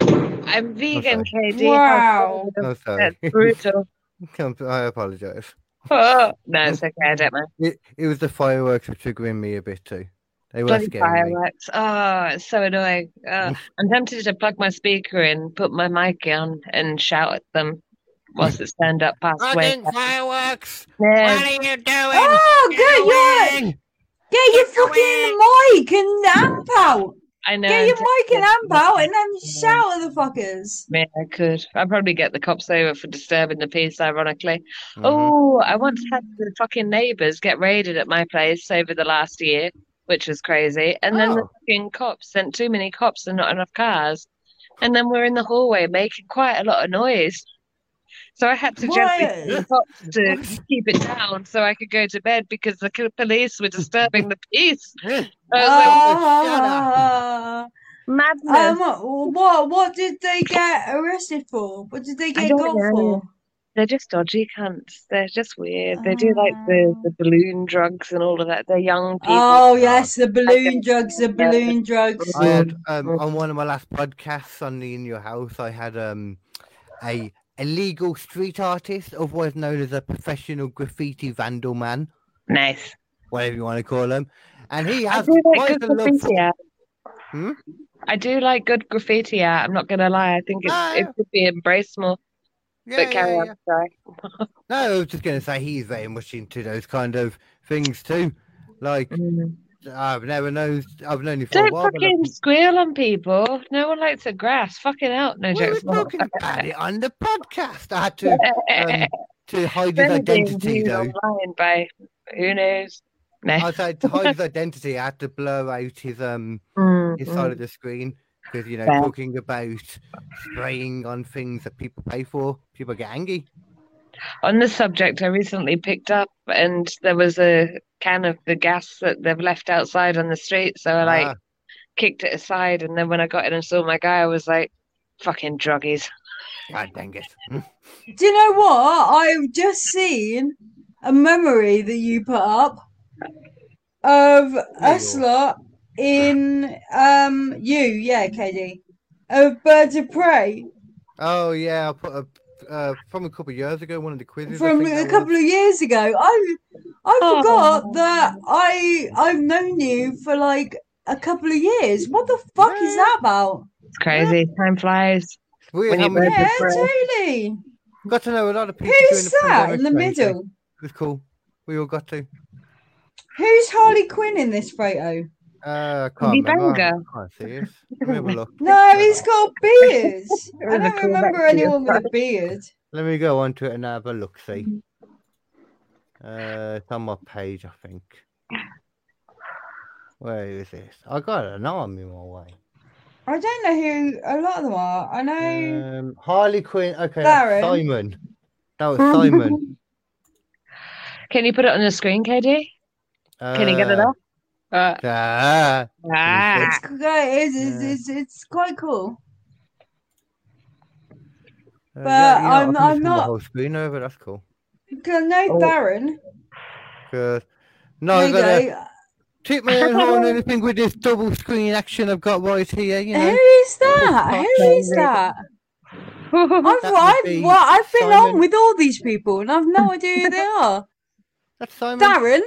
Speaker 4: I'm vegan,
Speaker 1: Okay.
Speaker 4: KD.
Speaker 2: Wow.
Speaker 1: Oh, sorry.
Speaker 4: That's brutal.
Speaker 1: I'm- I apologise.
Speaker 4: Oh, no, it's okay. I don't mind.
Speaker 1: It, it was the fireworks were triggering me a bit too. They were
Speaker 4: Bloody
Speaker 1: scaring me.
Speaker 4: fireworks. Oh, it's so annoying. Oh, I'm tempted to plug my speaker in, put my mic on, and shout at them whilst it's turned up past way.
Speaker 1: fireworks!
Speaker 4: Yeah,
Speaker 1: are you doing?
Speaker 2: Oh, good, yeah. Get your fucking mic and amp out.
Speaker 4: I know.
Speaker 2: Get your mic and amp out and then
Speaker 4: Yeah.
Speaker 2: shout at the fuckers.
Speaker 4: Yeah, I could. I'd probably get the cops over for disturbing the peace, ironically.
Speaker 1: Mm-hmm.
Speaker 4: Oh, I once had the fucking neighbours get raided at my place over the last year, which was crazy. And then the
Speaker 1: Oh.
Speaker 4: fucking cops sent too many cops and not enough cars. And then we're in the hallway making quite a lot of noise. So I had to gently tell the cops to keep it down so I could go to bed because the c- police were disturbing the peace. I was like,
Speaker 2: Ah.
Speaker 4: madness.
Speaker 2: um, what what did they get arrested for? What did they
Speaker 4: I
Speaker 2: get
Speaker 4: don't
Speaker 2: got
Speaker 4: know.
Speaker 2: for?
Speaker 4: They're just dodgy cunts. They're just weird. They do like the, the balloon drugs and all of that. They're young people.
Speaker 2: Oh yes, the balloon
Speaker 4: guess-
Speaker 2: drugs, the balloon drugs.
Speaker 1: I had um, on one of my last podcasts on the In Your House, I had um a illegal street artist, otherwise known as a professional graffiti vandal man,
Speaker 4: Nice.
Speaker 1: whatever you want to call him, and he
Speaker 4: I
Speaker 1: has
Speaker 4: do like
Speaker 1: quite
Speaker 4: good
Speaker 1: a love for
Speaker 4: graffiti art.
Speaker 1: Hmm?
Speaker 4: I do like good graffiti art. I'm not gonna lie. I think it's,
Speaker 1: Ah,
Speaker 4: it
Speaker 1: yeah.
Speaker 4: should be embraced more.
Speaker 1: Yeah,
Speaker 4: but carry
Speaker 1: yeah,
Speaker 4: on.
Speaker 1: yeah.
Speaker 4: Sorry.
Speaker 1: No, I was just going to say he's very much into those kind of things too. Like
Speaker 4: Mm.
Speaker 1: I've never known, I've known you for
Speaker 4: Don't
Speaker 1: a while. but I-
Speaker 4: fucking squeal on people. No one likes a grass. Fucking out. No
Speaker 1: we were
Speaker 4: jokes.
Speaker 1: talking about it on the podcast. I had to um, to hide his
Speaker 4: Anything
Speaker 1: identity
Speaker 4: viewed
Speaker 1: though.
Speaker 4: online by who knows. No.
Speaker 1: I said to hide his identity. I had to blur out his um
Speaker 4: Mm,
Speaker 1: his
Speaker 4: mm.
Speaker 1: side of the screen because you know
Speaker 4: Fair.
Speaker 1: talking about spraying on things that people pay for, people get angry.
Speaker 4: On this subject, I recently picked up, and there was a can of the gas that they've left outside on the street. So I like
Speaker 1: Ah.
Speaker 4: kicked it aside, and then when I got in and saw my guy, I was like, "Fucking druggies!"
Speaker 1: God dang it!
Speaker 2: Do you know what? I've just seen a memory that you put up of us
Speaker 1: Eagle.
Speaker 2: lot in um you, yeah, KD, of Birds of Prey
Speaker 1: Oh yeah, I put a uh, from a couple of years ago, one of the quizzes. I
Speaker 2: from
Speaker 1: think that
Speaker 2: a
Speaker 1: was. Oh.
Speaker 2: couple of years ago. I I forgot that I I've known you for like a couple of years. What the fuck is that about?
Speaker 4: It's crazy. Time flies.
Speaker 1: It's weird
Speaker 4: when
Speaker 1: how
Speaker 4: you
Speaker 1: many-
Speaker 4: That's
Speaker 2: Yeah,
Speaker 4: right.
Speaker 2: totally.
Speaker 1: got to know a lot of people. during
Speaker 2: Who's
Speaker 1: the
Speaker 2: that in the
Speaker 1: pandemic, so
Speaker 2: middle?
Speaker 1: It was cool. We all got to.
Speaker 2: Who's Harley Quinn in this photo?
Speaker 1: Uh, I can't
Speaker 4: Be
Speaker 1: remember. I
Speaker 4: banger.
Speaker 1: can't see it. Let me have a look.
Speaker 2: No, he's got beards.
Speaker 4: was
Speaker 2: I
Speaker 4: a
Speaker 2: don't
Speaker 4: cool
Speaker 2: remember
Speaker 4: back to you.
Speaker 2: anyone with a beard.
Speaker 1: Let me go on to it and have a look. See,
Speaker 2: Mm-hmm.
Speaker 1: uh, it's on my page, I think. Where is this? I got an arm in my way.
Speaker 2: I don't know who a lot of them are. I know.
Speaker 1: Um, Harley Quinn. Okay, that's
Speaker 2: Darren.
Speaker 1: Simon. That was Simon.
Speaker 4: Can you put it on the screen, KD? Can you get it
Speaker 1: Uh,
Speaker 4: off? Uh,
Speaker 1: Ah,
Speaker 4: ah.
Speaker 2: It's, c- it is- it's,
Speaker 1: Yeah.
Speaker 2: it's, it's quite cool.
Speaker 1: uh,
Speaker 2: But
Speaker 1: yeah, you know, I
Speaker 2: I'm-
Speaker 1: can just
Speaker 2: I'm
Speaker 1: move the
Speaker 2: not-
Speaker 1: whole screen over. That's cool.
Speaker 2: I know
Speaker 4: Oh.
Speaker 2: Darren.
Speaker 1: 'Cause- no, uh,
Speaker 2: There
Speaker 1: I've
Speaker 2: you
Speaker 1: got a
Speaker 2: go.
Speaker 1: toot my own horn. Anything with this double screen action I've got right here, you
Speaker 2: Who
Speaker 1: know.
Speaker 2: is that? Who is
Speaker 4: Crazy.
Speaker 2: that? I've,
Speaker 1: That would
Speaker 2: I've,
Speaker 1: be
Speaker 2: well, I've been
Speaker 1: Simon.
Speaker 2: on with all these people and I've no idea who they are.
Speaker 1: That's Simon.
Speaker 2: Darren,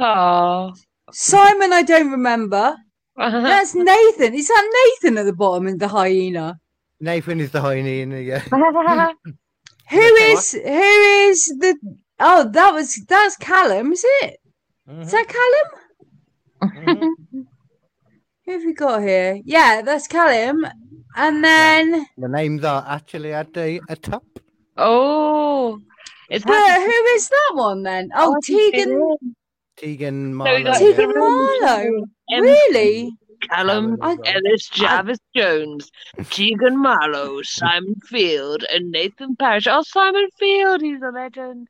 Speaker 4: Oh.
Speaker 2: Simon, I don't remember. That's Nathan. Is that Nathan at the bottom in the hyena?
Speaker 1: Nathan is the hyena. Yeah.
Speaker 2: Who is who is the? Oh, that was that's Callum, is it?
Speaker 1: Mm-hmm.
Speaker 2: Is that Callum?
Speaker 1: Mhm.
Speaker 2: Who have we got here? Yeah, that's Callum. And then,
Speaker 1: the names are actually at the at top.
Speaker 4: oh. It's
Speaker 2: but who is that one then? Oh, Tegan,
Speaker 1: Tegan
Speaker 4: So we
Speaker 1: Marlowe.
Speaker 4: got
Speaker 1: yeah.
Speaker 2: Tegan Marlowe.
Speaker 4: M.
Speaker 2: Really?
Speaker 1: Callum,
Speaker 4: Callum
Speaker 1: I-
Speaker 4: Ellis Jarvis Jones, Tegan Marlowe, Simon Field, and Nathan Parrish. Oh, Simon Field, he's a legend.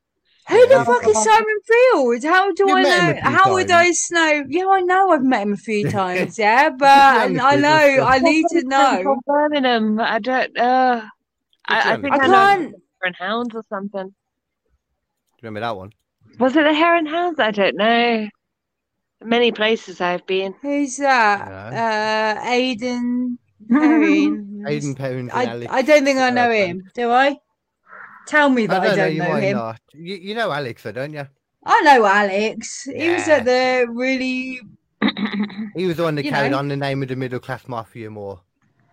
Speaker 2: Who the
Speaker 1: Yeah.
Speaker 2: fuck is Simon Field? How do
Speaker 1: You
Speaker 2: I
Speaker 1: met him
Speaker 2: know?
Speaker 1: a few
Speaker 2: How would I know? Yeah, I know I've met him a few times, yeah, but
Speaker 1: You've
Speaker 2: and
Speaker 1: known
Speaker 2: I
Speaker 1: him
Speaker 2: know
Speaker 1: before.
Speaker 2: I need to know.
Speaker 4: From Birmingham. I don't. Uh, I, I
Speaker 1: Which
Speaker 4: think
Speaker 1: one?
Speaker 2: I
Speaker 4: I, know
Speaker 2: can't.
Speaker 4: Heron Hounds or something.
Speaker 1: Remember that one?
Speaker 4: Was it the Heron Hounds? I don't know. Many places I've been.
Speaker 2: Who's that? Uh, Aiden Perrine.
Speaker 1: Aidan Perrins. and
Speaker 2: um, I,
Speaker 1: Alex
Speaker 2: I don't think I know
Speaker 1: Fairbank.
Speaker 2: him. Do I? Tell me that I don't,
Speaker 1: you
Speaker 2: know,
Speaker 1: might
Speaker 2: him.
Speaker 1: not. You, you know Alexa, don't you?
Speaker 2: I know Alex. He was at the really.
Speaker 1: He was the one that
Speaker 2: You
Speaker 1: carried
Speaker 2: know.
Speaker 1: on the name of the middle class mafia more.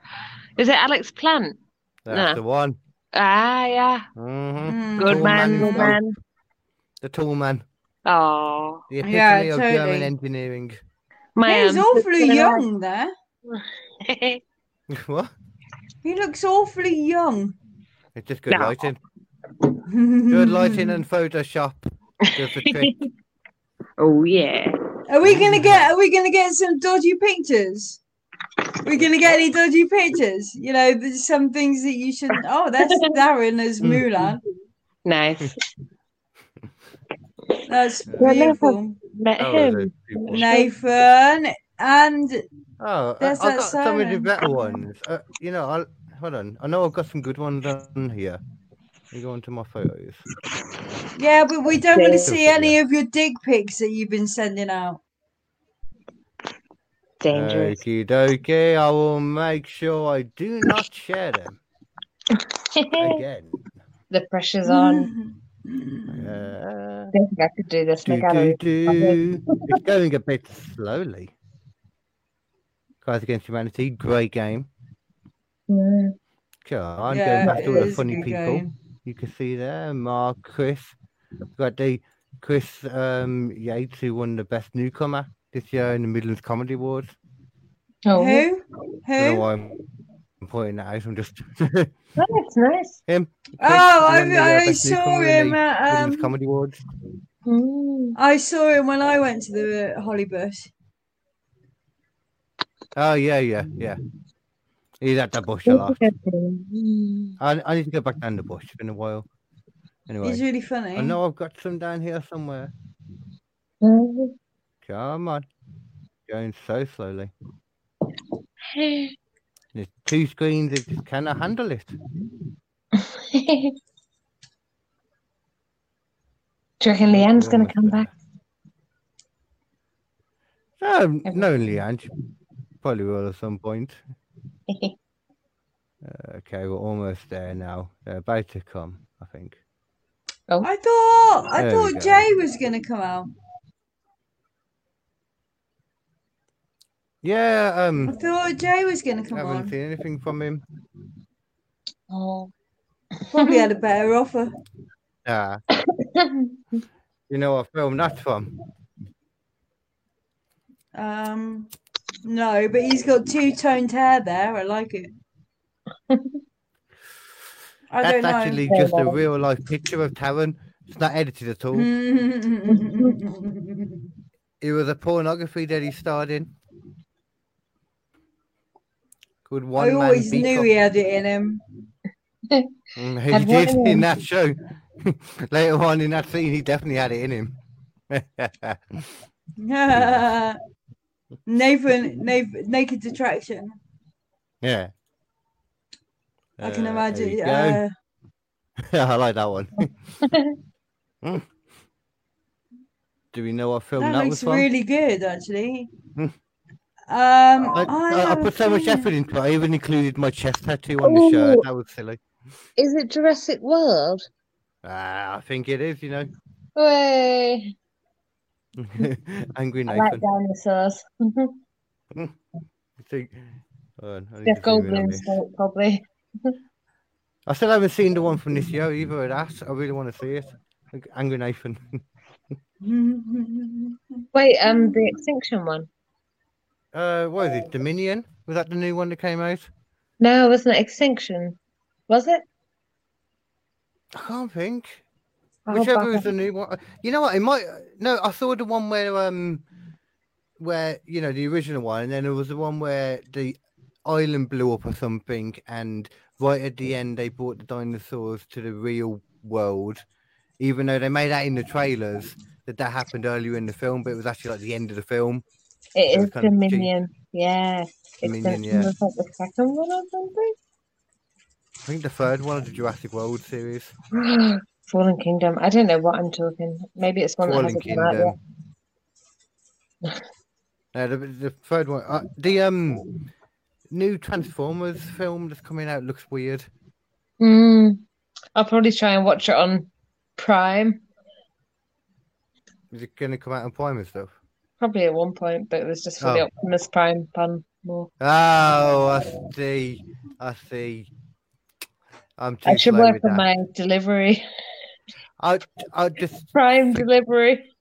Speaker 4: Is it Alex Plant?
Speaker 1: That's
Speaker 4: Nah.
Speaker 1: the one.
Speaker 4: Ah, yeah.
Speaker 1: hmm
Speaker 2: Mm.
Speaker 4: Good
Speaker 1: Tall man
Speaker 4: man,
Speaker 1: in
Speaker 4: good
Speaker 1: white.
Speaker 4: man.
Speaker 1: The tall man.
Speaker 4: Oh,
Speaker 1: The epitome
Speaker 2: Yeah,
Speaker 1: of German
Speaker 2: totally.
Speaker 1: engineering.
Speaker 2: He
Speaker 4: man.
Speaker 2: was awfully young there.
Speaker 1: what?
Speaker 2: He looks awfully young.
Speaker 1: It's just good
Speaker 4: No.
Speaker 1: lighting. Good lighting and Photoshop. Does the trick.
Speaker 4: oh yeah.
Speaker 2: Are we gonna get? Are we gonna get some dodgy pictures? We're gonna get any dodgy pictures? You know, there's some things that you shouldn't. Oh, that's Darren as Mulan.
Speaker 4: Nice.
Speaker 2: That's
Speaker 4: Well,
Speaker 2: beautiful.
Speaker 4: Met
Speaker 1: Oh,
Speaker 4: him.
Speaker 1: those people.
Speaker 2: Nathan and
Speaker 1: Oh, I-
Speaker 2: There's
Speaker 1: I've
Speaker 2: that
Speaker 1: got some of the
Speaker 2: siren.
Speaker 1: better ones. Uh, you know, I'll hold on. I know I've got some good ones on here. Let me go on to my photos.
Speaker 2: yeah, but we don't want to see
Speaker 1: Yeah.
Speaker 2: any of your dick pics that you've been sending out.
Speaker 4: Dangerous.
Speaker 1: Okie dokie. I will make sure I do not share them again.
Speaker 4: the pressure's
Speaker 8: Mm.
Speaker 4: on.
Speaker 1: Uh,
Speaker 4: I don't think I could do this. My
Speaker 1: do, do,
Speaker 4: gallery.
Speaker 1: do. It's going a bit slowly. Guys Against Humanity, great game.
Speaker 4: Mm.
Speaker 1: Sure, I'm
Speaker 2: Yeah,
Speaker 1: going back to all
Speaker 2: it
Speaker 1: the
Speaker 2: is
Speaker 1: funny
Speaker 2: good
Speaker 1: people.
Speaker 2: going.
Speaker 1: You can see there, Mark, Chris. We've got the Chris um, Yates, who won the best newcomer this year in the Midlands Comedy Awards.
Speaker 4: Oh,
Speaker 2: Who?
Speaker 1: don't know
Speaker 2: Who?
Speaker 1: why I'm I'm pointing that out. I'm just
Speaker 4: oh, that's nice.
Speaker 1: him. Chris,
Speaker 2: Oh,
Speaker 1: who
Speaker 2: I,
Speaker 1: won the, uh,
Speaker 2: I
Speaker 1: Best
Speaker 2: saw
Speaker 1: Newcomer in
Speaker 2: him
Speaker 1: the
Speaker 2: at
Speaker 1: Midlands
Speaker 2: um,
Speaker 1: Comedy Awards.
Speaker 4: Mm.
Speaker 2: I saw him when I went to the Holly Bush.
Speaker 1: Oh yeah, yeah, yeah. He's at the bush a lot. I, I need to go back down the bush. It's been a while. Anyway,
Speaker 2: He's really funny.
Speaker 1: I know I've got some down here somewhere.
Speaker 4: Mm.
Speaker 1: Come on, going so slowly. There's two screens. It just cannot handle it.
Speaker 4: Do you reckon Leanne's going to come back?
Speaker 1: Um, No, no, Leanne. She probably will at some point. Uh, okay, we're almost there now. They're about to come, I think.
Speaker 2: I thought I
Speaker 1: There we
Speaker 2: thought
Speaker 1: go.
Speaker 2: Jay was gonna come out.
Speaker 1: Yeah,
Speaker 2: I
Speaker 1: um,
Speaker 2: thought Jay was gonna come
Speaker 1: haven't
Speaker 2: on.
Speaker 1: seen anything from him.
Speaker 8: Oh,
Speaker 2: Probably had a better offer.
Speaker 1: Ah, you know what film that's from?
Speaker 2: Um, no, but he's got two toned hair there. I like it. I
Speaker 1: that's
Speaker 2: don't know.
Speaker 1: actually just a real life picture of Taron. It's not edited at all.
Speaker 2: Mm. Mm-hmm.
Speaker 1: It was a pornography that he starred in. Good one
Speaker 2: I
Speaker 1: man
Speaker 2: always
Speaker 1: beat
Speaker 2: knew
Speaker 1: up.
Speaker 2: he had it in him.
Speaker 1: Mm,
Speaker 8: Had
Speaker 1: He
Speaker 8: one
Speaker 1: did
Speaker 8: of
Speaker 1: in
Speaker 8: them.
Speaker 1: that show. Later on in that scene, he definitely had it in him.
Speaker 2: Nathan, Nathan, naked attraction.
Speaker 1: yeah.
Speaker 2: I can
Speaker 1: Uh, there
Speaker 2: imagine.
Speaker 1: you go.
Speaker 2: Uh,
Speaker 1: I like that one. Mm. Do we know what film that,
Speaker 2: that
Speaker 1: was
Speaker 2: looks
Speaker 1: from?
Speaker 2: really good, actually.
Speaker 1: Hmm.
Speaker 2: um, I,
Speaker 1: Like, I, I
Speaker 2: have a
Speaker 1: put so much
Speaker 2: feeling-
Speaker 1: effort into it. I even included my chest tattoo on the shirt.
Speaker 8: Oh.
Speaker 1: That was silly.
Speaker 8: is it Jurassic World?
Speaker 1: Ah, I think it is, you know.
Speaker 8: Way.
Speaker 1: Angry
Speaker 8: I like
Speaker 1: Nathan.
Speaker 8: dinosaurs.
Speaker 1: I think. Hold on, I need
Speaker 8: Jeff
Speaker 1: to zoom in on
Speaker 8: Goldblum's
Speaker 1: this.
Speaker 8: fault, probably.
Speaker 1: I still haven't seen the one from this year either. That I really want to see it. Ang- Angry Nathan.
Speaker 8: Wait, um, the extinction one.
Speaker 1: Uh, what is it? Dominion? Was that the new one that came out?
Speaker 8: No, it wasn't it extinction? Was it?
Speaker 1: I can't think.
Speaker 8: Oh,
Speaker 1: Whichever
Speaker 8: bugger.
Speaker 1: is the new one. uh, You know what? It might. No, I saw the one where um, where you know the original one, and then there was the one where the island blew up or something, and right at the end they brought the dinosaurs to the real world, even though they made that in the trailers that that happened earlier in the film, but it was actually like the end of the film.
Speaker 8: It
Speaker 1: Those
Speaker 8: is
Speaker 1: kind of cheap-
Speaker 8: Dominion. Yeah.
Speaker 1: Dominion,
Speaker 8: Extinction
Speaker 1: yeah.
Speaker 8: was like the second one or
Speaker 1: I think the third one of the Jurassic World series.
Speaker 8: something. Fallen Kingdom. I don't know what I'm talking. Maybe it's one
Speaker 1: Fallen
Speaker 8: that hasn't come out yet.
Speaker 1: Kingdom. No, the, the third one, uh, the um, new Transformers film that's coming out looks weird.
Speaker 8: Mm. I'll probably try and watch it on Prime.
Speaker 1: Is it going to come out on Prime and stuff?
Speaker 8: Probably at one point, but it was just for the
Speaker 1: Oh.
Speaker 8: Optimus Prime pun more.
Speaker 1: Oh, I see. I see. I'm too
Speaker 8: I should
Speaker 1: slow
Speaker 8: work
Speaker 1: with
Speaker 8: on
Speaker 1: that.
Speaker 8: my delivery.
Speaker 1: I, I just.
Speaker 8: Prime delivery.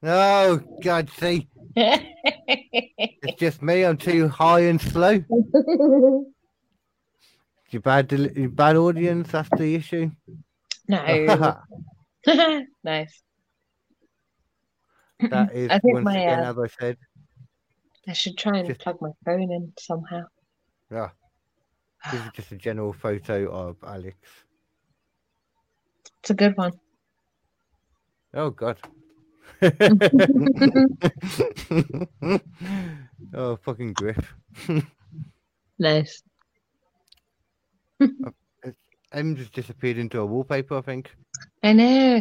Speaker 1: Oh God, see, it's just me. I'm too high and slow.
Speaker 8: no.
Speaker 1: You bad, del- you bad audience. That's the issue.
Speaker 8: nice.
Speaker 1: that is
Speaker 8: I think
Speaker 1: once
Speaker 8: my,
Speaker 1: again,
Speaker 8: uh,
Speaker 1: as I said.
Speaker 8: I should try and
Speaker 1: Just-
Speaker 8: plug my phone in somehow.
Speaker 1: Yeah. This is just a general photo of Alex.
Speaker 8: It's a good one.
Speaker 1: Oh God. oh fucking Griff.
Speaker 8: Nice.
Speaker 1: Uh, M just disappeared into a wallpaper, I think.
Speaker 8: I know.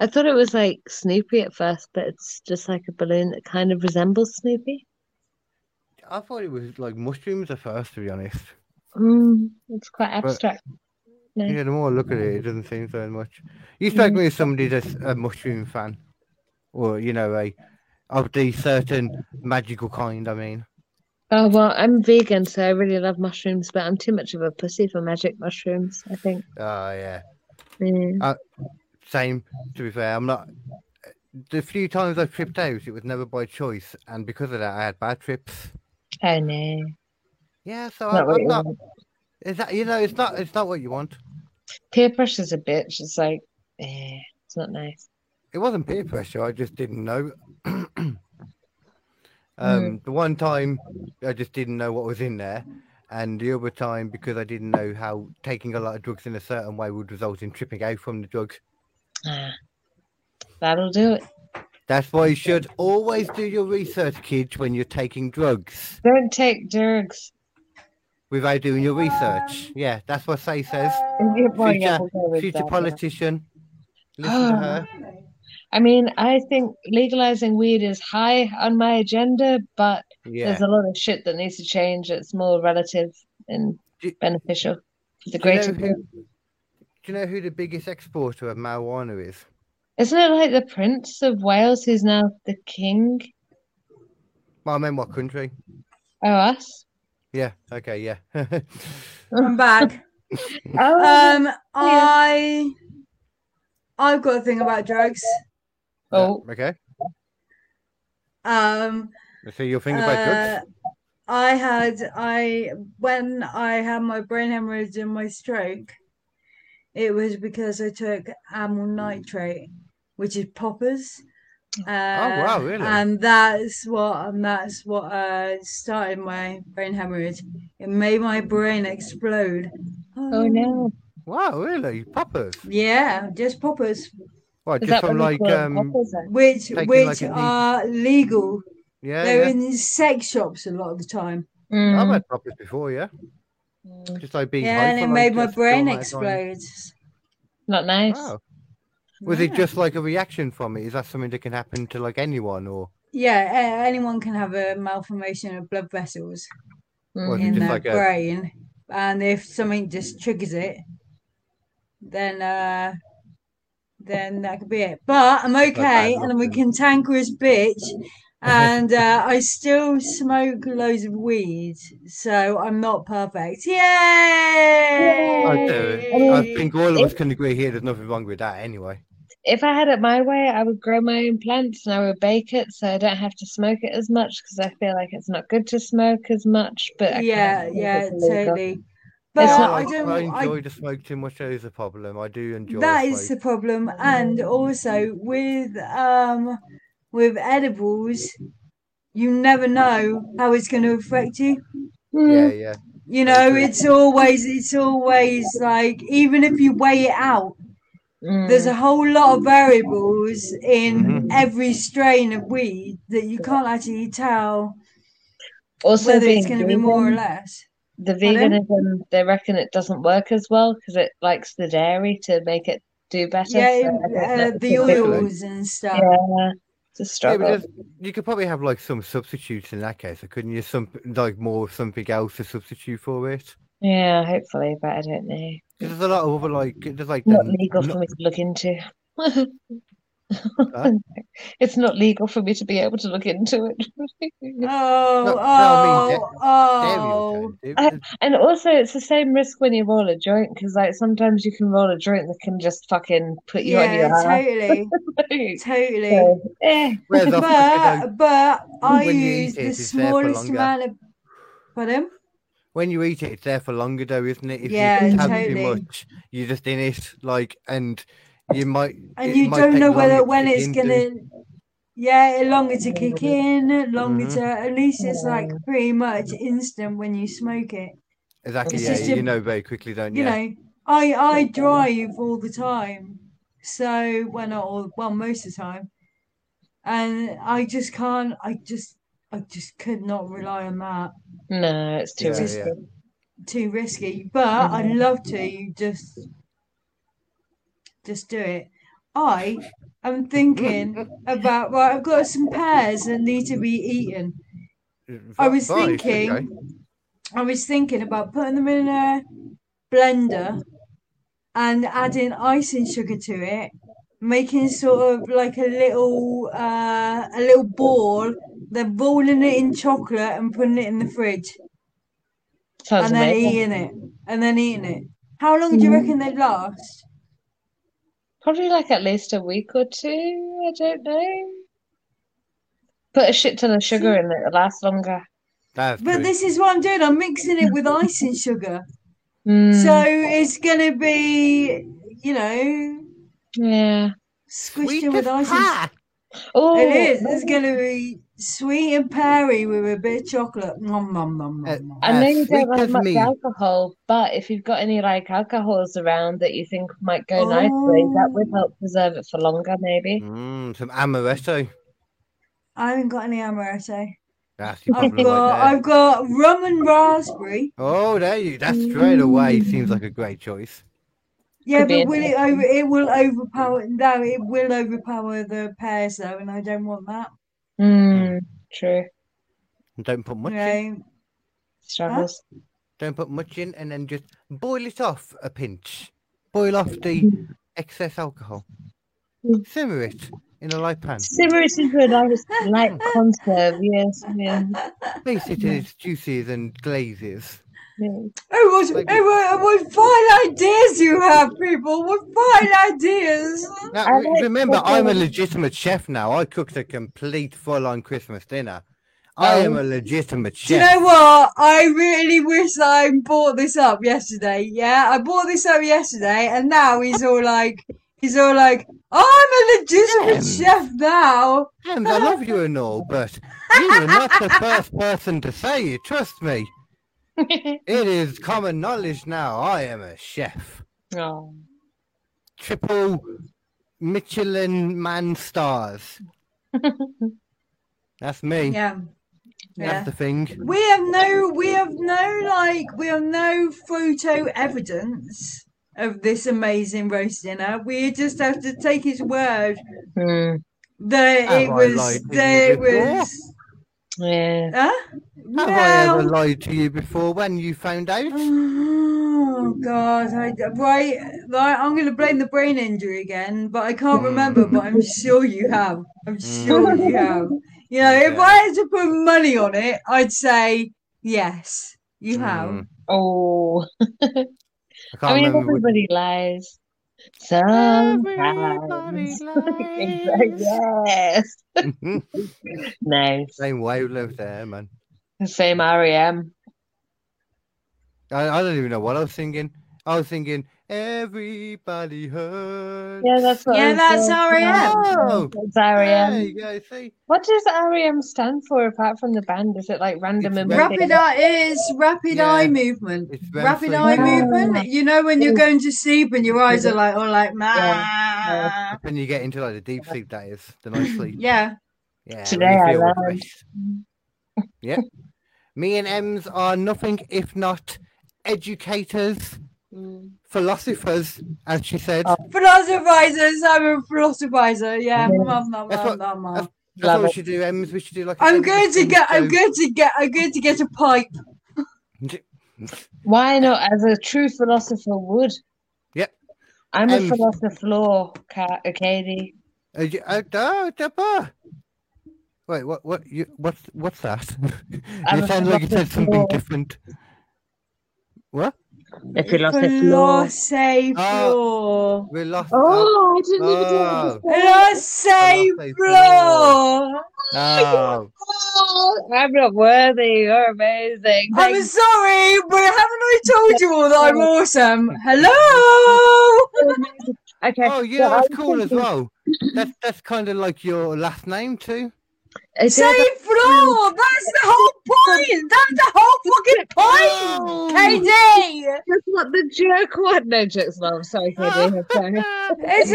Speaker 8: I thought it was like Snoopy at first, but it's just like a balloon that kind of resembles Snoopy.
Speaker 1: I thought it was like mushrooms at first, to be honest.
Speaker 8: Mm, it's quite abstract. Nice.
Speaker 1: Yeah, the more I look at it, it doesn't seem so much. You strike me as somebody that's a mushroom fan, or you know, a of the certain magical kind. I mean,
Speaker 8: Oh, well, I'm vegan, so I really love mushrooms, but I'm too much of a pussy for magic mushrooms, I think.
Speaker 1: oh yeah,
Speaker 8: Mm.
Speaker 1: same. To be fair, I'm not. The few times I've tripped out, it was never by choice, and because of that, I had bad trips.
Speaker 8: Oh, no.
Speaker 1: Yeah, so
Speaker 8: Not
Speaker 1: I,
Speaker 8: what
Speaker 1: I'm
Speaker 8: you
Speaker 1: not.
Speaker 8: want.
Speaker 1: Is that you know? It's not. It's not what you want.
Speaker 8: Peer pressure's a bitch. It's like, eh, it's not nice.
Speaker 1: it wasn't peer pressure. I just didn't know. um, The one time I just didn't know what was in there, and the other time because I didn't know how taking a lot of drugs in a certain way would result in tripping out from the drugs.
Speaker 8: Ah, that'll do it.
Speaker 1: That's why you should always do your research, kids, when you're taking drugs
Speaker 8: Don't take drugs.
Speaker 1: without doing your research. Yeah, that's what Say says.
Speaker 8: Well, yeah,
Speaker 1: Future,
Speaker 8: we'll go with
Speaker 1: future
Speaker 8: that, yeah.
Speaker 1: politician. Listen to her.
Speaker 8: I mean, I think legalizing weed is high on my agenda, but
Speaker 1: Yeah.
Speaker 8: there's a lot of shit that needs to change. It's more relative and
Speaker 1: Do-
Speaker 8: beneficial. The
Speaker 1: Do you know
Speaker 8: greater
Speaker 1: who- Do you know who the biggest exporter of marijuana is?
Speaker 8: Isn't it like the Prince of Wales who's now the King?
Speaker 1: Well, I meant what country?
Speaker 8: Oh, us.
Speaker 1: Yeah. Okay. Yeah.
Speaker 2: I'm back.
Speaker 1: Mm.
Speaker 8: Oh,
Speaker 2: Um, I I've got a thing about drugs.
Speaker 8: oh,
Speaker 1: Okay.
Speaker 2: Um,
Speaker 1: So your thing about drugs?
Speaker 2: uh, I had I when I had my brain hemorrhage and my stroke, it was because I took amyl
Speaker 1: Hmm.
Speaker 2: nitrate, which is poppers. Uh,
Speaker 1: Oh, wow, really?
Speaker 2: And that's what and that's what uh, started my brain hemorrhage. It made my brain explode.
Speaker 8: oh no.
Speaker 1: Wow, really? Poppers?
Speaker 2: Yeah, just poppers,
Speaker 1: Right,
Speaker 8: Is
Speaker 1: just
Speaker 8: that
Speaker 1: from
Speaker 8: what they
Speaker 1: like
Speaker 8: call it?
Speaker 1: um,
Speaker 8: What was it?
Speaker 2: which
Speaker 1: Taken like
Speaker 2: which
Speaker 1: a neat-
Speaker 2: are legal.
Speaker 1: yeah.
Speaker 2: They're
Speaker 1: yeah.
Speaker 2: in sex shops a lot of the time.
Speaker 1: I've
Speaker 8: Mm.
Speaker 1: had poppers before, yeah.
Speaker 8: Mm.
Speaker 1: Just like being
Speaker 2: yeah,
Speaker 1: high
Speaker 2: and
Speaker 1: for,
Speaker 2: it
Speaker 1: like,
Speaker 2: made my
Speaker 1: just a
Speaker 2: brain
Speaker 1: short amount
Speaker 2: explode.
Speaker 8: Not
Speaker 1: of time.
Speaker 8: nice.
Speaker 1: Wow. Was it
Speaker 2: Yeah.
Speaker 1: just like a reaction from it? Is that something that can happen to like anyone, or
Speaker 2: Yeah, a- anyone can have a malformation of blood vessels
Speaker 1: was it
Speaker 8: Mhm.
Speaker 2: in
Speaker 1: just
Speaker 2: their
Speaker 1: like a
Speaker 2: brain, and if something just triggers it, then uh, then that could be it. But I'm okay, and I'm a
Speaker 1: luck
Speaker 2: cantankerous bitch, and uh, I still smoke loads of weed, so I'm not perfect. Yay!
Speaker 1: I do it. I think all of
Speaker 8: If-
Speaker 1: us can agree here. There's nothing wrong with that, anyway.
Speaker 8: If I had it my way, I would grow my own plants and I would bake it so I don't have to smoke it as much because I feel like it's not good to smoke as much. But I
Speaker 2: yeah,
Speaker 8: can't think
Speaker 2: yeah,
Speaker 8: it's illegal.
Speaker 2: totally. But
Speaker 8: It's
Speaker 1: Well,
Speaker 8: not-
Speaker 2: I
Speaker 1: I,
Speaker 2: don't.
Speaker 1: I
Speaker 2: I
Speaker 1: enjoy the smoke too much. That is a problem. I do enjoy.
Speaker 2: that
Speaker 1: smoke.
Speaker 2: is the problem and also with um with edibles you never know how it's going to affect you
Speaker 1: yeah,
Speaker 8: Mm.
Speaker 1: yeah.
Speaker 2: you know
Speaker 1: true.
Speaker 2: it's always it's always like even if you weigh it out there's a whole lot of variables in
Speaker 1: Mhm.
Speaker 2: every strain of weed that you can't actually tell
Speaker 8: Mm. Also,
Speaker 2: whether it's
Speaker 8: being
Speaker 2: going to be more or
Speaker 8: vegan,
Speaker 2: less
Speaker 8: the
Speaker 2: Pardon?
Speaker 8: veganism, they reckon it doesn't work as well because it likes the dairy to make it do better. so I
Speaker 2: yeah
Speaker 8: don't know
Speaker 2: uh,
Speaker 8: if it's
Speaker 2: the
Speaker 8: a big-
Speaker 1: Definitely.
Speaker 2: oils and stuff
Speaker 8: Yeah, it's a
Speaker 1: Yeah, but
Speaker 8: struggle.
Speaker 1: there's- you could probably have like some substitutes in that case. Couldn't you? Some like more something else to substitute for it.
Speaker 8: Yeah, hopefully, but I don't know.
Speaker 1: 'Cause There's a lot of other like there's like
Speaker 8: Not
Speaker 1: the-
Speaker 8: legal
Speaker 1: no-
Speaker 8: for me to look into. It's not legal for me to be able to look into it.
Speaker 1: No,
Speaker 2: oh
Speaker 1: no, I
Speaker 2: oh
Speaker 1: mean, dairy
Speaker 2: oh
Speaker 1: alternative.
Speaker 8: And also, it's the same risk when you roll a joint because, like, sometimes you can roll a joint that can just fucking put you on
Speaker 2: oh. yeah
Speaker 8: your ass.
Speaker 2: totally totally
Speaker 8: So, eh,
Speaker 1: Whereas I think, you know,
Speaker 2: but but I
Speaker 1: when you
Speaker 2: use
Speaker 1: eat it,
Speaker 2: the
Speaker 1: it's there for
Speaker 2: smallest
Speaker 1: longer.
Speaker 2: amount of. Pardon?
Speaker 1: when you eat it, it's there for longer, though, isn't it? If
Speaker 2: Yeah,
Speaker 1: you just have
Speaker 2: totally.
Speaker 1: too much, you're just in it, like, and you might.
Speaker 2: And
Speaker 1: it
Speaker 2: you
Speaker 1: might
Speaker 2: don't
Speaker 1: take
Speaker 2: know
Speaker 1: longer
Speaker 2: whether
Speaker 1: to
Speaker 2: when
Speaker 1: kick
Speaker 2: it's
Speaker 1: in,
Speaker 2: gonna.
Speaker 1: doesn't it?
Speaker 2: Yeah, longer to kick in, longer
Speaker 1: Mhm.
Speaker 2: to. At least it's like
Speaker 8: Yeah.
Speaker 2: pretty much instant when you smoke it.
Speaker 1: Exactly.
Speaker 8: it's
Speaker 1: Yeah,
Speaker 2: just
Speaker 1: you
Speaker 2: a-
Speaker 1: know very quickly, don't
Speaker 2: You
Speaker 1: you?
Speaker 2: know, I I drive all the time, so when not all well most of the time, and I just can't. I just I just could not rely on that.
Speaker 8: no, it's too
Speaker 1: Yeah,
Speaker 8: risky.
Speaker 1: yeah.
Speaker 2: too risky, but I'd love to. You just, just do it. I am thinking about right. I've got some pears that need to be eaten. I was
Speaker 1: Right,
Speaker 2: thinking-
Speaker 1: okay.
Speaker 2: I was thinking about putting them in a blender and adding icing sugar to it, making sort of like a little, uh, a little ball. Then rolling it in chocolate and putting it in the fridge.
Speaker 8: Sounds
Speaker 2: and then
Speaker 8: amazing.
Speaker 2: eating it, and then eating it. How long do you
Speaker 8: Mm.
Speaker 2: reckon they last?
Speaker 8: Probably like at least a week or two. I don't know. Put a shit ton of sugar in it, it lasts longer.
Speaker 1: That's
Speaker 2: But
Speaker 1: true.
Speaker 2: this is what I'm doing. I'm mixing it with icing sugar,
Speaker 8: Mm,
Speaker 2: so it's gonna be, you know,
Speaker 8: yeah.
Speaker 2: squished
Speaker 1: Sweet
Speaker 2: in with
Speaker 1: as
Speaker 2: icing.
Speaker 1: pie.
Speaker 8: Oh,
Speaker 2: It is. It's gonna be sweet and perry with a bit of chocolate. Nom nom nom
Speaker 1: Uh,
Speaker 2: nom. nom.
Speaker 8: I
Speaker 1: as
Speaker 8: know you
Speaker 1: sweet
Speaker 8: don't have
Speaker 1: as
Speaker 8: much
Speaker 1: me.
Speaker 8: alcohol, but if you've got any like alcohols around that you think might go nicely, that would
Speaker 2: Oh.
Speaker 8: help preserve it for longer, maybe.
Speaker 1: Mm, some amaretto.
Speaker 2: I haven't got any amaretto.
Speaker 1: That's your
Speaker 2: I've
Speaker 1: problem
Speaker 2: got
Speaker 1: right there.
Speaker 2: I've got rum and raspberry.
Speaker 1: Oh, there you. That's straight away. Seems
Speaker 2: Mm.
Speaker 1: like a great choice.
Speaker 2: Yeah,
Speaker 8: Could be
Speaker 2: but will it over? It will overpower. No, it will overpower the pears though, and I don't want that.
Speaker 8: Mm, true.
Speaker 1: Don't put much.
Speaker 2: You know, Ah.
Speaker 8: Struggles.
Speaker 1: Don't put much in, and then just boil it off a pinch. Boil off the excess alcohol. Simmer it in a light pan.
Speaker 4: Simmer it into a nice light conserve. Yes, yes,
Speaker 1: Place it in its juices and glazes.
Speaker 4: yes.
Speaker 2: Oh, what,
Speaker 1: Like-
Speaker 2: oh, what, what fine ideas you have, people! What fine ideas!
Speaker 1: Now,
Speaker 4: I
Speaker 1: re-
Speaker 4: like
Speaker 1: remember, I'm a
Speaker 4: cooking.
Speaker 1: legitimate chef now. I cooked a complete full-on Christmas dinner. I am a legitimate
Speaker 2: Do you
Speaker 1: chef.
Speaker 2: know what? I really wish I bought this up yesterday. Yeah, I bought this up yesterday, and now he's all like, he's all like, I'm a legitimate chef now.
Speaker 1: Hams, I love you and all, but you are not the first person to say it. Trust me. It is common knowledge now. I am a chef.
Speaker 4: Oh.
Speaker 1: Triple Michelin man stars. That's me.
Speaker 2: Yeah, yeah.
Speaker 1: That's the thing.
Speaker 2: We have no, we have no, like, we have no photo evidence of this amazing roast dinner. We just have to take his word
Speaker 4: Hmm.
Speaker 2: that
Speaker 1: Have
Speaker 2: it
Speaker 1: I
Speaker 2: was,
Speaker 1: lied to you
Speaker 2: that it
Speaker 1: before?
Speaker 2: was,
Speaker 4: Yeah.
Speaker 2: huh?
Speaker 1: Have I ever
Speaker 2: No.
Speaker 1: lied to you before when you found
Speaker 2: Um,
Speaker 1: out?
Speaker 2: Oh God! I, right, right, I'm going to blame the brain injury again, but I can't
Speaker 1: Mm.
Speaker 2: remember. But I'm sure you have. I'm sure you have. You know, if
Speaker 1: Yeah.
Speaker 2: I had to put money on it, I'd say yes, you have.
Speaker 1: Mm,
Speaker 4: Oh.
Speaker 1: I can't
Speaker 4: I mean,
Speaker 1: remember. which-
Speaker 4: everybody lies. Um, Sometimes. Exactly. yes.
Speaker 1: Mhm.
Speaker 4: Nice.
Speaker 1: Same wavelength there, man.
Speaker 4: Same E REM.
Speaker 1: I, I don't even know what I was singing. I was singing, everybody hurts.
Speaker 4: Yeah, that's what
Speaker 2: Yeah,
Speaker 4: I was
Speaker 2: that's E
Speaker 4: doing.
Speaker 2: R.E.M..
Speaker 1: Oh.
Speaker 4: That's E REM.
Speaker 1: There you go, see?
Speaker 4: What does REM stand for apart from the band? Is it like random
Speaker 1: It's
Speaker 4: and
Speaker 1: rap-
Speaker 2: Rapid eye is rapid
Speaker 1: Yeah.
Speaker 2: eye movement.
Speaker 1: It's REM
Speaker 2: Rapid
Speaker 1: sleep.
Speaker 2: eye
Speaker 4: Ah.
Speaker 2: movement. You know when you're
Speaker 4: Oh.
Speaker 2: going to sleep and your eyes are like all like
Speaker 4: Yeah.
Speaker 2: ma.
Speaker 1: When you get into like the deep sleep, that is the night sleep.
Speaker 2: Yeah.
Speaker 1: Yeah,
Speaker 4: Today
Speaker 1: when you
Speaker 4: I
Speaker 1: feel
Speaker 4: learned.
Speaker 1: refreshed. Yeah. Me and Ems are nothing if not educators,
Speaker 4: Mm.
Speaker 1: philosophers, as she said.
Speaker 4: Oh,
Speaker 2: Philosophizers. I'm a philosophizer. Yeah.
Speaker 4: Yeah.
Speaker 2: Nom, nom,
Speaker 1: That's
Speaker 2: nom,
Speaker 1: what-
Speaker 2: nom, nom.
Speaker 1: that's That's what
Speaker 4: love
Speaker 1: we
Speaker 4: it.
Speaker 1: should do, Ems. We should do like. a bit
Speaker 2: I'm
Speaker 1: of a
Speaker 2: going to
Speaker 1: thing,
Speaker 2: get. I'm
Speaker 1: so-
Speaker 2: going to get. I'm going to get a pipe.
Speaker 4: Why not? As a true philosopher would.
Speaker 1: Yep.
Speaker 4: I'm a
Speaker 1: Um,
Speaker 4: philosopher, Ka- Katie.
Speaker 1: Uh, you- uh, da- da- ba. Wait, what? What? You? What's? What's that?
Speaker 4: I'm
Speaker 1: it
Speaker 4: a
Speaker 1: sounds like you said something
Speaker 4: philosopher.
Speaker 1: different. What?
Speaker 4: A philosopher.
Speaker 2: Philosophy
Speaker 1: Ah.
Speaker 2: floor.
Speaker 1: We lost.
Speaker 9: Oh, I didn't
Speaker 1: even do what you
Speaker 9: even
Speaker 1: said.
Speaker 4: Oh.
Speaker 2: Philosophy
Speaker 1: Philosophy
Speaker 2: floor.
Speaker 1: Oh,
Speaker 4: I'm not worthy. You're amazing.
Speaker 2: I'm sorry, but haven't I told you all that I'm awesome? Hello.
Speaker 4: Okay.
Speaker 1: oh, you
Speaker 4: so
Speaker 1: know
Speaker 4: I
Speaker 1: that's
Speaker 4: was
Speaker 1: cool as
Speaker 4: thinking-
Speaker 1: well. That's that's kind of like your last name too.
Speaker 4: I
Speaker 2: Say
Speaker 4: said-
Speaker 2: floor. That's the whole point. That's the whole fucking point, KD.
Speaker 4: That's what the jerk one. No jokes, love. Sorry, Katie. Sorry.
Speaker 2: It's a.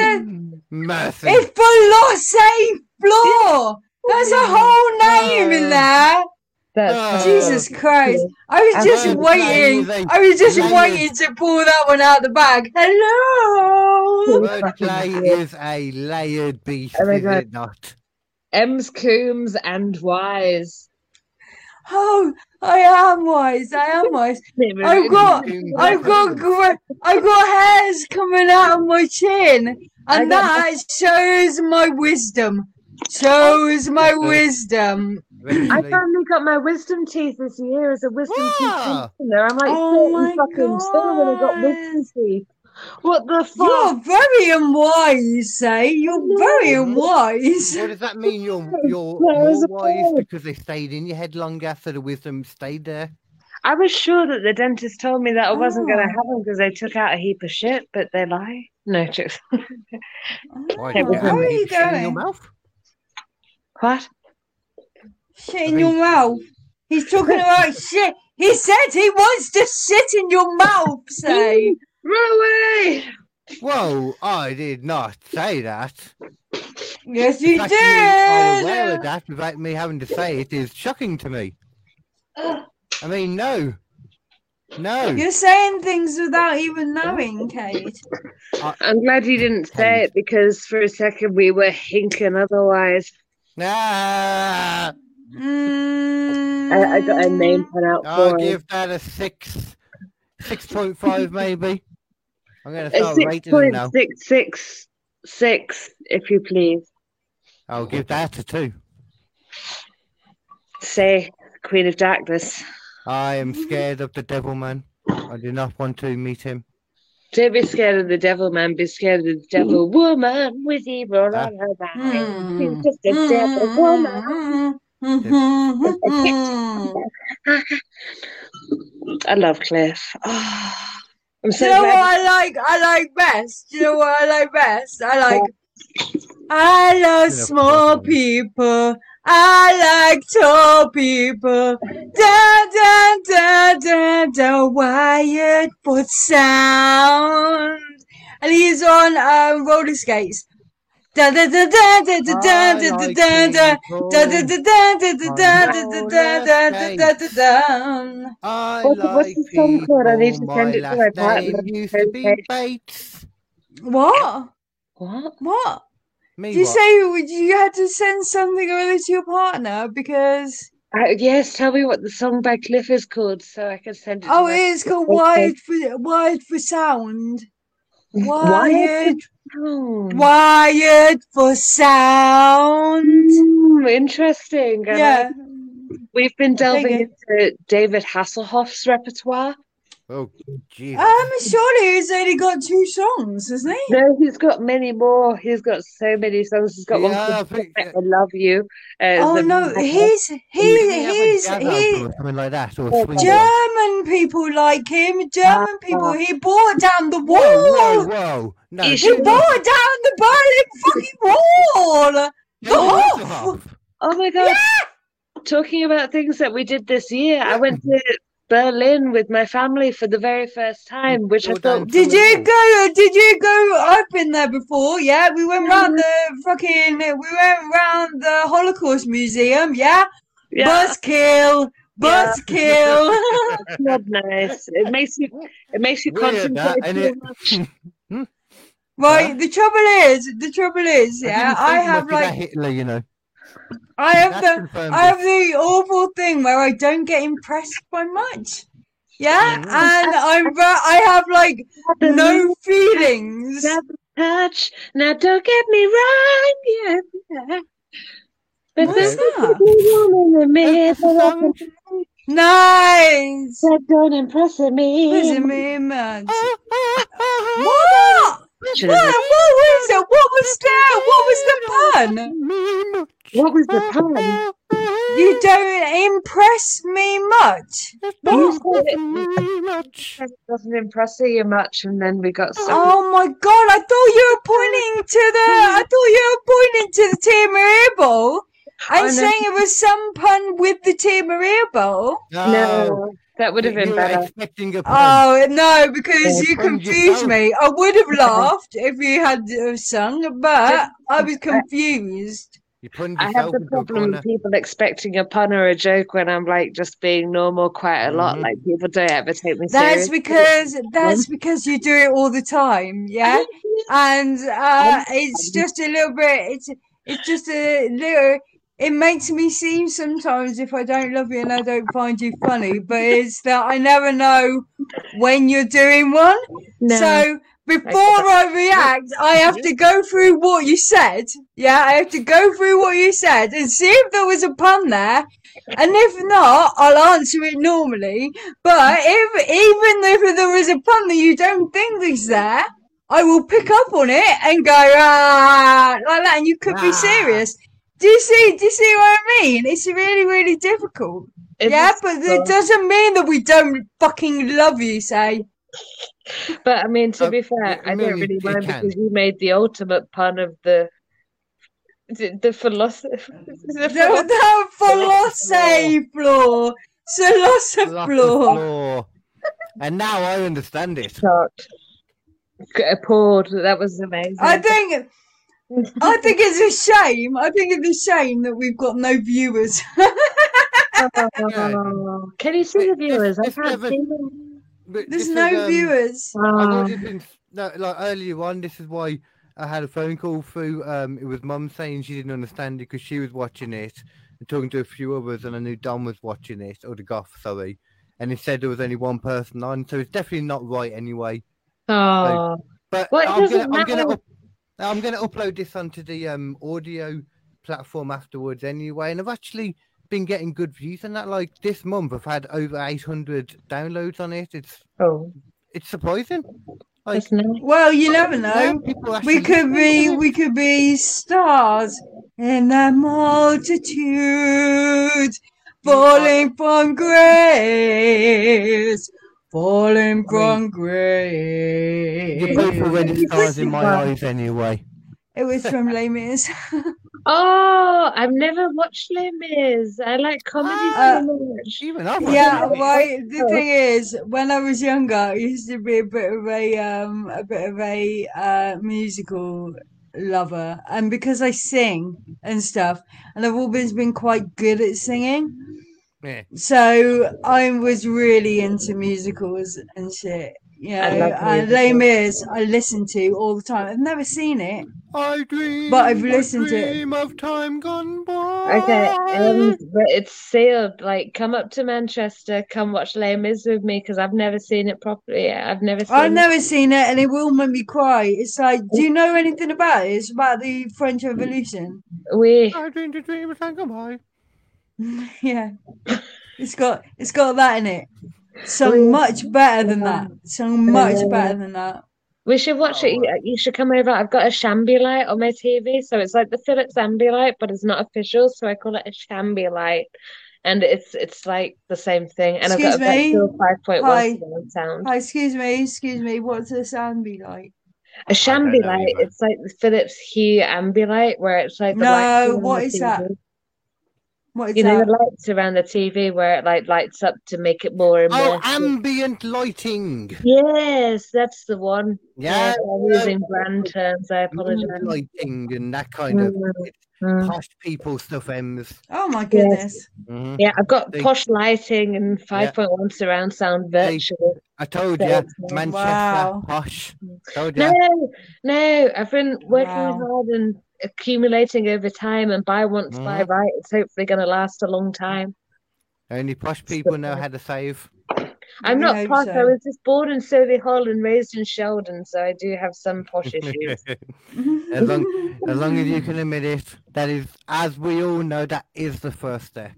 Speaker 1: Mercy.
Speaker 2: It's philosophy floor. There's a whole name in there.
Speaker 1: Oh,
Speaker 4: That's
Speaker 2: Jesus Christ. I was
Speaker 4: And
Speaker 2: just
Speaker 1: then
Speaker 2: waiting.
Speaker 1: they-
Speaker 2: I was just
Speaker 1: they-
Speaker 2: waiting to pull that one out the bag. Hello.
Speaker 1: Wordplay is a layered beast,
Speaker 4: Oh my
Speaker 1: is
Speaker 4: God.
Speaker 1: it not?
Speaker 4: M's Coombs and Wise.
Speaker 2: Oh, I am wise. I am wise.
Speaker 4: Oh,
Speaker 2: I've got, I've got, gra- I've got hairs coming out of my chin,
Speaker 4: I
Speaker 2: and that shows my wisdom. Shows my wisdom.
Speaker 4: I
Speaker 1: Eventually.
Speaker 4: finally got my wisdom teeth this year as a wisdom
Speaker 1: Wow.
Speaker 4: teeth there. I'm like
Speaker 2: Oh
Speaker 4: 30
Speaker 2: my
Speaker 4: fucking still when I got wisdom teeth. What the fuck?
Speaker 2: You're very unwise, say. You're very unwise.
Speaker 1: Well, does that mean you're you're
Speaker 4: That was
Speaker 1: more
Speaker 4: a
Speaker 1: wise
Speaker 4: point.
Speaker 1: because they stayed in your head longer, so the wisdom stayed there?
Speaker 4: I was sure that the dentist told me that I wasn't going
Speaker 2: Oh.
Speaker 4: to have them because they took out a heap of shit, but they lie. No, jokes.
Speaker 1: Why
Speaker 4: Yeah,
Speaker 1: did you
Speaker 4: but
Speaker 1: have
Speaker 2: where
Speaker 1: a
Speaker 2: are you
Speaker 1: deep shit in your
Speaker 2: going?
Speaker 1: mouth?
Speaker 4: what?
Speaker 2: Shit in your mouth. He's talking about shit. He said he wants to shit in your mouth, say.
Speaker 4: Run away!
Speaker 1: Whoa! I did not say that.
Speaker 2: Yes,
Speaker 1: The
Speaker 2: you
Speaker 1: fact I'm aware of
Speaker 2: did.
Speaker 1: that without me having to say it is shocking to me. I mean, no, no.
Speaker 2: You're saying things without even knowing, Kate.
Speaker 4: I'm glad you didn't say it because for a second we were hinking otherwise.
Speaker 1: Ah,
Speaker 2: Mm.
Speaker 9: I, I got a name put out
Speaker 1: I'll
Speaker 9: for it.
Speaker 1: give that a six, six point five maybe. I'm gonna
Speaker 9: A
Speaker 1: start
Speaker 9: six
Speaker 1: rating them
Speaker 9: point
Speaker 1: now.
Speaker 9: six six six, if you please.
Speaker 1: I'll give that a two.
Speaker 9: Say, Queen of Darkness.
Speaker 1: I am
Speaker 2: Mm-hmm.
Speaker 1: scared of the devil man. I do not want to meet him.
Speaker 9: Don't be scared of the devil, man. Be scared of the devil
Speaker 2: Hmm.
Speaker 9: woman with evil on
Speaker 1: Ah.
Speaker 9: her back. She's
Speaker 2: Mm.
Speaker 9: just a
Speaker 2: Hmm.
Speaker 9: devil woman.
Speaker 2: Mm.
Speaker 9: I love Cliff. Oh, I'm
Speaker 2: Do
Speaker 9: so
Speaker 2: you know
Speaker 9: glad.
Speaker 2: what I like? I like best. Do you know what I like best? I like. I love small people. I like tall people. Da da da da da. Wired for sound. And he's on um, roller skates. Da da da da da da da da da da da. Da da da da da da da da da da da da da da.
Speaker 1: I
Speaker 9: What's-
Speaker 1: like
Speaker 9: what's the song
Speaker 1: people.
Speaker 9: called? I need to
Speaker 1: My
Speaker 9: send it to my
Speaker 1: last
Speaker 9: partner.
Speaker 1: name used to be
Speaker 9: Okay.
Speaker 1: Bates.
Speaker 2: What?
Speaker 9: What?
Speaker 2: What?
Speaker 1: Me
Speaker 2: Did you
Speaker 1: what?
Speaker 2: say you- you had to send something over to your partner because
Speaker 9: Uh, yes, tell me what the song by Cliff is called so I can send it to
Speaker 2: oh
Speaker 9: my-
Speaker 2: it's called
Speaker 9: Okay.
Speaker 2: wired for wired for sound
Speaker 9: Wired
Speaker 2: wired
Speaker 4: Hmm.
Speaker 9: Oh.
Speaker 2: wired for sound
Speaker 9: Hmm, interesting. I
Speaker 2: yeah
Speaker 9: like- We've been delving
Speaker 2: it-
Speaker 9: into David Hasselhoff's repertoire.
Speaker 1: Oh, Jesus.
Speaker 2: um surely he's only got two songs isn't he
Speaker 9: No, he's got many more. He's got so many songs. He's got one
Speaker 1: Yeah, I
Speaker 9: called
Speaker 1: think-
Speaker 9: I Love You. Uh,
Speaker 2: oh
Speaker 9: the-
Speaker 2: no he's he
Speaker 1: Didn't he have a
Speaker 2: he's
Speaker 1: jazz
Speaker 2: he
Speaker 1: album or something like that, or a
Speaker 9: Oh,
Speaker 1: swing one?
Speaker 2: German people like him German people he brought down the
Speaker 1: Whoa, whoa,
Speaker 2: wall
Speaker 1: whoa! No,
Speaker 9: He
Speaker 1: she
Speaker 2: he
Speaker 9: should-
Speaker 2: brought down the Berlin fucking wall
Speaker 1: David
Speaker 2: off!
Speaker 1: Hasselhoff.
Speaker 9: Oh my God. Talking about things that we did this year, I went to Berlin with my family for the very first time, which I
Speaker 1: Well done.
Speaker 9: thought,
Speaker 2: Did
Speaker 1: Something
Speaker 2: you
Speaker 1: else.
Speaker 2: go? Did you go? I've been there before. Yeah, we went round the fucking. We went round the Holocaust Museum. Yeah,
Speaker 9: yeah,
Speaker 2: bus kill, bus kill.
Speaker 9: it's not nice. It makes you, it makes you
Speaker 1: Weird, that,
Speaker 9: concentrate
Speaker 1: ain't
Speaker 9: too
Speaker 1: it?
Speaker 9: much.
Speaker 2: right. The trouble is, the trouble is,
Speaker 1: I
Speaker 2: yeah,
Speaker 1: didn't
Speaker 2: I
Speaker 1: think
Speaker 2: have
Speaker 1: much of that
Speaker 2: like,
Speaker 1: Hitler, you know.
Speaker 2: I have
Speaker 1: That's
Speaker 2: the,
Speaker 1: confirmed
Speaker 2: I
Speaker 1: it.
Speaker 2: have the awful thing where I don't get impressed by much. Yeah, and I'm, ver- I have like no feelings.
Speaker 9: Grab a touch. Now don't get me wrong. Yeah. yeah. But
Speaker 2: What's
Speaker 9: this is
Speaker 2: that?
Speaker 9: the woman in me
Speaker 1: That's the
Speaker 9: that
Speaker 1: song.
Speaker 2: Nice.
Speaker 9: that don't impress me.
Speaker 2: Is it me, man? What?
Speaker 9: Should
Speaker 2: What?
Speaker 9: have-
Speaker 2: What was it? What was that? What was the pun?
Speaker 9: What was the pun?
Speaker 2: You don't impress me much.
Speaker 9: You said it just doesn't impress you much, and then we got so
Speaker 2: Oh my god! I thought you were pointing to the. I thought you were pointing to the Timor Bowl.
Speaker 9: I
Speaker 2: I'm
Speaker 9: know.
Speaker 2: saying it was some pun with the Timor Bowl.
Speaker 9: no. That would have
Speaker 1: you
Speaker 9: been
Speaker 1: were
Speaker 9: better.
Speaker 1: expecting a pun.
Speaker 2: Oh no, because
Speaker 1: Oh,
Speaker 2: you
Speaker 1: pun
Speaker 2: confused
Speaker 1: yourself.
Speaker 2: me. I would have laughed if you had uh, sung, but I was confused.
Speaker 1: you punned
Speaker 9: I have
Speaker 1: yourself
Speaker 9: the
Speaker 1: into a
Speaker 9: problem
Speaker 1: corner.
Speaker 9: with people expecting a pun or a joke when I'm like just being normal quite a lot.
Speaker 1: Mhm.
Speaker 9: Like people don't ever take me
Speaker 2: That's
Speaker 9: seriously. Um,
Speaker 2: because that's because you do it all the time, yeah. And uh, it's just a little bit. It's it's just a little. It makes me seem sometimes if I don't love you and I don't find you funny, but it's that I never know when you're doing one.
Speaker 9: No.
Speaker 2: So before I react, I have to go through what you said. Yeah, I have to go through what you said and see if there was a pun there. And if not, I'll answer it normally. But if even if there was a pun that you don't think is there, I will pick up on it and go ah like that, and you could be
Speaker 1: Ah.
Speaker 2: serious. Do you see? Do you see what I mean? It's really, really difficult.
Speaker 9: It's
Speaker 2: yeah, but it
Speaker 9: difficult.
Speaker 2: doesn't mean that we don't fucking love you. Say
Speaker 9: But I mean, to
Speaker 1: Uh,
Speaker 9: be
Speaker 1: yeah,
Speaker 9: fair,
Speaker 1: I
Speaker 9: I
Speaker 1: mean,
Speaker 9: don't
Speaker 1: it-
Speaker 9: really
Speaker 1: it
Speaker 9: mind
Speaker 1: can.
Speaker 9: because you made the ultimate pun of the the, the philosophy.
Speaker 2: no, no, philosophy floor,
Speaker 1: Lock the
Speaker 2: philosophy
Speaker 1: floor. And now I understand it.
Speaker 9: Appalled. That was amazing.
Speaker 2: I think. I think it's a shame. I think it's a shame that we've got no viewers.
Speaker 9: Oh, can you see the viewers? I
Speaker 1: It's
Speaker 9: can't
Speaker 1: never-
Speaker 9: see them.
Speaker 1: But
Speaker 2: There's
Speaker 1: this is,
Speaker 2: no
Speaker 1: um,
Speaker 2: viewers.
Speaker 1: I've
Speaker 9: Oh,
Speaker 1: already been no, like earlier on. This is why I had a phone call through. Um, it was mum saying she didn't understand it because she was watching it, and talking to a few others, and I knew Don was watching this, or the goth, sorry. And he said there was only one person on, so it's definitely not right anyway.
Speaker 8: Oh,
Speaker 1: But
Speaker 8: Well, it
Speaker 1: I'm
Speaker 8: doesn't
Speaker 1: gonna, I'm gonna,
Speaker 8: matter.
Speaker 1: up, I'm gonna upload this onto the um audio platform afterwards anyway, and I've actually been getting good views on that. Like this month, I've had over 800 downloads on it. It's
Speaker 8: oh,
Speaker 1: it's surprising. Like
Speaker 8: that's nice.
Speaker 2: Well, you never
Speaker 1: yeah,
Speaker 2: know.
Speaker 1: people actually,
Speaker 2: We could be we could be stars in the multitude, falling from grace, falling from
Speaker 1: You're both already
Speaker 2: grace.
Speaker 1: stars in my eyes anyway.
Speaker 2: It was from Les Mis.
Speaker 8: Oh, I've never watched Les Mis. I like comedy
Speaker 2: Ah.
Speaker 8: so much.
Speaker 1: Even I've watched
Speaker 2: yeah,
Speaker 1: it.
Speaker 2: right.
Speaker 8: Oh.
Speaker 2: The thing is, when I was younger, I used to be a bit of a um, a bit of a uh, musical lover, and because I sing and stuff, and I've always been quite good at singing.
Speaker 1: Yeah.
Speaker 2: So I was really into musicals and shit. You know,
Speaker 8: I love
Speaker 2: and Les Mis I listen to all the time. I've never seen it.
Speaker 1: I dream,
Speaker 2: But I've listened to
Speaker 1: I
Speaker 2: it.
Speaker 1: dream of time gone by.
Speaker 8: Okay, um, but it's sealed. Like, come up to Manchester, come watch Les Mis with me because I've never seen it properly. yet. I've never seen.
Speaker 2: I've never seen it, and it will make me cry. It's like, do you know anything about it? It's about the French Revolution.
Speaker 8: We
Speaker 1: I dreamed a dream of time gone by.
Speaker 2: yeah, it's got it's got that in it.
Speaker 8: Oh,
Speaker 2: So much better than that. So much better than that.
Speaker 8: we should watch it. You, you should come over. I've got a shambi light on my TV, so it's like the Philips Ambilight, but it's not official, so I call it a shambi light, and it's it's like the same thing. And I've
Speaker 2: Excuse
Speaker 8: got a
Speaker 2: me?
Speaker 8: Vector five point
Speaker 2: Hi.
Speaker 8: one surround sound.
Speaker 2: Oh, excuse me, excuse me. What's the sound be like?
Speaker 8: A
Speaker 1: don't know
Speaker 8: shambi light.
Speaker 1: either.
Speaker 8: It's like the Philips Hue Ambilight, where it's like the light
Speaker 2: No,
Speaker 8: around
Speaker 2: what
Speaker 8: the
Speaker 2: is that?
Speaker 8: TV.
Speaker 2: What is
Speaker 8: You know
Speaker 2: that?
Speaker 8: the lights around the TV where it like lights up to make it more
Speaker 1: Oh,
Speaker 8: immersive.
Speaker 1: ambient lighting.
Speaker 8: Yes, that's the one.
Speaker 1: Yeah, Mm,
Speaker 8: I'm using brand terms. I apologize.
Speaker 1: mood lighting and that kind of
Speaker 8: Mm.
Speaker 1: posh people stuff. Ems.
Speaker 2: Oh my goodness.
Speaker 1: Mhm.
Speaker 8: Yeah, I've got
Speaker 1: They-
Speaker 8: posh lighting and 5.1 surround sound
Speaker 1: They-
Speaker 8: virtually.
Speaker 1: I told
Speaker 8: So
Speaker 1: you,
Speaker 8: it's like-
Speaker 1: Manchester
Speaker 2: Wow.
Speaker 1: posh. Told you.
Speaker 8: No, no, I've been working
Speaker 2: Wow.
Speaker 8: hard and accumulating over time, and buy once, buy
Speaker 1: Mhm.
Speaker 8: right. It's hopefully going to last a long time.
Speaker 1: Only posh people know how to save.
Speaker 8: I'm
Speaker 2: We
Speaker 8: not
Speaker 2: hope
Speaker 8: posh. I
Speaker 2: so.
Speaker 8: was just born in Surrey Hall and raised in Sheldon, so I do have some posh issues.
Speaker 1: as long as long as you can admit it, that is, as we all know, that is the first step.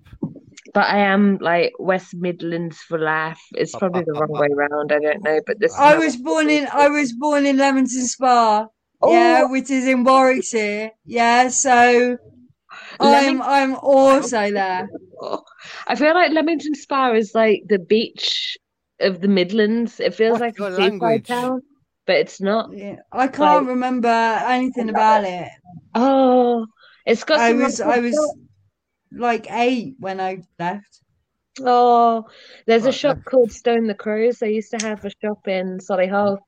Speaker 8: But I am like West Midlands for life.
Speaker 1: Oh,
Speaker 8: It's probably the wrong way round. I don't know, but this. is
Speaker 2: I
Speaker 8: how-
Speaker 2: was born in I was born in Leamington Spa.
Speaker 8: Oh,
Speaker 2: Yeah, which is in Warwickshire. Yeah, so I'm I'm also there.
Speaker 8: I feel like Leamington Spa is like the beach of the Midlands. It feels
Speaker 1: What's
Speaker 8: like
Speaker 1: your
Speaker 8: a seaside
Speaker 1: language?
Speaker 8: town, but it's not.
Speaker 2: Yeah, I can't remember anything about it.
Speaker 8: Oh, it's got.
Speaker 2: I
Speaker 8: some
Speaker 2: was I
Speaker 8: lovely
Speaker 2: was
Speaker 8: shops.
Speaker 2: like eight when I left.
Speaker 8: Oh, there's a
Speaker 1: Right,
Speaker 8: shop called Stone the Crows. They used to have a shop in Solihull,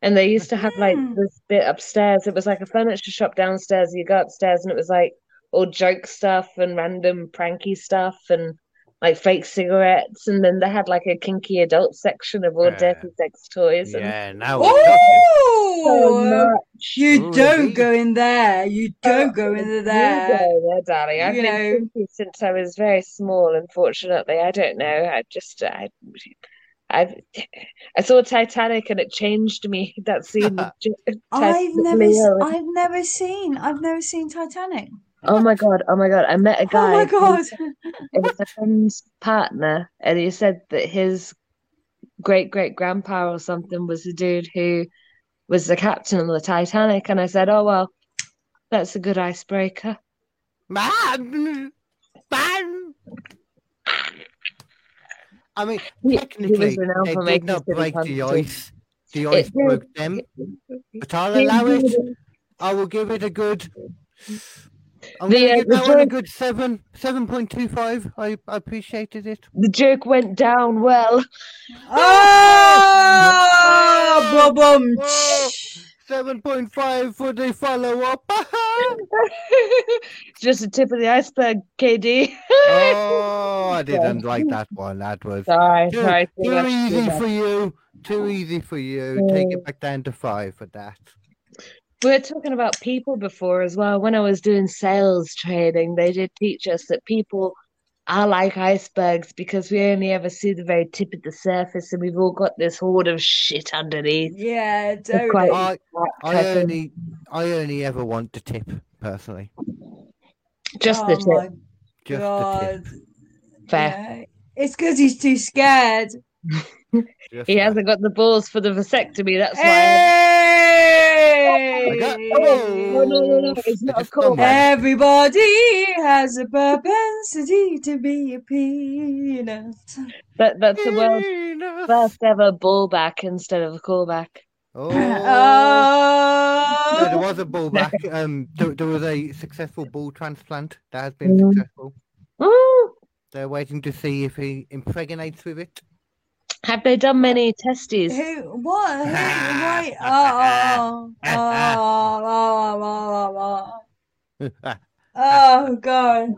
Speaker 8: and they used to have like
Speaker 2: Hmm.
Speaker 8: this bit upstairs. It was like a furniture shop downstairs. You go upstairs, and it was like all joke stuff and random pranky stuff and like fake cigarettes. And then they had like a kinky adult section of all
Speaker 1: Yeah.
Speaker 8: dirty sex toys. And
Speaker 1: Yeah, now we're talking.
Speaker 8: so
Speaker 2: Oh,
Speaker 8: much.
Speaker 2: you
Speaker 1: Ooh,
Speaker 2: don't
Speaker 1: indeed.
Speaker 2: go in there. You don't go
Speaker 8: Uh, You
Speaker 2: in there.
Speaker 8: go there, darling. I've
Speaker 2: You
Speaker 8: been
Speaker 2: know.
Speaker 8: kinky since I was very small, unfortunately. I don't know. I just uh, I I I saw Titanic and it changed me. That scene with J- Titanic
Speaker 2: I've never, s-
Speaker 8: Leo and-
Speaker 2: I've never seen, I've never seen Titanic.
Speaker 8: Oh my god, oh my god. I met a guy.
Speaker 2: Oh my
Speaker 8: and
Speaker 2: god!
Speaker 8: It was a friend's partner and he said that his great great grandpa or something was the dude who was the captain on the Titanic and I said, Oh well, that's a good icebreaker.
Speaker 1: Man, man. I mean,
Speaker 8: He- he
Speaker 1: technically,
Speaker 8: was an alpha
Speaker 1: they
Speaker 8: male,
Speaker 1: did not
Speaker 8: he was
Speaker 1: break the
Speaker 8: hunted.
Speaker 1: ice. The ice
Speaker 8: no.
Speaker 1: broke them, but I'll allow it. I will give it a good. I'm
Speaker 8: The,
Speaker 1: going
Speaker 8: uh,
Speaker 1: to give
Speaker 8: the
Speaker 1: that one a
Speaker 8: joint-
Speaker 1: good seven, seven point two five. I, I appreciated it.
Speaker 8: The joke went down well.
Speaker 2: Oh, boom!
Speaker 1: Oh. Seven point five for the follow up.
Speaker 8: Just the tip of the iceberg, KD.
Speaker 1: oh, I didn't like that one. That was
Speaker 8: sorry,
Speaker 1: too,
Speaker 8: sorry.
Speaker 1: too
Speaker 8: too much, too
Speaker 1: easy
Speaker 8: much.
Speaker 1: for you. Too easy for you. Take it back down to five for that.
Speaker 8: We were talking about people before as well. When I was doing sales training, they did teach us that people are like icebergs because we only ever see the very tip of the surface and we've all got this horde of shit underneath.
Speaker 2: Yeah, totally.
Speaker 8: quite-
Speaker 1: I, I
Speaker 8: Type in
Speaker 1: only I only ever want the tip personally.
Speaker 8: just
Speaker 2: oh
Speaker 8: the tip.
Speaker 2: my
Speaker 1: Just the
Speaker 2: God.
Speaker 1: tip.
Speaker 8: Fair.
Speaker 2: Yeah. It's because he's too scared.
Speaker 1: Just
Speaker 8: He
Speaker 1: the-
Speaker 8: hasn't got the balls for the vasectomy. That's why.
Speaker 2: Hey!
Speaker 1: I got-
Speaker 8: No, no, no, no, it's
Speaker 1: I
Speaker 8: not
Speaker 1: just
Speaker 8: cool.
Speaker 1: done one.
Speaker 2: Everybody has a propensity to be a peanut.
Speaker 8: That, that's the world's first ever ball back instead of a callback.
Speaker 1: Oh. No, there
Speaker 2: Oh,
Speaker 1: was a ball back. Um, there, there was a successful ball transplant that has been
Speaker 8: Mm.
Speaker 1: successful.
Speaker 8: Ooh.
Speaker 1: They're waiting to see if he impregnates with it.
Speaker 8: Have they done many testes?
Speaker 2: who? What? Who? Why? Oh, oh, oh, oh, oh, oh, oh. Oh, God.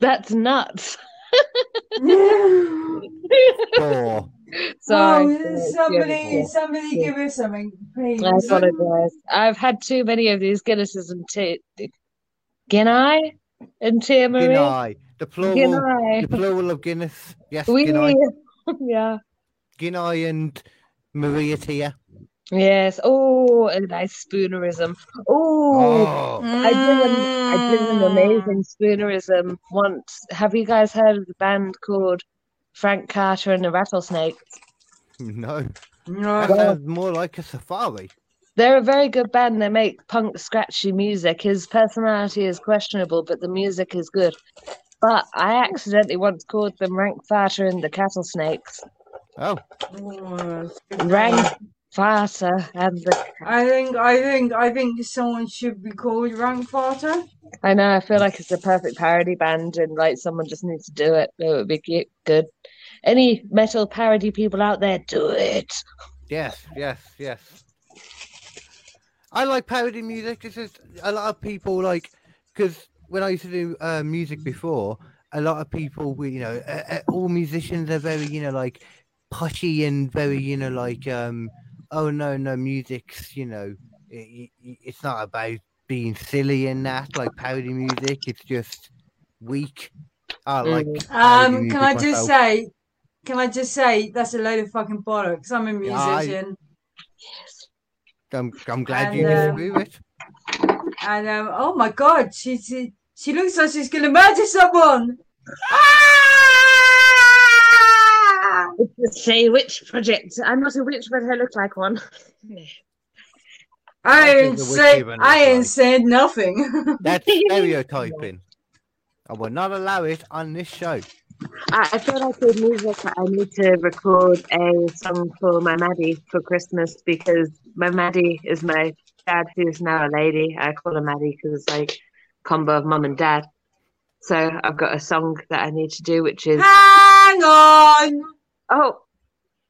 Speaker 8: That's nuts.
Speaker 2: oh,
Speaker 1: Four.
Speaker 8: Sorry.
Speaker 2: somebody, somebody
Speaker 8: Yeah.
Speaker 2: give her something, please.
Speaker 8: I apologize. I've had too many of these Guinnesses and tea. Guinea and Tia Marie.
Speaker 1: Guinea. The plural.
Speaker 8: Guinea.
Speaker 1: The plural of Guinness. Yes,
Speaker 8: We,
Speaker 1: Guinea.
Speaker 8: yeah.
Speaker 1: Guinea and Maria Tia.
Speaker 8: Yes. Oh, a nice spoonerism. Oh,
Speaker 1: Oh.
Speaker 8: I did an, I did an amazing spoonerism once. Have you guys heard of the band called Frank Carter and the Rattlesnake?
Speaker 1: No. That
Speaker 2: No.
Speaker 1: sounds more like a safari.
Speaker 8: They're a very good band. They make punk scratchy music. His personality is questionable, but the music is good. But I accidentally once called them Rank Farter and the Cattle Snakes.
Speaker 1: Oh.
Speaker 8: Rank Farter and the.
Speaker 2: I think, I think, I think someone should be called Rank Farter.
Speaker 8: I know. I feel like it's a perfect parody band, and like someone just needs to do it. It would be cute, good. Any metal parody people out there, do it.
Speaker 1: Yes, yes, yes. I like parody music. It's just a lot of people like because when I used to do uh, music before, a lot of people, we, you know, uh, uh, all musicians are very, you know, like pushy and very, you know, like, um, oh no, no, music's, you know, i i it's not about being silly and that. Like parody music, it's just weak. I like. parody
Speaker 2: Um,
Speaker 1: music
Speaker 2: can I just
Speaker 1: myself.
Speaker 2: say, can I just say that's a load of fucking bollocks. I'm a
Speaker 1: Yeah, I-
Speaker 2: musician,
Speaker 1: I'm, I'm glad
Speaker 2: And,
Speaker 1: you
Speaker 2: uh,
Speaker 1: disagree with. it.
Speaker 2: and um, oh my god, she she, she looks like she's gonna murder someone. Ah!
Speaker 8: Let's Say witch project. I'm not a witch, but I look like one.
Speaker 2: I
Speaker 1: think
Speaker 2: ain't
Speaker 1: the witch
Speaker 2: say
Speaker 1: even
Speaker 2: I ain't
Speaker 1: applies.
Speaker 2: said nothing.
Speaker 1: That's stereotyping. I will not allow it on this show.
Speaker 8: I, I feel like with music, I need to record a song for my Maddie for Christmas because my Maddie is my dad, who's now a lady. I call her Maddie because it's like combo of mum and dad. So I've got a song that I need to do, which is
Speaker 2: Hang on.
Speaker 8: oh,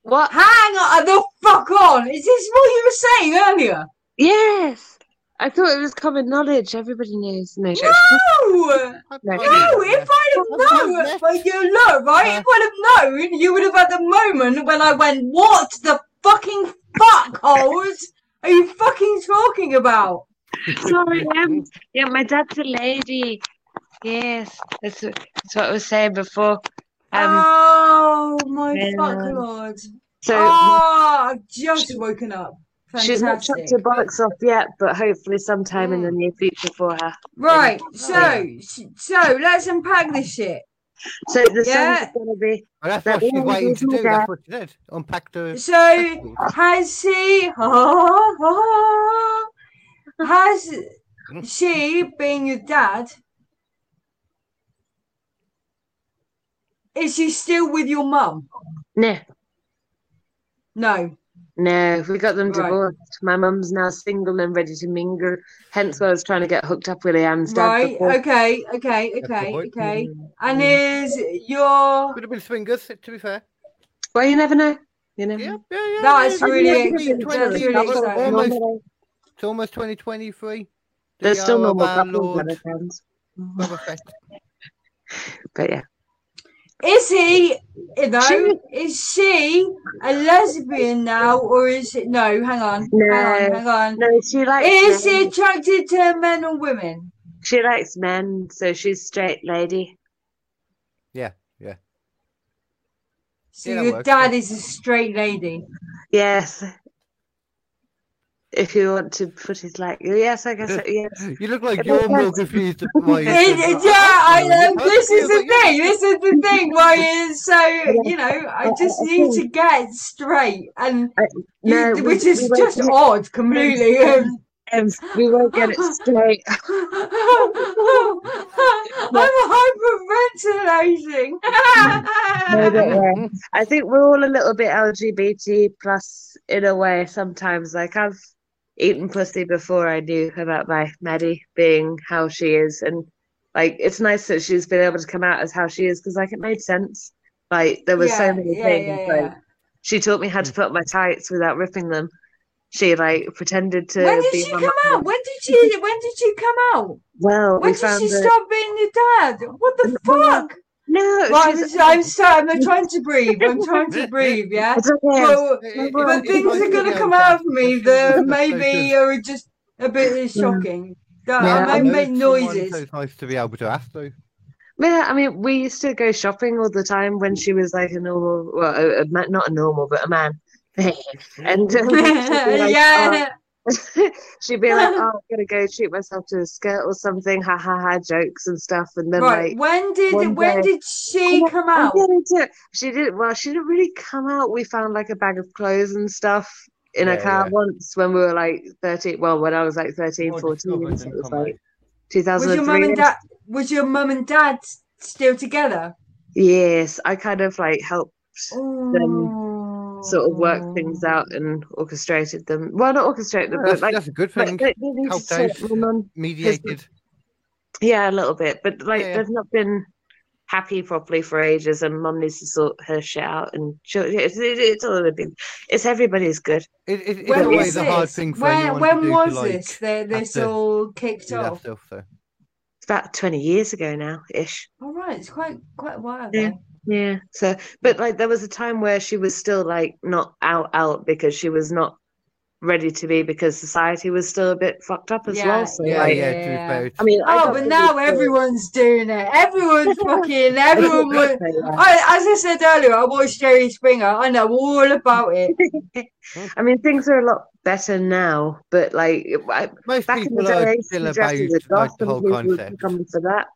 Speaker 8: what?
Speaker 2: Hang on, the fuck on! Is this what you were saying earlier?
Speaker 8: Yes, I thought it was common knowledge. Everybody knows. No, jokes.
Speaker 2: No!
Speaker 8: No.
Speaker 2: No, if I'd have known, well, you look, right? If I'd have known, you would have had the moment when I went, what the fucking fuck, holes are you fucking talking about?
Speaker 8: Sorry, um, yeah, my dad's a lady. Yes, that's, that's what I was saying before. Um,
Speaker 2: oh, my
Speaker 8: then,
Speaker 2: fuck,
Speaker 8: um,
Speaker 2: lord.
Speaker 8: so
Speaker 2: oh, I've just
Speaker 8: she-
Speaker 2: woken up.
Speaker 8: she's not
Speaker 2: Fantastic. Hmm.
Speaker 8: chucked her bollocks off yet, but hopefully sometime in the near future for her.
Speaker 2: Right, so, so let's unpack this shit.
Speaker 8: So the
Speaker 2: Yeah.
Speaker 8: song's gonna be
Speaker 1: Oh, that's
Speaker 8: that
Speaker 1: what she's
Speaker 8: woman
Speaker 1: waiting
Speaker 8: was
Speaker 1: to
Speaker 8: my
Speaker 1: do.
Speaker 8: dad.
Speaker 1: That's what she did. Unpack the.
Speaker 2: So has she has she being your dad? Is she still with your mum?
Speaker 8: no,
Speaker 2: No.
Speaker 8: no. We got them
Speaker 2: Right.
Speaker 8: divorced. My mum's now single and ready to mingle. Hence, why I was trying to get hooked up with Leanne's dad.
Speaker 2: Right.
Speaker 8: before.
Speaker 2: Okay. Okay.
Speaker 1: That's the
Speaker 2: Okay.
Speaker 1: point. Mm.
Speaker 2: Okay. And is your
Speaker 1: Could have been swingers, to be fair.
Speaker 8: Well, you never know. You
Speaker 4: Um,
Speaker 8: never.
Speaker 1: Yeah, yeah, yeah.
Speaker 2: That's
Speaker 1: yeah,
Speaker 2: really
Speaker 1: yeah,
Speaker 2: ex-
Speaker 1: yeah,
Speaker 2: that's
Speaker 1: 20,
Speaker 2: really
Speaker 1: that was
Speaker 2: exciting.
Speaker 1: Almost,
Speaker 8: Normally,
Speaker 1: it's almost 2023. The
Speaker 8: there's still
Speaker 1: hour of
Speaker 8: normal
Speaker 1: our
Speaker 8: couples
Speaker 1: Lord
Speaker 8: other times.
Speaker 1: Boba Fett.
Speaker 8: But yeah,
Speaker 2: Is he, you know, is she a lesbian now or is it, no, hang on, hang on,
Speaker 4: No.
Speaker 2: hang on.
Speaker 4: No, she likes.
Speaker 2: Is
Speaker 4: men.
Speaker 2: she attracted to men or women?
Speaker 4: She likes men, so she's straight lady.
Speaker 2: So
Speaker 1: Yeah, that
Speaker 2: your
Speaker 1: works,
Speaker 2: dad
Speaker 1: yeah.
Speaker 2: is a straight lady.
Speaker 4: Yes. If you want to put it like, yes, I guess, yes.
Speaker 1: You look like you're more confused than my.
Speaker 2: It- it- yeah, I know. This is the thing. This is the thing. Why is so? You know, I just need to get straight, and you-
Speaker 4: No, we-
Speaker 2: which is
Speaker 4: we won't
Speaker 2: just
Speaker 4: get-
Speaker 2: odd, completely. Um,
Speaker 4: Um, we won't get it straight.
Speaker 2: I'm hyperventilating.
Speaker 4: No, don't worry. I think we're all a little bit LGBT plus in a way sometimes. Like I've eaten pussy before I knew about my Maddie being how she is, and like it's nice that she's been able to come out as how she is because like it made sense. Like there were
Speaker 2: Yeah,
Speaker 4: so many
Speaker 2: yeah,
Speaker 4: things.
Speaker 2: yeah,
Speaker 4: like,
Speaker 2: yeah.
Speaker 4: she taught me how to put up my tights without ripping them. She like pretended to
Speaker 2: When
Speaker 4: be
Speaker 2: did she
Speaker 4: my
Speaker 2: come
Speaker 4: mum.
Speaker 2: out? When did she? When did she come out? When
Speaker 4: Well, we
Speaker 2: did
Speaker 4: found
Speaker 2: she
Speaker 4: that-
Speaker 2: stop being your dad? What the fuck?
Speaker 4: No,
Speaker 2: Right,
Speaker 4: she
Speaker 2: I'm,
Speaker 4: was-
Speaker 2: so- I'm sorry. I'm trying to breathe. I'm trying to breathe. Yeah.
Speaker 4: it's okay.
Speaker 2: Well,
Speaker 1: It-
Speaker 4: Well,
Speaker 1: it's
Speaker 2: but things
Speaker 1: like
Speaker 2: are going
Speaker 1: video
Speaker 2: to come out of
Speaker 1: games.
Speaker 2: me
Speaker 1: It's just-
Speaker 2: that
Speaker 1: it's so
Speaker 2: maybe
Speaker 1: good.
Speaker 2: are just a bit shocking. That
Speaker 4: Yeah,
Speaker 2: I
Speaker 1: I
Speaker 2: may
Speaker 1: know
Speaker 2: make
Speaker 1: someone, so
Speaker 2: noises.
Speaker 1: It's nice to be able to ask though.
Speaker 4: Yeah, I mean, we used to go shopping all the time when she was like a normal, well, a, a man, not a normal, but a man. And um, she'd be like,
Speaker 2: yeah.
Speaker 4: oh. she'd be like, "Oh, I'm gonna go treat myself to a skirt or something." Ha ha ha! Jokes and stuff. And then
Speaker 2: Right.
Speaker 4: uh, like,
Speaker 2: When did
Speaker 4: one
Speaker 2: when
Speaker 4: day-
Speaker 2: did she
Speaker 4: "Oh,
Speaker 2: come
Speaker 4: I'm
Speaker 2: out?
Speaker 4: gonna do it." She didn't. Well, she didn't really come out. We found like a bag of clothes and stuff in a
Speaker 1: Yeah,
Speaker 4: car
Speaker 1: yeah. Oh,
Speaker 4: once when we were like 13. Well, when I was like 13,
Speaker 1: More
Speaker 4: 14,
Speaker 1: discovered
Speaker 4: so
Speaker 1: than
Speaker 4: it was
Speaker 1: come out.
Speaker 4: like
Speaker 2: Was your
Speaker 4: 2003.
Speaker 2: mum and dad? Was your mum and dad s- still together?
Speaker 4: Yes, I kind of like helped. sort of worked
Speaker 2: Ooh.
Speaker 4: things out and orchestrated them. Well, not orchestrated them,
Speaker 1: Well,
Speaker 4: but
Speaker 1: that's,
Speaker 4: like,
Speaker 1: that's a good
Speaker 4: like
Speaker 1: thing.
Speaker 4: they, they need to
Speaker 1: Helped
Speaker 4: sort
Speaker 1: out.
Speaker 4: my mum-
Speaker 1: Mediated.
Speaker 4: Yeah, a little bit, but like
Speaker 1: Yeah, yeah.
Speaker 4: they've not been happy properly for ages, and mum needs to sort her shit out. And she, it's, it, it's all a big. It's everybody's good.
Speaker 1: It, it, it's
Speaker 2: When
Speaker 1: always
Speaker 2: was
Speaker 1: a hard
Speaker 2: this?
Speaker 1: thing for
Speaker 2: When
Speaker 1: anyone to
Speaker 2: when
Speaker 1: do
Speaker 2: was
Speaker 1: to like
Speaker 2: this? that
Speaker 1: have
Speaker 2: This
Speaker 1: to
Speaker 2: all kicked
Speaker 1: do that
Speaker 2: off.
Speaker 1: stuff. So
Speaker 4: It's about twenty years ago now, ish.
Speaker 2: All right, it's quite quite a while
Speaker 4: Yeah.
Speaker 2: ago.
Speaker 4: Yeah. So, but like there was a time where she was still like not out out because she was not ready to be because society was still a bit fucked up as
Speaker 2: Yeah,
Speaker 4: well. So
Speaker 1: yeah, yeah.
Speaker 4: like,
Speaker 1: yeah,
Speaker 2: yeah,
Speaker 1: to be
Speaker 2: yeah.
Speaker 1: fair, it's-
Speaker 4: I mean, I
Speaker 2: Oh,
Speaker 4: got
Speaker 2: but
Speaker 4: really
Speaker 2: now
Speaker 4: spoiled.
Speaker 2: everyone's doing it. Everyone's fucking.
Speaker 4: I didn't
Speaker 2: Everyone.
Speaker 4: think
Speaker 2: Was,
Speaker 4: so, yeah.
Speaker 2: I, as I said earlier, I watched Jerry Springer. I know all about it.
Speaker 4: I mean, things are a lot better now, but like I,
Speaker 1: most
Speaker 4: back in the
Speaker 1: people are
Speaker 4: day, I
Speaker 1: still
Speaker 4: used to dress as a
Speaker 1: about like,
Speaker 4: goth,
Speaker 1: the
Speaker 4: and
Speaker 1: whole
Speaker 4: people would
Speaker 1: concept.
Speaker 4: pick on me for that.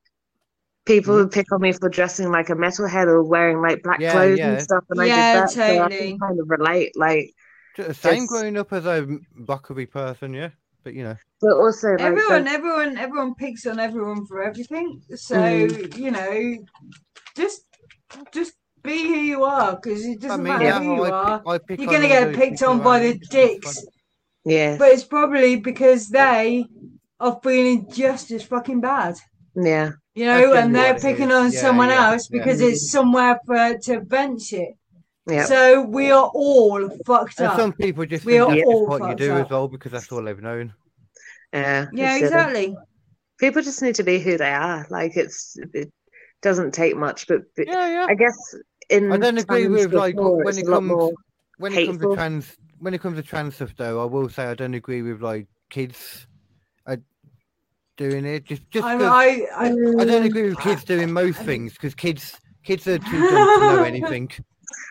Speaker 4: People
Speaker 1: Mhm.
Speaker 4: would pick on me for dressing like a metalhead or wearing like black
Speaker 1: Yeah,
Speaker 4: clothes
Speaker 1: yeah.
Speaker 4: and stuff, and
Speaker 2: Yeah,
Speaker 4: I did that, so I
Speaker 2: totally.
Speaker 4: can kind of relate. Like,
Speaker 1: The same
Speaker 4: Yes.
Speaker 1: growing up as a buckery person, yeah. But you know,
Speaker 4: but also like,
Speaker 2: Everyone,
Speaker 4: the-
Speaker 2: everyone, everyone picks on everyone for everything. So
Speaker 4: Mm.
Speaker 2: you know, just just be who you are, because it
Speaker 1: I
Speaker 2: doesn't
Speaker 1: mean,
Speaker 2: matter
Speaker 1: yeah,
Speaker 2: who you
Speaker 1: I
Speaker 2: are.
Speaker 1: pick, I pick
Speaker 2: You're
Speaker 1: on
Speaker 2: gonna
Speaker 1: all
Speaker 2: get
Speaker 1: those
Speaker 2: picked
Speaker 1: people
Speaker 2: on by
Speaker 1: around
Speaker 2: the
Speaker 1: me, it's fine.
Speaker 2: dicks.
Speaker 4: yeah,
Speaker 2: But it's probably because they are feeling just as fucking bad.
Speaker 4: yeah,
Speaker 2: You
Speaker 1: That's
Speaker 2: know,
Speaker 1: generally
Speaker 2: and they're
Speaker 1: what it
Speaker 2: picking
Speaker 1: is.
Speaker 2: on
Speaker 1: Yeah,
Speaker 2: someone
Speaker 1: yeah,
Speaker 2: else
Speaker 1: yeah.
Speaker 2: because it's somewhere for to bench it.
Speaker 4: yeah.
Speaker 2: So we are all fucked
Speaker 1: And
Speaker 2: up.
Speaker 1: some people just
Speaker 2: We
Speaker 1: think
Speaker 2: are
Speaker 1: that's
Speaker 2: all
Speaker 1: just what you
Speaker 2: fucked
Speaker 1: do
Speaker 2: up.
Speaker 1: as well because that's all they've known.
Speaker 4: yeah, it's
Speaker 2: yeah,
Speaker 4: silly.
Speaker 2: exactly.
Speaker 4: People just need to be who they are. Like, it's it doesn't take much, but, but
Speaker 1: Yeah, yeah.
Speaker 4: I guess in
Speaker 1: I don't agree
Speaker 4: times
Speaker 1: with, like,
Speaker 4: before,
Speaker 1: when
Speaker 4: it's
Speaker 1: it
Speaker 4: a lot
Speaker 1: comes-
Speaker 4: more.
Speaker 1: when it comes
Speaker 4: hateful.
Speaker 1: to trans when it comes to trans stuff though i will say i don't agree with like kids uh, doing it just just
Speaker 2: I'm,
Speaker 1: 'cause-
Speaker 2: I, I,
Speaker 1: I don't agree with kids doing most
Speaker 2: I-
Speaker 1: things because kids kids are too dumb to know anything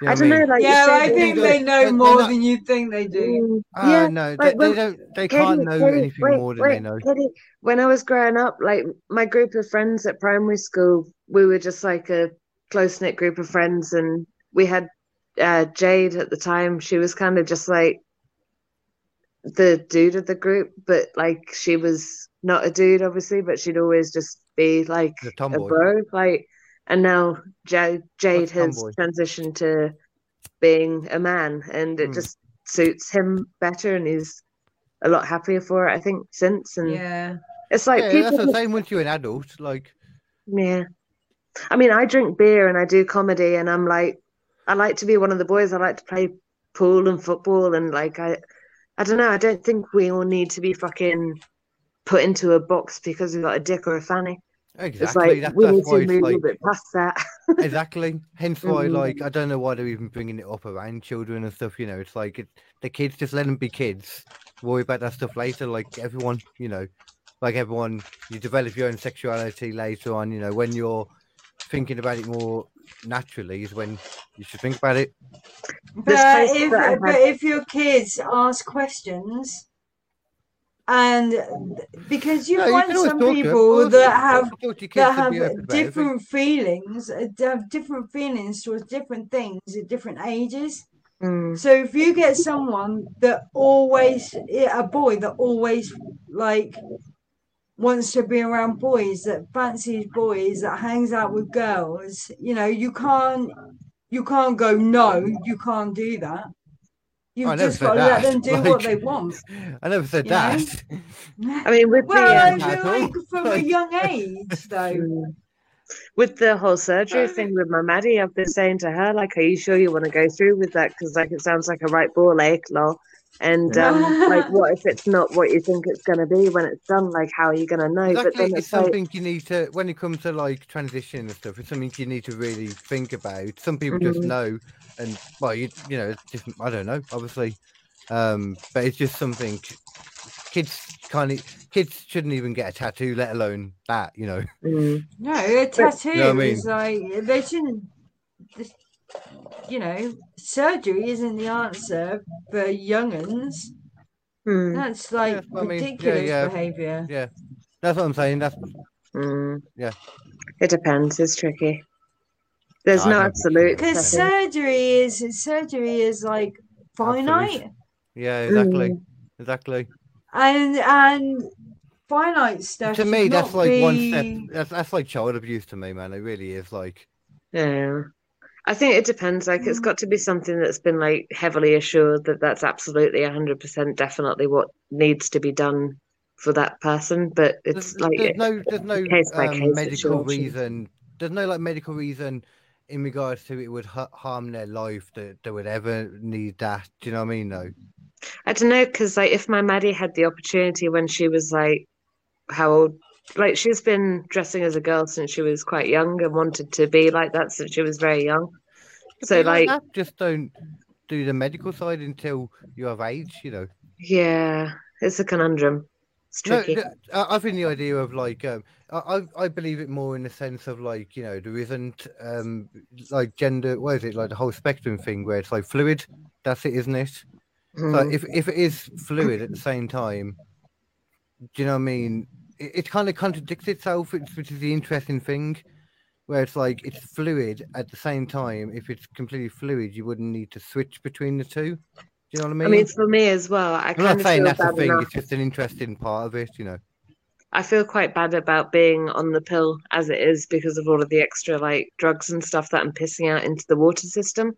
Speaker 1: You
Speaker 4: I
Speaker 1: what
Speaker 4: don't know.
Speaker 1: mean?
Speaker 4: Like, you
Speaker 2: yeah,
Speaker 4: said
Speaker 2: I
Speaker 4: that-
Speaker 2: think
Speaker 1: that-
Speaker 2: they know
Speaker 1: that-
Speaker 2: more
Speaker 1: that-
Speaker 2: than you think they do.
Speaker 4: Mm,
Speaker 1: Ah,
Speaker 4: yeah,
Speaker 1: no they,
Speaker 4: like,
Speaker 1: they
Speaker 4: when-
Speaker 1: don't they
Speaker 4: Katie,
Speaker 1: can't know
Speaker 4: Katie,
Speaker 1: anything
Speaker 4: wait,
Speaker 1: more than they
Speaker 4: wait,
Speaker 1: know
Speaker 4: Katie, when I was growing up, like my group of friends at primary school, we were just like a close knit group of friends, and we had uh, Jade at the time. She was kind of just like the dude of the group, but like she was not a dude, obviously, but she'd always just be like
Speaker 1: The
Speaker 4: a
Speaker 1: tomboy.
Speaker 4: bro, like. And now Jade, Jade
Speaker 1: What's
Speaker 4: has
Speaker 1: tomboy?
Speaker 4: transitioned to being a man, and it
Speaker 1: Mm.
Speaker 4: just suits him better, and he's a lot happier for it, I think, since.
Speaker 1: Mm.
Speaker 4: And
Speaker 2: Yeah.
Speaker 4: it's like
Speaker 1: yeah,
Speaker 4: people,
Speaker 1: that's the
Speaker 4: just-
Speaker 1: same once you're an adult like
Speaker 4: yeah. I mean, I drink beer and I do comedy, and I'm like, I like to be one of the boys. I like to play pool and football, and like, I, I don't know. I don't think we all need to be fucking put into a box because we've got a dick or a fanny.
Speaker 1: Exactly.
Speaker 4: It's
Speaker 1: that-
Speaker 4: like we
Speaker 1: that's
Speaker 4: need
Speaker 1: why
Speaker 4: to
Speaker 1: it's
Speaker 4: move
Speaker 1: like
Speaker 4: a bit past that.
Speaker 1: exactly. Hence why,
Speaker 2: Mm.
Speaker 4: Mhm.
Speaker 1: like, I don't know why they're even bringing it up around children and stuff. You know, it's like it, the kids just let them be kids. Worry about that stuff later. Like everyone, you know, like everyone, you develop your own sexuality later on. You know, when you're thinking about it more naturally is when you should think about it.
Speaker 2: But
Speaker 4: Facebook
Speaker 2: if,
Speaker 4: that I've
Speaker 2: but
Speaker 4: had-
Speaker 2: if your kids ask questions, and because you
Speaker 1: No, you
Speaker 2: find
Speaker 1: can always
Speaker 2: some
Speaker 1: talk to 'em,
Speaker 2: people
Speaker 1: always
Speaker 2: that
Speaker 1: talk to 'em.
Speaker 2: have
Speaker 1: Talk to your kids to
Speaker 2: that
Speaker 1: be open
Speaker 2: have
Speaker 1: about everything.
Speaker 2: different feelings, uh, d- have different feelings towards different things at different ages.
Speaker 1: Mm.
Speaker 2: So if you get someone that always, yeah, a boy that always like wants to be around boys, that fancies boys, that hangs out with girls, you know, you can't, you can't go no, you can't do that. You've
Speaker 1: I never
Speaker 2: just
Speaker 1: said
Speaker 2: got to let
Speaker 1: that.
Speaker 2: them do
Speaker 1: Like-
Speaker 2: what they want.
Speaker 1: I never said
Speaker 2: You know?
Speaker 1: that.
Speaker 4: I mean, with
Speaker 2: Well, I
Speaker 4: the,
Speaker 1: Yeah.
Speaker 2: feel like from a young age, though.
Speaker 4: um, with the whole surgery thing with my Maddie, I've been saying to her, like, are you sure you want to go through with that? Because like, it sounds like a right ball ache, lol. And um, like, what if it's not what you think it's going to be when it's done? Like, how are you going to know? But
Speaker 1: Exactly.
Speaker 4: then
Speaker 1: It's,
Speaker 4: it's like,
Speaker 1: something you need to, when it comes to like transition and stuff, it's something you need to really think about. Some people just
Speaker 4: Mhm.
Speaker 1: know, and well, you, you know, it's just, I don't know, obviously. Um, but it's just something kids kind of kids shouldn't even get a tattoo, let alone that, you know.
Speaker 4: mm,
Speaker 2: No, a tattoo
Speaker 1: know what I mean?
Speaker 2: is like they shouldn't. this- You know, surgery isn't the answer for younguns.
Speaker 4: mm,
Speaker 2: That's like
Speaker 1: that's what I mean. Yeah,
Speaker 2: ridiculous
Speaker 1: yeah.
Speaker 2: behavior.
Speaker 1: That's what I'm saying. That's
Speaker 4: mm.
Speaker 1: Yeah.
Speaker 4: It depends. It's tricky. There's
Speaker 1: No, I
Speaker 4: no
Speaker 1: don't think it
Speaker 4: absolute.
Speaker 1: is.
Speaker 2: Because
Speaker 1: That's
Speaker 2: surgery is surgery is like finite,
Speaker 1: yeah, exactly,
Speaker 4: Mm.
Speaker 1: exactly.
Speaker 2: and and finite stuff.
Speaker 1: To
Speaker 2: should
Speaker 1: me, that's
Speaker 2: not
Speaker 1: like one
Speaker 2: be-
Speaker 1: step. That's that's like child abuse to me, man. It really is like.
Speaker 4: Yeah. I think it depends. Like, it's
Speaker 2: Mm.
Speaker 4: got to be something that's been like heavily assured that that's absolutely 100% definitely what needs to be done for that person. But it's
Speaker 1: there's,
Speaker 4: like,
Speaker 1: there's
Speaker 4: it-
Speaker 1: no there's no
Speaker 4: case by
Speaker 1: um,
Speaker 4: case
Speaker 1: medical
Speaker 4: situation.
Speaker 1: reason there's no like medical reason in regards to it would ha- harm their life that they would ever need that do you know what i mean though
Speaker 4: I don't know, because like, if my Maddie had the opportunity when she was like, how old? Like, she's been dressing as a girl since she was quite young and wanted to be like that since she was very young.
Speaker 1: Just
Speaker 4: So,
Speaker 1: be
Speaker 4: like,
Speaker 1: that, just don't do the medical side until you have age you know
Speaker 4: yeah, it's a conundrum. It's
Speaker 1: No,
Speaker 4: tricky.
Speaker 1: th- I- I've been the idea of like um, I I I believe it more in the sense of like you know there isn't um like gender what is it like the whole spectrum thing where it's like fluid that's it isn't it so
Speaker 4: Mm.
Speaker 1: if if it is fluid at the same time do you know what I mean it, it kind of contradicts itself which, which is the interesting thing where it's like it's fluid at the same time if it's completely fluid you wouldn't need to switch between the two do you know what I mean,
Speaker 4: I mean, for me as well, I
Speaker 1: I'm
Speaker 4: kind
Speaker 1: not
Speaker 4: of
Speaker 1: saying
Speaker 4: feel
Speaker 1: that's the
Speaker 4: bad
Speaker 1: thing
Speaker 4: enough.
Speaker 1: it's just an interesting part of it you know
Speaker 4: I feel quite bad about being on the pill as it is because of all of the extra like drugs and stuff that I'm pissing out into the water system.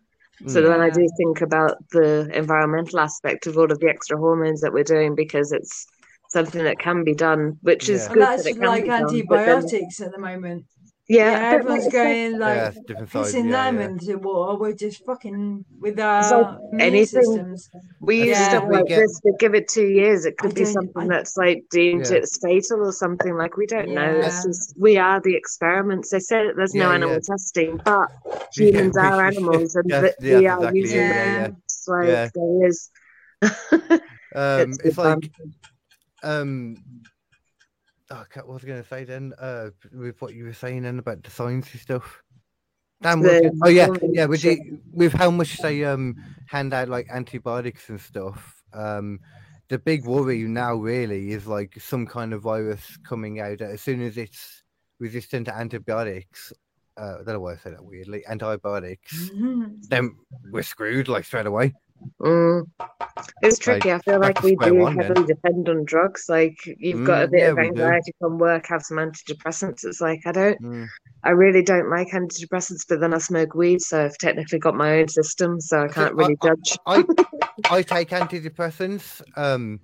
Speaker 4: So
Speaker 1: Mm.
Speaker 4: then I
Speaker 2: Yeah.
Speaker 4: do think about the environmental aspect of all of the extra hormones that we're doing because it's something that can be done, which is
Speaker 1: Yeah.
Speaker 2: And
Speaker 4: good that
Speaker 2: that's
Speaker 4: it can
Speaker 2: like
Speaker 4: be done. but then-
Speaker 2: antibiotics at the moment.
Speaker 4: yeah,
Speaker 2: Yeah,
Speaker 4: but
Speaker 2: everyone's
Speaker 4: like,
Speaker 2: going like
Speaker 1: yeah, it's a different side.
Speaker 2: pissing
Speaker 1: yeah,
Speaker 2: them
Speaker 1: yeah.
Speaker 2: into water. We're just fucking with
Speaker 4: It's
Speaker 2: our immune
Speaker 4: anything-
Speaker 2: systems.
Speaker 4: we use
Speaker 2: Yeah.
Speaker 4: stuff
Speaker 1: We
Speaker 4: like
Speaker 1: get-
Speaker 4: this, we give it two years. It could
Speaker 2: I
Speaker 4: be
Speaker 2: don't-
Speaker 4: something
Speaker 2: I-
Speaker 4: that's like deemed
Speaker 1: Yeah.
Speaker 4: it's fatal or something. Like we don't know.
Speaker 2: Yeah.
Speaker 4: It's just we are the experiments. They say that there's no
Speaker 1: Yeah,
Speaker 4: animal
Speaker 1: yeah.
Speaker 4: testing, but humans
Speaker 1: Yeah,
Speaker 4: are
Speaker 1: yeah,
Speaker 4: animals and
Speaker 1: yeah,
Speaker 4: that
Speaker 1: yeah,
Speaker 4: we are
Speaker 1: exactly,
Speaker 4: using
Speaker 2: yeah, yeah.
Speaker 4: them. It's like
Speaker 1: Yeah.
Speaker 4: there is.
Speaker 1: Um,
Speaker 4: good
Speaker 1: it's
Speaker 4: fun.
Speaker 1: like, um, oh, I was going to say then uh, with what you were saying then about the sciencey stuff. Damn, what was I
Speaker 4: The
Speaker 1: gonna- oh yeah,
Speaker 4: hormone
Speaker 1: yeah. With
Speaker 4: shit.
Speaker 1: the, with how much they um hand out like antibiotics and stuff. Um, the big worry now really is like some kind of virus coming out that as soon as it's resistant to antibiotics. Uh, I don't know why I say that weirdly. Antibiotics,
Speaker 2: Mhm.
Speaker 1: then we're screwed like straight away.
Speaker 4: Mm. It's
Speaker 1: Like,
Speaker 4: tricky. I feel
Speaker 1: back
Speaker 4: like
Speaker 1: to
Speaker 4: we
Speaker 1: square
Speaker 4: do
Speaker 1: one then.
Speaker 4: heavily depend on drugs. Like you've got a
Speaker 1: Mm,
Speaker 4: bit
Speaker 1: yeah,
Speaker 4: of
Speaker 1: we do.
Speaker 4: anxiety from work, have some antidepressants. It's like I don't,
Speaker 1: Mm.
Speaker 4: I really don't like antidepressants, but then I smoke weed, so I've technically got my own system, so I
Speaker 1: So
Speaker 4: can't
Speaker 1: I-
Speaker 4: really
Speaker 1: I-
Speaker 4: judge.
Speaker 1: I I take antidepressants, um,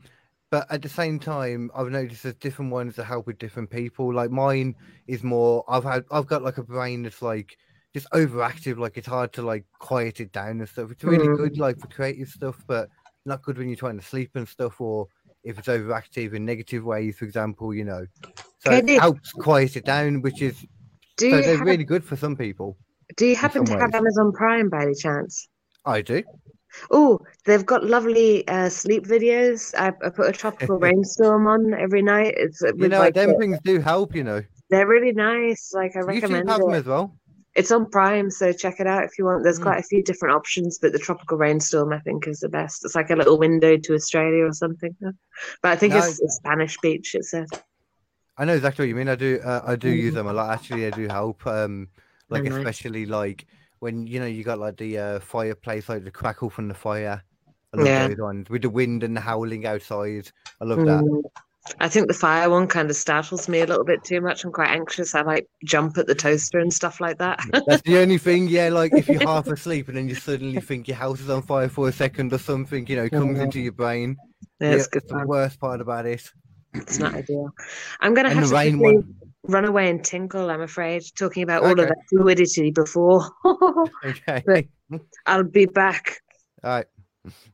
Speaker 1: but at the same time, I've noticed there's different ones that help with different people. Like mine is more. I've had I've got like a brain that's like just overactive. Like it's hard to like quiet it down and stuff. It's really
Speaker 4: Mm.
Speaker 1: good like for creative stuff, but not good when you're trying to sleep and stuff or if it's overactive in negative ways, for example, you know. So
Speaker 8: Can
Speaker 1: it
Speaker 8: it-
Speaker 1: helps quiet it down, which is
Speaker 8: Do
Speaker 1: so
Speaker 8: you
Speaker 1: they're
Speaker 8: have,
Speaker 1: really good for some people.
Speaker 8: do you happen to
Speaker 1: some
Speaker 8: have
Speaker 1: ways.
Speaker 8: Amazon Prime by any chance?
Speaker 1: I do.
Speaker 8: Oh, they've got lovely uh, sleep videos. I, I put a tropical rainstorm on every night. It's uh, with
Speaker 1: You know,
Speaker 8: like
Speaker 1: them
Speaker 8: the-
Speaker 1: things do help, you know.
Speaker 8: they're really nice. Like I
Speaker 1: YouTube
Speaker 8: recommend
Speaker 1: has them
Speaker 8: it.
Speaker 1: as well.
Speaker 8: It's on Prime, so check it out if you want. There's
Speaker 1: Mm.
Speaker 8: quite a few different options, but the tropical rainstorm I think is the best. It's like a little window to Australia or something. But I think
Speaker 1: No,
Speaker 8: it's, it's Spanish Beach. It says.
Speaker 1: I know exactly what you mean. I do. Uh, I do use
Speaker 8: Mhm.
Speaker 1: them a lot. Actually, they do help. Um, like
Speaker 8: Oh, nice.
Speaker 1: especially like when you know you got like the uh, fireplace, like the crackle from the fire. I love
Speaker 8: Yeah.
Speaker 1: those ones with the wind and the howling outside. I love that.
Speaker 8: Mm. I think the fire one kind of startles me a little bit too much. I'm quite anxious. I like jump at the toaster and stuff like that.
Speaker 1: That's the only thing. Yeah, like if you're half asleep and then you suddenly think your house is on fire for a second or something, you know, it comes
Speaker 8: Yeah.
Speaker 1: into your brain.
Speaker 8: Yeah, it's good
Speaker 1: it's the
Speaker 8: fun.
Speaker 1: worst part about it.
Speaker 8: It's not ideal. I'm going to
Speaker 1: And
Speaker 8: have
Speaker 1: the
Speaker 8: to
Speaker 1: rain
Speaker 8: quickly
Speaker 1: one.
Speaker 8: run away and tinkle, I'm afraid, talking about all
Speaker 1: Okay.
Speaker 8: of that fluidity before.
Speaker 1: Okay.
Speaker 8: But- I'll be back.
Speaker 1: All right.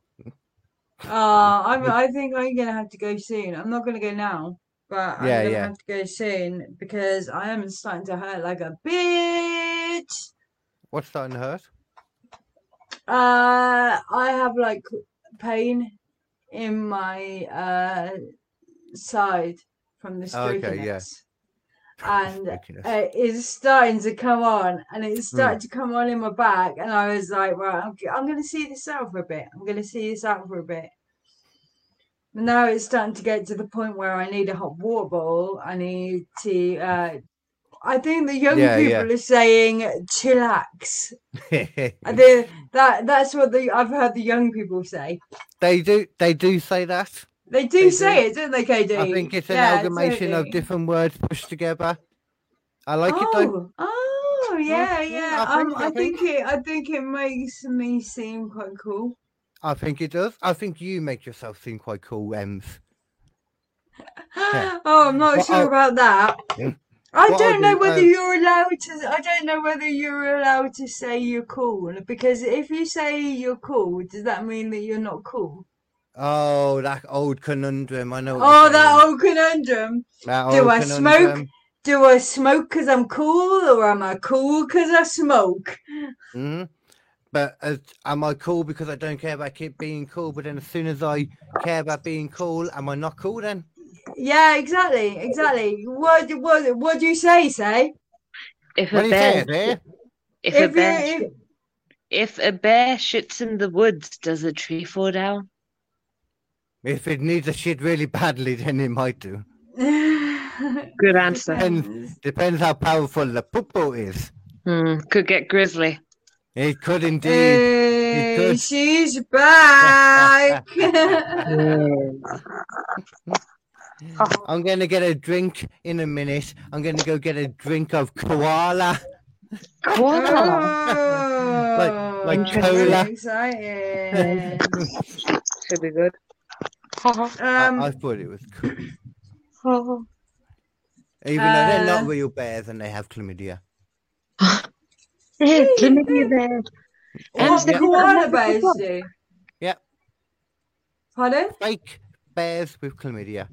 Speaker 2: Uh, I'm, I think I'm gonna have to go soon. I'm not gonna go now, but I'm
Speaker 1: Yeah,
Speaker 2: gonna
Speaker 1: yeah.
Speaker 2: have to go soon because I am starting to hurt like a bitch.
Speaker 1: What's starting to hurt?
Speaker 2: Uh, I have like pain in my uh side from the
Speaker 1: Okay, yeah.
Speaker 2: streakiness. And
Speaker 1: Ridiculous.
Speaker 2: uh, it's starting to come on and it
Speaker 1: Hmm.
Speaker 2: started to come on in my back and i was like right i'm, I'm going to see this out for a bit i'm going to see this out for a bit but now it's starting to get to the point where i need a hot water bowl i need to uh, i think the young
Speaker 1: Yeah, yeah.
Speaker 2: people are saying chillax
Speaker 8: uh,
Speaker 2: I
Speaker 1: they
Speaker 2: think that that's what the i've heard the young people say
Speaker 1: do. They do say that.
Speaker 2: they do
Speaker 1: They
Speaker 2: say it don't they kd
Speaker 1: I think it's an
Speaker 2: Yeah,
Speaker 1: amalgamation of
Speaker 2: totally.
Speaker 1: different words pushed together. I like it though.
Speaker 2: oh, oh, yeah,
Speaker 1: yeah,
Speaker 2: yeah.
Speaker 1: I
Speaker 2: um,
Speaker 1: think- I
Speaker 2: I think it. I think it makes me seem quite cool.
Speaker 1: I think it does. I think you make yourself seem quite cool, Ems. Yeah.
Speaker 2: Oh, I'm not
Speaker 1: What
Speaker 2: sure
Speaker 1: I'll-
Speaker 2: about that.
Speaker 1: Mm.
Speaker 2: I
Speaker 1: What I'll
Speaker 2: don't know
Speaker 1: do,
Speaker 2: whether
Speaker 1: um,
Speaker 2: you're allowed to. I don't know whether you're allowed to say you're cool because if you say you're cool, does that mean that you're not cool?
Speaker 1: Oh, that old conundrum. I know. what you're
Speaker 2: Oh, that
Speaker 1: saying.
Speaker 2: old conundrum.
Speaker 1: That
Speaker 2: do
Speaker 1: old
Speaker 2: I smoke? Do I smoke because I'm cool, or am I cool because I smoke?
Speaker 1: Mhm. But as, am I cool because I don't care about it being cool? But then as soon as I care about being cool, am I not cool then?
Speaker 2: Yeah, exactly, exactly. What, what, what do you say? Say.
Speaker 8: If
Speaker 1: When
Speaker 8: a
Speaker 1: you say it,
Speaker 8: bear,
Speaker 1: eh?
Speaker 8: if,
Speaker 2: If
Speaker 8: a
Speaker 2: you-
Speaker 8: bear,
Speaker 2: if-
Speaker 8: shit- if a bear shits in the woods, does a tree fall down?
Speaker 1: If it needs a shit really badly, then it might do.
Speaker 8: Good answer.
Speaker 2: Depends.
Speaker 1: Depends how powerful the poopoo is.
Speaker 8: Hmm, could get grizzly.
Speaker 1: It could indeed.
Speaker 2: Hey,
Speaker 1: could-
Speaker 2: she's back.
Speaker 1: I'm gonna get a drink in a minute. I'm gonna go get a drink of koala.
Speaker 8: Koala.
Speaker 2: Oh,
Speaker 1: like
Speaker 2: that's
Speaker 1: cola.
Speaker 2: Exciting.
Speaker 8: Should be good.
Speaker 2: Um,
Speaker 1: I, I thought it was cool. Oh. Even though they're not
Speaker 2: Uh,
Speaker 1: real bears and they have chlamydia.
Speaker 8: Yeah, chlamydia bear.
Speaker 1: Oh,
Speaker 8: And
Speaker 2: what
Speaker 8: the-
Speaker 2: koala
Speaker 8: and the-
Speaker 2: bears do?
Speaker 1: Yep.
Speaker 2: Pardon?
Speaker 1: Fake bears with chlamydia.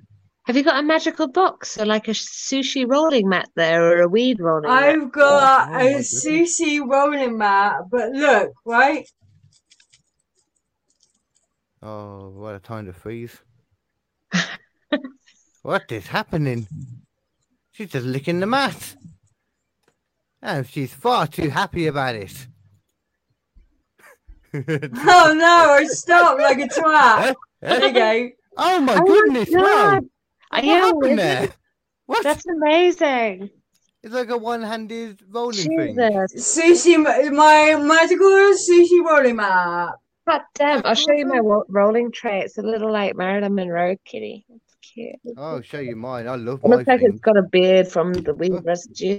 Speaker 8: Have you got a magical box or like a sushi rolling mat there or a weed rolling mat?
Speaker 2: I've got
Speaker 1: Oh, my
Speaker 2: a
Speaker 1: goodness.
Speaker 2: sushi rolling mat, but look, right?
Speaker 1: Oh, what a time to freeze. what is happening? She's just licking the mat. And she's far too happy about it.
Speaker 2: Oh no, I stopped like a twat. There you go.
Speaker 1: oh my
Speaker 8: Oh my
Speaker 1: goodness, wow.
Speaker 8: God. Are
Speaker 1: What
Speaker 8: you with
Speaker 1: happened there?
Speaker 8: it?
Speaker 1: What?
Speaker 8: That's amazing.
Speaker 1: It's like a one handed rolling thing.
Speaker 8: Jesus.
Speaker 2: Sushi, ma- my magical sushi rolling mat.
Speaker 8: God damn. I'll show you my ro- rolling tray. It's a little like Marilyn Monroe kitty. It's cute. It
Speaker 1: Oh, show you mine. I love my
Speaker 8: looks like
Speaker 1: thing.
Speaker 8: it's got a beard from the weed
Speaker 1: Huh?
Speaker 8: residue.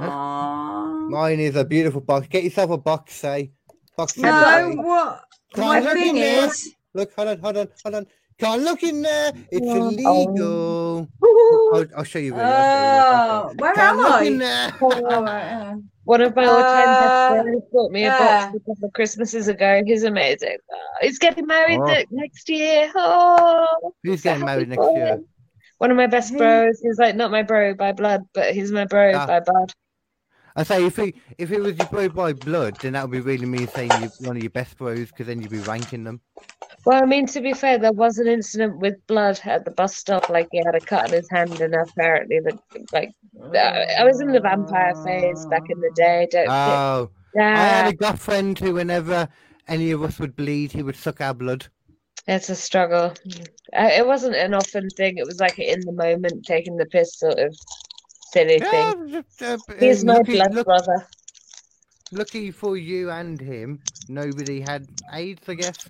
Speaker 2: Aww.
Speaker 1: Mine is a beautiful box. Get yourself a box, say. Box set
Speaker 2: No,
Speaker 1: aside.
Speaker 2: what? My
Speaker 1: Can't look in
Speaker 2: thing
Speaker 1: there.
Speaker 2: is,
Speaker 1: Look, hold on, hold on, hold on. Can't look in there. It's
Speaker 8: Oh.
Speaker 1: illegal. I'll, I'll show you. Really. I'll show you really. I'll show you.
Speaker 2: oh, where
Speaker 1: Can't
Speaker 2: am
Speaker 1: look in
Speaker 2: I?
Speaker 1: there.
Speaker 2: Oh, right, hang on.
Speaker 4: One of my all-time best
Speaker 2: Uh,
Speaker 4: friends bought me a
Speaker 2: yeah.
Speaker 4: box a couple of Christmases ago. He's amazing. Oh, he's getting married
Speaker 1: Oh.
Speaker 4: the- next year. Oh,
Speaker 1: Who's
Speaker 4: so
Speaker 1: getting married
Speaker 4: happy
Speaker 1: next
Speaker 4: for
Speaker 1: year?
Speaker 4: him. One of my best
Speaker 2: Who?
Speaker 4: bros. He's like not my bro by blood, but he's my bro
Speaker 1: Ah.
Speaker 4: by blood.
Speaker 1: I say if he if it was your bro by blood, then that would be really mean saying you're one of your best bros because then you'd be ranking them.
Speaker 4: Well, I mean, to be fair, there was an incident with blood at the bus stop. Like he had a cut in his hand, and apparently, the, like I was in the vampire phase back in the day. Don't
Speaker 1: Oh, I had
Speaker 4: yeah,
Speaker 1: a god friend who, whenever any of us would bleed, he would suck our blood.
Speaker 4: it's a struggle. Uh, It wasn't an often thing. It was like in the moment, taking the piss, sort of silly
Speaker 1: Yeah,
Speaker 4: thing.
Speaker 1: just, uh,
Speaker 4: He's
Speaker 1: um,
Speaker 4: my
Speaker 1: lucky,
Speaker 4: blood
Speaker 1: luck-
Speaker 4: brother.
Speaker 1: lucky for you and him, nobody had AIDS. I guess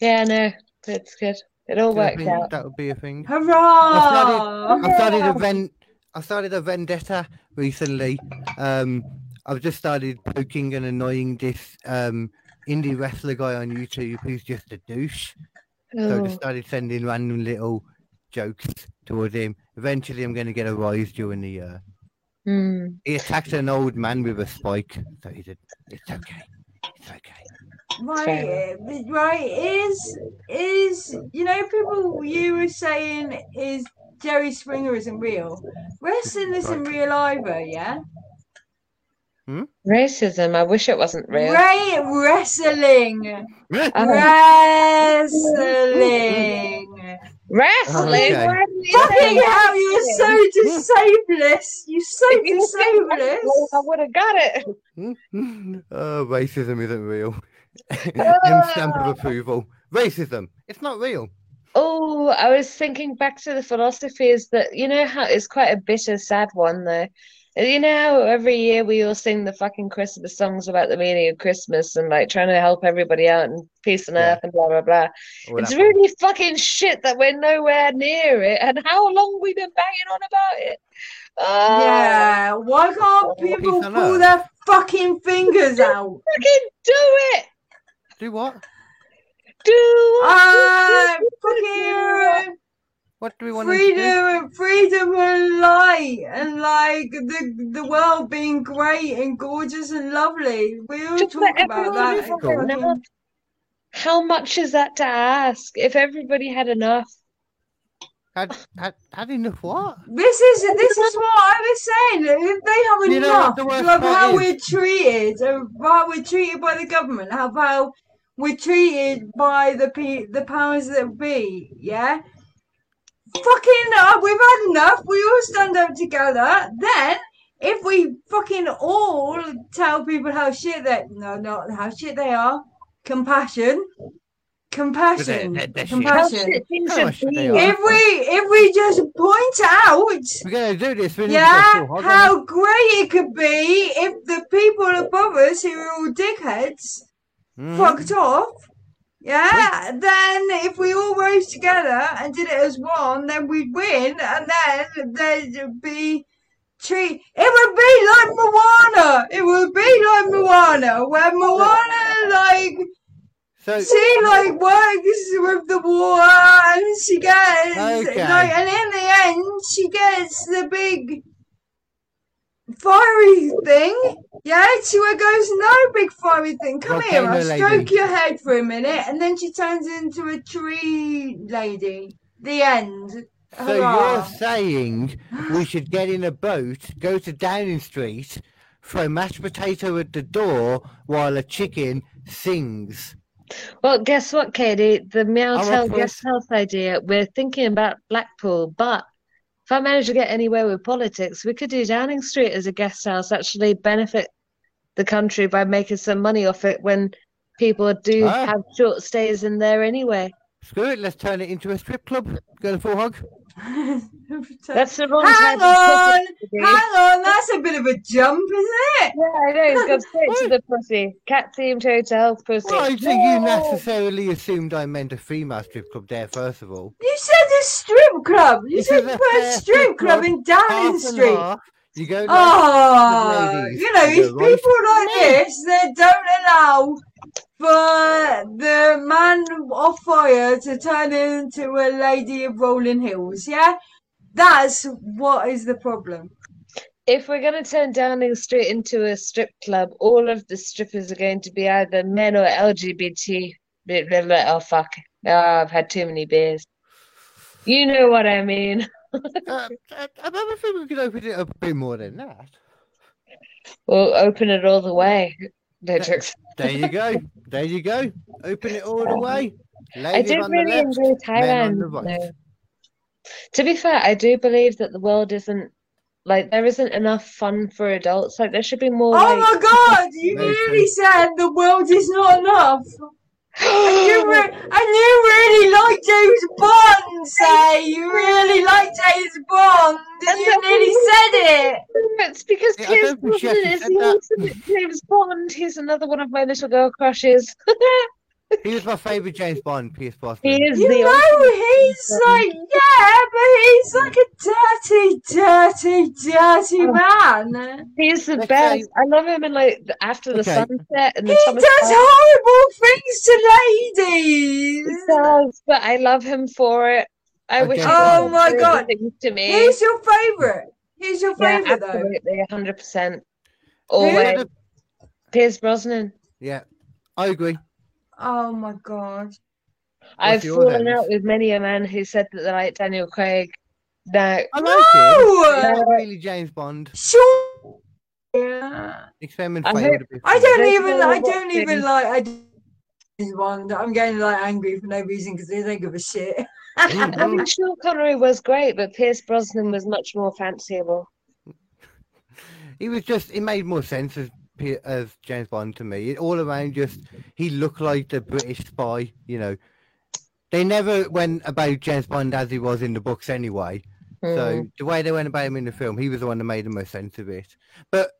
Speaker 4: Yeah, no, it's good. It all
Speaker 1: That'd
Speaker 4: worked
Speaker 1: be-
Speaker 4: out.
Speaker 1: that would be a thing.
Speaker 2: Hurrah!
Speaker 1: I started a ven- I started a vendetta recently. Um, I've just started poking and annoying this um indie wrestler guy on YouTube who's just a douche. So I just
Speaker 4: Oh,
Speaker 1: started sending random little jokes towards him. Eventually, I'm going to get a rise during the year.
Speaker 4: hmm.
Speaker 1: He attacked an old man with a spike, so he did. It's okay. It's okay.
Speaker 2: Right,
Speaker 4: fair
Speaker 2: uh, right is is you know people you were saying is Jerry Springer isn't real. Wrestling isn't real either, yeah.
Speaker 4: Racism. I wish it wasn't real.
Speaker 2: Right, wrestling,
Speaker 4: Oh,
Speaker 2: wrestling.
Speaker 4: wrestling.
Speaker 1: Okay.
Speaker 4: Why do you
Speaker 2: Fucking
Speaker 4: say
Speaker 2: hell, you're so disablest. You're so
Speaker 4: If you said wrestling, Oh, I
Speaker 2: disablest.
Speaker 4: would have got it.
Speaker 1: oh, racism isn't real. Him stamp
Speaker 4: Ah.
Speaker 1: of approval. Racism. It's not real.
Speaker 4: Oh, I was thinking back to the philosophies that you know how it's quite a bitter, sad one though. You know how every year we all sing the fucking Christmas songs about the meaning of Christmas and like trying to help everybody out and peace on
Speaker 1: Yeah.
Speaker 4: earth and blah blah blah.
Speaker 1: All
Speaker 4: It's
Speaker 1: that
Speaker 4: really fucking shit that we're nowhere near it and how long we've been banging on about it. Oh,
Speaker 2: Yeah, why can't
Speaker 1: Peace
Speaker 2: people
Speaker 1: on
Speaker 2: pull
Speaker 1: earth.
Speaker 2: their fucking fingers out?
Speaker 4: fucking do it.
Speaker 1: bull- Do what?
Speaker 4: Do
Speaker 2: Ah,
Speaker 4: it.
Speaker 2: fucking.
Speaker 1: What do we want
Speaker 2: freedom
Speaker 1: to do?
Speaker 2: and freedom and light and like the the world being great and gorgeous and lovely. We all
Speaker 4: Just
Speaker 2: talk
Speaker 4: let
Speaker 2: about
Speaker 4: everyone
Speaker 2: that.
Speaker 4: live
Speaker 2: and
Speaker 1: on
Speaker 4: their own
Speaker 2: fucking-
Speaker 4: How much is that to ask? If everybody had enough.
Speaker 1: Had, had, had enough what?
Speaker 2: This is this is what I was saying. If they
Speaker 1: You know
Speaker 2: have
Speaker 1: what
Speaker 2: enough
Speaker 1: the worst
Speaker 2: of
Speaker 1: part is?
Speaker 2: how we're treated, of how we're treated by the government, how how we're treated by the pe- the powers that be, yeah. Fucking, uh, we've had enough. We all stand up together. Then, if we fucking all tell people how shit they no, not how shit they are, compassion, compassion,
Speaker 1: they're- they're shit.
Speaker 4: How
Speaker 2: compassion.
Speaker 4: shit things
Speaker 1: How
Speaker 4: have
Speaker 1: much do they
Speaker 4: been.
Speaker 1: are?
Speaker 2: If we if we just point out
Speaker 1: We're going to do this. We need to
Speaker 2: yeah,
Speaker 1: go full hog on.
Speaker 2: how great it could be if the people above us who are all dickheads
Speaker 1: Mhm.
Speaker 2: fucked off. Yeah, then if we all rose together and did it as one, then we'd win, and then there'd be tree. It would be like Moana. It would be like Moana, where Moana like
Speaker 1: So,
Speaker 2: she like works with the water and she gets
Speaker 1: Okay.
Speaker 2: like and in the end she gets the big fiery thing. Yeah, she goes, No big fiery thing, come here, I'll
Speaker 1: Volcano lady.
Speaker 2: stroke your head for a minute and then she turns into a tree lady. The end.
Speaker 1: so you're
Speaker 2: Hurrah.
Speaker 1: saying we should get in a boat, go to Downing Street, throw mashed potato at the door while a chicken sings.
Speaker 4: Well, guess what, Katie? The Meow
Speaker 1: I'm
Speaker 4: Tell
Speaker 1: up for
Speaker 4: guest house idea. We're thinking about Blackpool, but if I manage to get anywhere with politics, we could do Downing Street as a guest house, actually benefit the country by making some money off it when people do
Speaker 1: Ah.
Speaker 4: have short stays in there anyway.
Speaker 1: Screw it, let's turn it into a strip club. Go to full hog.
Speaker 4: That's the wrong
Speaker 2: Hang
Speaker 4: type of
Speaker 2: on,
Speaker 4: pussy.
Speaker 2: Hang on, that's a bit of a jump, isn't it?
Speaker 4: Yeah, I know. It's gone straight to
Speaker 1: What?
Speaker 4: the pussy. Cat themed hotel pussy.
Speaker 1: Why do you
Speaker 4: No!
Speaker 1: necessarily assumed I meant a female strip club there, first of all?
Speaker 2: You said a strip club. You
Speaker 1: This
Speaker 2: said
Speaker 1: is
Speaker 2: you
Speaker 1: a
Speaker 2: put a
Speaker 1: fair
Speaker 2: strip
Speaker 1: strip
Speaker 2: club
Speaker 1: club.
Speaker 2: in
Speaker 1: Half
Speaker 2: Downing
Speaker 1: and
Speaker 2: Street.
Speaker 1: half. You go down
Speaker 2: Oh,
Speaker 1: ladies,
Speaker 2: you know,
Speaker 1: you
Speaker 2: it's
Speaker 1: know, right?
Speaker 2: people like
Speaker 1: No.
Speaker 2: this that don't allow for the man off fire to turn into a lady of rolling hills, yeah? That's what is the problem.
Speaker 4: if we're going to turn Downing Street into a strip club, all of the strippers are going to be either men or LGBT. Blah, blah, blah. Oh, fuck. Oh, I've had too many beers. You know what I mean.
Speaker 1: Uh, I, I don't think we could open it up a bit more than that.
Speaker 4: We'll open it all the way. No jokes.
Speaker 1: There you go. There you go. Open it all the way.
Speaker 4: I
Speaker 1: Ladies
Speaker 4: did
Speaker 1: on
Speaker 4: really
Speaker 1: the left,
Speaker 4: enjoy
Speaker 1: men
Speaker 4: Thailand.
Speaker 1: on the right.
Speaker 4: though. To be fair, I do believe that the world isn't like there isn't enough fun for adults. Like there should be more.
Speaker 2: Oh
Speaker 4: like,
Speaker 2: my god, you
Speaker 1: Very
Speaker 2: really said the world is not enough. And you, re- and you really like James Bond, say. You really like James Bond. And
Speaker 4: And
Speaker 2: you
Speaker 4: that-
Speaker 2: nearly said it.
Speaker 4: It's because
Speaker 1: Yeah, I
Speaker 4: James
Speaker 1: don't think she
Speaker 4: Bond
Speaker 1: actually
Speaker 4: is
Speaker 1: said
Speaker 4: the
Speaker 1: that.
Speaker 4: ultimate James Bond. He's another one of my little girl crushes.
Speaker 1: He was my favourite James Bond, Pierce Brosnan.
Speaker 4: he is
Speaker 2: You
Speaker 4: the
Speaker 2: know,
Speaker 4: ultimate.
Speaker 2: he's like, yeah, but he's like a dirty, dirty, dirty
Speaker 4: Oh.
Speaker 2: man.
Speaker 4: He's the
Speaker 1: Let's
Speaker 4: best.
Speaker 1: say-
Speaker 4: I love him in like the- after the
Speaker 1: Okay.
Speaker 4: sunset and
Speaker 2: He
Speaker 4: the
Speaker 2: does
Speaker 4: Thomas. Crown.
Speaker 2: horrible things to ladies.
Speaker 4: He does, but I love him for it. I wish.
Speaker 1: Okay.
Speaker 4: he did
Speaker 2: Oh my
Speaker 4: great
Speaker 2: God.
Speaker 4: things to me.
Speaker 2: Who's your favourite? Who's your
Speaker 4: yeah,
Speaker 2: favourite, though?
Speaker 4: absolutely, hundred percent.
Speaker 1: He's
Speaker 4: Always,
Speaker 1: one of-
Speaker 4: Piers Brosnan.
Speaker 1: Yeah, I agree.
Speaker 2: Oh my god.
Speaker 4: I've
Speaker 1: your
Speaker 4: fallen
Speaker 1: hands?
Speaker 4: out with many a man who said that they like Daniel Craig. No,
Speaker 1: I
Speaker 2: No!
Speaker 1: like him. He's not really James Bond.
Speaker 2: Sure. Yeah.
Speaker 1: Experiment
Speaker 4: I
Speaker 1: failed
Speaker 4: hope-
Speaker 1: a bit.
Speaker 2: I
Speaker 1: for me.
Speaker 2: don't
Speaker 4: There's
Speaker 2: even.
Speaker 4: no
Speaker 2: I don't
Speaker 4: watching.
Speaker 2: even like. I don't- is one that I'm getting like angry for no reason because they don't give a shit.
Speaker 4: I
Speaker 1: Mhm.
Speaker 4: mean Sean Connery was great, but Pierce Brosnan was much more fanciable.
Speaker 1: He was just. It made more sense as Pe- as James Bond to me. It, all around, just he looked like the British spy. You know, they never went about James Bond as he was in the books anyway. So the way they went about him in the film, he was the one that made the most sense of it. But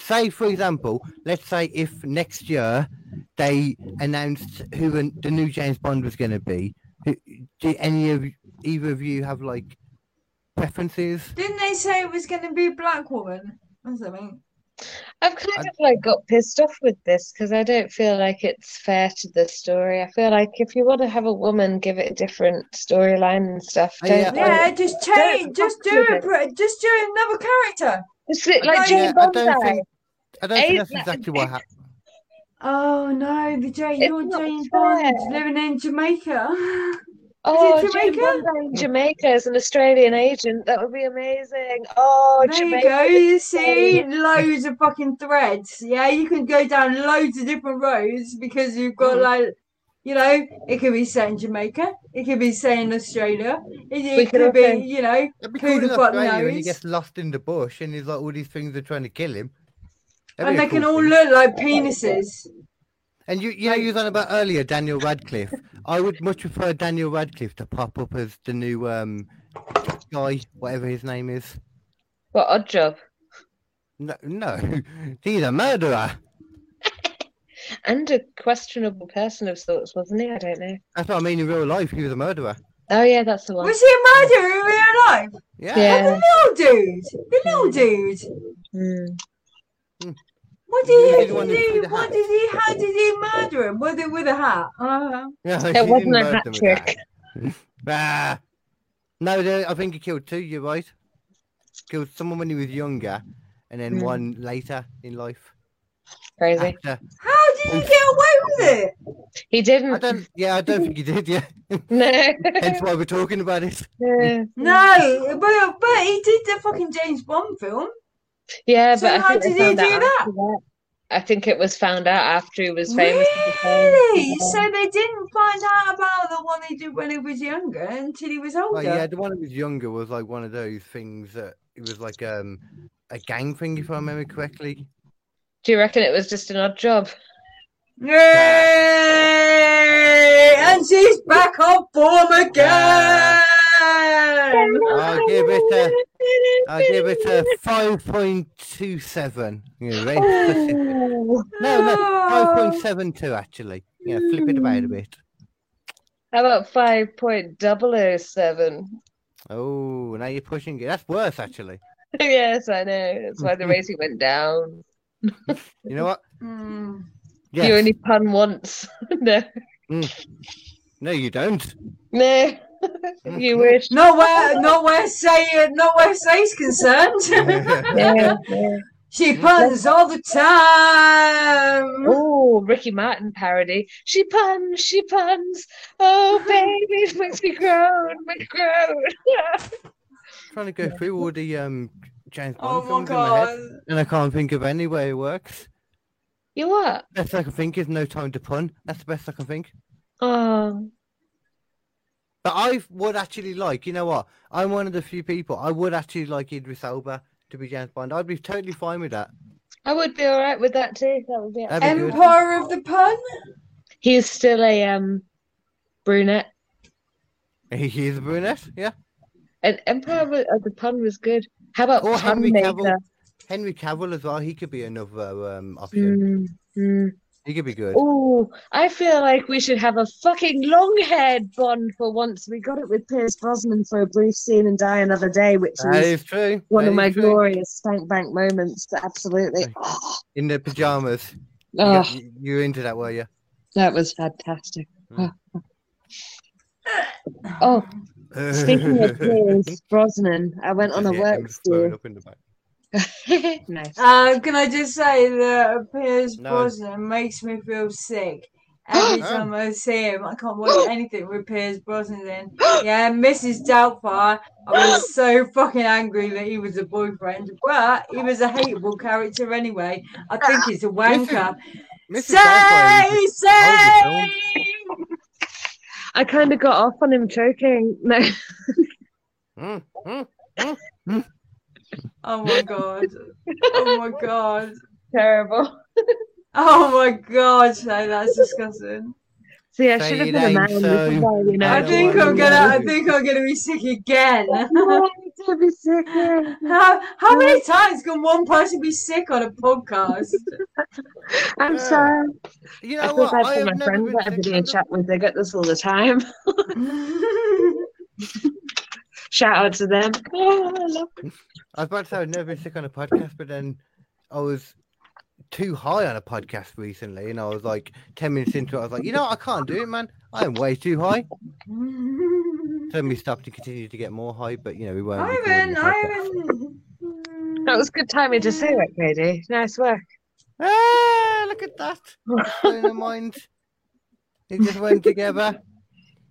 Speaker 1: say, for example, let's say if next year they announced who the the new James Bond was going to be, who- do any of either of you have like preferences?
Speaker 2: Didn't they say it was going to be a black woman or something?
Speaker 4: I've kind
Speaker 1: I-
Speaker 4: of like got pissed off with this because I don't feel like it's fair to the story. I feel like if you want to have a woman, give it a different storyline and stuff.
Speaker 1: Oh,
Speaker 4: Don't
Speaker 1: yeah, I-
Speaker 2: Yeah, just change. Just do
Speaker 4: fuck
Speaker 2: it.
Speaker 4: with
Speaker 2: Bri- Just do another character.
Speaker 4: It's li- like
Speaker 2: don't-
Speaker 4: Jane
Speaker 1: Yeah, I
Speaker 4: Bond
Speaker 1: don't
Speaker 4: died.
Speaker 1: think I don't think
Speaker 4: Eight-
Speaker 1: that's exactly what happened.
Speaker 2: Oh no, the Jane,
Speaker 4: It's
Speaker 2: you're
Speaker 4: not
Speaker 2: Jane
Speaker 4: fair.
Speaker 2: Bond living in Jamaica.
Speaker 4: Oh,
Speaker 2: it
Speaker 4: Jane Bond died in Jamaica as an Australian agent. That would be amazing. Oh,
Speaker 2: There you
Speaker 4: Jamaica.
Speaker 2: go. You see loads of fucking threads. Yeah, you can go down loads of different roads because you've
Speaker 1: Mm.
Speaker 2: got like, you know, it could be set in Jamaica. It could be set in Australia. It, it
Speaker 4: could
Speaker 2: could be,
Speaker 4: also-
Speaker 2: you know,
Speaker 1: That'd be
Speaker 2: Who'd
Speaker 1: cool in
Speaker 2: have got
Speaker 1: Australia and he
Speaker 2: nose?
Speaker 1: gets lost in the bush and he's like all these things are trying to kill him. That'd
Speaker 2: and
Speaker 1: be a
Speaker 2: they can
Speaker 1: cool
Speaker 2: all
Speaker 1: thing.
Speaker 2: look like penises.
Speaker 1: And you, you know, you was on about earlier Daniel Radcliffe. I would much prefer Daniel Radcliffe to pop up as the new um guy, whatever his name is.
Speaker 4: What odd job.
Speaker 1: No, no, he's a murderer.
Speaker 4: And a questionable person of sorts, wasn't he? I don't know.
Speaker 1: That's what I mean in real life. He was a murderer.
Speaker 4: Oh, yeah, that's the one.
Speaker 2: Was he a murderer in real life?
Speaker 1: Yeah. Mm.
Speaker 4: Yeah.
Speaker 2: The little dude. The little dude.
Speaker 4: Hmm.
Speaker 2: What did
Speaker 1: He
Speaker 2: he,
Speaker 1: was the one who threw
Speaker 2: do?
Speaker 1: the
Speaker 2: What
Speaker 1: hat.
Speaker 2: did he? How did he murder him? With it with a hat. Uh-huh.
Speaker 1: No, he
Speaker 4: That
Speaker 1: didn't
Speaker 4: wasn't a
Speaker 1: murder
Speaker 4: hat
Speaker 1: them with
Speaker 4: trick.
Speaker 1: that. Bah. No, they- I think he killed two. You're right. Killed someone when he was younger, and then
Speaker 4: Mm.
Speaker 1: one later in life.
Speaker 4: Crazy.
Speaker 2: Ah,
Speaker 1: After.
Speaker 2: How did he get away with it?
Speaker 4: He
Speaker 1: I
Speaker 4: didn't.
Speaker 1: don't. Yeah, I don't think he did. Yeah. Hence
Speaker 4: No.
Speaker 1: why we're talking about it.
Speaker 4: Mm.
Speaker 2: No, but but he did the fucking James Bond film.
Speaker 4: Yeah,
Speaker 2: So
Speaker 4: but I
Speaker 2: how
Speaker 4: think they
Speaker 2: did he
Speaker 4: found out
Speaker 2: do that?
Speaker 4: after that. I think it was found out after he was famous.
Speaker 2: Really? So they didn't find out about the one he did when he was younger until he was older.
Speaker 1: Well, yeah, the one that was younger was like one of those things that it was like um a gang thing, if I remember correctly.
Speaker 4: Do you reckon it was just an odd job?
Speaker 2: Yay! And she's back on form again.
Speaker 4: Oh,
Speaker 1: I'll give it a, I'll give it a five point two seven. Yeah, very specific.
Speaker 2: Hmm.
Speaker 4: Ooh.
Speaker 1: No, no, five point
Speaker 2: Oh.
Speaker 1: seven two actually. Yeah, flip it about a bit.
Speaker 4: How about 5.007?
Speaker 1: Oh, now you're pushing it. That's worse actually.
Speaker 4: Yes, I know. That's why the rating went down.
Speaker 1: You know what?
Speaker 2: Hmm.
Speaker 1: Yes.
Speaker 4: You only pun once. No.
Speaker 1: No, you don't.
Speaker 4: No. you wish.
Speaker 2: Not where, not where say, not where say's concerned.
Speaker 4: Yeah, yeah.
Speaker 2: she puns all the time.
Speaker 4: Oh, Ricky Martin parody. She puns, she puns. Oh, baby, it makes me groan, makes me groan.
Speaker 1: trying to go through all the um James Bond
Speaker 2: Oh my
Speaker 1: films in my
Speaker 2: god.
Speaker 1: head, and I can't think of any way it works.
Speaker 4: You what?
Speaker 1: Best I can think is no time to pun. That's the best I can think.
Speaker 4: Oh,
Speaker 1: But I would actually like, you know what? I'm one of the few people I would actually like Idris Elba to be James Bond. I'd be totally fine with that.
Speaker 4: I would be all right with that too. That would be.
Speaker 1: That'd be good.
Speaker 2: Empire of the pun.
Speaker 4: He's still a um brunette.
Speaker 1: He is a brunette, yeah.
Speaker 4: And Empire of of the Pun was good. How about
Speaker 1: Or
Speaker 4: Pun
Speaker 1: Henry Cavill.
Speaker 4: Maker?
Speaker 1: Henry Cavill as well. He could be another um, option.
Speaker 4: Mm, mm.
Speaker 1: He could be good.
Speaker 4: Oh, I feel like we should have a fucking long-haired Bond for once. We got it with Pierce Brosnan for a brief scene in Die Another Day, which
Speaker 1: that
Speaker 4: is
Speaker 1: is true.
Speaker 4: one of
Speaker 1: That
Speaker 4: my
Speaker 1: is true.
Speaker 4: glorious stank bank moments. Absolutely.
Speaker 1: Right.
Speaker 4: Oh,
Speaker 1: In the pajamas. You- You, you were into that, were you?
Speaker 4: that was fantastic.
Speaker 1: Mm.
Speaker 4: Oh, speaking of Pierce Brosnan, I went on a
Speaker 1: Yeah,
Speaker 4: work
Speaker 1: Emma's throwing
Speaker 4: steal.
Speaker 1: up in the back.
Speaker 4: nice.
Speaker 2: Uh, can I just say that Piers
Speaker 1: No.
Speaker 2: Brosnan makes me feel sick every
Speaker 1: Oh.
Speaker 2: time I see him. I can't watch anything with Piers Brosnan in. Yeah, Mrs. Doubtfire. I was so fucking angry that he was a boyfriend, but he was a hateable character anyway. I think he's a wanker.
Speaker 1: Mrs. Doubtfire
Speaker 2: Say,
Speaker 1: is
Speaker 2: say.
Speaker 4: I kind of got off on him choking. No.
Speaker 1: a- Mm, mm.
Speaker 2: Oh my god. Oh my god.
Speaker 4: Terrible.
Speaker 2: Oh my god, Shay, that's disgusting.
Speaker 4: See, I
Speaker 1: Say
Speaker 4: should have
Speaker 1: it
Speaker 4: been a
Speaker 1: ain't
Speaker 4: man. This
Speaker 1: so.
Speaker 4: is why, you know.
Speaker 1: I
Speaker 2: I
Speaker 1: don't
Speaker 2: think
Speaker 1: wanna
Speaker 2: I'm gonna I
Speaker 1: know.
Speaker 2: think I'm gonna be sick again.
Speaker 4: Oh, to be sick. yeah.
Speaker 2: How, how many times can one person be sick on a podcast?
Speaker 4: I'm
Speaker 1: Yeah.
Speaker 4: sorry.
Speaker 1: You
Speaker 4: I
Speaker 1: know
Speaker 4: feel
Speaker 1: what?
Speaker 4: bad
Speaker 1: I
Speaker 4: for
Speaker 1: have
Speaker 4: my
Speaker 1: never
Speaker 4: friends
Speaker 1: been
Speaker 4: that
Speaker 1: sick
Speaker 4: everybody
Speaker 1: on
Speaker 4: in
Speaker 1: the-
Speaker 4: chat with. They get this all the time. Shout out to them. Oh, I love
Speaker 1: I was about to say I've never been sick on a podcast, but then I was too high on a podcast recently, and I was like ten minutes into it, I was like, you know, what? I can't do it, man. I am way too high. So we stopped and continued to get more high, but you know we weren't.
Speaker 2: I
Speaker 1: recording
Speaker 2: haven't,
Speaker 1: the
Speaker 2: I
Speaker 1: podcast.
Speaker 2: haven't.
Speaker 4: that was good timing to say that, Katie. Nice work.
Speaker 1: Ah, look at that! It's blowing my mind. It just went together.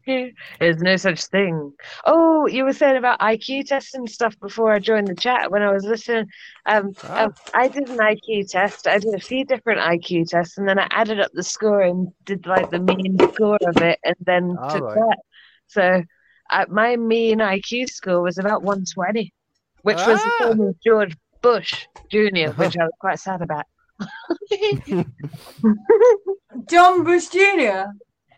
Speaker 4: Yeah. There's no such thing. Oh, you were saying about IQ tests and stuff before I joined the chat when I was listening. Um,
Speaker 1: Ah.
Speaker 4: um, I did an IQ test. I did a few different IQ tests, and then I added up the score and did like the mean score of it, and then
Speaker 1: All
Speaker 4: took
Speaker 1: right.
Speaker 4: that. So uh, my mean IQ score was about 120, which was the
Speaker 1: Ah!
Speaker 4: same as George Bush Jr.,
Speaker 1: Uh-huh.
Speaker 4: which I was quite sad about.
Speaker 2: John Bush Jr.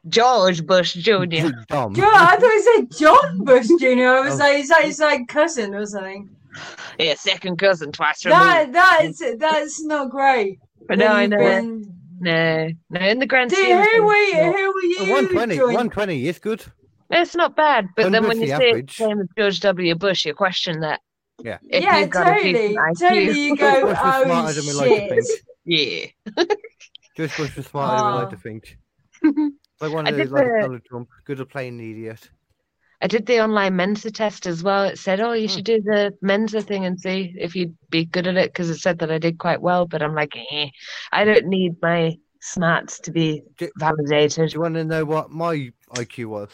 Speaker 4: George Bush Jr.
Speaker 1: Big Dom.
Speaker 2: John, I thought he said John Bush Jr. I was
Speaker 1: Mm-hmm. Oh.
Speaker 2: like, is that his like cousin or something?
Speaker 4: Yeah, second cousin twice removed.
Speaker 2: That that's that's not great.
Speaker 4: But no,
Speaker 2: that
Speaker 4: I
Speaker 2: you've
Speaker 4: know.
Speaker 2: been-
Speaker 4: No, no, in the grand
Speaker 2: Dude,
Speaker 4: scheme of
Speaker 2: who
Speaker 4: things,
Speaker 2: were you?
Speaker 4: no.
Speaker 2: Who were you?
Speaker 1: 120,
Speaker 2: joined-
Speaker 1: 120 is good.
Speaker 4: it's not bad. But then
Speaker 1: Hundred's
Speaker 4: when you
Speaker 1: the
Speaker 4: see it
Speaker 1: average.
Speaker 4: same as George W. Bush, you question that.
Speaker 1: Yeah.
Speaker 4: If
Speaker 2: yeah,
Speaker 4: you've got a decent
Speaker 2: totally,
Speaker 4: IQ.
Speaker 2: totally. You
Speaker 1: George
Speaker 2: go,
Speaker 1: Bush was
Speaker 2: oh
Speaker 1: smarter than we like to
Speaker 2: shit.
Speaker 1: think.
Speaker 4: Yeah.
Speaker 1: George Bush was smarter than we like
Speaker 2: Ah.
Speaker 1: to think. Like one
Speaker 4: I
Speaker 1: of those,
Speaker 4: did
Speaker 1: like
Speaker 4: the-
Speaker 1: Donald Trump, good at playing the idiot.
Speaker 4: I did the online Mensa test as well. It said, "Oh, you
Speaker 1: Hmm.
Speaker 4: should do the Mensa thing and see if you'd be good at it," because it said that I did quite well. But I'm like, eh, I don't need my smarts to be
Speaker 1: Do-
Speaker 4: validated.
Speaker 1: Do you want to know what my IQ was?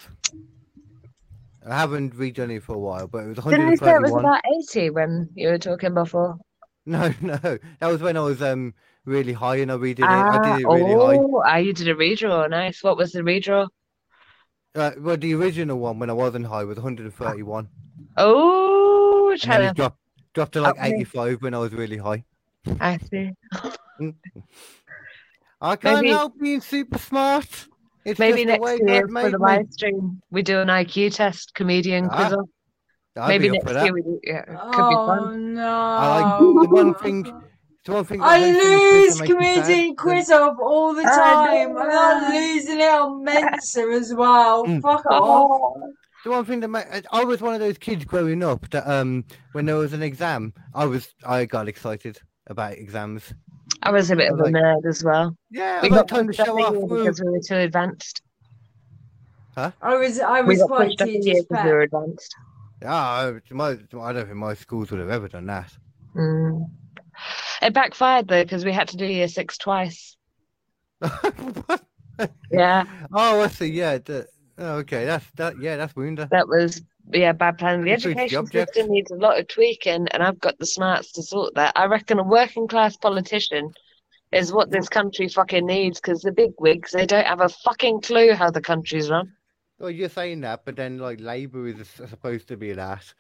Speaker 1: I haven't redone it for a while, but it was
Speaker 4: Didn't you say it was
Speaker 1: 131.
Speaker 4: about 80 when you were talking before?
Speaker 1: No, no, that was when I was um really high and I redid it. I
Speaker 4: Ah,
Speaker 1: did it really high.
Speaker 4: oh, ah, you did a redraw. Nice. What was the redraw?
Speaker 1: Uh, well, the original one when I wasn't high was 131, and
Speaker 4: Oh,
Speaker 1: then it
Speaker 4: trying to.
Speaker 1: dropped dropped to like
Speaker 4: Up me.
Speaker 1: 85 when I was really high.
Speaker 4: I see.
Speaker 1: I can't
Speaker 4: Maybe-
Speaker 1: help being super smart. It's
Speaker 4: Maybe
Speaker 1: just the
Speaker 4: next
Speaker 1: way
Speaker 4: year
Speaker 1: God
Speaker 4: for
Speaker 1: made
Speaker 4: the
Speaker 1: me.
Speaker 4: live stream, we do an IQ test, comedian
Speaker 1: Ah,
Speaker 4: quiz. off.
Speaker 1: I'd
Speaker 4: Maybe
Speaker 1: be up for
Speaker 4: next
Speaker 1: that.
Speaker 4: year we do. Yeah, it could be
Speaker 2: Oh
Speaker 4: fun.
Speaker 2: no!
Speaker 1: like the one thing- It's one thing. that
Speaker 2: I
Speaker 1: hosting a quiz
Speaker 2: lose
Speaker 1: that makes me sad,
Speaker 2: comedian
Speaker 1: then-
Speaker 2: quiz off all the
Speaker 4: I
Speaker 2: time. I'm
Speaker 4: know.
Speaker 2: not losing it on Mensa as well.
Speaker 1: Mm.
Speaker 2: Fuck off.
Speaker 4: Oh,
Speaker 1: The one thing that ma- I- I was one of those kids growing up that um when there was an exam, I was I got excited about exams.
Speaker 4: I was a bit
Speaker 1: I
Speaker 4: of a
Speaker 1: like-
Speaker 4: nerd as well.
Speaker 1: Yeah, I
Speaker 4: We
Speaker 1: was like
Speaker 4: got
Speaker 1: time to
Speaker 4: pushed up
Speaker 1: show
Speaker 4: the
Speaker 1: off.
Speaker 4: year
Speaker 1: woo.
Speaker 4: because we were too advanced.
Speaker 1: Huh?
Speaker 2: I was I
Speaker 4: We
Speaker 2: was
Speaker 4: got
Speaker 2: quite
Speaker 4: pushed up a year
Speaker 2: tedious.
Speaker 4: because we were advanced.
Speaker 1: Ah, I- my, I don't think my schools would have ever done that.
Speaker 4: Mm. It backfired though because we had to do year six twice. Yeah,
Speaker 1: Oh, I see. Yeah. The, oh, okay. That's that. Yeah, that's Wounder.
Speaker 4: that was yeah bad planning. The
Speaker 1: It's with the
Speaker 4: education
Speaker 1: object.
Speaker 4: system needs a lot of tweaking, and I've got the smarts to sort that. I reckon a working class politician is what this country fucking needs because the big wigs they don't have a fucking clue how the country's run.
Speaker 1: Well, you're saying that, but then like Labour is s- supposed to be that.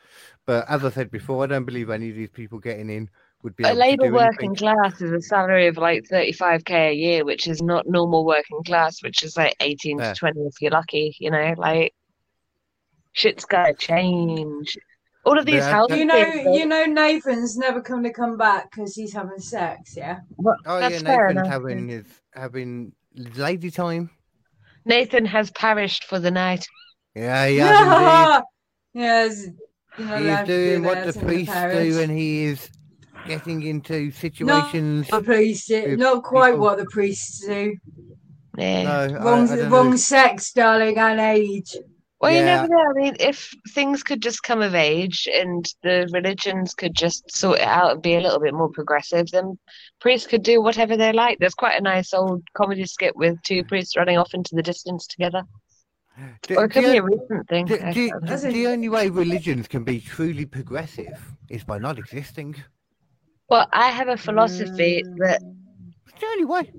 Speaker 1: But as I said before, I don't believe any of these people getting in would be
Speaker 4: A
Speaker 1: able
Speaker 4: Labour
Speaker 1: to do
Speaker 4: working
Speaker 1: anything.
Speaker 4: class is a salary of like 35k a year, which is not normal working class, which is like 18 to
Speaker 1: Yeah.
Speaker 4: 20 if you're lucky, you know, like shit's gotta change. All of these
Speaker 1: Yeah,
Speaker 4: housing
Speaker 2: You know,
Speaker 4: things, though,
Speaker 2: you know, Nathan's never going to come back because he's having sex. Yeah.
Speaker 4: what-
Speaker 1: Oh
Speaker 4: that's
Speaker 1: yeah,
Speaker 4: fair
Speaker 1: Nathan's
Speaker 4: enough, yeah.
Speaker 1: having his having lady time.
Speaker 4: Nathan has perished for the night.
Speaker 1: Yeah, he has
Speaker 2: yes. You're not
Speaker 1: indeed. He is
Speaker 2: allowed to do
Speaker 1: doing what
Speaker 2: that
Speaker 1: the
Speaker 2: in
Speaker 1: priests
Speaker 2: parish.
Speaker 1: do when he is getting into situations.
Speaker 2: The priest, do-
Speaker 1: with
Speaker 2: not quite
Speaker 1: people.
Speaker 2: what the priests do.
Speaker 4: Yeah.
Speaker 1: No, I-
Speaker 2: Wrong,
Speaker 1: I don't know.
Speaker 2: wrong sex, darling, and age.
Speaker 4: Well, you
Speaker 1: Yeah.
Speaker 4: never know. I mean, if things could just come of age and the religions could just sort it out and be a little bit more progressive, then priests could do whatever they like. There's quite a nice old comedy skit with two priests running off into the distance together.
Speaker 1: Do-
Speaker 4: Or
Speaker 1: do
Speaker 4: it could be
Speaker 1: you-
Speaker 4: a recent thing.
Speaker 1: The,
Speaker 4: I
Speaker 1: the,
Speaker 4: don't uh, know.
Speaker 2: That's
Speaker 1: the,
Speaker 2: a-
Speaker 1: the only way religions can be truly progressive is by not existing.
Speaker 4: Well, I have a philosophy that
Speaker 1: It's the only way.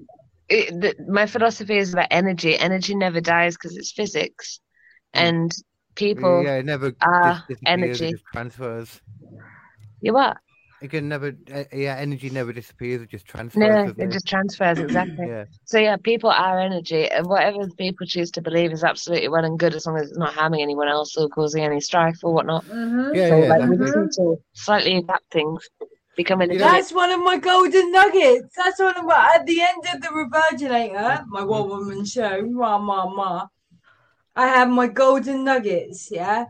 Speaker 4: it, that my philosophy is about energy. Energy never dies because it's physics,
Speaker 1: Mm.
Speaker 4: and people,
Speaker 1: yeah, it never
Speaker 4: Ah,
Speaker 1: just disappears. It
Speaker 4: energy.
Speaker 1: just transfers.
Speaker 4: you what?
Speaker 1: It can never. Uh, yeah, energy never disappears. It just transfers.
Speaker 4: No,
Speaker 1: doesn't
Speaker 4: it
Speaker 1: it?
Speaker 4: just transfers exactly.
Speaker 1: Yeah.
Speaker 4: So yeah, people are energy, and whatever the people choose to believe is absolutely well and good as long as it's not harming anyone else or causing any strife or whatnot.
Speaker 2: Mhm.
Speaker 1: Yeah,
Speaker 4: So
Speaker 1: yeah.
Speaker 4: like we
Speaker 1: That's
Speaker 4: just
Speaker 1: it.
Speaker 4: need to slightly adapt things, become
Speaker 1: You know-
Speaker 4: energetic.
Speaker 2: That's one of my golden nuggets. That's one of my, at the end of the Revirginator, my one woman show, ma ma ma. I have my golden nuggets, yeah.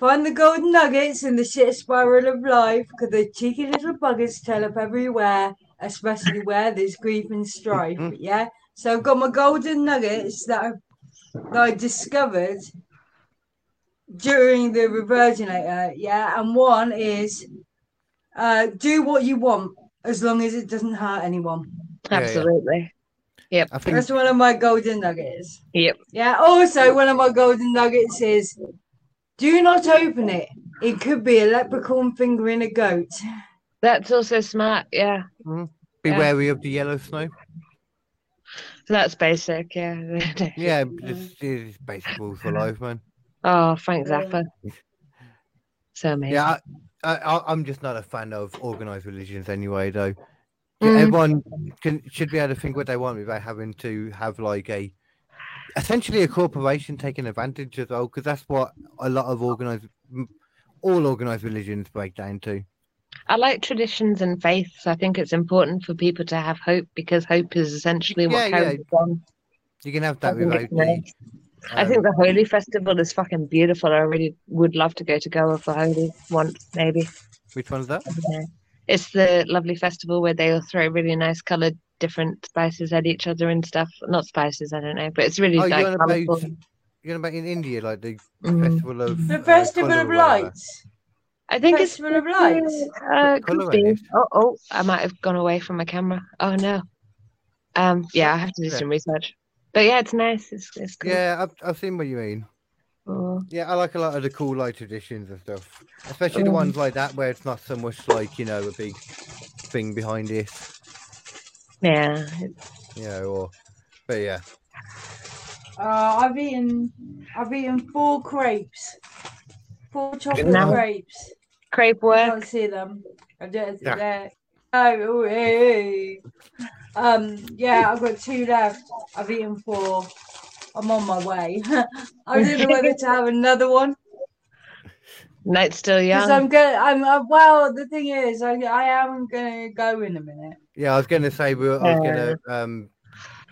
Speaker 2: Find the golden nuggets in the shit spiral of life, because the cheeky little buggers tell up everywhere, especially where there's grief and strife,
Speaker 1: Mhm.
Speaker 2: yeah. So I've got my golden nuggets that I, that I discovered during the Revirginator, yeah. And one is uh, do what you want as long as it doesn't hurt anyone.
Speaker 1: Yeah, yeah.
Speaker 4: Absolutely.
Speaker 1: I think.
Speaker 2: That's one of my golden nuggets.
Speaker 4: Yep.
Speaker 2: Yeah. Also, one of my golden nuggets is do not open it. It could be a leprechaun fingering a goat.
Speaker 4: That's also smart. Yeah.
Speaker 1: Be
Speaker 4: yeah.
Speaker 1: wary of the yellow snow.
Speaker 4: That's basic. Yeah.
Speaker 1: Yeah, just it's basic rules for life, man.
Speaker 4: Oh, Frank
Speaker 2: Yeah.
Speaker 4: Zappa. So amazing.
Speaker 1: Yeah, I, I, I- I'm just not a fan of organized religions anyway, though.
Speaker 4: Mm.
Speaker 1: Everyone can should be able to think what they want without having to have like a essentially a corporation taking advantage as well, because that's what a lot of organized all organized religions break down to.
Speaker 4: I like traditions and faiths. I think it's important for people to have hope because hope is essentially what
Speaker 1: Yeah, yeah.
Speaker 4: carries us on.
Speaker 1: You can have
Speaker 4: I
Speaker 1: that
Speaker 4: think
Speaker 1: without
Speaker 4: it's
Speaker 1: the.
Speaker 4: nice. I think
Speaker 1: um,
Speaker 4: the Holy Festival is fucking beautiful. I really would love to go to Goa for Holy once, maybe.
Speaker 1: which one's that?
Speaker 4: I don't know. It's the lovely festival where they'll throw really nice coloured different spices at each other and stuff. Not spices, I don't know, but it's really
Speaker 1: Oh, you're
Speaker 4: like
Speaker 1: on about
Speaker 4: colourful.
Speaker 1: you're on about in India, like the
Speaker 4: Mm.
Speaker 1: festival of
Speaker 2: The
Speaker 1: uh,
Speaker 2: festival
Speaker 1: colour
Speaker 2: of
Speaker 1: or whatever.
Speaker 2: lights.
Speaker 4: I think it's
Speaker 2: Festival of Lights.
Speaker 4: Uh,
Speaker 1: What colour
Speaker 4: could
Speaker 1: are
Speaker 4: be.
Speaker 1: these?
Speaker 4: Oh, oh, I might have gone away from my camera. Oh no. Um, yeah, I have to do
Speaker 1: Yeah.
Speaker 4: some research. But yeah, it's nice. It's it's cool.
Speaker 1: Yeah, I've, I've seen what you mean.
Speaker 4: Oh,
Speaker 1: Yeah, I like a lot of the cool like traditions and stuff, especially the
Speaker 4: Um,
Speaker 1: ones like that where it's not so much like you know a big thing behind it,
Speaker 4: yeah.
Speaker 1: you know. Or, but yeah,
Speaker 2: Uh, I've eaten I've eaten four crepes. Four chocolate
Speaker 4: Now-
Speaker 2: crepes.
Speaker 4: Crepe
Speaker 2: I
Speaker 4: work.
Speaker 2: can't see them. I don't
Speaker 1: Yeah.
Speaker 2: they're- Oh, hey. Um, yeah, I've got two left. I've eaten four. I'm on my way. I don't know whether to have another one
Speaker 4: Night's still
Speaker 2: because
Speaker 4: young.
Speaker 2: I'm going. I'm uh, well. The thing is, I I am going to go in a minute.
Speaker 1: yeah, I was gonna say we were, I was
Speaker 4: Yeah.
Speaker 1: gonna um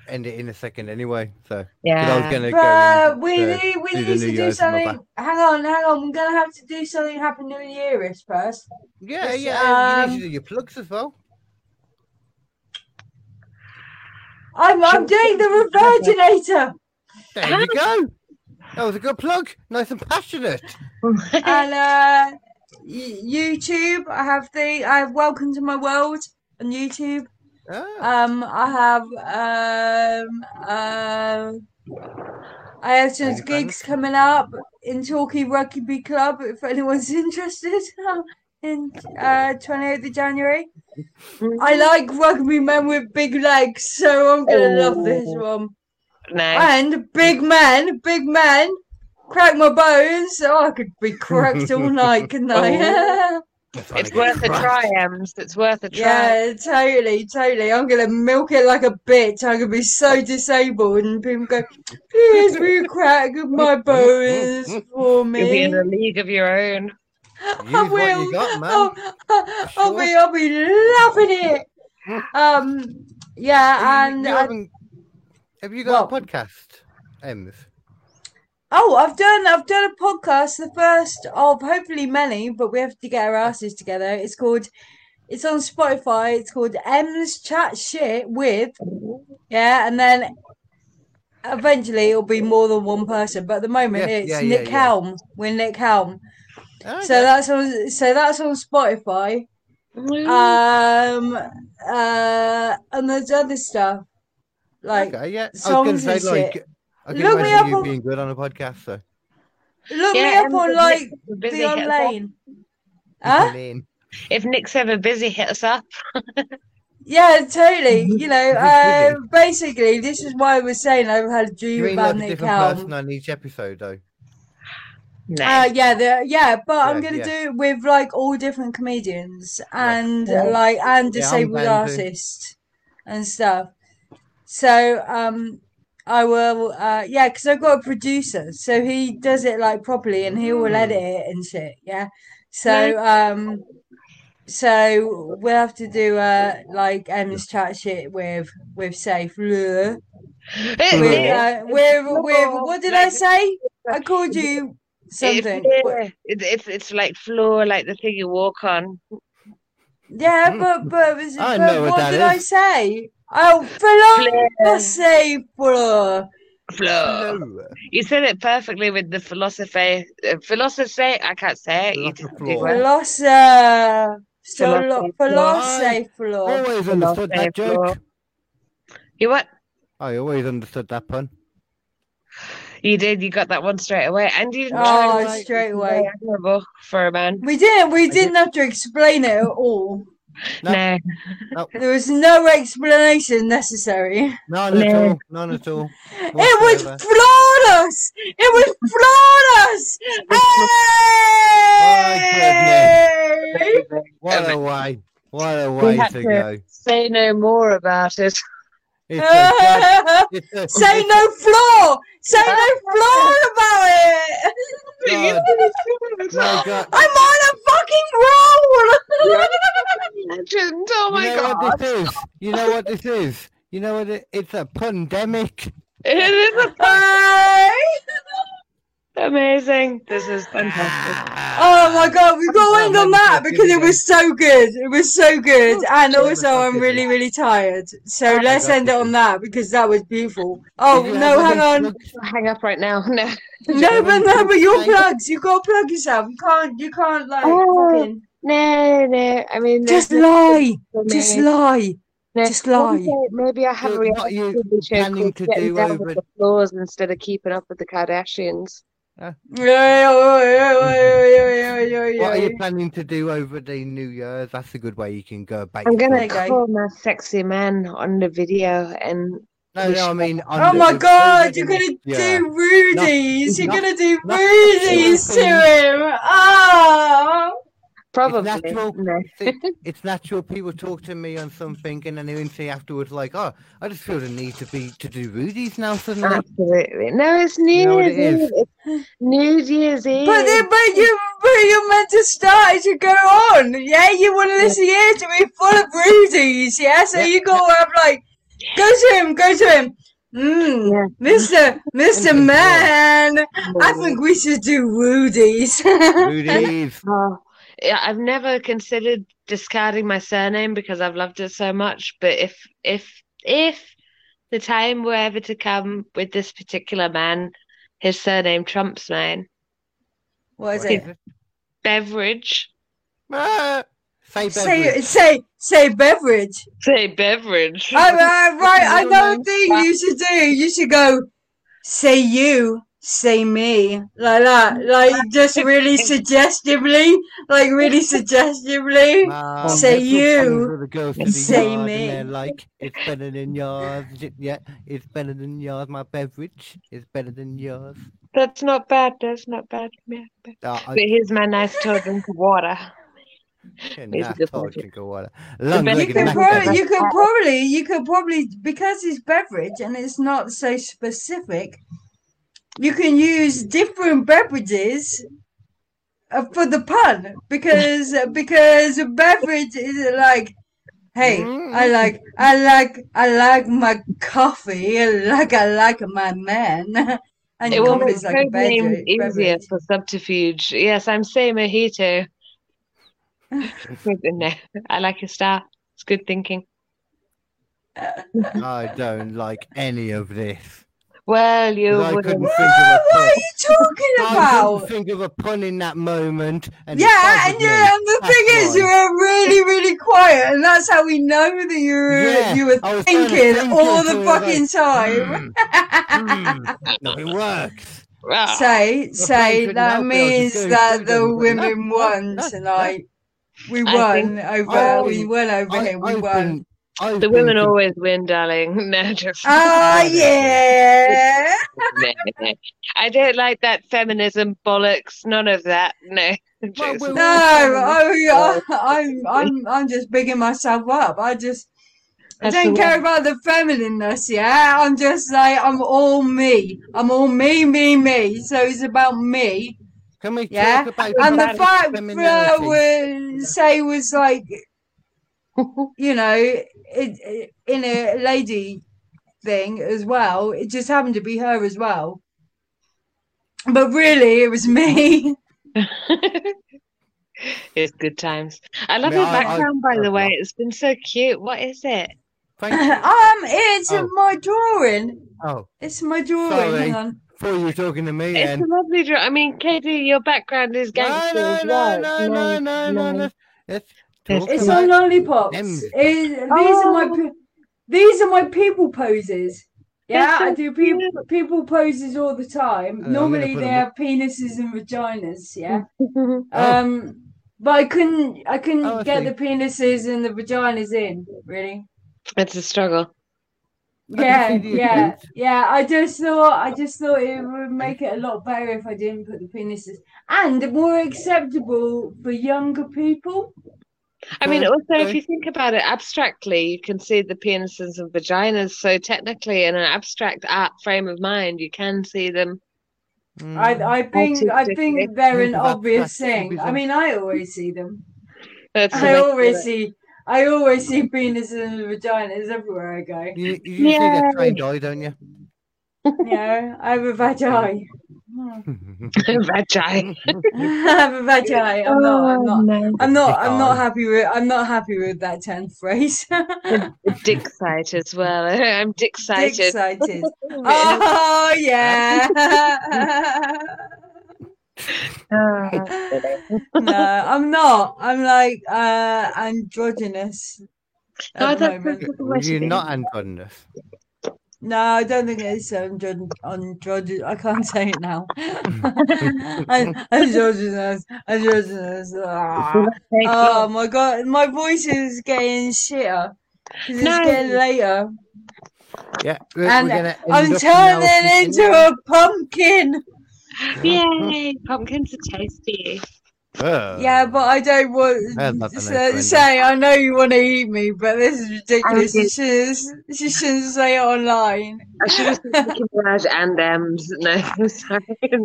Speaker 1: end it in a second anyway, so 'cause I was
Speaker 4: Yeah.
Speaker 1: gonna go.
Speaker 2: But
Speaker 1: in,
Speaker 2: we
Speaker 1: uh,
Speaker 2: need we
Speaker 1: do the
Speaker 2: need
Speaker 1: New
Speaker 2: to do
Speaker 1: Year's and all
Speaker 2: something. Hang on, hang on. We're going to have to do something Happy New Year-ish first.
Speaker 1: yeah,
Speaker 2: It's,
Speaker 1: yeah, you need
Speaker 2: um,
Speaker 1: to do your plugs as well.
Speaker 2: I'm I'm doing the Revirginator.
Speaker 1: There you go. That was a good plug. Nice and passionate.
Speaker 2: and uh, y- YouTube, I have the I have Welcome to My World on YouTube.
Speaker 1: Ah,
Speaker 2: Um, I have um, uh, I have some
Speaker 1: Any plans?
Speaker 2: gigs coming up in Torquay Rugby Club if anyone's interested in uh, 28th of January. I like rugby men with big legs, so I'm gonna love this one.
Speaker 8: Nice.
Speaker 2: And big man, big man, crack my bones. Oh, I could be cracked all night, couldn't
Speaker 4: Oh,
Speaker 2: I?
Speaker 1: that's
Speaker 9: It's
Speaker 1: what I
Speaker 9: worth a
Speaker 1: get.
Speaker 9: try, Ems. It's worth a try.
Speaker 2: yeah, totally, totally. I'm gonna milk it like a bitch. I'm gonna be so disabled, and people go, "Please, will you crack my bones for
Speaker 4: You'll be in
Speaker 2: me?"
Speaker 4: a league of your own.
Speaker 1: Use
Speaker 2: I
Speaker 1: what you
Speaker 2: will.
Speaker 1: got, man.
Speaker 2: I'll, I'll be, I'll be loving it. Um, yeah,
Speaker 1: Have you-
Speaker 2: and
Speaker 1: you
Speaker 2: I
Speaker 1: haven't- have you got
Speaker 2: Well-
Speaker 1: a podcast, Ems?
Speaker 2: Oh, I've done I've done a podcast, the first of hopefully many, but we have to get our asses together. It's called it's on Spotify, it's called M's Chat Shit with Yeah, and then eventually it'll be more than one person, but at the moment
Speaker 1: Yeah,
Speaker 2: it's
Speaker 1: yeah, yeah,
Speaker 2: Nick
Speaker 1: yeah.
Speaker 2: Helm. We're Nick Helm.
Speaker 1: Ah,
Speaker 2: So that's on so that's on Spotify. Um uh and there's other stuff. Like
Speaker 1: okay, yeah.
Speaker 2: songs and shit.
Speaker 1: I can
Speaker 2: Look me
Speaker 1: imagine
Speaker 2: up
Speaker 1: you
Speaker 2: on-
Speaker 1: being good on a podcast, though.
Speaker 2: look me
Speaker 4: Yeah,
Speaker 2: up
Speaker 4: Ems,
Speaker 2: on
Speaker 4: if
Speaker 2: like
Speaker 4: Nick's ever busy,
Speaker 2: the
Speaker 4: hit us up.
Speaker 2: online. Huh?
Speaker 1: Lane.
Speaker 4: If Nick's ever busy, hit us up.
Speaker 2: Yeah, totally. You know,
Speaker 1: Really?
Speaker 2: uh, basically, this is why I was saying I've had a
Speaker 1: You
Speaker 2: dream
Speaker 1: mean like
Speaker 2: about
Speaker 1: a
Speaker 2: Nick
Speaker 1: different person
Speaker 2: Helm.
Speaker 1: on each episode, though?
Speaker 2: Uh,
Speaker 4: Nice.
Speaker 2: yeah, the, yeah, but I'm
Speaker 1: Yeah,
Speaker 2: gonna
Speaker 1: yeah.
Speaker 2: do it with like all different comedians
Speaker 1: Yeah.
Speaker 2: and
Speaker 4: Yeah.
Speaker 2: like and
Speaker 1: Yeah, I'm
Speaker 2: disabled
Speaker 1: down too.
Speaker 2: artists and stuff. So um, I will. Uh, yeah, because I've got a producer, so he does it like properly, and he will
Speaker 1: Mm.
Speaker 2: edit it and shit. Yeah. So um, so we'll have to do uh like Emma's chat shit with with safe. Lure.
Speaker 4: It-
Speaker 1: With,
Speaker 4: Nick,
Speaker 2: We're, uh, we're, we're, what did I
Speaker 4: Like-
Speaker 2: say? I called you
Speaker 4: It-
Speaker 2: something. What-
Speaker 4: yeah, it- it's it's like floor, like the thing you walk on.
Speaker 2: Yeah, but but, was it-
Speaker 1: Mm. I
Speaker 2: but
Speaker 1: know what
Speaker 2: what
Speaker 1: that
Speaker 2: did I
Speaker 1: is.
Speaker 2: say? Oh, philosophy, bro.
Speaker 4: Floor.
Speaker 1: Hello.
Speaker 4: You said it perfectly with the philosophy. Uh, philosophy. I can't say it. You
Speaker 1: Philosopher.
Speaker 4: did well.
Speaker 2: Philosopher. Oh,
Speaker 4: Philosopher.
Speaker 2: Philosophy, bro.
Speaker 1: Always
Speaker 4: Hello,
Speaker 1: understood that
Speaker 4: Dave Law.
Speaker 1: joke.
Speaker 4: You what?
Speaker 1: I always understood that pun.
Speaker 4: You did. You got that one straight away, and you didn't try to
Speaker 2: Oh,
Speaker 4: write.
Speaker 2: straight
Speaker 4: It's
Speaker 2: away.
Speaker 4: very admirable for a man.
Speaker 2: We didn't. We didn't have to explain it at all.
Speaker 1: No.
Speaker 4: No,
Speaker 2: There was no explanation necessary.
Speaker 1: None at
Speaker 4: No.
Speaker 1: all. None at all.
Speaker 2: It was
Speaker 1: Whatsoever.
Speaker 2: flawless. It was flawless.
Speaker 1: My
Speaker 2: Hey!
Speaker 1: What a way. What a
Speaker 4: we
Speaker 1: way
Speaker 4: had
Speaker 1: to
Speaker 4: to
Speaker 1: go.
Speaker 4: say no more about it.
Speaker 1: It's a god. It's a,
Speaker 2: Say
Speaker 1: it's
Speaker 2: no flaw. Say no flaw about it.
Speaker 1: a god. My god.
Speaker 2: I'm on a fucking roll.
Speaker 4: Legend. Oh my
Speaker 1: you know
Speaker 4: god.
Speaker 1: what this is? You know what this is? You know what it, it's a pandemic.
Speaker 4: It is a-
Speaker 2: Hey!
Speaker 4: amazing. This is fantastic.
Speaker 2: Oh my god, we got to
Speaker 1: Well,
Speaker 2: end on
Speaker 1: maybe
Speaker 2: that
Speaker 1: we'll
Speaker 2: because
Speaker 1: give
Speaker 2: it
Speaker 1: it a-
Speaker 2: was so good. It was so good. And
Speaker 1: Well,
Speaker 2: also,
Speaker 1: that's
Speaker 2: I'm
Speaker 1: good. Oh
Speaker 2: really, really tired. So
Speaker 4: my
Speaker 2: let's
Speaker 1: God,
Speaker 2: end it
Speaker 1: this
Speaker 2: on
Speaker 1: is-
Speaker 2: that because that was beautiful. Oh,
Speaker 1: If you have
Speaker 2: no, hang
Speaker 1: any
Speaker 2: on.
Speaker 1: plugs-
Speaker 4: I'll hang up right now. No.
Speaker 2: No, but
Speaker 1: any
Speaker 2: no, but
Speaker 1: plugs
Speaker 2: your
Speaker 1: to make?
Speaker 2: plugs. You gotta plug yourself. You can't. You can't like.
Speaker 4: Oh,
Speaker 2: fucking-
Speaker 4: No, no. I mean, there's
Speaker 2: Just
Speaker 4: no-
Speaker 2: lie.
Speaker 4: for
Speaker 2: Just
Speaker 4: me.
Speaker 2: lie.
Speaker 4: No,
Speaker 2: just lie.
Speaker 4: Maybe, maybe I have a
Speaker 1: Look, what
Speaker 4: reality
Speaker 1: you
Speaker 4: TV show
Speaker 1: planning
Speaker 4: called
Speaker 1: to
Speaker 4: Getting
Speaker 1: do
Speaker 4: Down
Speaker 1: over-
Speaker 4: with the Floors instead of keeping up with the Kardashians.
Speaker 1: What are you planning to do over the New Year's? That's a good way you can go about
Speaker 4: I'm
Speaker 1: your
Speaker 4: gonna
Speaker 2: There you
Speaker 1: plug.
Speaker 2: go.
Speaker 4: call my sexy man on the video and
Speaker 1: No, no, I mean. on
Speaker 2: Oh
Speaker 1: the-
Speaker 2: my
Speaker 1: over
Speaker 2: god,
Speaker 1: the
Speaker 2: you're gonna
Speaker 1: next year.
Speaker 2: do Rudy's. You're
Speaker 1: not-
Speaker 2: gonna do
Speaker 1: not-
Speaker 2: Rudy's to him. Oh.
Speaker 1: It's
Speaker 4: probably
Speaker 1: natural.
Speaker 4: no.
Speaker 1: It's, it- it's natural. People talk to me on something, and then they say afterwards, like, "Oh, I just feel the need to be to do Rudy's now suddenly."
Speaker 4: Absolutely. No, it's New
Speaker 1: You know what
Speaker 4: Year's
Speaker 1: it is?
Speaker 4: Eve. It's New Year's Eve.
Speaker 2: But
Speaker 1: Mm.
Speaker 2: then, but you, but you're meant to start as you go on. Yeah, you want to listen here to be full of rudies. Yeah, so
Speaker 1: Yeah,
Speaker 2: you gotta have like, go to him, go to him. Mmm,
Speaker 4: Yeah.
Speaker 2: Mister, Mister
Speaker 1: Mr.
Speaker 2: Man, I
Speaker 1: Oh.
Speaker 2: think we should do rudies.
Speaker 1: Rudy's.
Speaker 4: Oh, yeah, I've never considered discarding my surname because I've loved it so much. But if if if the time were ever to come with this particular man, his surname trumps mine.
Speaker 2: What is
Speaker 1: What
Speaker 2: it?
Speaker 1: is
Speaker 4: Beverage.
Speaker 1: Ah, say
Speaker 2: Say
Speaker 1: beverage.
Speaker 2: say say beverage.
Speaker 4: Say beverage.
Speaker 2: All right, right. I
Speaker 1: Middle
Speaker 2: know a
Speaker 1: name.
Speaker 2: thing you should do. You should go say you, say me, like that, like just really suggestively, like really suggestively.
Speaker 1: Mum,
Speaker 2: Say
Speaker 1: it's all fun
Speaker 2: you.
Speaker 1: for the girls to
Speaker 2: Say
Speaker 1: yard and
Speaker 2: me.
Speaker 1: they're like, it's better than yours. is it? Yeah, it's better than yours. My beverage is better than yours.
Speaker 4: That's not bad. That's not bad. Yeah, but
Speaker 1: Uh, I
Speaker 4: but here's my nice tall drink of water.
Speaker 1: can
Speaker 4: Here's a
Speaker 1: have
Speaker 4: good
Speaker 1: told
Speaker 4: budget.
Speaker 1: drink of water. Long
Speaker 4: best
Speaker 2: You
Speaker 1: legged
Speaker 4: thing
Speaker 2: could,
Speaker 4: Exactly.
Speaker 2: pro-
Speaker 1: mac
Speaker 2: you could probably, you could probably, because it's beverage and it's not so specific, you can use different beverages uh, for the pun because uh, because a beverage is like, hey, I
Speaker 4: Mm.
Speaker 2: like, I like, I like my coffee, I like, I like my man, and
Speaker 4: It will
Speaker 2: coffee
Speaker 4: make
Speaker 2: is like a
Speaker 4: code names
Speaker 2: beverage.
Speaker 4: easier
Speaker 2: beverage.
Speaker 4: for subterfuge. Yes, I'm saying mojito. Good, no, I like your style. It's good thinking.
Speaker 1: I don't like any of this.
Speaker 4: Well, you
Speaker 1: 'Cause I couldn't
Speaker 4: wouldn't.
Speaker 1: think of a
Speaker 2: What
Speaker 1: pun.
Speaker 2: are you talking
Speaker 1: I
Speaker 2: about?
Speaker 1: couldn't think of a pun in that moment. And it
Speaker 2: Yeah,
Speaker 1: bothered
Speaker 2: and,
Speaker 1: me.
Speaker 2: you and the
Speaker 1: That's
Speaker 2: thing is,
Speaker 1: why.
Speaker 2: you were really, really quiet, and that's how we know that you were
Speaker 1: Yeah,
Speaker 2: you were
Speaker 1: I was trying to
Speaker 2: thinking
Speaker 1: think
Speaker 2: all
Speaker 1: of
Speaker 2: the
Speaker 1: something like,
Speaker 2: fucking time.
Speaker 1: "Hmm, hmm, nothing works.
Speaker 4: Ah,
Speaker 2: say, say
Speaker 1: couldn't
Speaker 2: that
Speaker 1: help it, I was just
Speaker 2: means
Speaker 1: going
Speaker 2: that
Speaker 1: through them,
Speaker 2: the
Speaker 1: I was like, no,
Speaker 2: women
Speaker 1: no,
Speaker 2: won
Speaker 1: no, no.
Speaker 2: tonight. We
Speaker 4: I think
Speaker 2: won over.
Speaker 1: I've
Speaker 2: We
Speaker 1: been,
Speaker 2: won over
Speaker 1: I,
Speaker 2: here. We
Speaker 1: I've
Speaker 2: won.
Speaker 1: been, I've
Speaker 4: the
Speaker 1: been
Speaker 4: women
Speaker 1: com-
Speaker 4: always win, darling. No, just
Speaker 2: Oh
Speaker 1: honestly.
Speaker 2: yeah.
Speaker 4: no, no. I don't like that feminism bollocks. None of that. No,
Speaker 1: Well,
Speaker 4: Jason.
Speaker 2: No, oh,
Speaker 1: we're all feminists.
Speaker 2: I, I, I'm, I'm, I'm just bigging myself up. I just, I
Speaker 4: That's
Speaker 2: don't
Speaker 4: the
Speaker 2: care
Speaker 4: one.
Speaker 2: about the feminineness. Yeah, I'm just like, I'm all me. I'm all me, me, me. So it's about me.
Speaker 1: Can we
Speaker 2: Yeah,
Speaker 1: talk about
Speaker 2: and the
Speaker 1: toxic
Speaker 2: fact Fleur
Speaker 1: femininity?
Speaker 2: was say was like, you know, it, it, in a lady thing as well. It just happened to be her as well. But really, it was me.
Speaker 4: It's good times. I love
Speaker 1: mean,
Speaker 4: your
Speaker 1: I- I-
Speaker 4: background, by
Speaker 1: I've
Speaker 4: the way.
Speaker 1: laughed.
Speaker 4: It's been so cute. What is it?
Speaker 1: Thank you.
Speaker 2: um, it's
Speaker 1: Oh.
Speaker 2: my drawing.
Speaker 1: Oh,
Speaker 2: It's my drawing.
Speaker 1: Sorry.
Speaker 2: Hang on.
Speaker 1: thought you were talking to me
Speaker 4: It's a
Speaker 1: then.
Speaker 4: lovely draw. I mean, Katie, your background is
Speaker 1: No,
Speaker 4: gangster
Speaker 1: no,
Speaker 4: as
Speaker 1: no,
Speaker 4: well.
Speaker 1: no, no,
Speaker 4: No,
Speaker 1: no, no.
Speaker 4: no.
Speaker 1: Let's, let's
Speaker 4: It's
Speaker 1: talk
Speaker 2: It's
Speaker 1: about
Speaker 2: on lollipops.
Speaker 1: M's.
Speaker 2: It, these are my pe- these are my people poses. Yeah,
Speaker 4: so
Speaker 2: I do people
Speaker 4: cute.
Speaker 2: people poses all the
Speaker 1: Hang
Speaker 2: time.
Speaker 1: on, I'm gonna
Speaker 2: Normally
Speaker 1: put
Speaker 2: they
Speaker 1: them up.
Speaker 2: have penises and vaginas. Yeah.
Speaker 1: Oh,
Speaker 2: Um, but I couldn't I
Speaker 1: oh,
Speaker 2: couldn't
Speaker 1: I
Speaker 2: get
Speaker 1: see.
Speaker 2: the penises and the vaginas in really.
Speaker 4: It's a struggle.
Speaker 1: I can
Speaker 2: Yeah,
Speaker 1: see the
Speaker 2: yeah,
Speaker 1: attempt.
Speaker 2: yeah. I just thought I just thought it would make it a lot better if I didn't put the penises and more acceptable for younger people.
Speaker 4: I mean,
Speaker 1: True,
Speaker 4: also, if
Speaker 1: true.
Speaker 4: you think about it abstractly, you can see the penises and vaginas. So, technically, in an abstract art frame of mind, you can see them. oh,
Speaker 2: I
Speaker 1: Mm,
Speaker 2: I think I
Speaker 4: Artistically.
Speaker 2: think they're an
Speaker 1: think about
Speaker 2: obvious
Speaker 1: that
Speaker 2: thing. I
Speaker 1: cubism.
Speaker 2: mean, I always see them.
Speaker 4: That's the
Speaker 2: I
Speaker 4: way.
Speaker 2: always see I always see penises and vaginas everywhere I go.
Speaker 1: You, you usually get
Speaker 4: Yay!
Speaker 1: trained eye, don't you?
Speaker 2: Yeah, I have a vagi. Hmm.
Speaker 4: Vagi.
Speaker 2: I have a vagi. I'm not. I'm
Speaker 4: Oh,
Speaker 2: not.
Speaker 4: no.
Speaker 2: I'm
Speaker 1: Dick
Speaker 2: not. I'm
Speaker 1: eye.
Speaker 2: not happy with. I'm not happy with that term phrase.
Speaker 4: The, the dick site as well. I'm dick
Speaker 2: Dick
Speaker 4: sighted.
Speaker 2: sighted.
Speaker 4: Yeah.
Speaker 2: Oh
Speaker 1: Yep.
Speaker 2: yeah.
Speaker 4: Uh,
Speaker 2: no, I'm not. I'm like uh androgynous at
Speaker 4: no,
Speaker 2: the
Speaker 4: that's
Speaker 2: moment.
Speaker 4: that's the way
Speaker 1: Well,
Speaker 4: to
Speaker 1: you're
Speaker 4: be.
Speaker 1: not androgynous.
Speaker 2: No, I don't think um, it's andro- androgynous. I can't say it now. I- androgynous, androgynous. ah. Oh my god, my voice is getting shitter because it's
Speaker 4: No,
Speaker 2: getting later,
Speaker 1: Yeah, we're, we're
Speaker 2: and
Speaker 1: gonna end
Speaker 2: I'm
Speaker 1: up now.
Speaker 2: turning into a pumpkin.
Speaker 4: Yay, pumpkins are tasty.
Speaker 2: Yeah, but I don't
Speaker 1: There's
Speaker 2: want
Speaker 1: Uh, nothing else to
Speaker 2: say.
Speaker 1: end on.
Speaker 2: say, I know you want to eat me, but this is
Speaker 8: I
Speaker 2: ridiculous. You
Speaker 8: did.
Speaker 2: should you shouldn't say it online.
Speaker 8: I should have said Nicki Minaj and M's. No, I'm sorry. No,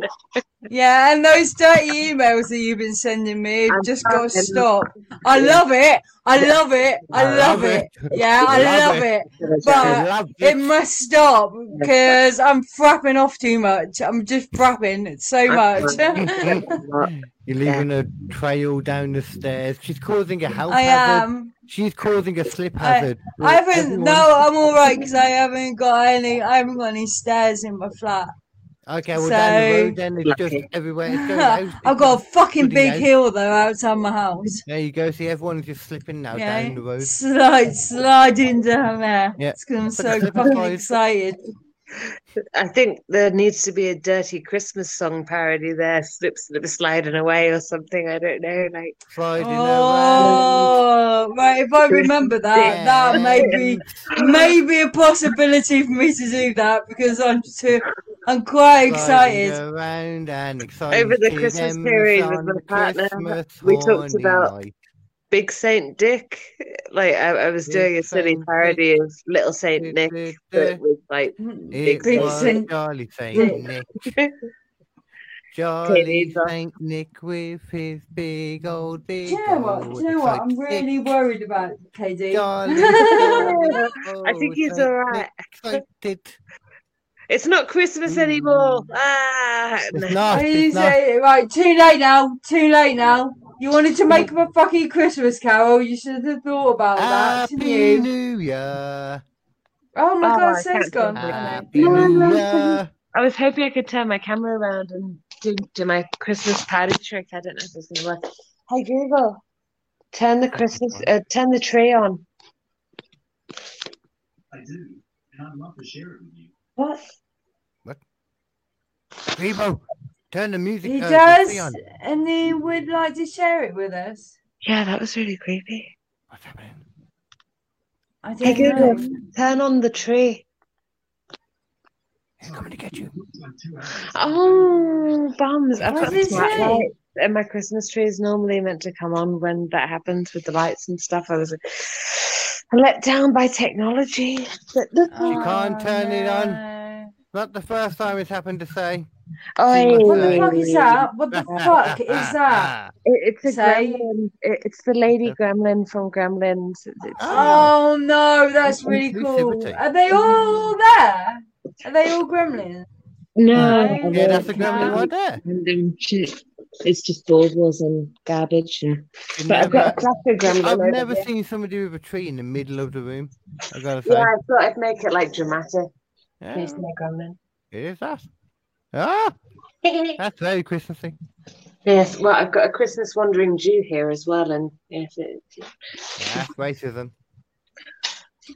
Speaker 2: Yeah, and those dirty emails that you've been sending me have
Speaker 8: I'm
Speaker 2: just got
Speaker 8: sorry.
Speaker 2: to
Speaker 8: I'm not-
Speaker 2: stop. I
Speaker 8: yeah,
Speaker 2: love it. I love it. I
Speaker 1: I
Speaker 2: love
Speaker 1: love
Speaker 2: it.
Speaker 1: it.
Speaker 2: Yeah, I
Speaker 1: Love it.
Speaker 2: love it.
Speaker 1: I
Speaker 8: apologize.
Speaker 2: But
Speaker 1: love
Speaker 2: it
Speaker 1: it.
Speaker 2: must stop
Speaker 8: No,
Speaker 2: because I'm frapping off too much. I'm just frapping so
Speaker 8: I'm
Speaker 2: much.
Speaker 8: sorry.
Speaker 2: I
Speaker 8: I'm not.
Speaker 1: You're
Speaker 8: Yeah.
Speaker 1: leaving a trail down the stairs. She's causing a health hazard.
Speaker 2: am.
Speaker 1: She's causing a slip
Speaker 2: I
Speaker 1: hazard.
Speaker 2: I
Speaker 1: Well,
Speaker 2: haven't. No,
Speaker 1: everyone,
Speaker 2: I'm all right because I haven't got any. I haven't got any stairs in my flat.
Speaker 1: Okay, well, down the
Speaker 2: So-
Speaker 1: road, then it's just
Speaker 8: Lucky.
Speaker 1: everywhere. It's going out.
Speaker 2: I've got a fucking
Speaker 1: Bloody
Speaker 2: big
Speaker 1: hell.
Speaker 2: hill though outside my house.
Speaker 1: There you go. See, everyone's just slipping now
Speaker 2: Yeah,
Speaker 1: down the road.
Speaker 2: slide, sliding down there.
Speaker 1: Yeah.
Speaker 2: It's 'cause I'm so
Speaker 1: Slip and
Speaker 2: fucking
Speaker 1: slide.
Speaker 2: excited.
Speaker 8: I think there needs to be a dirty Christmas song parody there, slip, slip, sliding away or something. I don't know. Like,
Speaker 1: Sliding
Speaker 2: Oh, right. If I remember that, that may be maybe a possibility for me to do that because I'm too, I'm quite
Speaker 1: around,
Speaker 2: excited.
Speaker 1: sliding around and excited.
Speaker 8: Over the Christmas period with my partner, we talked about Big Saint Dick. Like I, I was
Speaker 1: Big
Speaker 8: doing a silly
Speaker 1: Saint
Speaker 8: parody of Little
Speaker 1: Du-
Speaker 8: Saint Nick,
Speaker 1: du-
Speaker 8: but
Speaker 1: du.
Speaker 8: with like
Speaker 2: Mm.
Speaker 1: It
Speaker 8: Big
Speaker 1: was
Speaker 2: Saint-
Speaker 1: Charlie Saint Nick. Charlie
Speaker 8: Neither.
Speaker 1: Saint Nick with his big old big.
Speaker 2: Do you know what? Do you know what? I'm really worried about KD.
Speaker 8: I think he's all right.
Speaker 1: Excited.
Speaker 8: It's not Christmas anymore. Ah,
Speaker 1: It's
Speaker 2: I
Speaker 1: not.
Speaker 2: didn't
Speaker 1: It's not.
Speaker 2: say it. Right, too late now. Too late now. You wanted to make up a fucking Christmas carol. You should have thought about that, shouldn't
Speaker 1: Happy
Speaker 2: you?
Speaker 1: New Year.
Speaker 2: Oh my
Speaker 8: Oh,
Speaker 2: god,
Speaker 8: I
Speaker 2: Seth's
Speaker 8: can't
Speaker 2: gone.
Speaker 8: do that.
Speaker 1: Happy New Year.
Speaker 8: I was hoping I could turn my camera around and do, do my Christmas party trick. I don't know if this is work. Hey Google, turn the Christmas, uh, turn the tree on. I do, and I'd love to share it with you. What?
Speaker 1: Rebo, turn the music.
Speaker 2: He
Speaker 1: uh, the thing
Speaker 2: does,
Speaker 1: on.
Speaker 2: and he would like to share it with us.
Speaker 8: Yeah, that was really creepy.
Speaker 1: What's happening?
Speaker 2: I
Speaker 8: Hey
Speaker 2: don't
Speaker 8: Google,
Speaker 2: know.
Speaker 8: turn on the tree.
Speaker 1: They're coming to get you.
Speaker 8: Oh, bums! I've
Speaker 2: What
Speaker 8: got
Speaker 2: did it
Speaker 8: smart
Speaker 2: say?
Speaker 8: lights, and my Christmas tree is normally meant to come on when that happens with the lights and stuff. I was let down by technology. But look,
Speaker 2: Oh,
Speaker 1: She can't turn it on.
Speaker 2: on.
Speaker 1: Not the first time it's happened to say.
Speaker 2: What the
Speaker 1: Hey.
Speaker 2: fuck is that? What the fuck is that?
Speaker 8: It, it's a
Speaker 2: Say-
Speaker 8: gremlin. It, it's the lady gremlin from Gremlins. It's,
Speaker 1: Ah.
Speaker 8: it's-
Speaker 2: Oh no, that's really cool.
Speaker 1: Inclusivity.
Speaker 2: Are they all there? Are they all gremlins?
Speaker 8: no,
Speaker 2: Yeah,
Speaker 8: I
Speaker 1: Yeah,
Speaker 8: know
Speaker 1: that's the
Speaker 8: it's
Speaker 1: gremlin
Speaker 2: Wow.
Speaker 1: right there.
Speaker 8: random shit. It's just baubles and garbage. And
Speaker 1: You
Speaker 8: but I've got
Speaker 1: never-
Speaker 8: a classic gremlin.
Speaker 1: I've
Speaker 8: over
Speaker 1: never
Speaker 8: here.
Speaker 1: seen somebody with a tree in the middle of the room. I gotta say,
Speaker 8: Yeah, I thought I'd make it like dramatic.
Speaker 1: yeah,
Speaker 8: Here's my gremlin.
Speaker 1: it is that. Ah, that's very Christmassy.
Speaker 8: Yes, well, I've got a Christmas wandering Jew here as well, and yes, it,
Speaker 1: That's racism.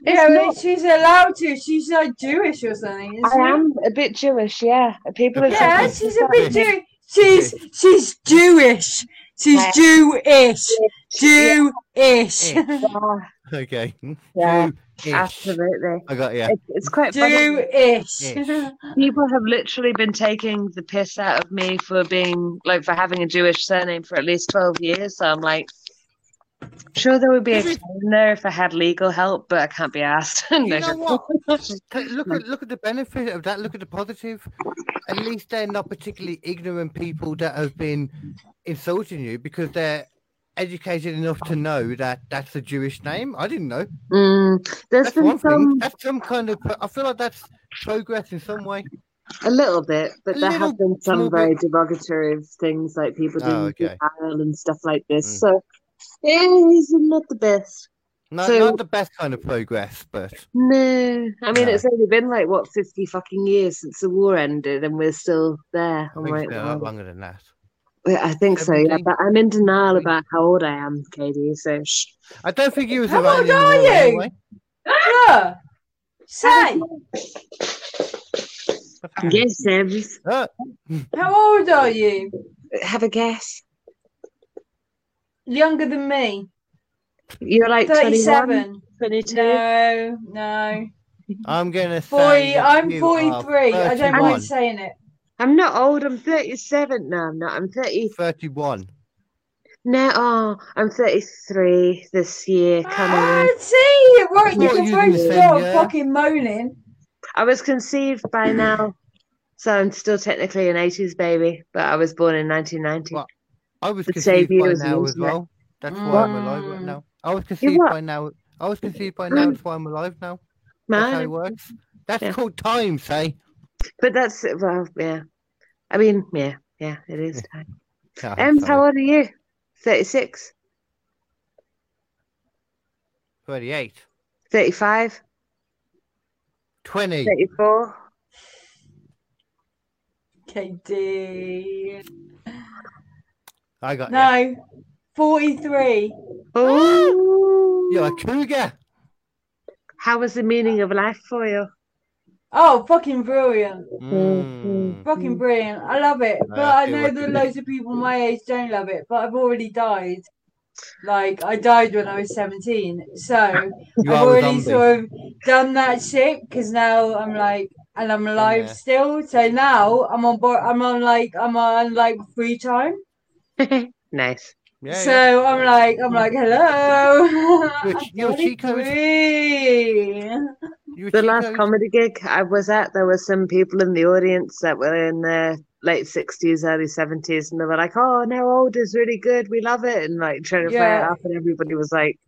Speaker 2: Yeah, but
Speaker 8: not-
Speaker 2: she's allowed to. She's like Jewish or something. Isn't
Speaker 8: I am a bit Jewish. Yeah, people.
Speaker 1: A
Speaker 8: are
Speaker 2: She? Yeah,
Speaker 1: Jewish.
Speaker 2: she's a bit Jewish. She's she's Jewish. She's
Speaker 8: Yeah.
Speaker 2: Jewish. Jewish.
Speaker 1: Yeah.
Speaker 8: Yeah,
Speaker 1: Okay.
Speaker 8: yeah,
Speaker 1: Jew-ish.
Speaker 8: "Ah, absolutely.
Speaker 1: I got yeah.
Speaker 8: It's, it's quite funny.
Speaker 2: Jewish.
Speaker 1: Yes.
Speaker 8: People have literally been taking the piss out of me for being like for having a Jewish surname for at least twelve years. So I'm like, sure there would be a claim there if I had legal help, but I can't be asked.
Speaker 1: You know what? Take- Look at look at the benefit of that. Look at the positive. At least they're not particularly ignorant people that have been insulting you because they're educated enough to know that that's a Jewish name. I didn't know.
Speaker 8: Mm, there's
Speaker 1: That's
Speaker 8: been
Speaker 1: one thing.
Speaker 8: some
Speaker 1: That's some kind of. I feel like that's progress in some way.
Speaker 8: A little bit, but
Speaker 1: A
Speaker 8: there
Speaker 1: little
Speaker 8: have been
Speaker 1: small
Speaker 8: some
Speaker 1: bit.
Speaker 8: very derogatory things like people
Speaker 1: Oh,
Speaker 8: doing
Speaker 1: okay.
Speaker 8: denial and stuff like this.
Speaker 1: Mm.
Speaker 8: So yeah, he's not the best.
Speaker 1: Not,
Speaker 8: So-
Speaker 1: not the best kind of progress, but
Speaker 8: No, I mean
Speaker 1: No.
Speaker 8: it's only been like what fifty fucking years since the war ended, and we're still there.
Speaker 1: I
Speaker 8: I'm
Speaker 1: think
Speaker 8: like,
Speaker 1: it's been a lot
Speaker 8: wow.
Speaker 1: longer than that.
Speaker 8: Yeah, I think so, yeah.
Speaker 1: 17.
Speaker 8: But I'm in denial about how old I am, Katie. So shh.
Speaker 1: I don't think he was
Speaker 2: How
Speaker 1: around
Speaker 2: old
Speaker 1: in the
Speaker 2: are
Speaker 1: war
Speaker 2: you?
Speaker 1: anyway.
Speaker 2: Yeah. Say,
Speaker 8: yes, Sebs.
Speaker 1: Ah,
Speaker 2: how old are you?
Speaker 8: Have a guess.
Speaker 2: Younger than me.
Speaker 8: You're like 21,
Speaker 2: Thirty-seven.
Speaker 8: 22.
Speaker 2: No, no.
Speaker 1: I'm gonna say.
Speaker 2: Forty.
Speaker 1: that
Speaker 2: I'm
Speaker 1: you are
Speaker 2: forty-three. I don't
Speaker 1: 31.
Speaker 2: mind saying it.
Speaker 8: I'm not old. I'm 37. No, I'm not. I'm 30.
Speaker 1: 31.
Speaker 8: No, oh, I'm 33 this year. Come on.
Speaker 2: I Ah, see. Right,
Speaker 1: What,
Speaker 2: you
Speaker 1: you
Speaker 2: can
Speaker 1: didn't say
Speaker 2: stop
Speaker 1: yeah?
Speaker 2: fucking moaning.
Speaker 8: I was conceived by now, so I'm still technically an 80s baby, but I was born in 1990.
Speaker 1: What? I was
Speaker 8: The
Speaker 1: conceived
Speaker 8: debut
Speaker 1: by
Speaker 8: is
Speaker 1: now as
Speaker 8: internet.
Speaker 1: well. That's why I'm alive right
Speaker 2: Mm.
Speaker 1: now. I was conceived
Speaker 8: what? um,
Speaker 1: by now. I was conceived by now. That's why I'm alive now. That's how it
Speaker 8: Man,
Speaker 1: works. That's
Speaker 8: Yeah.
Speaker 1: called time, say.
Speaker 8: but that's well, yeah. I mean, yeah, yeah, it is time.
Speaker 1: Ah,
Speaker 8: Em,
Speaker 1: sorry.
Speaker 8: how old are you? 36,
Speaker 1: 38.
Speaker 8: 35,
Speaker 1: 20.
Speaker 8: 34.
Speaker 2: KD.
Speaker 1: I got no.
Speaker 2: No, 43.
Speaker 8: Oh,
Speaker 1: you. You're a cougar.
Speaker 8: how was the meaning of life for you?
Speaker 2: Oh, fucking brilliant.
Speaker 8: Mm-hmm.
Speaker 1: Mm.
Speaker 2: Fucking brilliant. I love it. But I
Speaker 1: do
Speaker 2: know
Speaker 1: like
Speaker 2: that
Speaker 1: it.
Speaker 2: loads of people my age don't love it, but I've already died. Like, I died when I was 17. So.
Speaker 1: You are
Speaker 2: I've
Speaker 1: a
Speaker 2: already
Speaker 1: zombie.
Speaker 2: sort of done that shit because now I'm like, and I'm alive
Speaker 1: Yeah.
Speaker 2: still. So now I'm on board. I'm on like, I'm on like free time.
Speaker 8: Nice.
Speaker 1: Yeah,
Speaker 2: so
Speaker 1: yeah.
Speaker 2: I'm like, I'm like, hello.
Speaker 1: You're a ch- you're a
Speaker 2: Bloody
Speaker 1: Chico, isn't
Speaker 2: free.
Speaker 1: You
Speaker 8: The
Speaker 1: cheat
Speaker 8: last
Speaker 1: codes.
Speaker 8: comedy gig I was at, there were some people in the audience that were in their late sixties, early seventies, and they were like, "Oh, now old is really good. We love it," and like trying to play it
Speaker 2: Yeah.
Speaker 8: up, and everybody was like,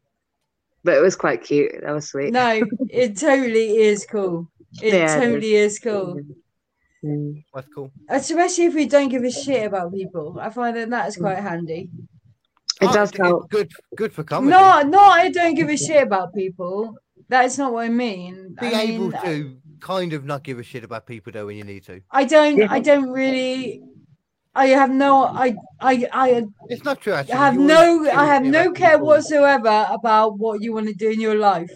Speaker 8: "But it was quite cute. That was sweet."
Speaker 2: No, it totally is cool. It
Speaker 8: Yeah, it is.
Speaker 2: totally is cool.
Speaker 8: Mm.
Speaker 1: That's cool.
Speaker 2: Especially if we don't give a shit about people. I find that that is quite handy.
Speaker 8: It
Speaker 1: Oh,
Speaker 8: does
Speaker 1: it's
Speaker 8: help.
Speaker 1: Good, good for comedy.
Speaker 2: No, no, I don't give a shit about people. That is not what I mean.
Speaker 1: Be
Speaker 2: I
Speaker 1: able
Speaker 2: mean,
Speaker 1: to kind of not give a shit about people though when you need to.
Speaker 2: I don't.
Speaker 8: Yeah.
Speaker 2: I don't really. I have no. I. I. I
Speaker 1: It's not true. Actually,
Speaker 2: have
Speaker 1: You always
Speaker 2: no.
Speaker 1: give a
Speaker 2: I have
Speaker 1: shit
Speaker 2: no
Speaker 1: about
Speaker 2: care
Speaker 1: people.
Speaker 2: whatsoever about what you want to do in your life.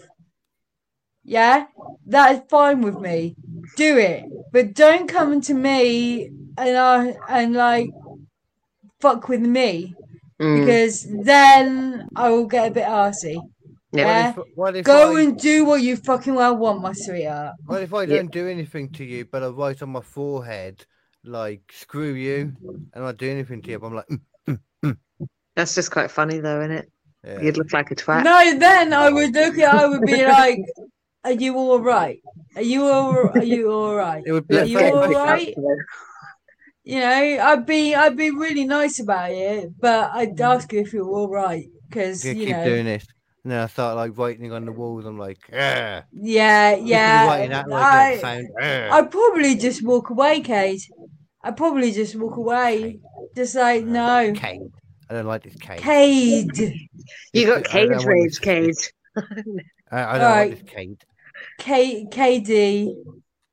Speaker 2: Yeah, that is fine with me. Do it, but don't come to me and I and like fuck with me
Speaker 8: Mm.
Speaker 2: because then I will get a bit arsy.
Speaker 8: Yeah.
Speaker 2: Yeah,
Speaker 1: What if, what if
Speaker 2: go
Speaker 1: I,
Speaker 2: and do what you fucking well want, my sweetheart.
Speaker 1: what if I
Speaker 8: Yeah.
Speaker 1: don't do anything to you, but I write on my forehead like "screw you" and I do anything to you? But I'm like, "Mm,
Speaker 8: That's just quite funny, though, isn't it?
Speaker 1: yeah.
Speaker 8: You'd look like a twat.
Speaker 2: No, then I would look at. I would be like, "Are you all right? Are you all? Are you all right?
Speaker 1: it would
Speaker 2: Are
Speaker 1: bless
Speaker 2: you
Speaker 1: me.
Speaker 8: get
Speaker 2: all
Speaker 8: picked up
Speaker 2: right?
Speaker 8: for it.
Speaker 2: You know, I'd be, I'd be really nice about it, but I'd ask you if you're all right because
Speaker 1: Gonna
Speaker 2: you
Speaker 1: Mm. keep
Speaker 2: know,
Speaker 1: doing this. And then I start like writing on the walls. I'm like, yeah,
Speaker 2: yeah,
Speaker 1: writing
Speaker 2: yeah.
Speaker 1: that like that
Speaker 2: I,
Speaker 1: sound. "Ah."
Speaker 2: I'd probably just walk away, Kate. I'd probably just walk away,
Speaker 1: Kate,
Speaker 2: just like
Speaker 1: ah,
Speaker 2: no,
Speaker 1: Kate. I don't like this Kate.
Speaker 2: Cade,
Speaker 8: You
Speaker 1: This is-
Speaker 8: got
Speaker 1: I don't
Speaker 8: cage
Speaker 1: want
Speaker 8: rage,
Speaker 1: this-
Speaker 8: cage.
Speaker 1: I, I don't
Speaker 2: Right.
Speaker 1: want this Kate.
Speaker 2: K, KD.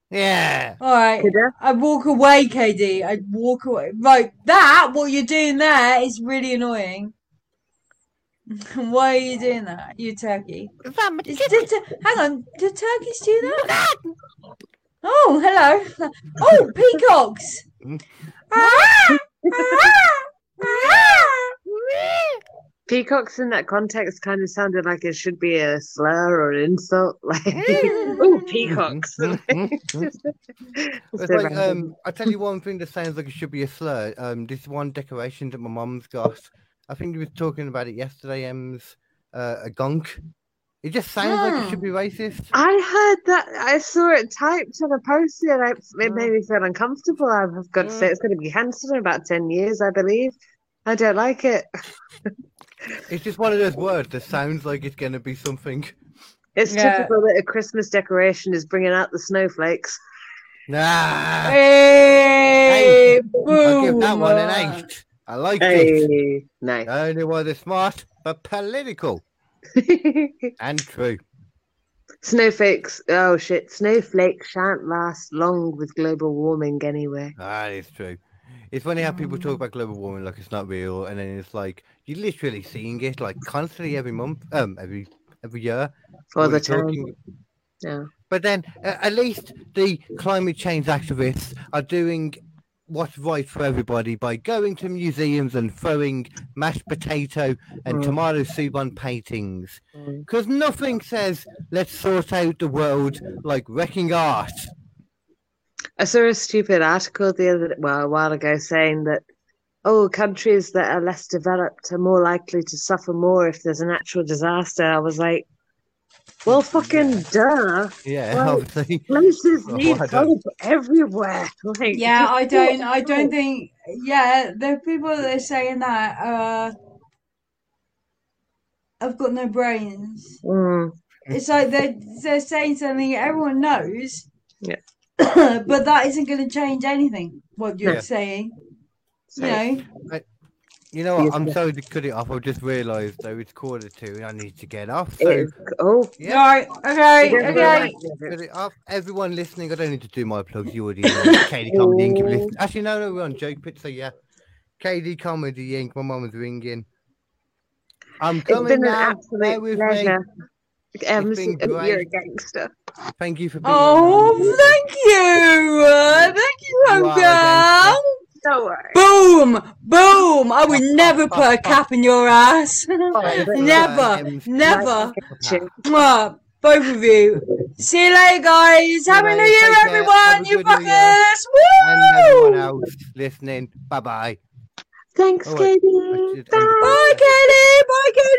Speaker 1: Yeah.
Speaker 2: All right.
Speaker 8: Kidda.
Speaker 2: I walk away, KD. I walk away. Right, that what you're doing there is really annoying. Why are you doing that? You turkey.
Speaker 1: Is that my
Speaker 2: Is,
Speaker 1: chicken?
Speaker 2: did, tu- hang on, do turkeys do that? Oh, hello. Oh, peacocks. Ah, ah, ah.
Speaker 8: Peacocks in that context kind of sounded like it should be a slur or an insult. Like,
Speaker 2: Mm.
Speaker 8: ooh, peacocks.
Speaker 1: Mm, mm, mm, mm.
Speaker 8: Just-
Speaker 1: It's
Speaker 8: so
Speaker 1: like
Speaker 8: random.
Speaker 1: um, I tell you one thing that sounds like it should be a slur. Um, this one decoration that my mum's got. I think you were talking about it yesterday. M's uh, a gunk. It just sounds like it should be racist.
Speaker 8: I heard that. I saw it typed and I posted it. I- It made me feel uncomfortable. I've got to
Speaker 2: Mm.
Speaker 8: say, it's going to be cancelled in about 10 years, I believe. I don't like it.
Speaker 1: It's just one of those words that sounds like it's gonna be something.
Speaker 8: It's
Speaker 2: Yeah.
Speaker 8: typical that a Christmas decoration is bringing out the snowflakes.
Speaker 1: Nah,
Speaker 2: Hey,
Speaker 1: I'll give that
Speaker 2: boom.
Speaker 1: one an eight. I like it.
Speaker 8: Hey, nice.
Speaker 1: Not only were they smart, but political and true.
Speaker 8: Snowflakes. Oh shit! Snowflakes shan't last long with global warming anyway.
Speaker 1: That is true. It's funny how people talk about global warming like it's not real, and then it's like you're literally seeing it like constantly every month, um, every every year.
Speaker 8: All the
Speaker 1: we're
Speaker 8: time. Yeah.
Speaker 1: But then, uh, at least the climate change activists are doing what's right for everybody by going to museums and throwing mashed potato and
Speaker 8: Mm.
Speaker 1: tomato soup on paintings.
Speaker 8: Mm.
Speaker 1: Because nothing says let's sort out the world like wrecking art.
Speaker 8: I saw a stupid article the other well a while ago saying that oh countries that are less developed are more likely to suffer more if there's a natural disaster. I was like, well, fucking duh.
Speaker 1: Yeah,
Speaker 8: Well,
Speaker 1: obviously.
Speaker 8: Places
Speaker 1: Oh,
Speaker 8: need
Speaker 1: I don't-
Speaker 8: help everywhere. Like,
Speaker 2: Yeah,
Speaker 8: just
Speaker 2: I
Speaker 8: do it
Speaker 2: don't. I don't
Speaker 8: yourself.
Speaker 2: think. Yeah, the people that are saying that uh, have got no brains.
Speaker 8: Mm,
Speaker 2: It's like they're they're saying something everyone knows.
Speaker 8: Yeah.
Speaker 2: but that isn't going to change anything. What you're
Speaker 1: Yeah.
Speaker 2: saying,
Speaker 8: so-
Speaker 2: you know?
Speaker 1: You know what?
Speaker 8: Yes,
Speaker 1: I'm
Speaker 8: yes.
Speaker 1: sorry to cut it off. I've just realised though it's quarter two and I need to get off. So
Speaker 8: It's, oh,
Speaker 1: yeah,
Speaker 2: Right, okay,
Speaker 8: Together
Speaker 1: we're
Speaker 2: okay.
Speaker 1: like- cut it off. Everyone listening, I don't need to do my plugs. You already know. KD Comedy Inc. if you
Speaker 8: Oh.
Speaker 1: listen- Actually, no, no, we're on Joke Pit, so yeah. KD Comedy Inc. My mum was ringing. I'm
Speaker 8: it's
Speaker 1: coming
Speaker 8: been an
Speaker 1: now. Bear
Speaker 8: absolute
Speaker 1: with
Speaker 8: pleasure.
Speaker 1: me.
Speaker 8: Um,
Speaker 1: It's been
Speaker 8: you're a
Speaker 1: great.
Speaker 8: gangster.
Speaker 1: Thank you for being.
Speaker 2: Oh,
Speaker 1: on.
Speaker 2: thank you. uh, Thank you,
Speaker 1: You are a
Speaker 2: homegirl.
Speaker 8: Don't worry.
Speaker 2: Boom, boom. I would never put a cap in your
Speaker 1: Thanks
Speaker 2: ass.
Speaker 1: for, uh,
Speaker 2: never,
Speaker 1: um,
Speaker 2: never.
Speaker 1: Pat.
Speaker 2: Mwah. Both of you. See you later, guys.
Speaker 1: you
Speaker 2: Happy
Speaker 1: later.
Speaker 2: New Year,
Speaker 1: Take care. Have
Speaker 2: everyone.
Speaker 1: a
Speaker 2: You
Speaker 1: good New Year.
Speaker 2: fuckers.
Speaker 1: and everyone
Speaker 2: Woo!
Speaker 1: else listening. Bye bye.
Speaker 8: Thanks,
Speaker 1: Oh, wait. I
Speaker 8: Katie.
Speaker 1: should end the
Speaker 8: Bye.
Speaker 2: Bye, Katie. Bye, Katie.